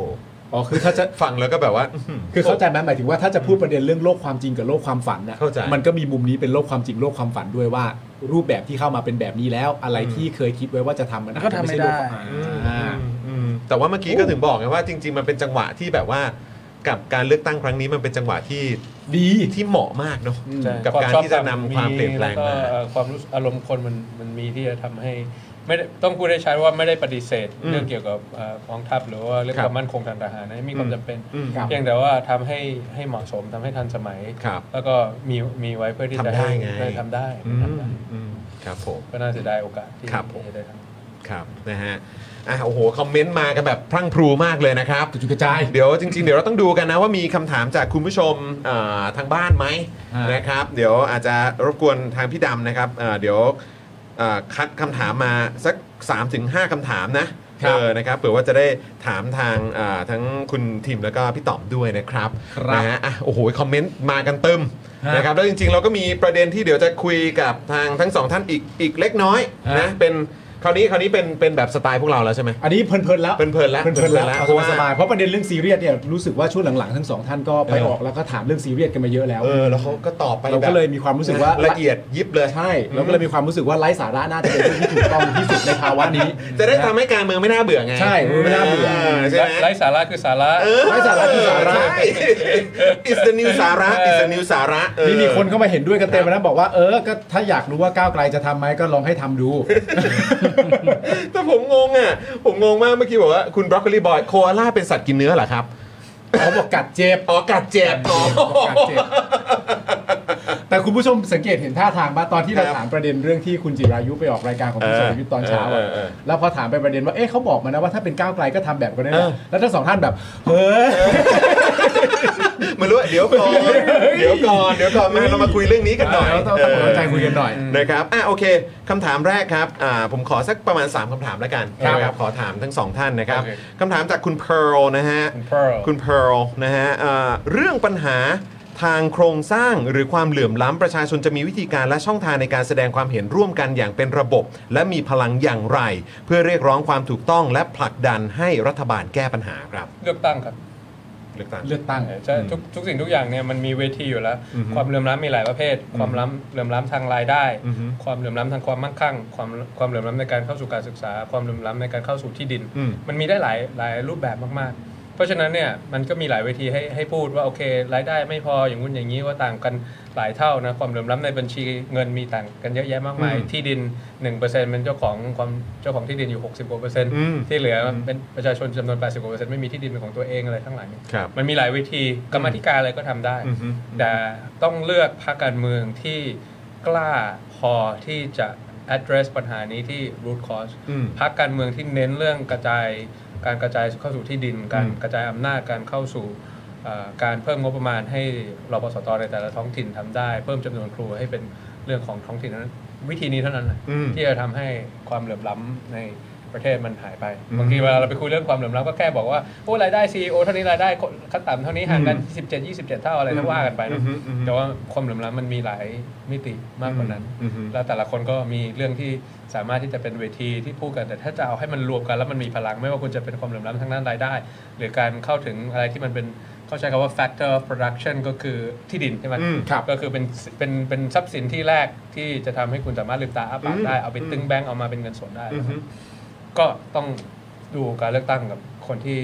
Speaker 2: อ๋อคือถ้าจะ
Speaker 1: ฟังแล้วก็แบบว่า
Speaker 2: คือเข้าใจไหมหมายถึงว่าถ้าจะพูดประเด็นเรื่องโลกความจริงกับโลกความฝันนะ
Speaker 1: เข้าใจ
Speaker 2: มันก็มีมุมนี้เป็นโลกความจริงโลกความฝันด้วยว่า รูปแบบที่เข้ามาเป็นแบบนี้แล้ว อะไรที่เคยคิดไว้ว่าจะทำมันอาจจะใช่โลกความฝัน
Speaker 1: อืม
Speaker 2: อ่า
Speaker 1: อืมแต่ว่าเมื่อกี้ก็ถึงบอกไงว่าจริง ๆ มันเป็นจังหวะที่แบบว่ากับการเลือกตั้งครั้งนี้มันเป็นจังหวะที่
Speaker 2: ดี
Speaker 1: ที่เหมาะมากเนาะ
Speaker 2: อืม
Speaker 6: ใช่
Speaker 1: กับการที่จะนำความเปลี่ยนแปลงมา
Speaker 6: แล้วก็เอ่อความรู้สึกอารมณ์คนมันมันมีที่จะทำให้ไม่ได้ต้องพูดได้ใช้ว่าไม่ได้ปฏิเสธ
Speaker 1: อืม
Speaker 6: เรื่องเกี่ยวกับเอ่อกองทัพหรือว่าเรื่อง
Speaker 1: ครับ
Speaker 6: ความมั่นคงทางทหารนะมีความจำเป็น
Speaker 1: อืม
Speaker 2: ครับ
Speaker 6: เพียงแต่ว่าทำให้ให้เหมาะสมทำให้ทันสมัย
Speaker 1: ครับ
Speaker 6: แล้วก็มีมีไว้เพื่อที่จะ
Speaker 1: ทำได้ไง
Speaker 6: ให้ทำได้
Speaker 1: อื
Speaker 6: ทำได้
Speaker 1: มอืมครับผม
Speaker 6: ก็น่าเสียดายโอกาสที่
Speaker 1: ครับผม
Speaker 6: ที่ได้ทำ
Speaker 1: ครับนะฮะอ่ะโอ้โหคอมเมนต์มากันแบบพรั่งพรูมากเลยนะครับ
Speaker 2: กระจุกกระจาย
Speaker 1: เดี๋ยวจริงๆ เดี๋ยวเราต้องดูกันนะว่ามีคำถามจากคุณผู้ชมเอ่อทางบ้านไหม
Speaker 2: อ่าน
Speaker 1: นะครับ เดี๋ยวอาจจะรบกวนทางพี่ดำนะครับเอ่อเดี๋ยวเอ่อคัดคำถามมาสัก 3-5คำถามนะเออนะครับเผื่อว่าจะได้ถามทางเอ่อทั้งคุณทิมแล้วก็พี่ต๋อมด้วยนะครับ
Speaker 2: ครับ
Speaker 1: นะฮะอ่ะโอ้โหคอมเมนต์มากันเติมนะครับแล้วจริงๆ เราก็มีประเด็นที่เดี๋ยวจะคุยกับทางทั้งสองท่านอีกอีกเล็กน้อยนะ
Speaker 2: ฮะ
Speaker 1: เป็นคราวนี้คราวนี้เป็นเป็นแบบสไตล์พวกเราแล้วใช่ไหม
Speaker 2: อันนี้เพลินๆแล้ว
Speaker 1: เพลินๆแล้ว
Speaker 2: เพลินๆแล้ว
Speaker 1: เพลินๆแล้ว
Speaker 2: สบายๆเพราะประเด็นเรื่องซีเรียสเนี่ยรู้สึกว่าช่วงหลังๆทั้งสองท่านก็ไป
Speaker 1: เออ
Speaker 2: ออกแล้วก็ถามเรื่องซีเรียสกันมาเยอะแล้ว
Speaker 1: เออแล้วเขาก็ตอบไป
Speaker 2: เรา
Speaker 1: แบ
Speaker 2: ก็
Speaker 1: บ
Speaker 2: เลยมีความรู้สึกว่า
Speaker 1: ละเอียดยิบเลย
Speaker 2: ใช่เราก็เลยมีความรู้สึกว่าไร้สาระน่าจะเป็นเรื่องที่ถูกต้องที่สุดในภาวะนี้
Speaker 1: จะได้ทำให้การเมืองไม่น่าเบื่อไง
Speaker 2: ใช่ไม่น่าเบื่อ
Speaker 1: ใช่ไหม
Speaker 6: ไร้สาระคือสาระ
Speaker 2: ไร้สาระคือสาระ
Speaker 1: ใช่ It's the new สาระ It's the new สาระเออ
Speaker 2: นี่มีคนเข้ามาเห็นด้วยกันเต็มแล้วนะบอกว่าเออก็ถ้าอยากรู้ว่าก้าวไกลจะทำไหมก็ลองให้ทำดู
Speaker 1: แต่ผมงงอ่ะ ผมงงมากเมื่อกี้บอกว่าคุณบรอกโคลีบอยโคอาล่าเป็นสัตว์กินเนื้อเหรอครับ
Speaker 2: เขาบอกกัดเจ็บ
Speaker 1: อ๋อกัดเจ็บอ๋อ
Speaker 2: กัดเจ็บแต่คุณผู้ชมสังเกตเห็นท่าทางป่ะตอนที่เรา
Speaker 1: ครับ
Speaker 2: ถามประเด็นเรื่องที่คุณจิรายุไปออกรายการของคุณ
Speaker 1: เออ
Speaker 2: สรยุทธ์ตอนเช้า
Speaker 1: เออ
Speaker 2: อะ
Speaker 1: เออเออ
Speaker 2: แล้วพอถามไปประเด็นว่าเอ๊ะเขาบอกมานะว่าถ้าเป็นก้าวไกลก็ทำแบบกันได้
Speaker 1: เอ
Speaker 2: นะ
Speaker 1: อ
Speaker 2: แล้วทั้งสองท่านแบบเฮ้ย
Speaker 1: เหมือนรู้ว่าเดี๋ยวก่อนเดี๋ยวก่อนเดี๋ยวก่อนมาเรามาคุยเรื่องนี้กันหน่อย
Speaker 2: เออต้องต้องเปิดใจคุยกันหน่อย
Speaker 1: นะครับอ่ะโอเคคำถามแรกครับอ่าผมขอสักประมาณ 3คำถามแล้วกัน
Speaker 6: ครับ
Speaker 1: นะครับขอถามทั้งสองท่านนะครับ
Speaker 6: โอเค
Speaker 1: คำถามจากคุณเพร์ลนะฮะ
Speaker 6: คุณ Pearl
Speaker 1: คุณเพร์ลนะฮะเอ่อเรื่องปัญหาทางโครงสร้างหรือความเหลื่อมล้ำประชาชนจะมีวิธีการและช่องทางในการแสดงความเห็นร่วมกันอย่างเป็นระบบ และมีพลังอย่างไร เพื่อเรียกร้องความถูกต้องและผลักดันให้รัฐบาลแก้ปัญหาครับ
Speaker 6: เลือกตั้งครับ
Speaker 1: เลือกตั้ง
Speaker 2: เลือกตั้ง
Speaker 6: ใช่ทุกทุกสิ่งทุกอย่างเนี่ยมันมีเวทีอยู่แล้ว ความเหลื่อมล้ำมีหลายประเภท ความล้ำเหลื่อมล้ำทางรายได้
Speaker 1: อือฮึ
Speaker 6: ความเหลื่อมล้ำทางความมั่งคั่ง ความความเหลื่อมล้ำในการเข้าสู่การศึกษา ความเหลื่อมล้ำในการเข้าสู่ที่ดิน
Speaker 1: อืม
Speaker 6: มันมีได้หลายหลายรูปแบบมากๆ เพราะฉะนั้นเนี่ยมันก็มีหลายเวทีให้ให้พูดว่าโอเค รายได้ไม่พออย่างงู้นอย่างนี้ว่าต่างกันหลายเท่านะความเหลื่อมล้ำในบัญชีเงินมีต่างกันเยอะแยะมากมาย
Speaker 1: อืม
Speaker 6: ที่ดิน1%เป็นเจ้าของความเจ้าของที่ดินอยู่ 60กว่าเปอร์เซ็นต์
Speaker 1: อืม
Speaker 6: ที่เหลืออเป็นประชาชนจำนวน80กว่าเปอร์เซ็นต์ไม่มีที่ดินเป็นของตัวเองอะไรทั้งหลายเนี่ย
Speaker 1: ครับ
Speaker 6: มันมีหลายวิธีกรรมาธิการอะไรก็ทำได้
Speaker 1: อือฮึ
Speaker 6: แต่ต้องเลือกพรรคการเมืองที่กล้าพอที่จะ address ปัญหานี้ที่ root cause
Speaker 1: อืม
Speaker 6: พรรคการเมืองที่เน้นเรื่องกระจาย การกระจายเข้าสู่ที่ดิน การกระจายอำนาจการเข้าสู่เอ่อการเพิ่มงบประมาณให้รปสตในแต่ละท้องถิ่นทำได้ เพิ่มจำนวนครูให้เป็นเรื่องของท้องถิ่นนั้นวิธีนี้เท่านั้นแหละ
Speaker 1: อืม
Speaker 6: ที่จะทำให้ความเหลื่อมล้ำใน ประเทศมันหายไปบางทีเวลาเราไปคุยเรื่องความเหลื่อมล้ำก็แค่บอกว่าโอ้รายได้ซีโอเท่านี้รายได้ขั้นต่ำเท่านี้ห่างกัน 17 27 เท่าอะไรก็ว่ากันไปเนอะ
Speaker 8: อืมอืมอืม
Speaker 6: แต่ว่าความเหลื่อมล้ำมันมีหลายมิติมากกว่านั้น
Speaker 8: อืมอืม
Speaker 6: แล้วแต่ละคนก็มีเรื่องที่สามารถที่จะเป็นเวทีที่พูดกันแต่ถ้าจะเอาให้มันรวมกันแล้วมันมีพลังไม่ว่าคุณจะเป็นความเหลื่อมล้ำทางด้านรายได้ หรือการเข้าถึงอะไรที่มันเป็นเขาใช้คำว่า factor of production ก็คือที่ดินใช่ไหม
Speaker 8: อืมครับ
Speaker 6: ก็คือเป็นเป็นเป็นทรัพย์สินที่แรกที่จะทำให้คุณสามารถลืมตาอ้าปากได้เอาไปตึงแบงก์เอามาเป็นเงินสดได้
Speaker 8: อือฮึ
Speaker 6: ก็ต้องดูการเลือกตั้งกับคนที่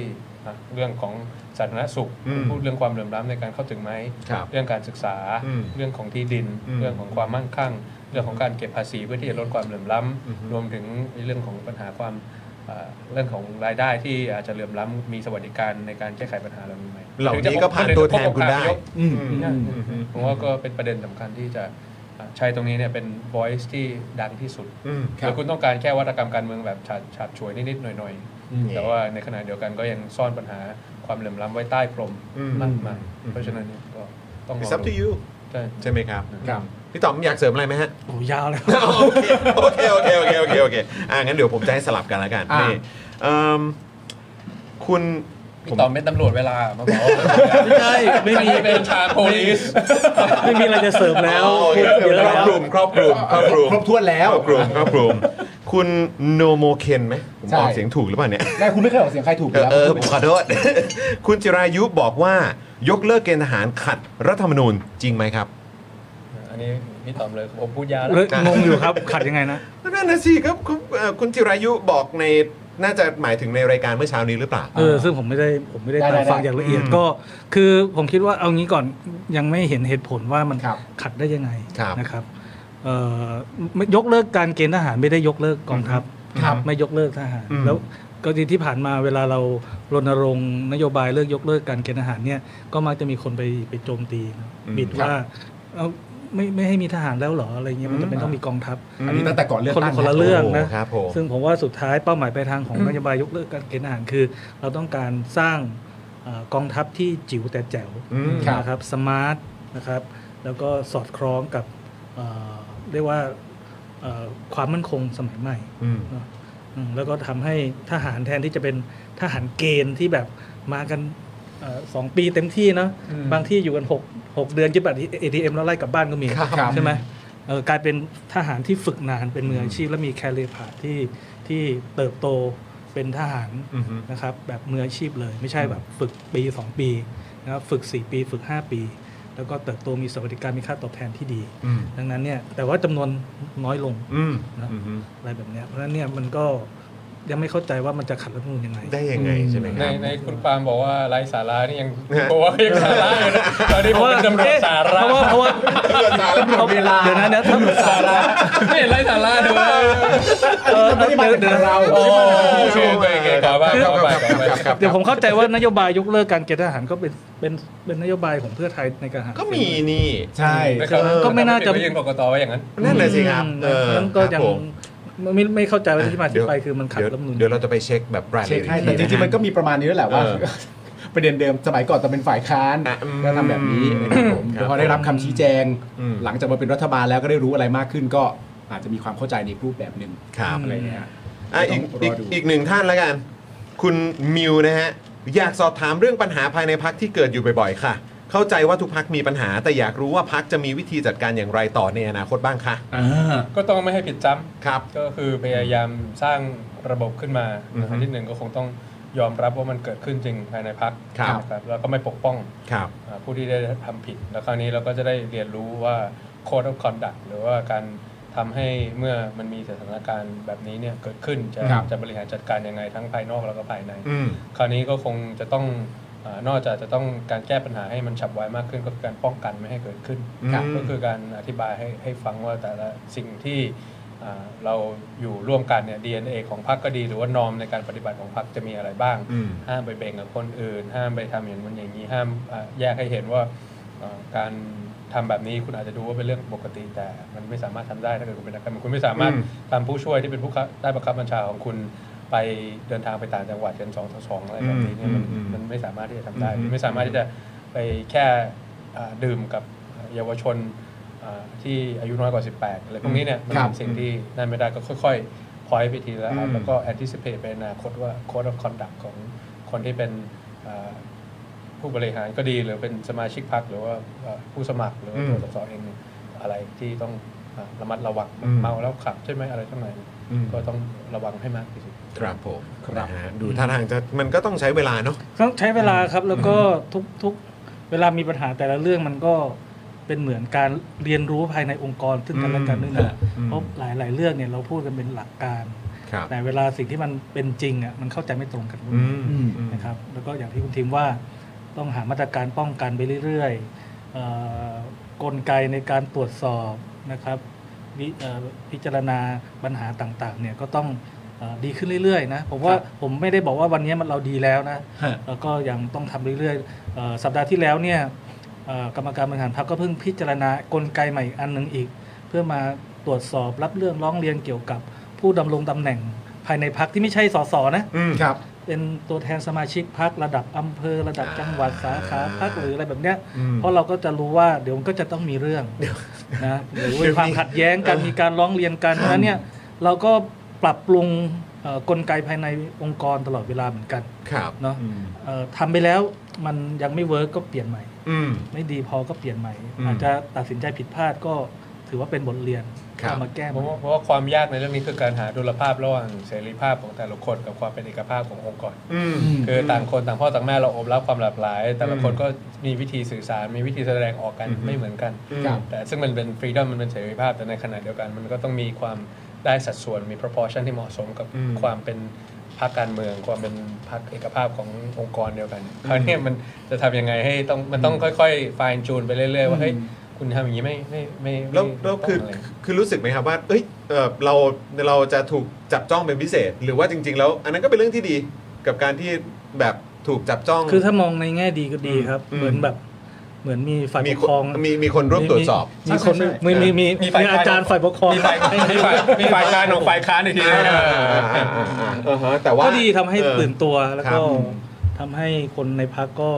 Speaker 6: อ่ะเรื่องของสาธารณสุข
Speaker 8: อืม
Speaker 6: พูดเรื่องความเหลื่อมล้ำในการเข้าถึงไหม
Speaker 8: ครับ
Speaker 6: เรื่องการศึกษา
Speaker 8: อืม
Speaker 6: เรื่องของที่ดิน
Speaker 8: อืม
Speaker 6: เรื่องของความมั่งคั่ง เรื่องของการเก็บภาษีเพื่อที่จะลดความเหลื่อมล้
Speaker 8: อือฮึ
Speaker 6: ำรวมถึงเรื่องของปัญหาความเอ่อเรื่องของรายได้ที่อาจจะเหลื่อมล้ำมีสวัสดิการในการแก้ไขปัญหาเหล่านี้ไหม
Speaker 1: เหล่านี้ก็ผ่านตัวแทนคุณได้
Speaker 6: ถึงจะพบกับ
Speaker 9: อืม
Speaker 6: ผมว่าก็เป็นประเด็นสำคัญที่จะอ่ะใช้ตรงนี้เนี่ยเป็น voice ที่ดังที่สุด
Speaker 8: อืมครับ
Speaker 6: หรือคุณต้องการแค่วัตกรรมการเมืองแบบฉาบฉาบฉวยนิดๆหน่อยๆ แต่ว่าในขณะเดียวกันก็ยังซ่อนปัญหาความเหลื่อมล้ำไว้ใต้พรม
Speaker 8: อืม
Speaker 6: มากมาย
Speaker 8: อืม
Speaker 6: เพราะฉะนั้นเนี่ยก็ต้องรอ
Speaker 1: It's up to
Speaker 6: ดู
Speaker 1: you
Speaker 6: ใช่
Speaker 1: ใช่ไหมครับ
Speaker 9: ครับ
Speaker 1: พี่ต๋อมอยากเสริมอะไรไหมฮะ
Speaker 7: โอ้ยาวเลย
Speaker 1: โอเค โอเค โอเค โอเค โอเค อ่างั้นเดี๋ยวผมจะให้สลับกันแล้วกัน
Speaker 9: อ่ะ
Speaker 1: นี่เอิ่มคุณ
Speaker 6: พี่ตอมเป็นตำรวจเวลามา บอก
Speaker 7: ไม่ใช่ไม่มี
Speaker 6: ฉันเป็นชาโพลิส
Speaker 7: ไม่มีอะไรจะเสริมแล้ว
Speaker 1: โอเค
Speaker 7: พูดเยอะ
Speaker 1: ครอบค
Speaker 7: แล้ว
Speaker 1: ลุมครอบคลุมครอบคลุม
Speaker 9: ครบถ้วนแล้ว
Speaker 1: ครอบคลุมครอบคลุมคุณโนโมเคนไหมผม
Speaker 9: ใช่
Speaker 1: ออกเสียงถูกหรือเปล่าเนี่ย
Speaker 9: แม่คุณไม่เคยออกเสียงใครถูก
Speaker 1: เอ
Speaker 9: แล้
Speaker 1: อ
Speaker 9: ว
Speaker 1: เออผมขอโท ษ คุณจิรายุบอกว่ายกเลิกเกณฑ์ทหารขัดรัฐธรรมนูญจริงไหมครับ
Speaker 6: อันนี้พี่ตอมเลยผมพูดยาวแล้ว
Speaker 7: เลยงงอยู่ครับขัดยังไงนะ
Speaker 1: นั่นนะสิครับคุณเอ่อคุณจิรายุบอกในน่าจะหมายถึงในรายการเมื่อเช้านี้หรือเปล่า
Speaker 7: เออซึ่งผมไม่ได้ผมไม่ได้
Speaker 9: ได้
Speaker 7: ตาม
Speaker 9: ได้
Speaker 7: ฟังอย่างละเอียด
Speaker 1: อืม
Speaker 7: ก็ คือผมคิดว่าเอางี้ก่อนยังไม่เห็นเหตุผลว่ามัน
Speaker 9: ครับ
Speaker 7: ขัดได้ยังไง
Speaker 1: ครับ
Speaker 7: นะครับเอ่อไม่ยกเลิกการเกณฑ์ทหารไม่ได้ยกเลิกกองทัพ
Speaker 9: ครับ
Speaker 7: ไม่ยกเลิกทหาร
Speaker 1: อืม
Speaker 7: แล้วก็ดีที่ผ่านมาเวลาเรารณรงค์นโยบายเลิกยกเลิกการเกณฑ์ทหารเนี่ยก็มักจะมีคนไปไปโจมตีนะบิดว่าเอาไม่ไม่ให้มีทหารแล้วเหรออะไรเงี้ยมันจะเป็นต้องมีกองทัพ
Speaker 9: อันนี้ตั้งแต่ก่อนเลือก
Speaker 7: คน
Speaker 9: ตั้ง
Speaker 7: คนละ
Speaker 9: นะ
Speaker 7: เรื่องนะ
Speaker 1: โครับผม
Speaker 7: ซึ่งผมว่าสุดท้ายเป้าหมายปลายทางของนโยบายยกเลิกการเกณฑ์ทหารคือ เราต้องการสร้างเอ่อกองทัพที่จิ๋วแต่แจ๋ว
Speaker 1: อืม
Speaker 9: ครับ
Speaker 7: นะครับสมาร์ทนะครับแล้วก็สอดคล้องกับเอ่อเรียกว่าเอ่อความมั่นคงสมัยใหม่
Speaker 1: อืม
Speaker 7: เนอะอืมแล้วก็ทำให้ทหารแทนที่จะเป็นทหารเกณฑ์ที่แบบมากันเอ่อสองปีเต็มที่เนาะ
Speaker 9: อืม
Speaker 7: บางที่อยู่กันหกหกเดือนยึดบัตร ATM แล้วไล่กลับบ้านก็มี
Speaker 9: ครับ
Speaker 7: ใช่ไหมเอ่อกลายเป็นทหารที่ฝึกนานเป็นมืออาชีพและมีแคเรียพาที่ที่เติบโตเป็นทหาร
Speaker 1: อือฮึ
Speaker 7: นะครับแบบมืออาชีพเลย ไม่ใช่แบบฝึกปี 2 ปีนะครับฝึก 4 ปีฝึก 5 ปี แล้วก็เติบโตมีสวัสดิการมีค่าตอบแทนที่ดี
Speaker 1: อืม
Speaker 7: ดังนั้นเนี่ยแต่ว่าจำนวนน้อยลง
Speaker 1: อืม
Speaker 7: นะ
Speaker 1: อืม
Speaker 7: อะไรแบบเนี้ยเพราะฉะนั้นเนี่ยมันก็ยังไม่เข้าใจว่ามันจะขัดรัฐธรรมนูญยังไง
Speaker 1: ได้ยังไงใช่ไหมค
Speaker 6: ใน
Speaker 1: รับ
Speaker 6: ในคุณปาล์มบอกว่าไร้สาระนี่ยังบอกว่ายังสาระอยู่นะตอนนี้ผมเป็นตำรวจสาระ
Speaker 7: เพราะว่าเพราะว่าเวลาเดี๋ยวนะเดี๋ยวถ้า
Speaker 6: สาระไม่เห็นไร้สาระเลย
Speaker 7: เออเดี๋ยวเดี๋ยว
Speaker 6: โอ้โอเคโอเคโอเคขอบ้างขอบ้างขอบ้าง
Speaker 7: เดี๋ยวผมเข้าใจว่านโยบายยกเลิกการเกณฑ์ทหารก็เป็นเป็นเป็นนโยบายของเพื่อไทยในการหา
Speaker 1: ก็มีนี่
Speaker 9: ใช่
Speaker 6: ไม่เข้า
Speaker 1: เออ
Speaker 6: ก็ไม่น่าจะไปยื่นกกตไว้อย่างนั้น
Speaker 1: นั่นเลยสิครับ
Speaker 7: อืม
Speaker 1: เออ
Speaker 7: นั้นก็ยัง
Speaker 1: ครับผม
Speaker 7: ไม่ไม่เข้าใจว่าที่มาที่ไปคือมันขัด
Speaker 1: เดี๋ยว
Speaker 7: รัฐธรรมนูญ
Speaker 1: เดี๋ยวเราจะไปเช็คแบบรายละ
Speaker 9: เช็
Speaker 1: เอียด
Speaker 9: คให้
Speaker 1: อี
Speaker 9: แต่
Speaker 1: ที
Speaker 9: จริงๆมันก็
Speaker 1: ะฮะ
Speaker 9: มีประมาณนี้ด้วยแหละว่า
Speaker 1: เออ
Speaker 9: ประเด็นเดิมสมัยก่อนตอนเป็นฝ่ายค้าน
Speaker 1: อ่ะอืม
Speaker 9: ก็ทำแบบนี้นะครับผม
Speaker 1: ครับ
Speaker 9: พอได้รับคำชี้แจง
Speaker 1: อืม
Speaker 9: หลังจากมาเป็นรัฐบาลแล้วก็ได้รู้อะไรมากขึ้น ก็อาจจะมีความเข้าใจในรูปแบบหนึ่ง
Speaker 1: ครับ
Speaker 9: อะไรเงี้ยฮะ
Speaker 1: อ่ะอีกอีกอีกหนึ่งท่านแล้วกัน คุณมิวนะฮะ อยากสอบถามเรื่องปัญหาภายในพักที่เกิดอยู่บ่อยๆ ค่ะ เข้าใจว่าทุกพักมีปัญหา แต่อยากรู้ว่าพักจะมีวิธีจัดการอย่างไรต่อในอนาคตบ้างคะ
Speaker 9: อ่า
Speaker 6: ก็ต้องไม่ให้ผิดจำ
Speaker 1: ครับ
Speaker 6: ก็คือพยายามสร้างระบบขึ้นมา
Speaker 1: อือฮึ
Speaker 6: อันที่หนึ่งก็คงต้องยอมรับว่ามันเกิดขึ้นจริงภายในพัก
Speaker 1: ครับ
Speaker 6: นะครับแล้วก็ไม่ปกป้อง
Speaker 1: ครับ
Speaker 6: อ่าผู้ที่ได้ทำผิด แล้วคราวนี้เราก็จะได้เรียนรู้ว่า code of conduct หรือว่าการทำให้เมื่อมันมีสถานการณ์แบบนี้เนี่ยเกิดขึ้นจะ
Speaker 9: ครับ
Speaker 6: จะบริหารจัดการยังไงทั้งภายนอกแล้วก็ภายใน
Speaker 1: อืม
Speaker 6: คราวนี้ก็คงจะต้องอานอกจากจะต้องการแก้ปัญหาให้มันฉับไวมากขึ้นก็คือการป้องกันไม่ให้เกิดขึ้น
Speaker 1: ครับ
Speaker 6: ก็คือการอธิบายให้ให้ฟังว่าแต่ละสิ่งที่อ่าเราอยู่ร่วมกันเนี่ย DNA ของพรรคก็ดี หรือว่านอมในการปฏิบัติของพรรคจะมีอะไรบ้าง
Speaker 1: อืม
Speaker 6: ห้ามไปเบ่งกับคนอื่น ห้ามไปทำอย่างนั้นอย่างนี้ห้ามอ่าแยกให้เห็นว่าอ่าการทำแบบนี้คุณอาจจะดูว่าเป็นเรื่องปกติแต่มันไม่สามารถทำได้ถ้าเกิดคุณเป็นนักการเมืองคุณไม่สามารถตามผู้ช่วยที่เป็นผู้คับใต้บังคับบัญชาของคุณไปเดินทางไปต่างจังหวัดกันสองต่อสองอะไรแบบนี้เนี่ยมัน
Speaker 1: อืมอืม
Speaker 6: มันไม่สามารถที่จะทำได้
Speaker 1: อืม
Speaker 6: ไม่สามารถที่จะไปแค่อ่าดื่มกับเยาวชนอ่าที่อายุน้อยกว่า 18อะไรพวกนี้เนี่ยมัน
Speaker 9: ครั
Speaker 6: เป็
Speaker 9: บ
Speaker 6: นสิ่งที่นั่นไม่ได้ก็ค่อย ๆ พอยต์ไปทีละอั
Speaker 2: อื
Speaker 6: น
Speaker 2: ม
Speaker 6: แล้วก็ anticipate ไปอนาคตว่า code of conduct ของคนที่เป็นเอ่อผู้บริหารก็ดีหรือเป็นสมาชิกพรรคหรือว่าเอ่อผู้สมัครหรือว่าตัวสสเองเนี่ยอะไรที่ต้องเอ่อระมัดระวังเมาแล้วขับใช่ไหมอะไรทั้งหลายเนี่ยก็ต้องระวังให้มากที่สุด
Speaker 1: ครับผมนะฮะดูท่าทางจะมันก็ต้องใช้เวลาเนาะ
Speaker 7: ต้องใช้เวลาครับแล้วก็ทุกทุกเวลามีปัญหาแต่ละเรื่องมันก็เป็นเหมือนการเรียนรู้ภายในองค์กรซึ่งกันและกันด้วยนะเพราะหลาย ๆ เรื่องเนี่ยเราพูดกันเป็นหลักการ
Speaker 1: ครับ
Speaker 7: แต่เวลาสิ่งที่มันเป็นจริงอ่ะมันเข้าใจไม่ตรงกัน
Speaker 1: อืมอืม
Speaker 7: นะครับแล้วก็อย่างที่คุณทีมว่าต้องหามาตรการป้องกันไปเรื่อยๆเอ่อกลไกในการตรวจสอบนะครับวิเอ่อพิจารณาปัญหาต่างๆเนี่ยก็ต้องเอ่อดีขึ้นเรื่อยๆนะผมว่าผมไม่ได้บอกว่าวันนี้มันเราดีแล้วนะ
Speaker 2: ฮะ
Speaker 7: แล้วก็ยังต้องทำเรื่อยๆเอ่อสัปดาห์ที่แล้วเนี่ยเอ่อกรรมการบริหารพรรคก็เพิ่งพิจารณากลไกใหม่อีกอันหนึ่งอีก เพื่อมาตรวจสอบรับเรื่องร้องเรียนเกี่ยวกับผู้ดำรงตำแหน่งภายในพรรคที่ไม่ใช่สสนะ
Speaker 2: ครับ
Speaker 7: เป็นตัวแทนสมาชิกพรรคระดับอำเภอระดับจังหวัดสาขาพรรคหรืออะไรแบบเนี้ยเพราะเราก็จะรู้ว่าเดี๋ยวมันก็จะต้องมีเรื่องนะหรือว่าความขัดแย้งกันมีการร้องเรียนกันเพราะฉะนั้นเนี่ยเราก็ปรับปรุงเอ่อกลไกภายในองค์กรตลอดเวลาเหมือนกัน
Speaker 1: ครับ
Speaker 7: เนาะเอ่อทำไปแล้วมันยังไม่เวิร์กก็เปลี่ยนใหม่
Speaker 1: อืม
Speaker 7: ไม่ดีพอก็เปลี่ยนใหม่
Speaker 1: อืม
Speaker 7: อาจจะตัดสินใจผิดพลาดก็ถือว่าเป็นบทเรียน
Speaker 1: ครับ
Speaker 7: เอามาแก้
Speaker 6: เพ
Speaker 7: มัน
Speaker 6: ราะว่าเพราะว่าความยากในเรื่องนี้คือการหาดุลภาพระหว่างเสรีภาพของแต่ละคนกับความเป็นเอกภาพขององค์กร
Speaker 1: อืม
Speaker 6: คือต่างคนต่างพ่อต่างแม่เราอบรับความหลากหลาย แต่ละคนก็มีวิธีสื่อสารมีวิธีแสดงออกกันไม่เหมือนกัน
Speaker 1: ครับ
Speaker 6: แต่ซึ่งมันเป็นฟรีดอมมันเป็นเสรีภาพแต่ในขณะเดียวกันมันก็ต้องมีความได้สัดส่วนมี proportion ที่เหมาะสมกับ
Speaker 1: อืม
Speaker 6: ความเป็นพรรคการเมือง ความเป็นพรรคเอกภาพขององค์กรเดียวกันคราวนี้มันจะทำยังไงให้ต้องมันต้องค่อยๆ fine tune ไปเรื่อยๆว่าเฮ้ยคุณทำอย่างนี้ไม่ไม่ไม่ไม่
Speaker 1: แล้วแล้วคือ
Speaker 6: ถูกต้องะไร
Speaker 1: คือรู้สึกไหมครับว่าเอ้ยเอ่อเราเราจะถูกจับจ้องเป็นพิเศษ หรือว่าจริง ๆ แล้ว อันนั้นก็เป็นเรื่องที่ดีกับการที่แบบถูกจับจ้อง
Speaker 7: คือถ้ามองในแง่ดีก็ดีครับ
Speaker 1: อืม
Speaker 7: เหมือนแบบเหมือนมีฝ่ายป
Speaker 1: มี
Speaker 7: ก
Speaker 1: ค
Speaker 7: ครอง
Speaker 1: นมีมีคนร่วมตรวจสอบ
Speaker 7: มีมีคน
Speaker 6: ใช่ใช่
Speaker 7: มีมีมี
Speaker 6: มีฝ่าย
Speaker 7: มีอาจารย์ฝ่ายปกครอง
Speaker 6: มีฝ่าย
Speaker 7: ให้
Speaker 6: มีฝ่ายมีฝ่ายการของฝ่ายค้านอีกทีนะ
Speaker 1: อ่าฮะแต่ว่า
Speaker 7: ก็ดีทำให้
Speaker 1: เออ
Speaker 7: ตื่นตัวแล้ว
Speaker 1: ค
Speaker 7: ก็
Speaker 1: รับ
Speaker 7: ทำให้คนในพักก็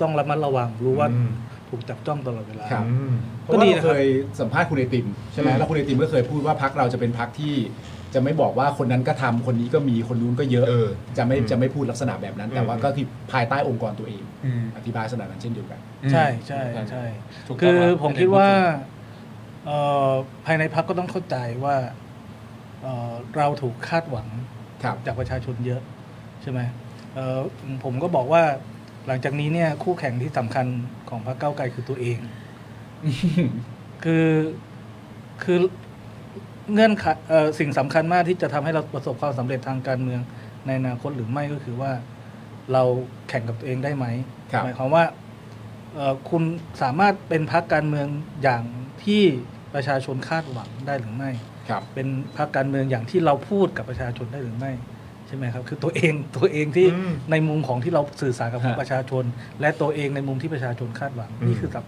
Speaker 7: ต้องระมัดระวังรู้ว่าถูกจับจ้องตลอดเวลา
Speaker 2: ครับ เพ
Speaker 7: ก็
Speaker 2: ราะว่า
Speaker 7: ดี
Speaker 2: เรา
Speaker 7: นะค
Speaker 2: เค
Speaker 7: รับ
Speaker 2: ยสัมภาษณ์คุณไอติมใช่ไหมแล้วคุณไอติมก็เคยพูดว่าพักเราจะเป็นพักที่จะไม่บอกว่าคนนั้นก็ทำคนนี้ก็มีคนนู้นก็เยอะ
Speaker 1: เออ
Speaker 2: จะไม่จะไม่พูดลักษณะแบบนั้น แต่ว่าก็คือภายใต้องค์กรตัวเอง
Speaker 6: อืม
Speaker 2: อธิบายลักษณะนั้นเช่นเดียวกัน
Speaker 7: ใช่ใช่ใช่
Speaker 6: ถูกต้
Speaker 7: คื
Speaker 6: ง
Speaker 7: อ
Speaker 6: รับ
Speaker 7: ผมคิดว่าเอ่อภายในพักก็ต้องเข้าใจว่าเอ่อเราถูกคาดหวัง
Speaker 2: ครับ
Speaker 7: จากประชาชนเยอะใช่ไหมเอ่อผมก็บอกว่าหลังจากนี้เนี่ยคู่แข่งที่สำคัญของพรรคเก้าวไกลคือตัวเอง คือคือเงื่อนไขเอ่อสิ่งสำคัญมากที่จะทำให้เราประสบความสำเร็จทางการเมืองในอนาคตหรือไม่ก็คือว่า เราแข่งกับตัวเองได้ไหม
Speaker 2: ครับ
Speaker 7: หมายความว่าเอ่อคุณสามารถเป็นพรรคการเมืองอย่างที่ประชาชนคาดหวังได้หรือไม่
Speaker 2: ครับ
Speaker 7: เป็นพรรคการเมืองอย่างที่เราพูดกับประชาชนได้หรือไม่ใช่ไหมครับ คือตัวเองตัวเองที่ในมุมของที่เราสื่อสารกับ
Speaker 2: ฮะ
Speaker 7: ประชาชน และตัวเองในมุมที่ประชาชนคาดหวัง นี่คือกับ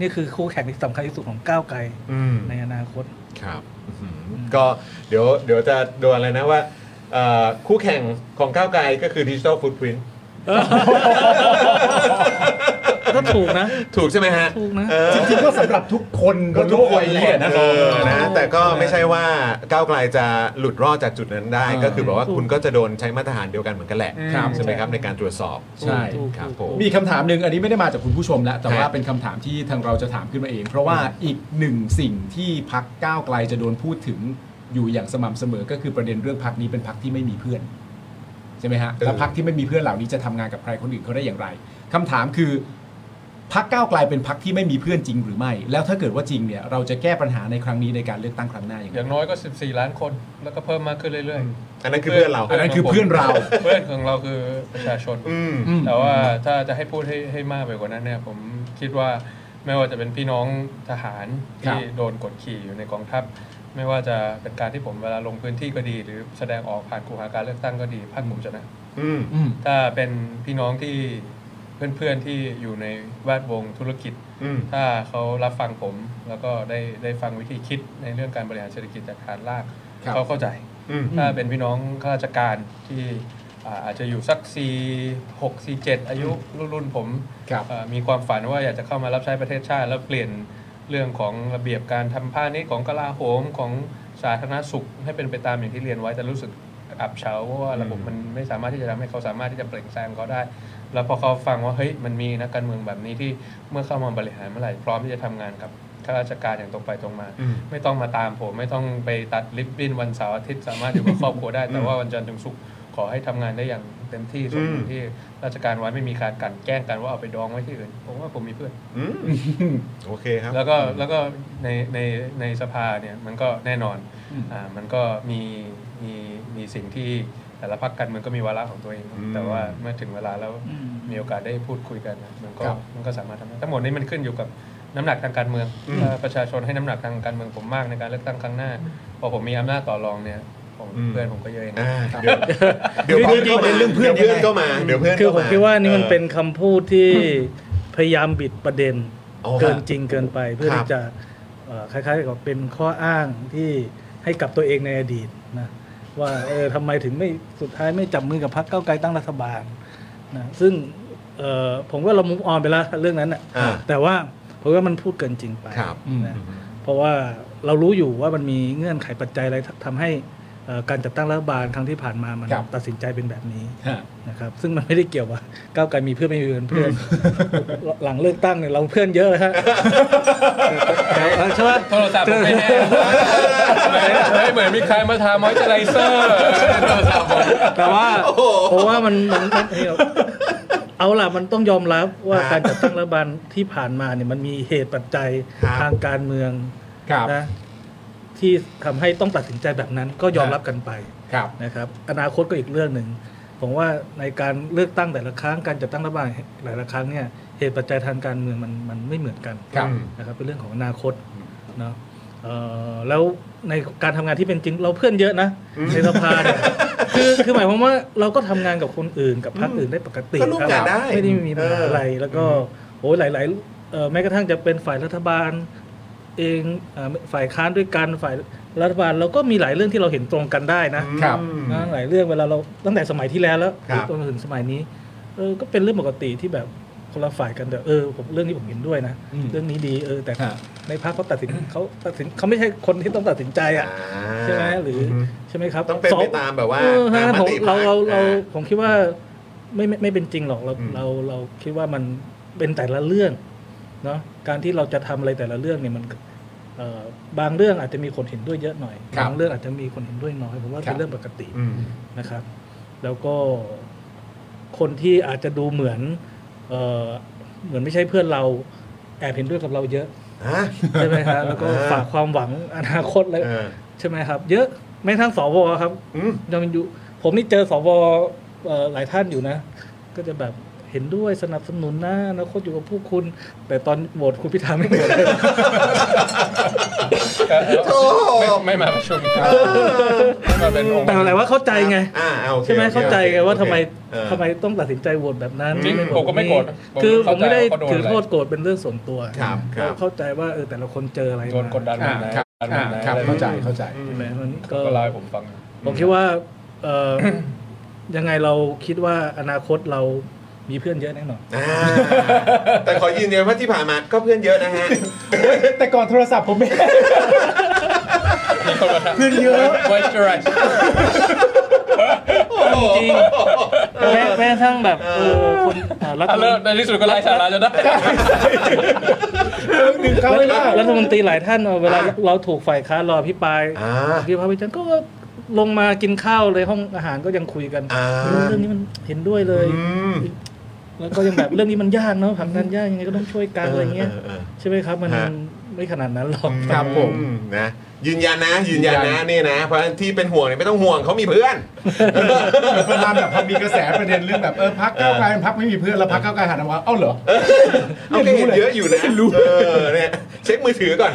Speaker 7: นี่คือคู่แข่งที่สำคัญที่สุดของก้าวไกล
Speaker 1: อืม
Speaker 7: ในอนาคต
Speaker 1: ครับอื้อหือก็เดี๋ยวเดี๋ยวจะโดนอะไรนะว่าเอ่อคู่แข่งของก้าวไกลก็คือดิจิ t a ลฟุตพิ้น
Speaker 7: ก็ถูกนะ
Speaker 1: ถูกใช่ไหมฮะ
Speaker 7: ถูกนะ
Speaker 1: เออ
Speaker 2: จริงๆก็สำหรับทุกคนบนโลกใบนี้อะนะ
Speaker 1: เออนะแต่ก็ไม่ใช่ว่าก้าวไกลจะหลุดรอดจากจุดนั้นได้
Speaker 2: อ่า
Speaker 1: ก็คือแบบว่าคุณก็จะโดนใช้มาตรฐานเดียวกันเหมือนกันแหละ
Speaker 2: ครับ
Speaker 1: ใช่ไหมครับในการตรวจสอบ
Speaker 2: ใช่
Speaker 7: ถูก
Speaker 1: ครับ
Speaker 7: ถูก
Speaker 1: ผม
Speaker 2: มีคำถามหนึ่งอันนี้ไม่ได้มาจากคุณผู้ชมแล้วแต่
Speaker 1: ค
Speaker 2: ว่า
Speaker 1: รับ
Speaker 2: เป็นคำถามที่ทางเราจะถามขึ้นมาเอง เพราะว่าอีกหนึ่งสิ่งที่พักก้าวไกลจะโดนพูดถึงอยู่อย่างสม่ำเสมอ ก็คือประเด็นเรื่องพักนี้เป็นพักที่ไม่มีเพื่อนใช่ไหมฮะ
Speaker 1: เออ
Speaker 2: แล้วพักที่ไม่มีเพื่อนเหล่านี้จะทำงานกับใครคนอื่นเขาได้อย่างไรคำถามคือพักก้าวไกลเป็นพักที่ไม่มีเพื่อนจริงหรือไม่ แล้วถ้าเกิดว่าจริงเนี่ยเราจะแก้ปัญหาในครั้งนี้ในการเลือกตั้งครั้งหน้าอย่าง
Speaker 6: อ
Speaker 2: ไร
Speaker 6: ย่างน้อยก็ 14 ล้านคนแล้วก็เพิ่มมากขึ้นเรื่อย
Speaker 1: อันนั้นคือเพื่อนเรา
Speaker 2: อันนั้นคือเพื่อนเรา
Speaker 6: เพื่อนของเราคือประชาชน
Speaker 1: อืม
Speaker 2: อืม
Speaker 6: แต่ว่าถ้าจะให้พูดให้ให้มากไปกว่านั้นเนี่ยผมคิดว่าไม่ว่าจะเป็นพี่น้องทหาร
Speaker 2: ครั
Speaker 6: ที่
Speaker 2: บ
Speaker 6: โดนกดขี่อยู่ในกองทัพ ไม่ว่าจะเป็นการที่ผมเวลาลงพื้นที่ก็ดี หรือแสดงออกผ่านกูหาการเลือกตั้งก็ดีภาคภูมิชนะ
Speaker 1: อืม
Speaker 2: อืม
Speaker 6: ถ้าเป็นพี่น้องที่เพื่อนๆที่อยู่ในแวดวงธุรกิจ
Speaker 1: อืม
Speaker 6: ถ้าเขารับฟังผมแล้วก็ได้ได้ฟังวิธีคิดในเรื่องการบริหารเศรษฐกิจจากฐานราก
Speaker 2: ครับ
Speaker 6: เขาเข้าใจ
Speaker 1: อืม
Speaker 6: ถ้าเป็นพี่น้องข้าราชการที่อ่าอาจจะอยู่สัก 4 6 4 7 อายุรุ่นๆผม
Speaker 2: ครับ
Speaker 6: เอ่อมีความฝันว่าอยากจะเข้ามารับใช้ประเทศชาติ แล้วเปลี่ยนเรื่องของระเบียบการทำผ้านิชย์ของกลาโหมของ สาธารณสุขให้เป็นไปตามอย่างที่เรียนไว้แต่รู้สึกอับเฉาเพราะว่าระบบมันไม่สามารถที่จะทำให้เขาสามารถที่จะเปล่งแซงเขาได้ แล้วพอเขาฟังว่าเฮ้ยมันมีนักการเมืองแบบนี้ที่เมื่อเข้ามาบริหารเมื่อไหร่พร้อมที่จะทำงานกับข้าราชการอย่างตรงไปตรงมา ไม่ต้องมาตามผมไม่ต้องไปตัดลิบบิ้นวันเสาร์อาทิตย์สามารถอยู่กับครอบครัวได้ แต่ว่าวันจันทร์ถึงศุกร์ขอให้ทำงานได้อย่างเต็มที่ส่วน
Speaker 1: อืม
Speaker 6: ที่ราชการไว้ไม่มีการกลันแกล้งกันว่าเอาไปดองไว้ที่อื่นผมว่าผมมีเพื่อน
Speaker 1: อืมโอเคครับ
Speaker 6: แล้วก็แล้วก็ในในในสภาเนี่ยมันก็แน่นอนอ่ามันก็มีมีมีสิ่งที่แต่ละพรรคการเมืองก็มีวาระของตัวเอง
Speaker 1: อืม
Speaker 6: แต่ว่าเมื่อถึงเวลาแล้ว
Speaker 7: อืม
Speaker 6: มีโอกาสได้พูดคุยกันนะมันก็
Speaker 2: ครับ
Speaker 6: มันก็สามารถทำได้ทั้งหมดนี้มันขึ้นอยู่กับน้ำหนักทางการเมืองถ้าประชาชนให้น้ำหนักทางการเมืองผมมากในการเลือกตั้งครั้งหน้า พอผมมีอำนาจต่อรองเนี่ยผมเพื่อนผมก็เยอะเอง
Speaker 1: อ่าเดี๋ยวเดี๋ยว
Speaker 2: เรื่อง
Speaker 1: เพื่อนก็มา
Speaker 2: เรื่อง
Speaker 1: เดี๋วเพื่อนก็มาเดี๋ยว
Speaker 2: เพื่อย นยังไง
Speaker 1: เพื่อน
Speaker 7: คือ
Speaker 1: ก็
Speaker 7: ผม
Speaker 1: มา
Speaker 7: คิดว่านี่มัน
Speaker 1: ออ
Speaker 7: เป็นคำพูดที่ พยายามบิดประเด็น
Speaker 1: อ๋อ
Speaker 7: เกินจริงเกินไปเพื่อ
Speaker 1: ครับ
Speaker 7: ที่จะเอ่อคล้ายๆกับเป็นข้ออ้างที่ให้กับตัวเองในอดีตนะว่าเออทำไมถึงไม่สุดท้ายไม่จับมือกับพรรคเก้าวไกลตั้งรัฐบาลนะซึ่งเอ่อผมว่าเรามุกออนไปแล้วเรื่องนั้นนะ
Speaker 1: อ่า
Speaker 7: แต่ว่าผมว่ามันพูดเกินจริงไป
Speaker 1: ครับ
Speaker 7: นะเพราะว่าเรารู้อยู่ว่ามันมีเงื่อนไขปัจจัยอะไรทำให้เอ่อการจัดตั้งรัฐบาลครั้งที่ผ่านมามัน
Speaker 2: ครับ
Speaker 7: ตัดสินใจเป็นแบบนี้
Speaker 2: ฮะ
Speaker 7: นะครับซึ่งมันไม่ได้เกี่ยวว่าก้าวไกลมีเพื่อนไม่มีเพื่อน หลังเลือกตั้งเนี่ยเราเพื่อนเยอะนะฮะใช่ไหม
Speaker 6: โทรศัพท์ผมไม่แน่เฮ้ยเหมือนมีใครมาทามอยเจอไรเซอร์โทรศัพท์ผม
Speaker 7: แต่ว่าเพราะว่ามันมันมันเอาล่ะมันต้องยอมรับว่าการจัดตั้งรัฐบาลที่ผ่านมาเนี่ยมันมีเหตุปัจจัย
Speaker 1: ครับ
Speaker 7: ทางการเมือง
Speaker 2: ครับ
Speaker 7: นะที่ทำให้ต้องตัดสินใจแบบนั้นก็ยอมรับกันไป
Speaker 2: ครับ
Speaker 7: นะครับอนาคตก็อีกเรื่องหนึ่งผมว่าในการเลือกตั้งแต่ละครั้งการจัดตั้งรัฐบาลหลายละครั้งเนี่ยเหตุปัจจัยทางการเมืองมันมันไม่เหมือนกัน
Speaker 2: ครับ
Speaker 7: นะครับเป็นเรื่องของอนาคตเนาะเอ่อแล้วในการทำงานที่เป็นจริงเราเพื่อนเยอะนะในสภาเนี่ยคือคือหมายความว่าเราก็ทำงานกับคนอื่นกับพรรคอื่นได้ปกติ
Speaker 1: ก็ร่วมงาน
Speaker 7: คบ
Speaker 1: ได้
Speaker 7: ไม่ได้มีปัญหาอะไร
Speaker 1: เออ
Speaker 7: แล้วก็โอ้ยหลายๆเอ่อแม้กระทั่งจะเป็นฝ่ายรัฐบาล เองเอ่อฝ่ายค้านด้วยกันฝ่ายรัฐบาลเราก็มีหลายเรื่องที่เราเห็นตรงกันได้นะ
Speaker 2: ครับ
Speaker 1: อืม
Speaker 7: นะหลายเรื่องเวลาเราตั้งแต่สมัยที่แล้วแล้ว
Speaker 1: ครับ
Speaker 7: จนมาถึงสมัยนี้เออก็เป็นเรื่องปกติที่แบบคนละฝ่ายกันแต่เออผมเรื่องนี้ผมเห็นด้วยนะ
Speaker 2: อืม
Speaker 7: เรื่องนี้ดีเออแต่
Speaker 2: ฮะ
Speaker 7: ในพรรคเขาตัดสินเขาตัดสินเขาไม่ใช่คนที่ต้องตัดสินใจอ่ะใช่ไหมา หรืออใช่ไหมครับ
Speaker 1: ต้องเป็น
Speaker 7: ส
Speaker 1: ไปตามแบบว่า
Speaker 7: เออฮะ
Speaker 1: ตามม
Speaker 7: ผม
Speaker 1: ติพ
Speaker 7: เรา
Speaker 1: ค
Speaker 7: เราเรา
Speaker 1: อ่
Speaker 7: ผมคิดว่าไม่ไม่ไม่เป็นจริงหรอกเรา
Speaker 1: อืม
Speaker 7: เราเราคิดว่ามันเป็นแต่ละเรื่องเนาะการที่เราจะทำอะไรแต่ละเรื่องเนี่ยมันเอ่อบางเรื่องอาจจะมีคนเห็นด้วยเยอะหน่อย
Speaker 2: ครับ
Speaker 7: บางเรื่องอาจจะมีคนเห็นด้วยน้อยผมว่าเป็นเรื่องปกติ
Speaker 1: อืม
Speaker 7: นะครับแล้วก็คนที่อาจจะดูเหมือนเออเหมือนไม่ใช่เพื่อนเราแอบเห็นด้วยกับเราเยอะ
Speaker 1: ฮะ
Speaker 7: ใช่ไหม ครับแล้วก็
Speaker 1: เออ
Speaker 7: ฝากความหวังอนาคตเลย
Speaker 1: เออ
Speaker 7: ใช่ไหมครับ เยอะแม้กระทั้งสวครับ
Speaker 1: อืม
Speaker 7: ยังอยู่ผมนี่เจอสวเอ่อหลายท่านอยู่นะ ก็จะแบบเห็นด้วยสนับสนุนนะอนาคตอยู่กับผู้คุณ แต่ตอนโหวตคุณพิธาไม่โหวตเลย
Speaker 1: โถ่
Speaker 6: ไม่ไม่มาประชุมครับไม่มาเป็นองค์ป
Speaker 7: แต่
Speaker 6: ระชุม
Speaker 7: อะไรว่าเข้าใจไง
Speaker 1: อ่าอ่าโอค
Speaker 7: ใช่ไหม
Speaker 1: โอค
Speaker 7: เข้าใจไง
Speaker 1: โอค
Speaker 7: ว่าทำไม
Speaker 1: เออ
Speaker 7: ทำไมต้องตัดสินใจโหวตแบบนั้น
Speaker 6: จริง
Speaker 7: โหวต
Speaker 6: ผมก็ไม่โกรธ
Speaker 7: แบบนี้คือผมไม่ได้
Speaker 6: เข้าใจว่าเขา
Speaker 7: ถือ
Speaker 6: โด
Speaker 7: โท
Speaker 6: น
Speaker 7: ษโกรธเป็นเรื่องส่วนตัว
Speaker 1: ครับครับ
Speaker 7: เราเข้าใจว่าเออแต่ละคนเจออะไร
Speaker 6: อะไร
Speaker 7: มา
Speaker 6: โดนกดดัน
Speaker 2: อ่า
Speaker 6: แบบไหน
Speaker 2: ครับอ่านครับ
Speaker 6: กดดัแบบไหนอะไร
Speaker 2: เข้าใจเข้าใจ
Speaker 7: ใช่ไหมมันก็
Speaker 6: ก็ก็เล่าให้ผมฟัง
Speaker 7: ผมคิดว่าเออยังไงเราคิดว่าอนาคตเรามีเพื่อนเยอะแน่นอน
Speaker 1: อ่าแต่ขอยืนยันว่าที่ผ่านมาก็เพื่อนเยอะนะฮะ
Speaker 2: แต่ก่อนโทรศัพท์ผมไม่
Speaker 6: มีคนมาขึ้นเยอะไวเจอร์ไร
Speaker 7: จริงแม้แม้กระทั่งแบบเออคนเอ่อรัฐมนต
Speaker 6: เลิกใน
Speaker 7: รี
Speaker 6: ที่สุดก็ไล่สาระจนได้
Speaker 2: ดึงเข้าไม่ได้
Speaker 7: รัฐมนตรีหลายท่านเออเวลาเราถูกฝ่ายค้านรอพิปราย
Speaker 1: อ่า
Speaker 7: พี่พาวิจารณ์ก็ลงมากินข้าวเลยห้องอาหารก็ยังคุยกัน
Speaker 1: อ่า
Speaker 7: เรื่องนี้มันเห็นด้วยเลย
Speaker 1: อืม
Speaker 7: แล้วก็ยังแบบ เรื่องนี้มันยากเนาะผลักดันยากยังไงก็ต้องช่วยกันอะไรเงี้ย
Speaker 1: ออ
Speaker 7: ใช่ไหมครับมัน
Speaker 1: ฮะ
Speaker 7: ไม่ขนาดนั้นหรอก
Speaker 2: ครับผม
Speaker 1: อืมนะยืนยันนะ ยืนยันนะนี่นะ เพราะที่เป็นห่วงเนี่ยไม่ต้องห่วงเขามีเพื่อน
Speaker 2: เวลาแบบพอมีกระแสประเด็นเรื่องแบบเออพักก้าวไกลเป็นพักไม่มีเพื่อนแล้วพักก้าวไกลหันมาว่าเอ้าเหรอ
Speaker 1: ไม่ได้เห็นเยอะอยู่นะรู้เออเนี่ยเช็คมือถือ ก่อน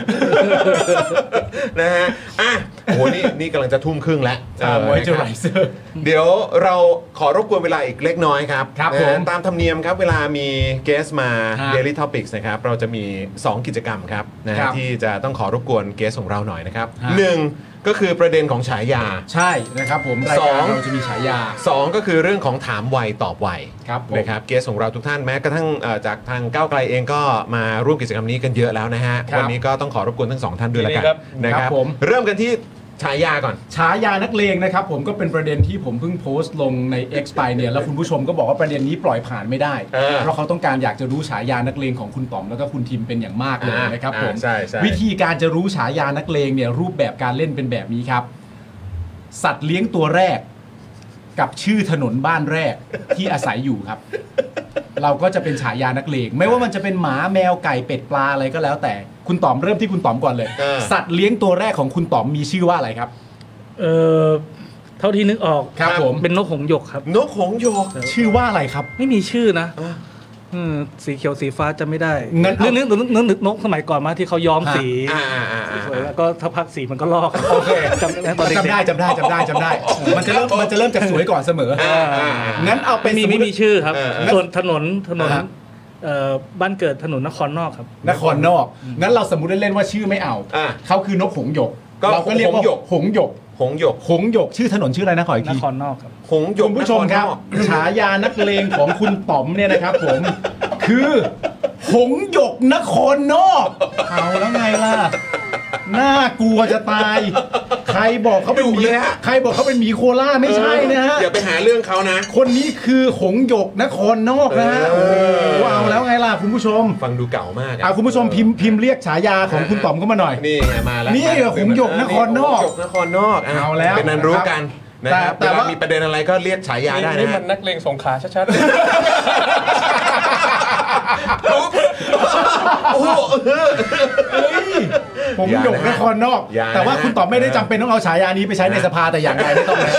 Speaker 1: นะฮะอ่ะโอ้โหนี่นี่กำลังจะทุ่มครึ่งแล้ว
Speaker 2: อ่า Moisturizer
Speaker 1: เดี๋ยวเราขอรบกวนเวลาอีกเล็กน้อยครับ
Speaker 2: ครับ
Speaker 1: นะฮะ
Speaker 2: ผม
Speaker 1: ตามธรรมเนียมครับ เวลามีเกสมา
Speaker 2: ฮะ
Speaker 1: Daily Topics นะครับ เราจะมี 2 กิจกรรมครับนะฮะ
Speaker 2: ครับ
Speaker 1: ที่จะต้องขอรบกวนเกสของเราหน่อยนะครับ
Speaker 2: ฮะ
Speaker 1: หนึ่งก็คือประเด็นของฉายา
Speaker 2: ใช่นะครับผมรา
Speaker 1: สอก
Speaker 2: ยาง รเราจะมีฉายา
Speaker 1: สองก็คือเรื่องของถามไวตอบไว
Speaker 2: ครับผม
Speaker 1: นะครับเกสของเราทุกท่านแม้กระทั่งเอ่อจากทางก้าวไกลเองก็มาร่วมกิจกรรมนี้กันเยอะแล้วนะฮะ
Speaker 2: ครับ
Speaker 1: วันี้ก็ต้องขอรบกวนทั้งสองท่านด้วยละกัน
Speaker 6: ยินดีครับ
Speaker 1: นะค
Speaker 2: ค
Speaker 1: รั
Speaker 2: รั
Speaker 1: บบ
Speaker 2: ผม
Speaker 1: เริ่มกันที่ ฉายาก่อน
Speaker 2: ฉายานักเลงนะครับผมก็เป็นประเด็นที่ผมเพิ่งโพสต์ลงใน X ไปเนี่ยแล้วคุณผู้ชมก็บอกว่าประเด็นนี้ปล่อยผ่านไม่ได้
Speaker 1: เออ
Speaker 2: เพราะเขาต้องการอยากจะรู้ฉายานักเลงของคุณต๋อมแล้วก็คุณทิมเป็นอย่างมากเลย
Speaker 1: อ่าน
Speaker 2: นะครับผม
Speaker 1: อ่าใช่ใช่
Speaker 2: วิธีการจะรู้ฉายานักเลงเนี่ยรูปแบบการเล่นเป็นแบบนี้ครับ สัตว์เลี้ยงตัวแรก กับชื่อถนนบ้านแรกที่อาศัยอยู่ครับ เราก็จะเป็นฉายานักเลงไม่ว่ามันจะเป็นหมาแมวไก่เป็ดปลาอะไรก็แล้วแต่คุณต๋อมเริ่มที่คุณต๋อมก่อนเลย
Speaker 1: เออ
Speaker 2: สัตว์เลี้ยงตัวแรกของคุณต๋อมมีชื่อว่าอะไรครับ
Speaker 7: เออเท่าที่นึกออก
Speaker 2: ครับผม
Speaker 7: เป็นนกหงส์หยกครับ
Speaker 1: นกหงส์โยก
Speaker 2: ชื่อว่าอะไรครับ
Speaker 7: ไม่มีชื่อนะอืมสีเขียวสีฟ้าจะไม่ได้
Speaker 2: งั้นเอา
Speaker 7: นึกนึกนึกนึกนึกนกสมัยก่อนมาที่เขาย้อมสี
Speaker 1: อ่าอ่าอ่า
Speaker 7: สวยๆแล้วก็ถ้าพักสีมันก็ลอก
Speaker 2: โอเค
Speaker 7: จำได้ตอนเด็ก
Speaker 2: จำได้จำได้จำได้จำได้ มันจะเริ่มมันจะเริ่มจากสวยก่อนเสมอ
Speaker 1: อ่าอ่าอ่า
Speaker 2: งั้นเอา
Speaker 7: ๆ
Speaker 2: เป็นส
Speaker 7: ไม่มี
Speaker 2: ติ
Speaker 7: ไม่มีชื่อครับ
Speaker 1: เออ
Speaker 7: ส่วนถนนถนน
Speaker 2: อ่า
Speaker 7: เอ่อบ้านเกิดถนนนครนอกครับ
Speaker 2: นครนอก งั้นเราสมมติเล่นๆว่าชื่อไม่เอา
Speaker 1: อ่ะ
Speaker 2: เขาคือนกหงส์หยก
Speaker 1: ก็
Speaker 2: เราก็เรียกว่า
Speaker 1: หงส์หยก
Speaker 2: หงส์หยก
Speaker 1: หงส์โยก
Speaker 2: หงส์หยกชื่อถนนชื่ออะไรนะขออีก
Speaker 7: น
Speaker 2: ที
Speaker 7: ครนอกครับ
Speaker 1: หงส์โยก
Speaker 2: คุณผู้ชมครับ
Speaker 1: นนอก
Speaker 2: ฉายานักเลงของคุณต๋อมเนี่ยนะครับ ผม คือหงส์หยกนครนอกเอาแล้วไงล่ะน่ากลัวจะตาย ใครบอกเขาเป็นหมีใครบอกเขาเป็นหมีโคล่าไม่ใช่นะฮะ
Speaker 1: อย่าไปหาเรื่องเขานะ
Speaker 2: คนนี้คือหงหยกนครนอกนะฮะ
Speaker 1: เอ
Speaker 2: โ
Speaker 1: อ
Speaker 2: อ้โหเอาแล้วไงล่ะคุณผู้ชม
Speaker 1: ฟังดูเก่ามากะ
Speaker 2: เอาคุณผู้ชมพิมพ์พิมพ์เรียกฉายาของคุณต๋อมก็มาหน่อย
Speaker 1: นี่ไงมาแล้ว
Speaker 2: นี่เหรอหงส์โยกนครนอก
Speaker 1: หงส์โยกนครนอกะ
Speaker 2: เอาแล้ว
Speaker 1: เป็นนันรู้กันนะ
Speaker 2: แต่
Speaker 1: ครับ
Speaker 2: แต่
Speaker 1: เวลา
Speaker 2: ว่ามี
Speaker 1: มีประเด็นอะไรก็เรียกฉายาได้
Speaker 6: นี่
Speaker 1: นะฮะ
Speaker 6: มันนักเลงสงขลาชัด
Speaker 2: หงหยกนครนอก
Speaker 1: อย่านะ
Speaker 2: แต่ว่าคุณต๋อมไม่ได้จำเป็นต้องเอาฉายานี้ไปใช้ในสภาแต่อย่างใดไม่ต้อง นะ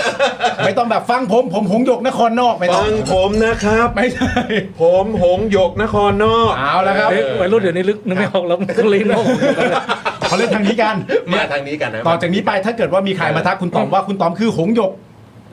Speaker 2: ไม่ต้องแบบฟังผมผมหงหยกนครนอกไม่
Speaker 1: ฟั
Speaker 2: ต้อง
Speaker 1: งผมนะครับ
Speaker 2: ไม่ใช่
Speaker 1: ผมหงส์โยกนครนอก
Speaker 2: เอาแล้วครับ
Speaker 7: เอ้ยวัยรุ่นเดี๋ยวนี้ลึกนึกไม่ออกแล้วก็เลยนกหงส์หยก เลย
Speaker 2: เขาเล่นทางนี้กัน
Speaker 1: มาทางนี้กันนะ
Speaker 2: ต่อจากนี้ไปถ้าเกิดว่ามีใครมาทักคุณต๋อมว่าคุณต๋อมคือหงหยก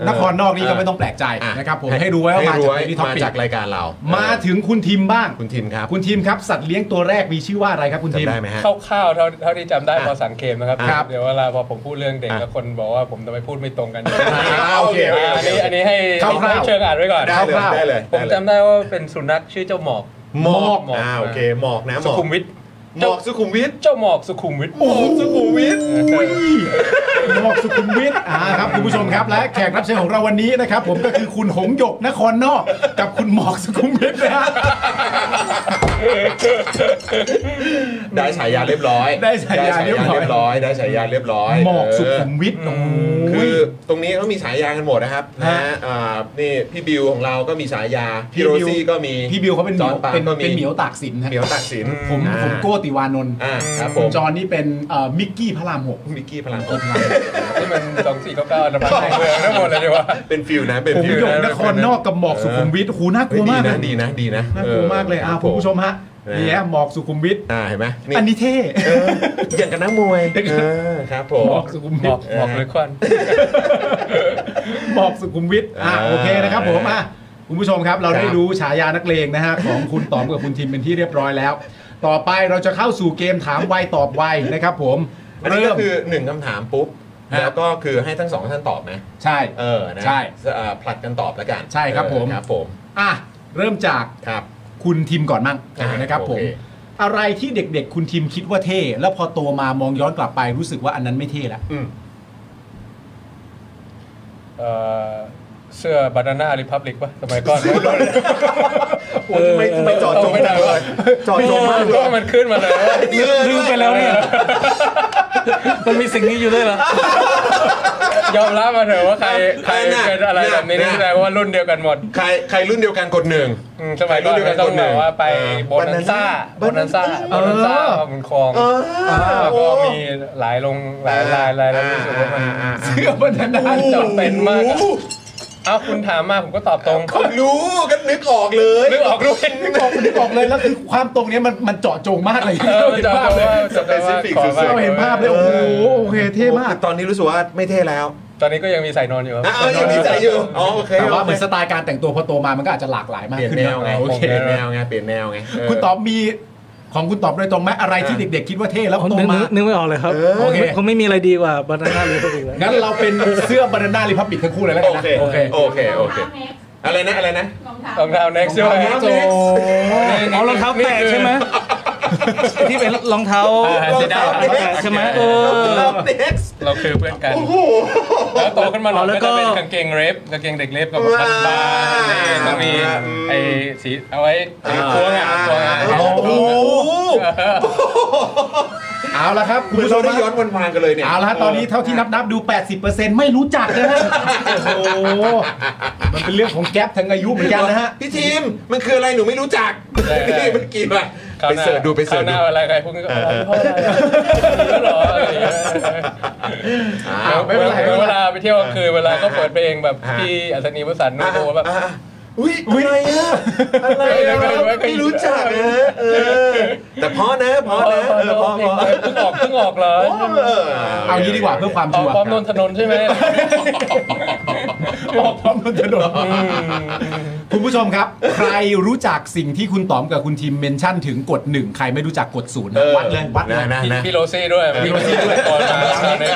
Speaker 2: นครนอกนี่ก็ไม่ต้องแปลกใจ
Speaker 1: อ่ะ
Speaker 2: นะครับผมให้รู้ไว้ว่ามาจาก
Speaker 1: ให้
Speaker 2: ใน
Speaker 1: รู้
Speaker 2: ที่
Speaker 1: ไว้
Speaker 2: ท็อป
Speaker 1: มา
Speaker 2: ปิก
Speaker 1: จากรายการเรา
Speaker 2: มา
Speaker 1: มา
Speaker 2: ถึงคุณทีมบ้าง
Speaker 1: คุณทีมครับ
Speaker 2: คุณทีมครับ สัตว์เลี้ยงตัวแรกมีชื่อว่าอะไรครับคุณทีม
Speaker 1: จำได้ไหมฮะ
Speaker 6: ๆคร่าวๆเท่าเท่าที่จำได้พอสังเกตนะครับ
Speaker 2: ครับ
Speaker 6: เดี๋ยวเวลาพอผมพูดเรื่องเด็ก
Speaker 1: อ่ะ
Speaker 6: แล้วคนบอกว่าผมทำไมพูดไม่ตรงกัน
Speaker 1: อ่าโอเคโอเคโอ
Speaker 6: อัน
Speaker 1: เค
Speaker 6: นี้อันนี้ให้
Speaker 2: คร่าวๆ
Speaker 6: เชิญอ่านไว้ก่อน
Speaker 1: ได้เลยได้เลย
Speaker 6: ผมจำได้ว่าเป็นสุนัขชื่อเจ้าหมอก
Speaker 1: หมอก
Speaker 6: หมอก
Speaker 1: อ่าโอเคหมอกนะหม
Speaker 6: สุ
Speaker 1: อก
Speaker 6: ขุมวิท
Speaker 1: หมอกสุขุมวิท
Speaker 6: เจ้าหมอกสุขุมวิท
Speaker 1: หมอกสุขุมวิท
Speaker 2: หมอกสุขุมวิทอ่าครับคุณผู้ชมครับ และแขกรับเชิญของเราวันนี้นะครับ ผมก็คือคุณหงหยกนครนอก กับคุณหมอกสุขุมวิทนะฮะ
Speaker 1: ได้ฉายาเรียบร้อยได้ฉายาเรียบร้อย
Speaker 2: หมอกสุขุม
Speaker 1: เ
Speaker 2: วิทโอ้
Speaker 1: ออย คือตรงนี้เขามีฉายากันหมดนะครับนะฮะอ่านี่พี่บิวของเราก็มีฉายา
Speaker 2: พี่
Speaker 1: พี่โร
Speaker 2: บิว
Speaker 1: ซี่ก็มี
Speaker 2: พี่บิวเขาเป็นเห
Speaker 1: จอย
Speaker 2: มี
Speaker 1: น
Speaker 2: ว
Speaker 1: ปาล์
Speaker 2: เป็น
Speaker 1: มก็มี
Speaker 2: เป็นเหมียวตากสินนะ
Speaker 1: เหมียวตักสิน
Speaker 2: ผม
Speaker 1: อ่า
Speaker 2: ผมโก้ติวานนท์
Speaker 1: อ่าครับผ
Speaker 2: คุณ
Speaker 1: ม
Speaker 2: จอนี่เป็นเอ่อมิกกี้พระรามหก
Speaker 1: มิกกี้พลัง
Speaker 6: นี่มันสองสี่เก้าเก้านะมันเมืองทั้งหมดเลยดีว่า
Speaker 1: เป็นฟิลนะเป็น
Speaker 2: ผม
Speaker 1: ฟิล
Speaker 2: หยก
Speaker 1: นะ
Speaker 2: นครนอกกับหมอกสุขุมวิทโอ้โหน่าก
Speaker 1: เฮ้
Speaker 2: ลั
Speaker 1: ยวดี
Speaker 2: มาก
Speaker 1: นะ
Speaker 2: นะ
Speaker 1: ดีนะดีนะ
Speaker 2: น่ากลัวมากเลยอ่าคุณผู้ชมฮะนี่ฮะหมอกสุขุมวิท
Speaker 1: อ่าเห็นไหม
Speaker 2: อันนี้เท่
Speaker 1: เอออย่างกับนักมวยเออครับผม
Speaker 2: หมอกสุขุม
Speaker 6: หม
Speaker 2: วิ
Speaker 6: อ
Speaker 2: ท
Speaker 6: กหมอกเลยควัน
Speaker 2: หมอกสุขุมวิทอ่ะ
Speaker 1: อ่า
Speaker 2: โอเคนะครับผมอ่ะคุณผู้ชมครับ เราได้
Speaker 1: ครับ
Speaker 2: รู้ฉายานักเลงนะฮะของคุณต๋อม กับคุณทิมเป็นที่เรียบร้อยแล้ว ต่อไปเราจะเข้าสู่เกมถามไวตอบไวนะครับผม
Speaker 1: อันนี้
Speaker 2: เริ่
Speaker 1: ก็
Speaker 2: ม
Speaker 1: คือหนึ่งคำถามปุ๊บ
Speaker 2: ฮะ
Speaker 1: แล้วก็คือให้ทั้งสองท่านตอบไหม
Speaker 2: ใช่
Speaker 1: เออนะ
Speaker 2: ใช่
Speaker 1: เอ่อผลัดกันตอบแล้วกัน
Speaker 2: ใช่ครับผม
Speaker 1: เออครับผม
Speaker 2: อ่ะเริ่มจาก
Speaker 1: ครับ
Speaker 2: คุณทิมก่อนมั่ง
Speaker 1: อ่า
Speaker 2: นะครับผม
Speaker 1: โอเค
Speaker 2: อะไรที่เด็กๆ คุณทิมคิดว่าเท่ แล้วพอโตมามองย้อนกลับไปรู้สึกว่าอันนั้นไม่เท่ละ
Speaker 1: อืม
Speaker 6: เอ่อเสื้อบานาน่าริพับลิกป่ะสมัยก่อน
Speaker 1: โอ้ยทำไมทำไมจอดจงไม่ได้เลยจอดจงมากเล
Speaker 6: ก็
Speaker 1: ย
Speaker 6: มันขึ้นมาเลย
Speaker 7: ลืมไปแล้วเนี่ยมันมีสิ่งนี้อยู่ด้วยเหรอ
Speaker 6: ยอมรับมาเถอะว่าใครใครเป็นอะไรแบบนี้นี่แสดงว่ารุ่นเดียวกันหมด
Speaker 1: ใครใครรุ่นเดียวกันกดหนึ่ง
Speaker 6: อืมสมัยก่อนก็ต้องแบบว่าไป
Speaker 1: เออ
Speaker 6: โบนันซ่าโบนันซ่าโบนันซ่าขอบนคลองแล้วก็มีหลายลงหลายลายหลายแล้วรู้สึกว่ามัน
Speaker 2: เสื้อบรรดา
Speaker 6: อันจอดเป็นมากอะ
Speaker 1: โอ้โห
Speaker 6: เอ้าคุณถามมาผมก็ตอบตรง
Speaker 1: ก็รู้ก็นึกออกเลย
Speaker 6: นึกออกด้วย
Speaker 2: ไม่บอกไม่บอกเลยแล้วคือความตรงเนี้ยมันมันเจาะจงมากเลย
Speaker 6: เออมันจะแบบว่าจะแบบว่าขอ
Speaker 1: เออ
Speaker 6: ว่า
Speaker 2: เราเห็นภาพเลยโอ้โหโอเคเท่มาก
Speaker 1: ตอนนี้รู้สึกว่าไม่เท่แล้ว
Speaker 6: ตอนนี้ก็ยังมีใส่นอนอยู่ครับ
Speaker 1: อ้าวยังดีใจอยู่อ๋อโอเค
Speaker 2: แต่ว่า
Speaker 1: โค
Speaker 2: เหมือนสไตล์การแต่งตัวพอโตมามันก็อาจจะหลากหลายมาก
Speaker 1: เปลี่ยน
Speaker 2: ขึ้น
Speaker 1: แนว
Speaker 2: นะ
Speaker 1: ไง
Speaker 2: โอเค
Speaker 1: เปลี่ยนแนวไงเปลี่ยนแนวไงเ
Speaker 2: คุณตอบมีของคุณตอบโดยตรงไหมอะไรที่เด็ก ๆ คิดว่าเท่แล้ว
Speaker 7: ผม
Speaker 2: โต
Speaker 7: นึก
Speaker 2: มา
Speaker 7: นึกไม่ออกเลยครับ
Speaker 2: เออโอเค
Speaker 7: คงไม่มีอะไรดีกว่าบานาน่าหรือพวกอีกแล้ว
Speaker 2: งั้นเราเป็นเสื้อบานาน่าริพับบิกทั้งคู่เลยแล้วกันนะ
Speaker 1: โอ
Speaker 2: โอ
Speaker 1: เค
Speaker 2: เค
Speaker 1: โอเค โอเค อะไรนะ อะไรนะ
Speaker 3: รองเท้า
Speaker 6: รองเท้า next ด้วย
Speaker 2: โอ้โห
Speaker 7: เอารองเท้าแตะใช่ไหม
Speaker 2: น
Speaker 7: ที่เป็นรองเท้า
Speaker 6: อ่าเสียดาย
Speaker 7: ใช่ไหมเออ
Speaker 6: เราคือเพื่อนกัน แล้วโตขึ้นมาเรา
Speaker 7: อ๋อแล้
Speaker 6: ก็
Speaker 7: วก็
Speaker 6: จะเป็นกางเกงเรฟกางเกงเด็กเรฟกับบันบาร์เน่ต้องมีไอ้สีเอาไว้ไอ้พวงอ่ะพวงอ่ะ
Speaker 1: โอ้โห
Speaker 2: เอาละครับคุ
Speaker 1: เห
Speaker 2: ณ
Speaker 1: มือนเรา
Speaker 2: ผู้ชม
Speaker 1: ได้ย้อนวันวานกันเลยเนี่ย
Speaker 2: เอาละฮะตอนนี้เท่าที่นับนับๆดู 80%ไม่รู้จักนะฮะโอ้โหมันเป็นเรื่องของแก๊ปทางอายุเหมือนกันนะฮะ
Speaker 1: พี่ทีมมันคืออะไรหนูไม่รู้จักนี่มันกี่บาท
Speaker 6: คราว
Speaker 1: ไป
Speaker 6: หน้า
Speaker 1: เสิร์ชดูไปเสิร์ช
Speaker 6: ครา
Speaker 1: ดู
Speaker 6: วหน้าอะไรใครพวกนี้ก็เออพ่ออะไรแล้วเหรออะไรอย่างเงี้ย
Speaker 1: อ้าวไม่
Speaker 6: ไม่
Speaker 1: เป็
Speaker 6: เป็นน
Speaker 1: ไรไม่เป็นไร
Speaker 6: ไรเวลาไปเที่ยวกลางคืนเวลาก็เปิดเพลงแบบ
Speaker 1: อ่า
Speaker 6: พี่อัศนีวสันต์นุ่นโแบบ
Speaker 1: อ่ะอุ้ยอะไรอะอะไรอะ
Speaker 6: ไม่ไม่ไม่
Speaker 1: ไม่รู้จักนะเออ แต่พอนะพอ
Speaker 6: เอ
Speaker 1: นะ
Speaker 6: อ
Speaker 1: เออพอพอ
Speaker 6: เพิ่งออกเพิ่งออกเหรอ
Speaker 1: เออ
Speaker 2: เอางี้ดีกว่าเพื่อความ
Speaker 6: ออ
Speaker 2: ชั
Speaker 6: ก
Speaker 2: วร์
Speaker 6: พร้อมนนทนนท์ใช่ไหม
Speaker 2: ออกพร้อมนนทนนท์คุณผู้ชมครับ ใครรู้จักสิ่งที่คุณต๋อมกับคุณทีมเมนชั่นถึงกดหนึ่งใครไม่รู้จักกดศูนย์นะวัดเลยวัดเลย
Speaker 1: นะนะนะ
Speaker 6: พี่โรซี่ด้วย
Speaker 2: พี่โรซี่ด้วย
Speaker 6: ตอนมาตอนนี้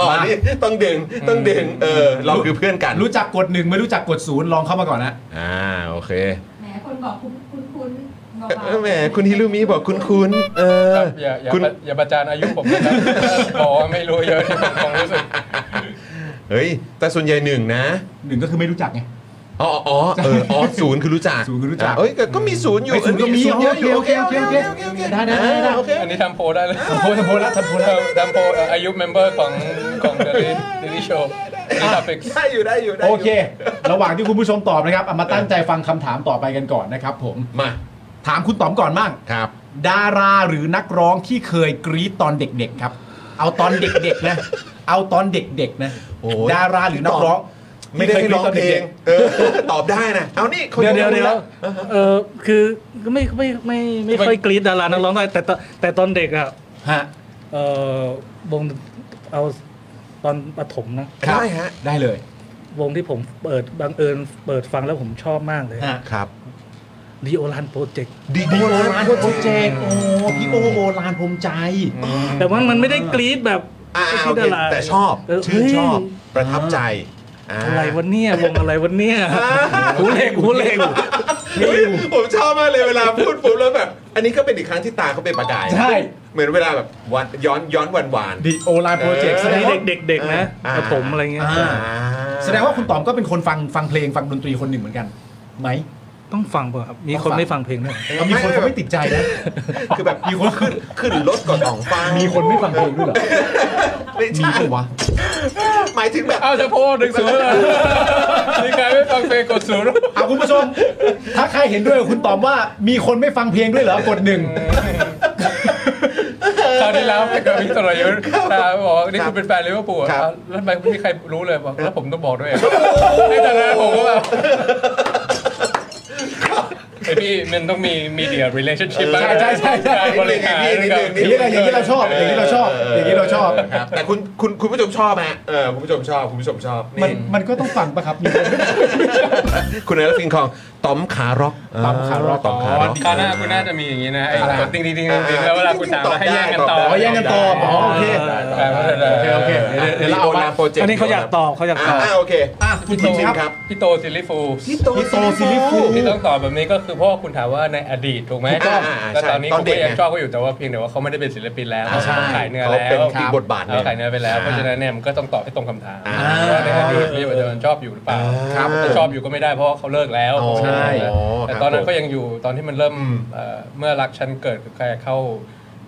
Speaker 1: อ๋อนี่ต้องดึงต้องดึงเออเราคือเพื่อนกัน
Speaker 2: รู้จักกดหนึ่งไม่รู้จักกดศูนย์ลองเข้ามาก่อนนะ
Speaker 1: อ่าโอเค
Speaker 3: แหมคนบอกคุ้นคุ้นคุ้นเบา
Speaker 1: เออ
Speaker 3: ๆ
Speaker 1: แหมคุณฮิรุมิบอกคุณคุณเออ
Speaker 6: ครับอย่าอย่า
Speaker 1: คุณ
Speaker 6: อย่าประจานอายุผม นะครับบอกว่าไม่รู้เยอะที่ผมคงรู้สึก
Speaker 1: เฮ้ย แต่ส่วนใหญ่หนึ่งนะ
Speaker 2: หนึ่งก็คือไม่รู้จักไง
Speaker 1: อ๋ออ๋อเอออ๋อศูนย์คือรู้จัก
Speaker 2: ศูนย์คือรู้จัก
Speaker 1: เอ้ยก็ก็มีศูนย์อยู่
Speaker 2: เอ้ยศูนย์ก็มี
Speaker 1: เอ้ยเยอะอยู่
Speaker 2: โอเคโอเคโอเค
Speaker 1: โอเคโอเค
Speaker 2: ได้ได้ได้ได้
Speaker 1: โอเค
Speaker 6: อันนี้ทำโพลได้เลย
Speaker 2: ทำโพลทำโพลแล้วทำโพลแล้ว
Speaker 6: ทำโพลเอ่ออายุเมมเบอร์ของของเดลิเดลิโชว์เดลิทับเก
Speaker 1: ได้อยู่ได้อยู่ได้
Speaker 2: โอยู่ เค ระหว่างที่คุณผู้ชมตอบนะครับเอามาตั้งใจฟังคำถามต่อไปกันก่อนนะครับผม
Speaker 1: มา
Speaker 2: ถามคุณต๋อมก่อนบ้าง
Speaker 1: ครับ
Speaker 2: ดาราหรือนักร้องที่เคยกรี๊ดตอนเด็กๆครับ เอาตอนเด็กๆนะ เอาตอนเด็กๆนะ
Speaker 1: โอ้ย
Speaker 2: ดาราหรือนักร้อง
Speaker 1: ไม่ได้ให้ร้องเพลงเออตอบได้นะ เอานี่ขา
Speaker 7: เดี๋ยว
Speaker 1: ง
Speaker 7: เดี๋ยว
Speaker 1: ไม่
Speaker 7: เดี๋ย
Speaker 1: รู้
Speaker 7: ว
Speaker 1: นะ
Speaker 7: เออคือก็ไม่ไม่ไม่ไม่ค่อยกรี๊ดดารานักร้องได้แต่ตอนแต่ตอนเด็กอะ
Speaker 2: ฮะ
Speaker 7: เออวงเอาตอนปฐมนะ
Speaker 1: ได้ฮะ
Speaker 2: ได้เลยว
Speaker 7: งที่ผมเปิดบังเอิญเปิดฟังแล้วผมชอบมากเลย
Speaker 2: ฮะ
Speaker 1: ครับ
Speaker 7: ดีโอรันโปรเจกต์
Speaker 1: ดีดี
Speaker 2: โอลานโปรเจกต์โอ้พี่โอโอลานภูมิใจ
Speaker 7: แต่ว่ามันไม่ได้กรี๊ดแบบ
Speaker 1: อ่า
Speaker 7: ไม่
Speaker 1: โอเค
Speaker 7: ใช่ดารา
Speaker 1: แต่ชอบ
Speaker 7: เ
Speaker 1: ชื่นชอบประทับใจา
Speaker 7: เฮ้ยอะไรวันเนี้ยวงอะไรวันเนี้ยหูเหล็กหูเหล็ก
Speaker 1: เฮ้ยผมชอบมากเลยเวลาพูดปุ๊บแล้วแบบ อันนี้ก็เป็นอีกครั้งที่ตาเขาเป็นประกายนะ
Speaker 2: ใช่
Speaker 1: เหมือนเวลาแบบวันย้อนย้อนวันวาน
Speaker 2: ดิโอลานโปรเจกต์
Speaker 1: เออ
Speaker 2: แสดงว่า
Speaker 7: เด็กๆเด็กๆนะ
Speaker 1: อ่า
Speaker 7: ประถมอะไรเงี้ย
Speaker 1: อ่า
Speaker 2: แสดงว่าคุณต๋อมก็เป็นคนฟังฟังเพลงฟังดนตรีคนหนึ่งเหมือนกันไหม
Speaker 7: ต้องฟังเปล่ะครับ มี
Speaker 2: ต้อง
Speaker 7: ค
Speaker 2: ฟัง
Speaker 7: นไม่ฟังเพลงด้วย
Speaker 2: เอามีคนเขาไม่ติดใจนะ
Speaker 1: คือแบบมีคนขึ้นขึ้นรถก่อนของฟัง
Speaker 2: มีคนไม่ฟังเพลงด้วยเหรอ
Speaker 1: ไม่
Speaker 2: มี
Speaker 1: ใช่
Speaker 2: ปะวะ
Speaker 1: หมายถึงแบบ
Speaker 6: เอาจะโพลหนึ่งศูนย์ เลยมีใครไม่ฟังเพลงกดศูนย์
Speaker 2: เอาคุณผู้ชม ถ้าใครเห็นด้วยกับคุณต๋อมว่ามีคนไม่ฟังเพลงด้วยเหรอกดหนึ่ง
Speaker 6: คราวที่แล้วไปกับพี่ตรยุทธ์ตาบอกว่านี่คุณเป็นแฟนลิเวอร์พูลเหรอครับแล้วทำไมไม่มีใครรู้เลยบอกแล้วผมต้องบอกด้วยเหรอในตอนนั้นผมก็แบบไอพี่มันต้องมีมีเดีย relationship บ้าง
Speaker 2: ใช่ใช่ใช่ใช่
Speaker 6: การบริหาร
Speaker 2: อย่างนี้อะไรอย่างนี้เราชอบอย่างนี้เราชอบอย่างนี้เราชอบ
Speaker 1: ครับแต่คุณคุณคุณผู้ชมชอบฮะเออคุณผู้ชมชอบคุณผู้ชมชอบ
Speaker 2: มัน
Speaker 1: นี่
Speaker 2: มันก็ต้องฟังปะครับมีคน
Speaker 1: คุณนายรัตินคองต๋อมขาร็อก
Speaker 2: ต๋อมขาร็อก
Speaker 1: ต๋อมขาร็อก
Speaker 6: คราวหน้าคุณน่าจะมีอย่างนี้นะไอ้
Speaker 1: อะไร
Speaker 6: กดติ๊งติ๊งติ๊งติ๊งติ๊ง
Speaker 1: อ่า
Speaker 6: แล้วเวลาคุณถามว่าให้แย่งกันต่อ
Speaker 1: ตอบได้
Speaker 2: อ๋อแย่งกันตอบอ๋อโอเค
Speaker 6: ได้ได้ได้
Speaker 2: โอเคโอเคเดี๋ยวเดี๋ยวเราเอามา
Speaker 1: โปรเจกต์
Speaker 7: อันนี้เขาอยากตอบเขาอยากตอบ
Speaker 1: อ่าโอเค
Speaker 2: อ่ะคุณ
Speaker 1: จ
Speaker 2: ทีม
Speaker 1: ริง
Speaker 2: ค
Speaker 1: ครับ รับ
Speaker 6: พี่โตซิลลิฟูลส์
Speaker 1: พี่โต
Speaker 2: พี่โตซิลลิฟู
Speaker 6: ที่ต้องตอบแบบนี้ก็คือเพราะว่าคุณถามว่าในอดีตถูกไหม
Speaker 1: ถูกต้องอ่าอ่า
Speaker 6: แล้ว
Speaker 1: ใช่
Speaker 6: ตอนนี้
Speaker 1: ตอ
Speaker 6: คุ
Speaker 1: น
Speaker 6: ณ
Speaker 1: เด็ก
Speaker 6: ก็ยัง
Speaker 1: ไง
Speaker 6: ชอบเขาอยู่แต่ว่าเพียงแต่ว่าเขาไม่ได้เป็นศิลปินแล้ว
Speaker 1: อ่าใช่
Speaker 6: เขาขายเนื้อ
Speaker 1: เขา
Speaker 6: แล้ว
Speaker 1: เป็นอีกบทบาทหนึ่ง
Speaker 6: เขาขายเนื้อไปแล้ว
Speaker 1: อ่า
Speaker 6: เพราะฉะนั้นเนี่ยมันก็ต้องตอบให้ตรงคำถาม
Speaker 1: อ่า
Speaker 6: ว่าในอดีตมีปัจจุบันชอบอยู่หรือเปล่า
Speaker 1: ครับ
Speaker 6: ถ้าชอบอยู่ก็ไม่ได้เพราะเขาเลิกแล้ว
Speaker 1: อ๋อ
Speaker 2: ใช่
Speaker 6: แต่ตอนนั้น
Speaker 1: ค
Speaker 6: ก็
Speaker 1: รับ
Speaker 6: ยังอยู่ตอนที่มันเริ่มเอ่อเมื่อรักฉันเกิดกับใครเข้า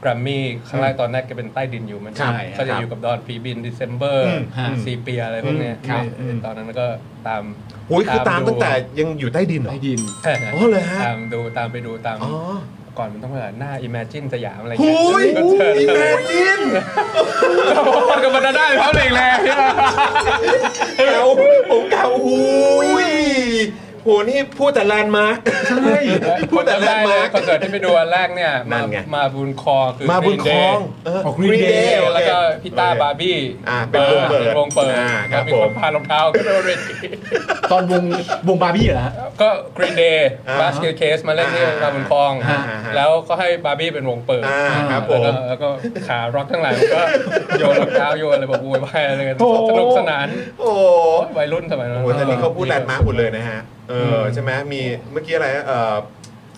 Speaker 6: แกรมมี่ครั้งแรกตอนแรกก็เป็นใต้ดินอยู่มัน
Speaker 1: ครับ
Speaker 6: ก็จะอยู่กับดอนฟีบินดิเซมเบอร์
Speaker 1: อืมฮะ
Speaker 6: ซีเปียอะไรพวกเนี้ย
Speaker 2: ครับ
Speaker 6: เออตอนนั้นก็ตาม
Speaker 1: ผมโอ้ยคือตาม
Speaker 6: ดู
Speaker 1: ตั้งแต่ยังอยู่ใต้ดินเหรอ
Speaker 2: ได้ยิน
Speaker 6: ใช่ใช่
Speaker 1: อ๋อเหรอฮะ
Speaker 6: ตามดูตามไปดูตาม
Speaker 1: อ๋อ
Speaker 6: ก่อนมันต้องเปิดหน้า Imagine สยามอะไร
Speaker 1: หุ
Speaker 6: เงี้
Speaker 1: ย
Speaker 6: คอนเสิร์ต
Speaker 1: อีแมจิน
Speaker 6: คนกับมันได้เพราะเองแล้ว
Speaker 1: เกาผมเกาหุยโหนี่พูดแต่แลนด์มาร์ค พูดแต่แรกมา
Speaker 6: คอนเสิร์ตที่ไปดูอันแรกเนี่ย
Speaker 1: นั่
Speaker 6: มาน
Speaker 1: ไง
Speaker 6: มาบุญคอคือ
Speaker 1: มา
Speaker 6: Green
Speaker 1: บุญคลอง
Speaker 6: Day
Speaker 1: เออ
Speaker 2: ออก
Speaker 1: Green
Speaker 2: Green
Speaker 1: Day
Speaker 2: Day
Speaker 1: โอเค
Speaker 6: แล้วก็พี่ต้า
Speaker 1: โอค
Speaker 6: บาร์บี้
Speaker 1: อ่าเป็นวงเปิด
Speaker 6: ป็นวงเปิด
Speaker 1: อ่าครับ
Speaker 6: มีค
Speaker 1: ผ
Speaker 6: น
Speaker 1: ม
Speaker 6: พารองเท้าขึ้นไปบนเวที
Speaker 2: ตอนวงวงบาร์บี้เหรอฮะ
Speaker 6: ก็ Green Day
Speaker 1: อ่า
Speaker 6: b a s k e t Case มาเล่นที่รามบุญคลอง
Speaker 2: อ่า
Speaker 6: แล้วก็ให้บาร์บี้เป็นวงเปิด
Speaker 1: อ่าครับผ
Speaker 6: แล้ว
Speaker 1: ม
Speaker 6: ก็แล้วก็ขาร็อกทั้งหลายมันก็โยนรองเท้าโยนอะไรแบบวุ่นวายอะไรกัน
Speaker 2: โอ้โห
Speaker 6: สนุกสนาน
Speaker 1: โอ้โห
Speaker 6: วัยรุ่นสมัยนั้น
Speaker 1: โอ้โหแต่นี่เขาพูดแลนด์มาร์คหมดเลยนะฮะ เออใช่ไหมมีเมื่อกี้อะไรเอ่อ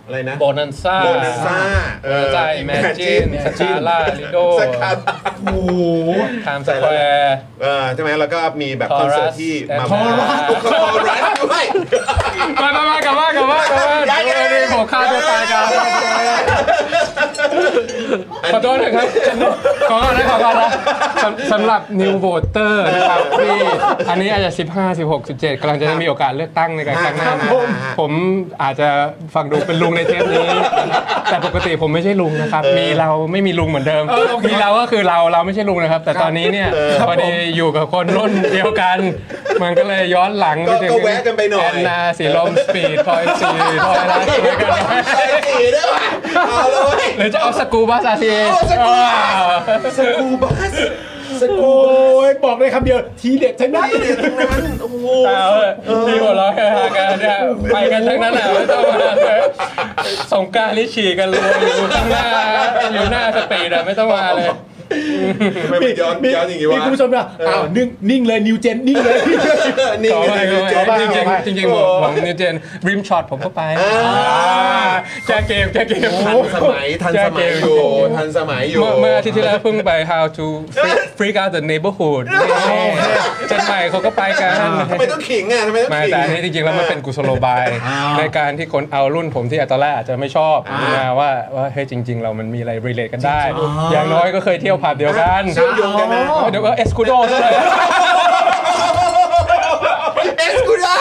Speaker 1: อะไรนะ
Speaker 10: โบนันซ่า
Speaker 1: โบนันซ่า
Speaker 10: โบนันซ่าอิมเมจิน
Speaker 1: Imagine
Speaker 10: สกาล่าลิโด
Speaker 1: สกาล่าโอ้โห
Speaker 10: ไทม์สแควร์
Speaker 1: เออใช่ไหมแล้วก็มีแบบ
Speaker 10: Chorus
Speaker 1: คอนเสิร์ตที่มา
Speaker 10: Chorus
Speaker 1: คอรัสด้วย
Speaker 6: มามามากลับบ้านกลับบ้านกลับบ้าน
Speaker 1: ได้
Speaker 6: เออ
Speaker 1: เล
Speaker 6: นี่
Speaker 1: ย
Speaker 6: ผมฆ่าตัวตายกันขอโทษนะครับขอโทษนะขอโทษนะสำสำหรับ New Voter นะครับที่อันนี้อาจจะ 15 16 17กำลังจะได้มีโอกาสเลือกตั้งในการครั้งหน้านะผมอาจจะฟังดูเป็นลุงในเทปนี้ แต่ปกติผมไม่ใช่ลุงนะครับ มีเราไม่มีลุงเหมือนเดิม มีเราก็คือเราเราไม่ใช่ลุงนะครับ แต่ตอนนี้เนี่ยพอดีอยู่กับคนรุ่นเดียวกัน มันก็เลยย้อนหลังไป
Speaker 1: ก็
Speaker 6: ถึง
Speaker 1: ก็แวะกันไปหน่อย
Speaker 6: แอนนาสีลมสปีดพลอยสีพลอยอะไร
Speaker 1: ไป
Speaker 6: ด้วยกันไหม
Speaker 1: สีด้วยว่ะเอาเลย
Speaker 6: หรือจะเอาสกูบ้าซาทีเอ
Speaker 1: เอาสกูบ้า
Speaker 6: ว้าว
Speaker 1: สกูบัสสกู
Speaker 2: โอ้ยบอกเลยคำเดียวทีเด็ดทั้งนั้น
Speaker 1: นี่เนี่ยทั้งนั้นโอ้โห
Speaker 6: เอาเถอะที่หัวเราะกันกันเนี่ยไปกันทั้งนั้นแหละไม่ต้องมาเลยสงกรารนี่ฉี่กันรวมอยู่ข้างหน้าอยู่หน้าสปีดอะไม่ต้องมาเลย
Speaker 1: ทำไมมันย้อนย้อนอย่างงี้วะ
Speaker 2: มีคุณผู้ชมนะอ้าวนิ่งนิ่งเลยนิวเจนนิ่งเลย
Speaker 1: นี่
Speaker 6: ขอไป
Speaker 1: ไง
Speaker 6: ขอ
Speaker 1: เจ๊
Speaker 6: ไป
Speaker 1: จริงจริง
Speaker 6: จริงจริงๆผมผมนิวเจนริมช็อตผมก็ไป
Speaker 1: อ่า
Speaker 6: แก้เกมแก้เกม
Speaker 1: ทันสมัยทันสมัยอยู่ทันสมัยอยู่
Speaker 6: เมื่อเมื่ออาทิตย์ที่แล้วเพิ่งไป how to freak- freak out the neighborhood นี่เจนใหม่เขาก็ไปกัน
Speaker 1: ทำไมต้องขิงอ่ะทำไมต้อง
Speaker 6: ไม่
Speaker 1: ขิง
Speaker 6: แต่อันนี้จริงๆแล้วมันเป็นกุศโลบาย ในการที่คนเอารุ่นผมที่ตอนแรกอาจจะไม่ชอบมาว่าว่าเฮ้ยจริง ๆ เรามันมีอะไร relate กันได้ อย่างน้อยก็เคยเที่ยวผับเดียวกัน
Speaker 1: เชื่อมโยงกันนะ
Speaker 6: เอาเดี๋ยวก็เอสคูโดซะเลย
Speaker 1: เอสกูด้า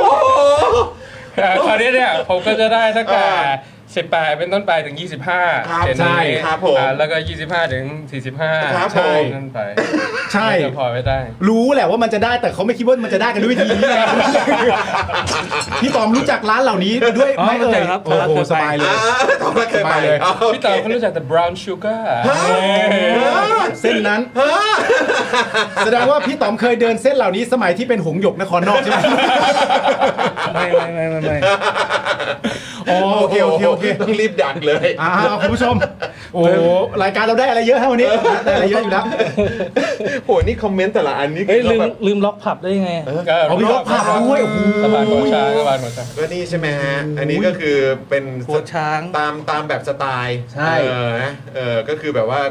Speaker 1: โอ้โห
Speaker 6: เอ่อคราวนี้เนี่ยผมก็จะได้ตั้งแต่ 18 เป็นต้นไปถึง 25
Speaker 1: ครับ
Speaker 6: เนนี้
Speaker 1: ใช่ครับผม
Speaker 6: อ่าแล้วก็ 25 ถึง 45
Speaker 1: ครับผม
Speaker 6: ใช่นั่นไป
Speaker 2: ใช่
Speaker 6: จะพอไม่ได้
Speaker 2: รู้แหละว่ามันจะได้แต่เขาไม่คิดว่ามันจะได้กันด้วยวิธีนี้ ไงพี่ตอมรู้จักร้านเหล่านี้ด้วยไหม
Speaker 7: อ๋อรู้
Speaker 2: เอ่ย
Speaker 7: จักครับ
Speaker 2: โอ้โหสบายเลย
Speaker 1: อ่า ตอนแรกเคยไป
Speaker 2: ไปเลย
Speaker 1: อ๋อโอ
Speaker 6: พี่
Speaker 1: เค
Speaker 6: เต๋อเขารู้จักแต่ brown sugar
Speaker 2: เส้นนั้นแสดงว่าพี่ต๋อมเคยเดินเส้นเหล่านี้สมัยที่เป็นหงหยกนครนอกใช่ไหม
Speaker 7: ไม่ไม่ไม่ไม่ไม่
Speaker 2: อ๋อโอเคโอเคโอเค
Speaker 1: ต้องรีบดักเลย
Speaker 2: อ่าคุณผู้ชม โอ้โหรายการเราได้อะไรเยอะฮะวันนี้ได้อะไรเยอะอยู่แล้ว
Speaker 1: โห นี่คอมเมนต์แต่ละอันนี่
Speaker 7: เฮ้ยลืม
Speaker 1: แบบ
Speaker 7: ลืมล็อกผับได้ยังไงอะ
Speaker 6: ก็
Speaker 2: เอาพี่ล็อกผ่านด้วยโอ้โห
Speaker 6: สะพานหัวช้างสะพานหัวช้าง
Speaker 1: ก็นี่ใช่ไหมฮะ อันนี้ก็คือเป็น
Speaker 7: หัวช้าง
Speaker 1: ตามตามแบบสไตล์เออนะเออ ก็คือแบบว่า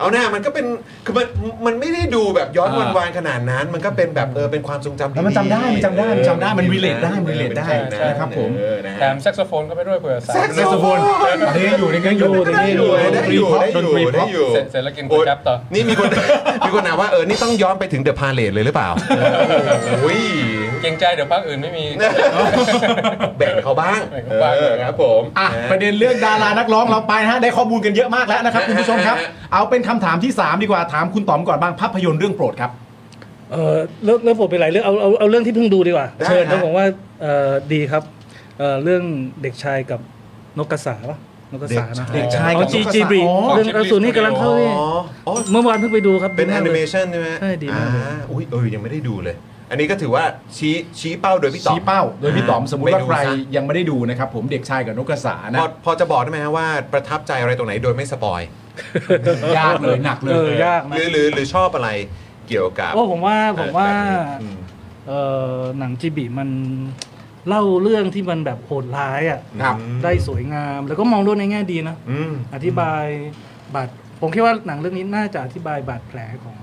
Speaker 1: เอาหน้ามันก็เป็น คือมันมันไม่ได้ดูแบบย้อนวันวานขนาดนั้น มันก็เป็นแบบเออเป็นความทรงจำ
Speaker 2: แล้วมันจำได้มันจำได้มันจำได้มันรีเลทได้มันรีเลทได้
Speaker 6: ใช่
Speaker 2: นะครับผม
Speaker 1: เออนะ
Speaker 6: แถ
Speaker 1: ฮะ
Speaker 6: มแซกโซโฟนก็ไปด้วยเผื่อสาย
Speaker 1: แซกโซ
Speaker 2: แซกโซโฟนอันนี้ยังอยู่นี่ก็ยังอยู่
Speaker 7: ได้
Speaker 1: ได้อยู่ได้อยู่ได้อยู่ได้อยู่
Speaker 6: เสร็จเสร็จแล้วกินก๋วยจั๊บต่อ
Speaker 1: นี่มีคน มีคนถามว่าเออ นี่ต้องย้อนไปถึงเดอะพาเลทเลยหรือเปล่าโอ้ย
Speaker 6: เกรงใจเดี๋ยวภาคอื่นไม่มี
Speaker 1: แบ่งเขาบ้าง
Speaker 6: แบ่งเขาบ้าง
Speaker 1: เออครับผม
Speaker 2: อ่ะ
Speaker 1: นฮ
Speaker 2: ประเด็นเรื่องดารานักร้องเราไปนะฮะได้ข้อมูลกันเยอะมากแล้วนะครับคุณผู้ชมครับ เอาเป็นคำถามที่สามดีกว่าถามคุณต๋อมก่อนบ้างภาพยนตร์เรื่องโปรดครับ
Speaker 7: เออเรื่องเรื่องผมไปหลายเรื่องเอาเอาเอาเรื่องที่เพิ่งดูดีกว่า
Speaker 1: ได้
Speaker 7: เชิญ
Speaker 1: ฮะ
Speaker 7: แล้วผมว่าเออดีครับเออเรื่องเด็กชายกับนกกระสาปะนกกระสานะ
Speaker 2: เด็กชายกับนกกระสา
Speaker 7: จีจีบรี
Speaker 2: อ๋อ
Speaker 7: เรื่องอสูรนี่กำลังเข้า
Speaker 1: อ๋
Speaker 7: ที่
Speaker 1: ออ๋อ
Speaker 7: เมื่อวานเพิ่งไปดูครับ
Speaker 1: เป็น
Speaker 7: ดี
Speaker 1: แอ
Speaker 7: มาก
Speaker 1: นิ
Speaker 7: ลย
Speaker 1: เมชันใช่ไหม
Speaker 7: ใช่ดีมากเลย
Speaker 1: อ่อุ้ยเออยังไม่ได้ดูเลย อันนี้ก็ถือว่าชี้ชี้เป้าโดยพี่ต๋อม
Speaker 2: ชี้เป้าโดยพี่ต๋อม
Speaker 1: อ่า
Speaker 2: สมมติว่า
Speaker 1: ไปดู
Speaker 2: ใคร
Speaker 1: ซะ
Speaker 2: ยังไม่ได้ดูนะครับผมเด็กชายกับนกกระสา
Speaker 1: พ
Speaker 2: นะ
Speaker 1: อพอจะบอกได้ไหมฮะว่าประทับใจอะไรตรงไหนโดยไม่สปอย
Speaker 2: ยากเลยหนักเล
Speaker 7: เอย อยากนะ
Speaker 1: หรือหรือหรือชอบอะไรเกี่ยวกับ
Speaker 7: โอ้ผมว่าผมว่า
Speaker 1: อืม
Speaker 7: เออหนังจีบีมันเล่าเรื่องที่มันแบบโหดร้ายอ่ะ
Speaker 2: ครับ
Speaker 7: ได้สวยงามแล้วก็มองโลกในแง่ดีนะ
Speaker 1: อืม
Speaker 7: อธิบายบาดผมคิดว่าหนังเรื่องนี้น่าจะอธิบายบาดแผลของ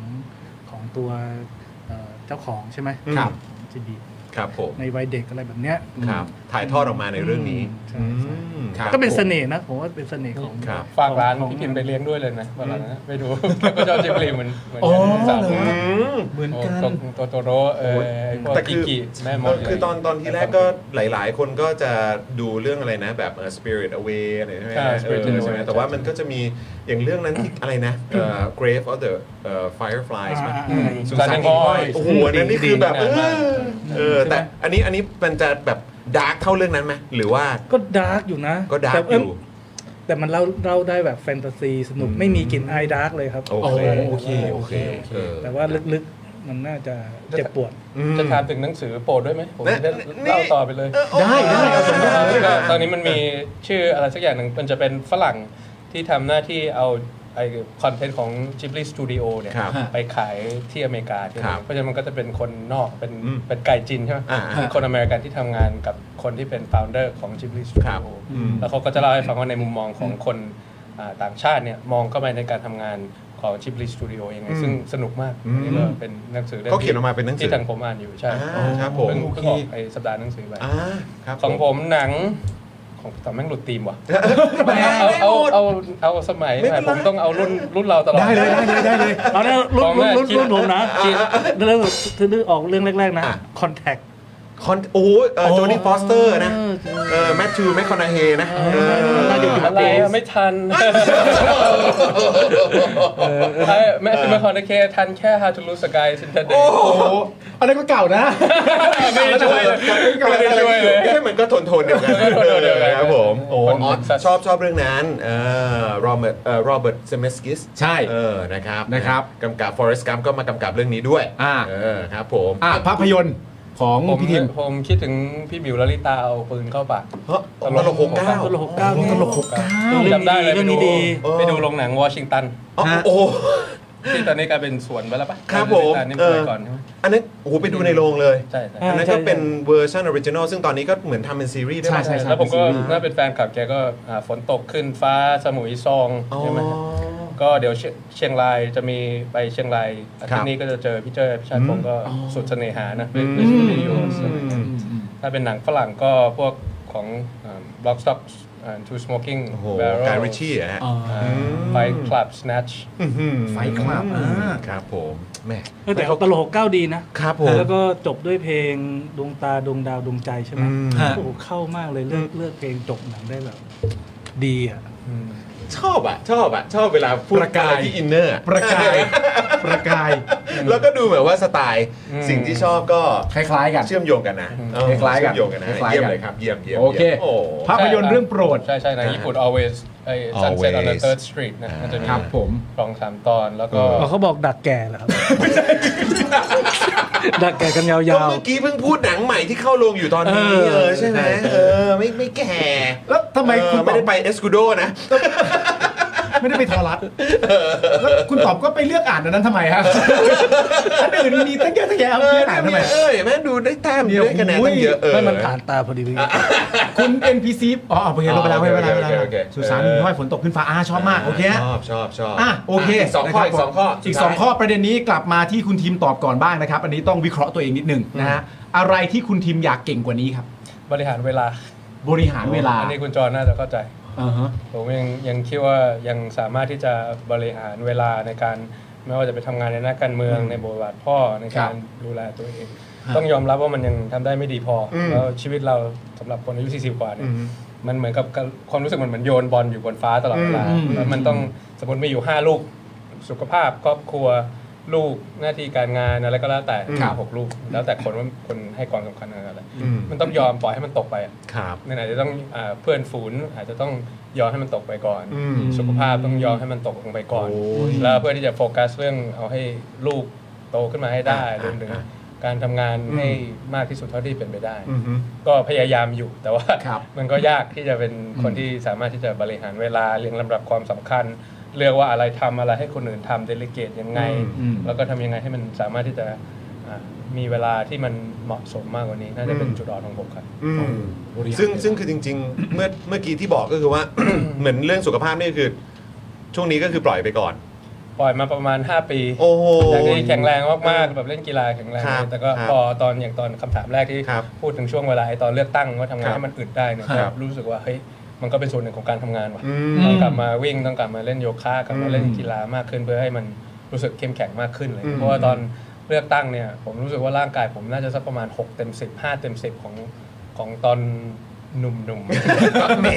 Speaker 7: ของตัวเอ่อเจ้าของใช่ไหม
Speaker 1: ครับ
Speaker 7: จีบี
Speaker 1: ครับผม
Speaker 7: ในวัยเด็กอะไรแบบเนี้ย
Speaker 1: ครับ ถ่ายทอดออกมาในเรื่องนี้
Speaker 7: ใช่ใช่
Speaker 1: อืมครับ
Speaker 7: ก็เป็น
Speaker 1: ผม
Speaker 7: เสน่ห์นะ ผมว่าเป็นเสน่ห์ของ
Speaker 1: ครับ
Speaker 6: ฝากร้าน
Speaker 7: ของ
Speaker 6: พี่พิมพ์ไปเลี้ยงด้วยเลยนะวันหลังนะไปดูก็ชอบเจมส์เหมือนเหมือน
Speaker 2: อ๋อ
Speaker 6: สาว
Speaker 2: เหรอ
Speaker 1: อืม
Speaker 2: เหมือน
Speaker 6: โอ้
Speaker 2: กัน
Speaker 6: ตัวตัวโตโรเออไอ้พวก
Speaker 1: แต่คื
Speaker 6: กิ
Speaker 1: อ
Speaker 6: กิแม่ม
Speaker 1: ก็
Speaker 6: ด
Speaker 1: คือตอนตอนที่แรกก็หลายๆ คนก็จะดูเรื่องอะไรนะแบบเอ่อ Spirit Away อะไรใช่ไหม
Speaker 6: ใช่ Spirit
Speaker 1: เออ
Speaker 6: Away
Speaker 1: ใช่ไหมแต่ว่ามันก็จะมีอย่างเรื่องนั้นที่ อะไรนะเอ่อ Grave of the เอ่อ Fireflies มั้ย
Speaker 7: อ่า
Speaker 1: อืมสุสาน
Speaker 6: สุสานแห่
Speaker 1: แห่ง
Speaker 6: ง
Speaker 1: ห้
Speaker 6: ห้
Speaker 1: อ
Speaker 6: อย ย
Speaker 1: โอ้โหอันนั้นนี่คือแบบ
Speaker 6: ดีนะ
Speaker 1: เออเออแต่อันนี้อันนี้มันจะแบบดาร์กเท่าเรื่องนั้นไหมหรือว่า
Speaker 7: ก็ดาร์กอยู่นะ
Speaker 1: ก็ดาร์
Speaker 7: แต่
Speaker 1: กอ
Speaker 7: เอิ่ม
Speaker 1: ยู่
Speaker 7: แต่มันเล่าเล่าได้แบบแฟนตาซีสนุก
Speaker 1: อืม
Speaker 7: ไม่มีกลิ่นอายดาร์กเลยครับ
Speaker 1: โอเค
Speaker 2: โอเค
Speaker 1: โอเคเออ
Speaker 7: แต่ว่าลึกๆ มันน่าจะเจ็บปวด
Speaker 1: อืม
Speaker 6: จะถามถึงหนังสือโปรดด้วยไหมผม
Speaker 1: นะ
Speaker 6: จะได้
Speaker 1: นี่
Speaker 6: เล่าต่อไปเลย
Speaker 1: เออ
Speaker 2: ได้ได้เอาสมมุติ
Speaker 6: แล้วก็ตอนนี้มันมีชื่ออะไรสักอย่างหนึ่งมันจะเป็นฝรั่งที่ทำหน้าที่เอา ไอคอนเทนต์ของ Ghibli Studio เนี่ย
Speaker 1: ครับ
Speaker 6: ไปขายที่อเมริกาที่
Speaker 1: ครับ
Speaker 6: เพราะฉะนั้นมันก็จะเป็นคนนอกเป็น
Speaker 1: อืม
Speaker 6: เป็นไก่จินใช่ไหม
Speaker 1: อ่า
Speaker 6: เป็นคนอเมริกันที่ทำงานกับคนที่เป็น founder ของ Ghibli
Speaker 1: ครับ
Speaker 6: Studio
Speaker 1: อืม
Speaker 6: แล้วเขาก็จะเล่าให้ฟังว่าในมุมมองของคนอ่าต่างชาติเนี่ยมองเข้าไปในการทำงานของ Ghibli Studio เองไง
Speaker 1: อืม
Speaker 6: ซึ่งสนุกมาก
Speaker 1: อืม
Speaker 6: อันนี่ก็เป็นหนังสือล่
Speaker 1: เขาเขียนออกมาเป็นหนังสือ
Speaker 6: ที่ทางผมอ่านอยู่ใช่
Speaker 1: อ่าครับผม
Speaker 6: เพิ่งเพิ่งออก
Speaker 1: โอเค
Speaker 6: ไอสัปดาห์หนังสือไป
Speaker 1: อ่าครับ
Speaker 6: ของผมหนังของแต่แม่งหลุดธีมว่ะ
Speaker 1: แหม
Speaker 6: เอา
Speaker 1: ไม่
Speaker 6: เอา
Speaker 1: หมด
Speaker 6: เอาเอาสมัย
Speaker 1: ไม่เป็นไร
Speaker 6: ผมต้องเอารุ่นรุ่นเราตลอด
Speaker 1: ได้เลยได้เลยได้เลย
Speaker 7: เอาเนี่ยรุ่น
Speaker 6: ของแม่
Speaker 7: รุ่น
Speaker 6: คิด
Speaker 7: รุ่นรุ่นผมนะ
Speaker 6: อ่ะอ่ะอ่ะ
Speaker 7: เรื่องที่นึกออกเรื่องแรกๆนะ
Speaker 1: อ่ะ
Speaker 7: คอนแทค
Speaker 1: คอนโอ้โหเออ
Speaker 7: โอ้
Speaker 1: โจนี่ฟอสเตอร์นะเออแมทธิวแมคคอนาเฮนะเออ
Speaker 7: น่าจะอยู่
Speaker 6: อะไรอะไม่ทันไอ้แม่คือแม่คอนเดเคทันแค่ How to Lose the Guy in the Day
Speaker 2: อันนั้นก็เก่านะ
Speaker 6: ไม่ได้ช่วยเลยไม่ได้ช่วยเลย
Speaker 1: เอ้ยมันก็โทนโทนๆเดียวกัน
Speaker 6: มันก็โทนๆเดียวกัน
Speaker 1: ครับผมโอ้
Speaker 6: คน
Speaker 1: อ๋อ
Speaker 6: สัตว์
Speaker 1: ชอบชอบเรื่องนั้นเออโรเบิร์ตเออโรเบิร์ตเซเมสกิส
Speaker 2: ใช่
Speaker 1: เออนะครับ
Speaker 2: นะครับ
Speaker 1: กำกับฟอเรสต์กัมก็มากำกับเรื่องนี้ด้วย
Speaker 2: อ่า
Speaker 1: เออครับผม
Speaker 2: อ่ะภาพยนตร์ของ
Speaker 6: ผม
Speaker 2: พี่ทิม
Speaker 6: ผมคิดถึงพี่บิวลลิตาเอาปืนเข้าปาก
Speaker 1: เฮ้ยตลกหกเก้า
Speaker 7: ตลกหกเก้า
Speaker 1: ตลกหกเก้า
Speaker 7: เรื่อง
Speaker 6: จำได้เลย
Speaker 7: นี้ดีเรื่องนี้
Speaker 6: ไปดู
Speaker 7: ดี
Speaker 1: เออ
Speaker 6: ไปดูโรงหนังวอชิงตัน
Speaker 1: อ๋อโอ้โห
Speaker 6: ที่ตอนนี้กลายเป็นสวนไปแล้วปะ
Speaker 1: ครับผม
Speaker 6: วอชิงตันนี่
Speaker 1: เอ
Speaker 6: เมื่
Speaker 1: อ
Speaker 6: อก่อนใช่ไหม
Speaker 1: อันนั้นโอ้โหไปดูในโรงเลย
Speaker 6: ใช่ใช่
Speaker 1: อันนั้นก็
Speaker 7: ใช่
Speaker 1: เป็นเวอร์ชันออริจินอลซึ่งตอนนี้ก็เหมือนทำเป็นซีรีส์ด้วยป่ะ
Speaker 2: ใช่ใช่
Speaker 6: แล้วผมก็
Speaker 2: เป็นซีรีส์
Speaker 6: น่าเป็นแฟนคลับแกก็อ่าฝนตกขึ้นฟ้าสมุยซองใช่ไหมฮะก็เดี๋ยวเชียเชียงรายจะมีไปเชียงรายอาทิตย์นี้ก็จะเจอพี่เจ้ยพี่ชาติผมก็สุดเสน่หานะเป็นเป็นสตูดิโอถ้าเป็นหนังฝรั่งก็พวกของบล็อกสต็อกทูสโมกิ้ง
Speaker 1: โอ้โห
Speaker 6: แบร์
Speaker 1: การริชี่อะฮะ
Speaker 6: ไฟคลับสแนช
Speaker 2: ไฟคลับอ่า
Speaker 1: ครับผมแหม่
Speaker 7: เออแต่ตลกหกเก้าดีนะครับ
Speaker 1: ผม
Speaker 7: แล้วก็จบด้วยเพลงดวงตาดวงดาวดวงใจใช่ไหม
Speaker 1: อืม
Speaker 7: โอ้โหเข้ามากเลยเลือกเลือกเพลงจบหนังได้แบบ ดีอ่ะ
Speaker 1: ชอบอ่ะ ชอบอ่ะ ชอบเวลาพูด
Speaker 2: ประกาย
Speaker 1: อไที่อินเนอร์อะ
Speaker 2: ประกายประกาย
Speaker 1: แล้วก็ดูแบบว่าสไตล์สิ่งที่ชอบก็
Speaker 2: คล้ายๆกัน
Speaker 1: เชื่อมโยงกันนะเออ
Speaker 2: คล้ายๆกัน
Speaker 1: เชื่อมโยงกันนะ
Speaker 2: คล้ายๆกัน
Speaker 1: เยี่ยมเลยครับเยี่ยมเยี่ยม
Speaker 2: โอเค
Speaker 1: ยี่ยมโอ้
Speaker 2: ภาพยนตร์เรื่องโปรด
Speaker 6: ใช่ใช่ในญี่ปุ่น always ไอ้ sunset on the
Speaker 1: Always
Speaker 6: third street นะมันจะมี
Speaker 2: ครับผม
Speaker 6: สองสามตอนแล้วก็
Speaker 7: อ๋อเขาบอกดักแก่เหรอครับ ดักแก่กันยา
Speaker 1: ก็
Speaker 7: ว
Speaker 1: เมื่อกี้เพิ่งพูดหนังใหม่ที่เข้าโรงอยู่ตอนนี้
Speaker 7: เออ
Speaker 1: เออใช่ไหมเออไม่ไม่แก่
Speaker 2: แล้วทำไมคุณ
Speaker 1: เออ
Speaker 2: ต
Speaker 1: ไม่
Speaker 2: อบ
Speaker 1: ได้ไปเอสคูโดนะ
Speaker 2: ไม่ได้ไปทอรัสแล้วคุณตอบก็ไปเลือกอ่านอันนั้นทำไมฮะอันอื่นมีตั้งเยอะตั้งแยะเอา
Speaker 1: เออ
Speaker 2: เลือก
Speaker 1: เนี่
Speaker 2: อ่าย นทำไม
Speaker 1: เนี่ยเอ้ยแม่งดูได้แต้ม
Speaker 2: เดี๋ยว
Speaker 1: ได้คะแนนตั้งเยอะเออ
Speaker 2: อุ้ย
Speaker 7: ๆให้มันผ่านตาพอดีไป
Speaker 2: คุณ NPC อ๋อเอาไปเห็นลงไปแล้วไม่เป็นไรไม่เป็น
Speaker 1: โอเค
Speaker 2: ไร
Speaker 1: โอเคโอเค
Speaker 2: สุสานหิ่งห้อยฝนตกขึ้นฟ้าอ่าชอบมากโอเค
Speaker 1: ชอบชอบชอบ
Speaker 2: อ่ะโอเค
Speaker 1: กสองข้อ
Speaker 2: นะ
Speaker 1: อี
Speaker 2: ค
Speaker 1: ก
Speaker 2: รั
Speaker 1: สอ
Speaker 2: บ
Speaker 1: งข้อ
Speaker 2: อีกสองข้อประเด็นนี้กลับมาที่คุณทีมตอบก่อนบ้างนะครับ อันนี้ต้องวิเคราะห์ตัวเองนิดหนึงนะฮะอะไรที่คุณทีมอยากเก่งกว่านี้ครับ
Speaker 6: บริหารเวลา
Speaker 2: บริหารเวลา
Speaker 6: อันนี้คุณจอห์นน่าจะเข้าใจ
Speaker 2: อ่าฮะ
Speaker 6: ผมยังยังคิดว่ายังสามารถที่จะบริหารเวลาในการไม่ว่าจะไปทำงานในนักการเมืองในบทบาทพ่อในการดูแลตัวเอง ต้องยอมรับว่ามันยังทำได้ไม่ดีพออแล้วชีวิตเราสำหรับคนอายุ 40 กว่าเนี่ยมันเหมือนกับกับความรู้สึกมันเหมือนโยนบอลอยู่บนฟ้าตลอดเวลา
Speaker 2: อืม
Speaker 6: แล้วมันต้องสมมติมีอยู่ 5 ลูก สุขภาพครอบครัวลูกหน้าที่การงานอะไรก็แล้วแต่หกลูก แล้วแต่คนว่าคนให้ความสำคัญอะไรมันต้องยอมปล่อยให้มันตกไปอะ
Speaker 1: ครับ
Speaker 6: มันอาจจะต้องอาเพื่อนฝูนอาจจะต้องยอมให้มันตกไปก่อน
Speaker 1: อืม
Speaker 6: สุขภาพต้องยอมให้มันตกลงไปก่อน
Speaker 1: โอ้ย
Speaker 6: แล้วเพื่อที่จะโฟกัสเรื่องเอาให้ลูกโตขึ้นมาให้ได้
Speaker 1: อ่ะ
Speaker 6: รวมถึง
Speaker 1: อ่ะ
Speaker 6: การทำงานให้มากที่สุดเท่าที่เป็นไปได้
Speaker 1: อือฮึ
Speaker 6: ก็พยายามอยู่แต่ว่า
Speaker 2: ครับ
Speaker 6: มันก็ยากที่จะเป็นคนที่สามารถที่จะบริหารเวลาเรียงลำดับความสำคัญ เลือกว่าอะไรทำอะไรให้คนอื่นทำเดลิเกตยังไง
Speaker 2: อืม
Speaker 6: แล้วก็ทำยังไงให้มันสามารถที่จะอ่ามีเวลาที่มันเหมาะสมมากกว่านี้น่าจะเป็น
Speaker 1: อืม
Speaker 6: จุดอ่อนของผมครับ
Speaker 1: อืม
Speaker 2: บริหาร
Speaker 1: ซึ่ง
Speaker 2: เวลา
Speaker 1: ซึ่งคือจริง ๆ เมื่อเมื่อกี้ที่บอกก็คือว่า เหมือนเรื่องสุขภาพนี่คือ ช่วงนี้ก็คือปล่อยไปก่อน
Speaker 6: ปล่อยมาประมาณ 5 ปี
Speaker 1: โอ้โห
Speaker 6: จากที่แข็งแรงมากๆแบบเล่นกีฬาแข็งแรง
Speaker 1: ครับ
Speaker 6: แต่ก็
Speaker 1: ครับ
Speaker 6: พอตอนอย่างตอนคำถามแรกที่
Speaker 1: ครับ
Speaker 6: พูดถึงช่วงเวลาไอ้ตอนเลือกตั้งว่าทำงา
Speaker 1: ครั
Speaker 6: น
Speaker 1: บ
Speaker 6: ให้มันอึดได้เนี่ย
Speaker 1: ครับ
Speaker 6: รู้สึกว่าเฮ้ยมันก็เป็นส่วนหนึ่งของการทำงานว่ะ
Speaker 1: อืม
Speaker 6: ต้องกลับมาวิ่งต้องกลับมาเล่นโยคะกลับมาเล่น
Speaker 1: อืม
Speaker 6: กีฬามากขึ้นเพื่อให้มันรู้สึกเข้มแข็งมากขึ้นเลย
Speaker 1: อืม
Speaker 6: เพราะว่าตอนเลือกตั้งเนี่ยผมรู้สึกว่าร่างกายผมน่าจะสักประมาณ 6 เต็ม 10 5 เต็ม 10 ของของตอนหนุ่มๆ
Speaker 1: แหม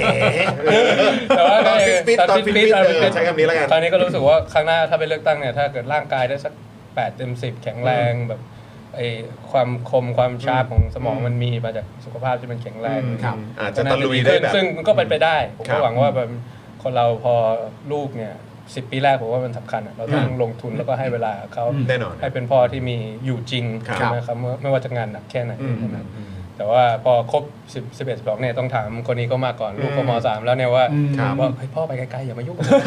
Speaker 6: แต่ว่า
Speaker 1: ตอนฟิตๆตอนฟิตๆ
Speaker 6: ตอนฟิตๆ
Speaker 1: เออใช้คำนี้แล้วกัน
Speaker 6: ตอนนี้ก็รู้สึกว่าครั้งหน้าถ้าไปเลือกตั้งเนี่ยถ้าเกิดร่างกายได้สักแปดเต็มสิบแข็งแรงแบบไอ้ความคมความชาร์ปของสมองมันมีมาจากสุขภาพที่มันแข็งแรง
Speaker 2: ครับ
Speaker 1: อาจจะตะลุยได้แบบ
Speaker 6: ซึ่งมันก็เป็นไปได้ผม
Speaker 1: ครับ
Speaker 6: ก็หวังว่าแบบคนเราพอลูกเนี่ยสิปีแรกผมว่ามันสำคัญอะเราต้องลงทุนแล้วก็ให้เวลาเขา
Speaker 1: แน่นอน
Speaker 6: ให้เป็นพ่อที่มีอยู่จริง
Speaker 1: ครับ
Speaker 6: ใช่ไหมครับไม่ว่าจะงานหนักแค่ไหน
Speaker 1: อืม
Speaker 6: ใช่ไหม แต่ว่าพอครบ10 11 12เนี่ยต้องถามคนนี้ก็มาก่อนลูกก็ม3แล้วเนี่ยว่า
Speaker 1: ครับ
Speaker 6: ว่าเฮ้ยพ่อไปไกลๆอย่ามายุ่งกับผม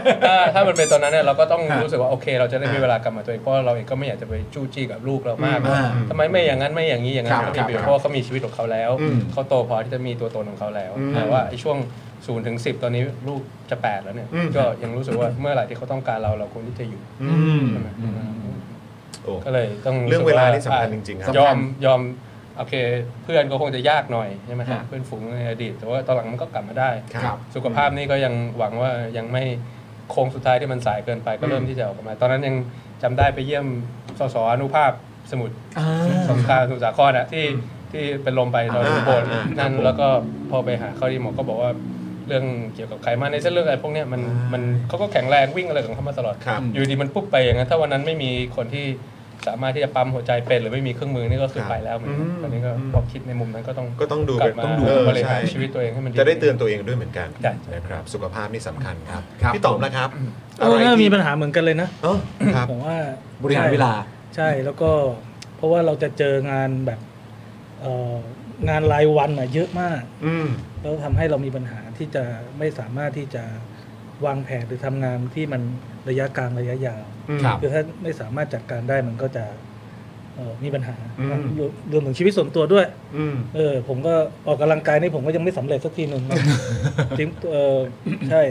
Speaker 6: ถ้าถ้ามันเป็นตอนนั้นเนี่ยเราก็ต้องรู้สึกว่าโอเค เราจะได้มีเวลากลับมาตัวเองเพราะเราเองก็ไม่อยากจะไปจู้จี้กับลูกเรามาก
Speaker 2: อืม
Speaker 6: ทำไมไม่อย่างนั้นไม่อย่างนี้อย่างนั้
Speaker 2: ครับ
Speaker 6: นไม่
Speaker 2: ครับ
Speaker 6: เปลี่ยนเพราะว่าเขามีชีวิตของเขาแล้ว
Speaker 2: อืม
Speaker 6: เขาโตพอที่จะมีตัวตนของเขาแล้ว
Speaker 2: อืม
Speaker 6: แต่ว่าไอ้ช่วง0ถึง10 ตอนนี้ลูกจะแปดแล้วเนี่ย
Speaker 2: อืม
Speaker 6: ก็ยังรู้สึกว่าเมื่อไหร่ที่เขาต้องการเราเราควรที่จะอยู่
Speaker 2: อืมอืม
Speaker 1: โอ้
Speaker 6: ก็เลยต้อง
Speaker 1: เรื่องเวลานี่
Speaker 6: สึก
Speaker 1: สำคัญจริงๆครับ
Speaker 6: ยอมยอมโอเค เพื่อนก็คงจะยากหน่อยใช่ไหมครับเพื่อนฝูงในอดีตแต่ว่าตอนหลังมันก็กลับมาได้
Speaker 2: ครับ
Speaker 6: สุขภาพนี่ก็ยังหวังว่ายังไม่โค้งสุดท้ายที่มันสายเกินไปก็เริ่มที่จะออกมา ตอนนั้นยังจำได้ไปเยี่ยมสสอนุภาพสมุทรสงครามสมุทรสาครนะที่ที่เป็นลมไปตอน
Speaker 1: อ่า
Speaker 6: บน
Speaker 1: อ่า
Speaker 6: นั่น
Speaker 1: ครับ
Speaker 6: แล้วก็พอไปหาเขาที่หมอก็บอกว่าเรื่องเกี่ยวกับไขมันในเส้นเลือดอะไรพวกเนี้ยมันมันเขาก็แข็งแรงวิ่งอะไรของเขามาตลอด
Speaker 1: ครับ
Speaker 6: อยู่ดีมันปุ๊บไปอย่างนั้นถ้าวันนั้นไม่มีคนที่สามารถที่จะปั๊มหัวใจเป็นหรือไม่มีเครื่องมือนี่ก็คือไปแล้วเหมือนกั
Speaker 1: ค
Speaker 6: น
Speaker 1: รับ
Speaker 6: อันนี้ก็
Speaker 1: อืม
Speaker 6: พอคิดในมุมนั้นก็ต้อง
Speaker 1: ก็ต้องดู
Speaker 6: กลั
Speaker 1: เป็น
Speaker 6: บมา
Speaker 1: ต้องดู
Speaker 6: เออบริ
Speaker 1: ใ
Speaker 6: หารชีวิตตัวเองให้มัน
Speaker 1: จะได้เตือนตัวเองด้วยเหมือนกัน
Speaker 6: ใช่
Speaker 1: นะครับสุขภาพนี่สำคัญครับ
Speaker 2: ครับ
Speaker 1: พี่ต๋อมนะครับ
Speaker 7: เออน่า
Speaker 1: ที่
Speaker 7: มีปัญหาเหมือนกันเลยนะ
Speaker 1: เออครับ
Speaker 7: ผมว่า
Speaker 2: บริหารเวลา
Speaker 7: ใช่แล้วก็ เพราะว่าเราจะเจองานแบบเอ่องานรายวันอ่ะเยอะมาก
Speaker 1: อืม
Speaker 7: แล้วทำให้เรามีปัญหาที่จะไม่สามารถที่จะวางแผนหรือทำงานที่มันระยะกลางระยะยาว
Speaker 2: ครับ
Speaker 7: อถ้าไม่สามารถจัดการได้มันก็จะเอ่อมีปัญหา
Speaker 1: อืม
Speaker 7: รวมรวมถึงชีวิตส่วนตัวด้วย
Speaker 1: อืม
Speaker 7: เออผมก็ออกกำลังกายนี่ผมก็ยังไม่สำเร็จสักที หนึ่ง จริงเออใช่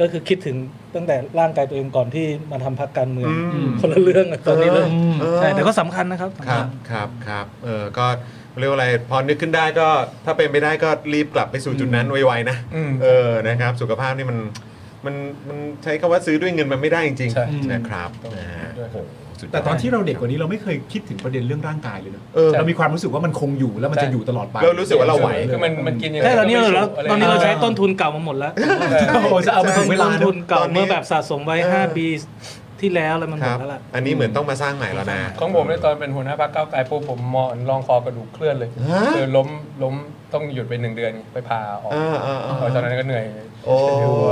Speaker 7: ก็คือคิดถึงตั้งแต่ร่างกายตัวเองก่อนที่มาทำพักการเมือง
Speaker 1: อืม
Speaker 7: คนละเรื่องอะตอนนี้เลย
Speaker 1: เออ
Speaker 7: ใช่แต่ก็สำคัญนะครับสำ
Speaker 1: ครั
Speaker 7: คั
Speaker 1: บ
Speaker 7: ญ
Speaker 1: ครับครับเออก็เรียกว่าอะไรพอนึกขึ้นได้ก็ถ้าเป็นไปได้ก็รีบกลับไปสู่จุดนั้นไวๆนะ
Speaker 6: อืม
Speaker 1: เออนะครับ สุขภาพนี่มันมันมันใช้คำว่าซื้อด้วยเงินมันไม่ได้จริง
Speaker 6: ใช่
Speaker 1: ๆนะครับนะฮะ
Speaker 6: ด้วยครับ
Speaker 1: สุดยด
Speaker 2: แต่ตอนที่เราเด็กกว่านี้เราไม่เคยคิดถึงประเด็นเรื่องร่างกายเลยเนอะ
Speaker 1: เออ
Speaker 2: เรามีความรู้สึกว่ามันคงอยู่แล้วมันจะ
Speaker 6: ใช่
Speaker 2: อยู่ตลอดไป
Speaker 1: เรารู้สึกว่าเราไหว
Speaker 6: คือมันมันกินยังไง
Speaker 7: ใช่ตอนนี้เราแล้ว
Speaker 6: ก็ไม่
Speaker 7: ตอนนี้เรา
Speaker 6: ะไ
Speaker 7: ใช้ต้นทุนเก่ามาหมดแล้ว
Speaker 2: โอ้โหจะเอามาถึงเวลา
Speaker 7: ต้
Speaker 2: ด้วย
Speaker 7: นทุนเก่า
Speaker 1: ตอนนี้
Speaker 7: เมื่อแบบสะสมไว้ 5 ปีที่แล้วอะไรมันห
Speaker 1: ค
Speaker 7: ม
Speaker 1: รั
Speaker 7: ด
Speaker 1: บ
Speaker 7: แล้วล่ะ
Speaker 1: อันนี้เหมือนต้องมาสร้างใหม่แล้วนะ
Speaker 6: ของผมในยตอนเป็นหัวหน้าพักเก้าวไกลปุ๊บผมหมอนรองคอกระดูกเคลื่อนเลย
Speaker 1: ฮะ
Speaker 6: คือล้มล้มต้องหยุดไปหนึ่งเดือนไปผ่าออก
Speaker 1: เออเออเออ
Speaker 6: เพราะตอนนั้นก็เหนื่อย
Speaker 1: โอ้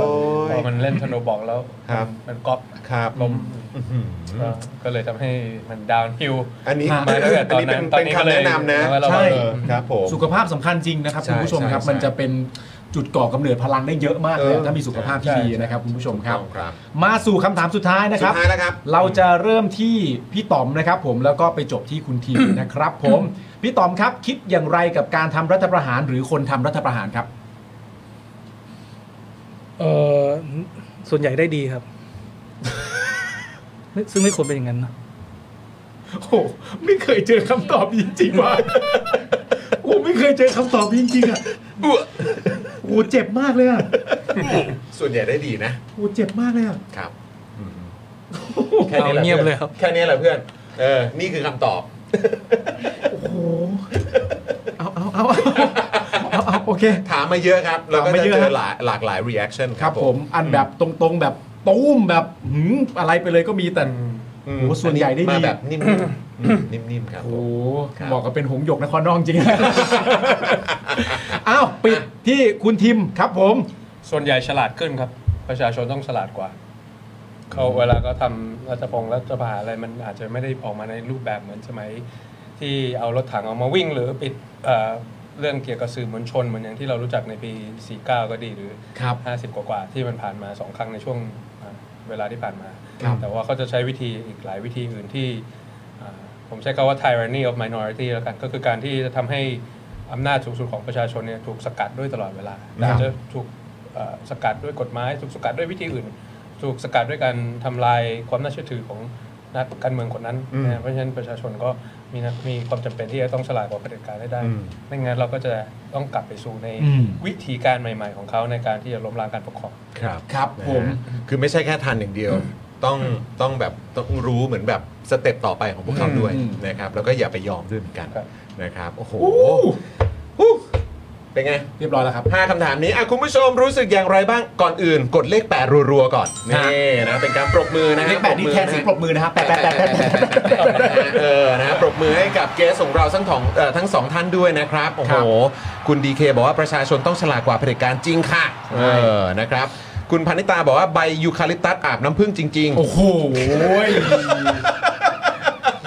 Speaker 1: ย
Speaker 6: พอมันเล่นธนูบอกแล้ว
Speaker 1: ครับ
Speaker 6: มันก๊อป
Speaker 1: ครับ
Speaker 6: ล้ม
Speaker 1: อื้อหือ
Speaker 6: ก็ก็เลยทำให้มันดาวน์ฮิล
Speaker 1: อันนี้
Speaker 6: มาตั้งแต่
Speaker 1: อันนี้
Speaker 6: ตอน
Speaker 1: เป็
Speaker 6: นั้
Speaker 1: น น
Speaker 6: ตอน
Speaker 1: เป็น
Speaker 6: นี้ก็
Speaker 1: คำ
Speaker 6: เลย
Speaker 1: แนะนำนะ
Speaker 6: แล้วเรา
Speaker 1: ใช่
Speaker 6: เออ
Speaker 1: ครับผม
Speaker 2: สุขภาพสำคัญจริงนะครับ
Speaker 6: ใช่
Speaker 2: คุณผู้ชมครับ
Speaker 6: ใช่
Speaker 2: มันจะเป็นจุดก่อกำเนิดพลังได้เยอะมากเลย
Speaker 1: เออ
Speaker 2: ถ้ามีสุขภาพที่ดีนะครับคุณผู้ชมครับ
Speaker 1: ต้องครับ
Speaker 2: มาสู่คำถามสุดท้ายนะค
Speaker 1: สุ
Speaker 2: รับ
Speaker 1: ดท้ายแล้วครับ
Speaker 2: เราจะเริ่มที่พี่ต๋อมนะครับ ผมแล้วก็ไปจบที่คุณทีม นะครับผม พี่ต๋อมครับคิดอย่างไรกับการทำรัฐประหารหรือคนทำรัฐประหารครับ
Speaker 7: เออส่วนใหญ่ได้ดีครับ ซึ่งไม่ควรเป็นอย่างนั้นเนอะ
Speaker 2: โอ้โหไม่เคยเจอคำตอบนี้จริงๆว่ะกูไม่เคยเจอคำตอบนี้จริงๆอ่ะโอ้โหเจ็บมากเลยอ่ะ
Speaker 1: ส่วนใหญ่ได้ดีนะ
Speaker 2: โอ้โหเจ็บมากเลยอ่ะ
Speaker 1: ครับอืม
Speaker 7: เอาเงียบเลยครับ
Speaker 1: แค่นี้แหละเพื่อนเออนี่คือคำตอบ
Speaker 2: โอ้โหเอาเอาเอาเอาเอาเอาโอเค
Speaker 1: ถามมาเยอะครับ เราก็
Speaker 2: ถามมา
Speaker 1: จะ
Speaker 2: เยอะ
Speaker 1: เจ
Speaker 2: ครั
Speaker 1: อบ หลายหลากหลาย reaction
Speaker 2: ค
Speaker 1: ค
Speaker 2: รั
Speaker 1: รั
Speaker 2: บบ ผ
Speaker 1: ผม ม
Speaker 2: อันแบบตรงๆแบบตุ้มแบบหืมอะไรไปเลยก็มีแต่โอ้โหส่วนใหญ่ได้
Speaker 1: มา
Speaker 2: ดี
Speaker 1: แบบนิ่มๆอืมนิ่มๆครับ
Speaker 2: โอ้
Speaker 1: ผ
Speaker 2: โห
Speaker 1: ม ครับ
Speaker 2: บอกกับเป็นหงส์หยกนครนองจริง อ้าวปิดที่คุณทิมครับผม
Speaker 6: ส่วนใหญ่ฉลาดขึ้นครับ ประชาชนต้องฉลาดกว่า เขาเวลาก็ทำรัฐพงรัฐประหารอะไรมันอาจจะไม่ได้ออกมาในรูปแบบเหมือนสมัย ที่เอารถถังออกมาวิ่ง หรือปิดเอ่อเรื่องเกี่ยวกับสื่อมวลชนเหมือนอย่างที่เรารู้จักในปี 49 ก็ดีหรือ
Speaker 2: ครับ
Speaker 6: 50 กว่ากว่าๆที่มันผ่านมาสองครั้งในช่วงเอ่อเวลาที่ผ่านมา
Speaker 2: ครับ
Speaker 6: แต่ว่าเขาจะใช้วิธีอีกหลายวิธีอื่นที่เอ่อผมใช้คำว่า tyranny of minority แล้วกันก็คือการที่จะทำให้อำนาจสูงสุดของประชาชนเนี่ยถูกสกัดด้วยตลอดเวลา
Speaker 2: ครับ
Speaker 6: อาจจะถูกเอ่อสกัดด้วยกฎหมาย ถูกสกัดด้วยวิธีอื่น ถูกสกัดด้วยการทำลายความน่าเชื่อถือของนักการเมืองคนนั้นนะฮะเพราะฉะนั้นประชาชนก็มีนะมีความจำเป็นที่จะต้องฉลาดกว่าเผด็จการให้ได้ไม่งั้นเราก็จะต้องกลับไปสู่ใน
Speaker 2: อืม
Speaker 6: วิธีการใหม่ ๆ ของเขาในการที่จะล้มล้างการปกครอง
Speaker 1: ครับ
Speaker 2: ครับ
Speaker 1: นะฮะ
Speaker 2: ผม
Speaker 1: คือไม่ใช่แค่ทันอย่างเดียว ต้องต้องแบบต้องรู้เหมือนแบบสเต็ปต่อไปของพวกเขาด้วย
Speaker 2: อืม
Speaker 1: นะครับ แล้วก็อย่าไปยอมด้วยเหมือนกัน
Speaker 6: ครับ
Speaker 1: นะครับ โอ้โห
Speaker 2: อู้
Speaker 1: อู้เป็นไง
Speaker 2: เรียบร้อยแล้วครับ
Speaker 1: ห้าคำถามนี้อ่ะคุณผู้ชมรู้สึกอย่างไรบ้างก่อนอื่น กดเลข 8 รัวๆ ก่อน
Speaker 2: ฮะ
Speaker 1: นี่นะ เป็นการปรบมือนะฮะ
Speaker 2: เลขแปดนี่แทนเสียงปรบมือนะครับแปดแปดแปดแปดแปด
Speaker 1: เออนะปรบมือให้กับเกสของเราทั้งสองเอ่อทั้งสองท่านด้วยนะครับ โอ้
Speaker 2: ค
Speaker 1: โห
Speaker 2: รับ
Speaker 1: คุณดีเคบอกว่าประชาชนต้องฉลาดกว่าเผด็จการจริงค่ะ เออนะครับ คุณพนิตาบอกว่าใบยูคาลิปตัสอาบน้ำผึ้งจริง
Speaker 2: โอ้โห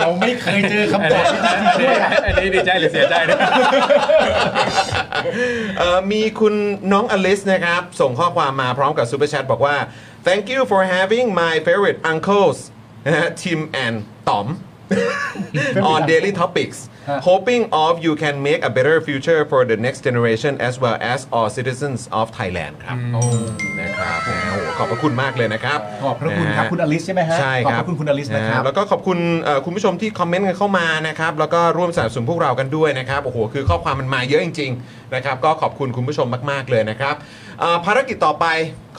Speaker 2: เราไม่เคยเจอคำตอบที่จริงๆด้วยอะ
Speaker 6: อันนี้ดีใจหรือเสียใจนะ
Speaker 1: เอ่อมีคุณน้องอลิสนะครับ ส่งข้อความมาพร้อมกับซูเปอร์แชทบอกว่า thank you for having my favorite uncles นะฮะ Tim and Tom on daily topics hoping of you can make a better future for the next generation as well as all citizens of Thailand ครับนะครับนะโอ้โหขอบพระคุณมากเลยนะครับ
Speaker 2: ขอบพระคุณครับ คุณอลิสใช่ไหมฮะ
Speaker 1: ใช่
Speaker 2: ขอบ
Speaker 1: ค
Speaker 2: พ
Speaker 1: รับ
Speaker 2: ระคุณคุณอลิสนะครับ
Speaker 1: แล้วก็ขอบคุณเอ่อคุณผู้ชมที่คอมเมนต์กันเข้ามานะครับ แล้วก็ร่วมสนับสนุนพวกเรากันด้วยนะครับ โอ้โห คือข้อความมันมาเยอะจริงๆนะครับ ก็ขอบคุณคุณผู้ชมมากๆเลยนะครับเอ่อภารกิจต่อไป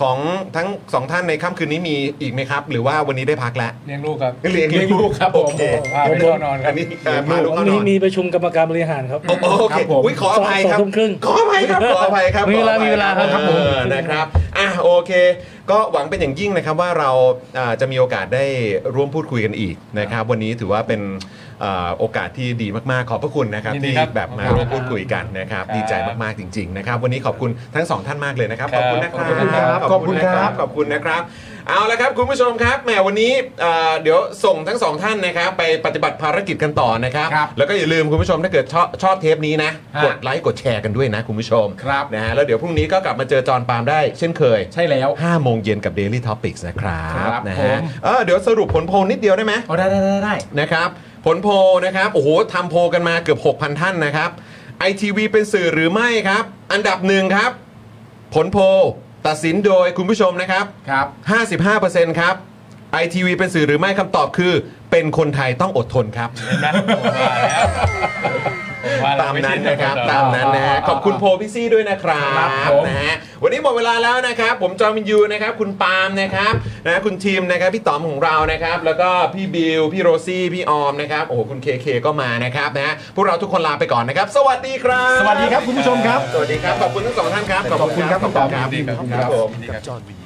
Speaker 1: ของทั้งสองท่านในค่ำคืนนี้มีอีกไหมครับ หรือว่าวันนี้ได้พักแล้ว
Speaker 6: เลี้ยงลูกครับ
Speaker 1: เลี้ยงลูกครับ
Speaker 6: โอ
Speaker 1: ผม
Speaker 6: เคพาไปเข้านอนค
Speaker 1: อั
Speaker 6: รั
Speaker 1: น
Speaker 6: บ
Speaker 1: นี้เอ่อพาลูกเข้าน
Speaker 7: มี
Speaker 1: อน
Speaker 7: มีประชุมกรรมการบริหารครับ
Speaker 1: โอ้โหโอเค
Speaker 2: ครับผม
Speaker 1: อุ๊ยขออภัยครับ
Speaker 7: สองทุ่มครึ่ง
Speaker 1: ขออภัยครับ ขออภัยครับ
Speaker 7: มีเวลา
Speaker 1: ขออภัย
Speaker 7: มีเวลาครับครับผม
Speaker 1: เออนะครับ อ่ะโอเค ก็หวังเป็นอย่างยิ่งนะครับว่าเราอ่าจะมีโอกาสได้ร่วมพูดคุยกันอีกนะครับ วันนี้ถือว่าเป็นอ่าโอกาสที่ดีมากๆ ขอบพระคุณนะครับ
Speaker 6: ยินดี
Speaker 1: ที่
Speaker 6: ครับ
Speaker 1: แบบมาร่
Speaker 6: ขอบคุณ
Speaker 1: วมพูดคุยกันนะครับ
Speaker 6: ครับ
Speaker 1: ดีใจมากๆจริง ๆ นะครับ วันนี้ขอบคุณทั้งสองท่านมากเลยนะครับ
Speaker 6: ค
Speaker 1: ข
Speaker 6: รั
Speaker 1: อ
Speaker 6: บบ
Speaker 1: คุณนะค
Speaker 6: ขอบคุณครั
Speaker 1: รับ
Speaker 6: บ
Speaker 1: ขอบคุณนะครับ ขอบคุณนะครับ เอาละครับคุณผู้ชมครับแหมวันนี้อ่าเดี๋ยวส่งทั้งสองท่านนะครับ ไปปฏิบัติภารกิจกันต่อนะครับ
Speaker 2: ครับ
Speaker 1: แล้วก็อย่าลืมคุณผู้ชมถ้าเกิดชอบชอบเทปนี้นะ
Speaker 2: ฮะ
Speaker 1: กดไลค์กดแชร์กันด้วยนะคุณผู้ชม
Speaker 2: ครับ
Speaker 1: นะฮะแล้วเดี๋ยวพรุ่งนี้ก็กลับมาเจอจอห์นปาล์มได้เช่นเคย
Speaker 2: ใช่แล้ว
Speaker 1: 5โมงเย็นกับ Daily Topics นะครับ
Speaker 2: ครับ
Speaker 1: นะ
Speaker 2: ผ
Speaker 1: ฮะ
Speaker 2: ม
Speaker 1: เออเดี๋ยวสรุปผลโพลนิดเดียวได้ไหม
Speaker 2: เอาได้ได้ได้ได้
Speaker 1: นะครับ ผลโพลนะครับ โอ้โหทำโพลกันมาเกือบ 6,000 ท่านนะครับไอทีวีเป็นสื่อหรือไม่ครับ อันดับหนึ่งครับ ผลโพลตัดสินโดยคุณผู้ชมนะครับ
Speaker 2: ครับ
Speaker 1: 55%ครับไอทีวีเป็นสื่อหรือไม่คำตอบคือ เป็นคนไทยต้องอดทนครับ
Speaker 6: เห็นไหมผมว่าแล้วผมว่เร
Speaker 1: ตาม
Speaker 6: ไ
Speaker 1: นั้นนะครับ
Speaker 6: เชื่อ
Speaker 1: ตามนั้นนะฮะขอบคุณโพพี่ซี่ด้วยนะครับ
Speaker 2: ครับผม
Speaker 1: นะฮะวันนี้หมดเวลาแล้วนะครับ ผมจอมินยูนะครับ คุณปาล์มนะครับนะคุณทีมนะครับพี่ต๋อมของเรานะครับ แล้วก็พี่บิวพี่โรซี่พี่ออมนะครับโอ้โหคุณเคเคก็มานะครับนะฮะพวกเราทุกคนลาไปก่อนนะครับ สวัสดีครับ
Speaker 2: สวัสดีครับคุณผู้ชมครับ
Speaker 1: สวัสดีครับขอบคุณทั้งสองท่านครับ
Speaker 2: ข
Speaker 1: ข
Speaker 2: อ
Speaker 1: อ
Speaker 2: บบ คุ
Speaker 1: คุณ ณ
Speaker 2: ค
Speaker 1: ค
Speaker 2: รั
Speaker 1: รั
Speaker 2: บบ ขอบคุณครับ
Speaker 1: ครับผม
Speaker 6: ดีครับ
Speaker 5: จอห์นวินยู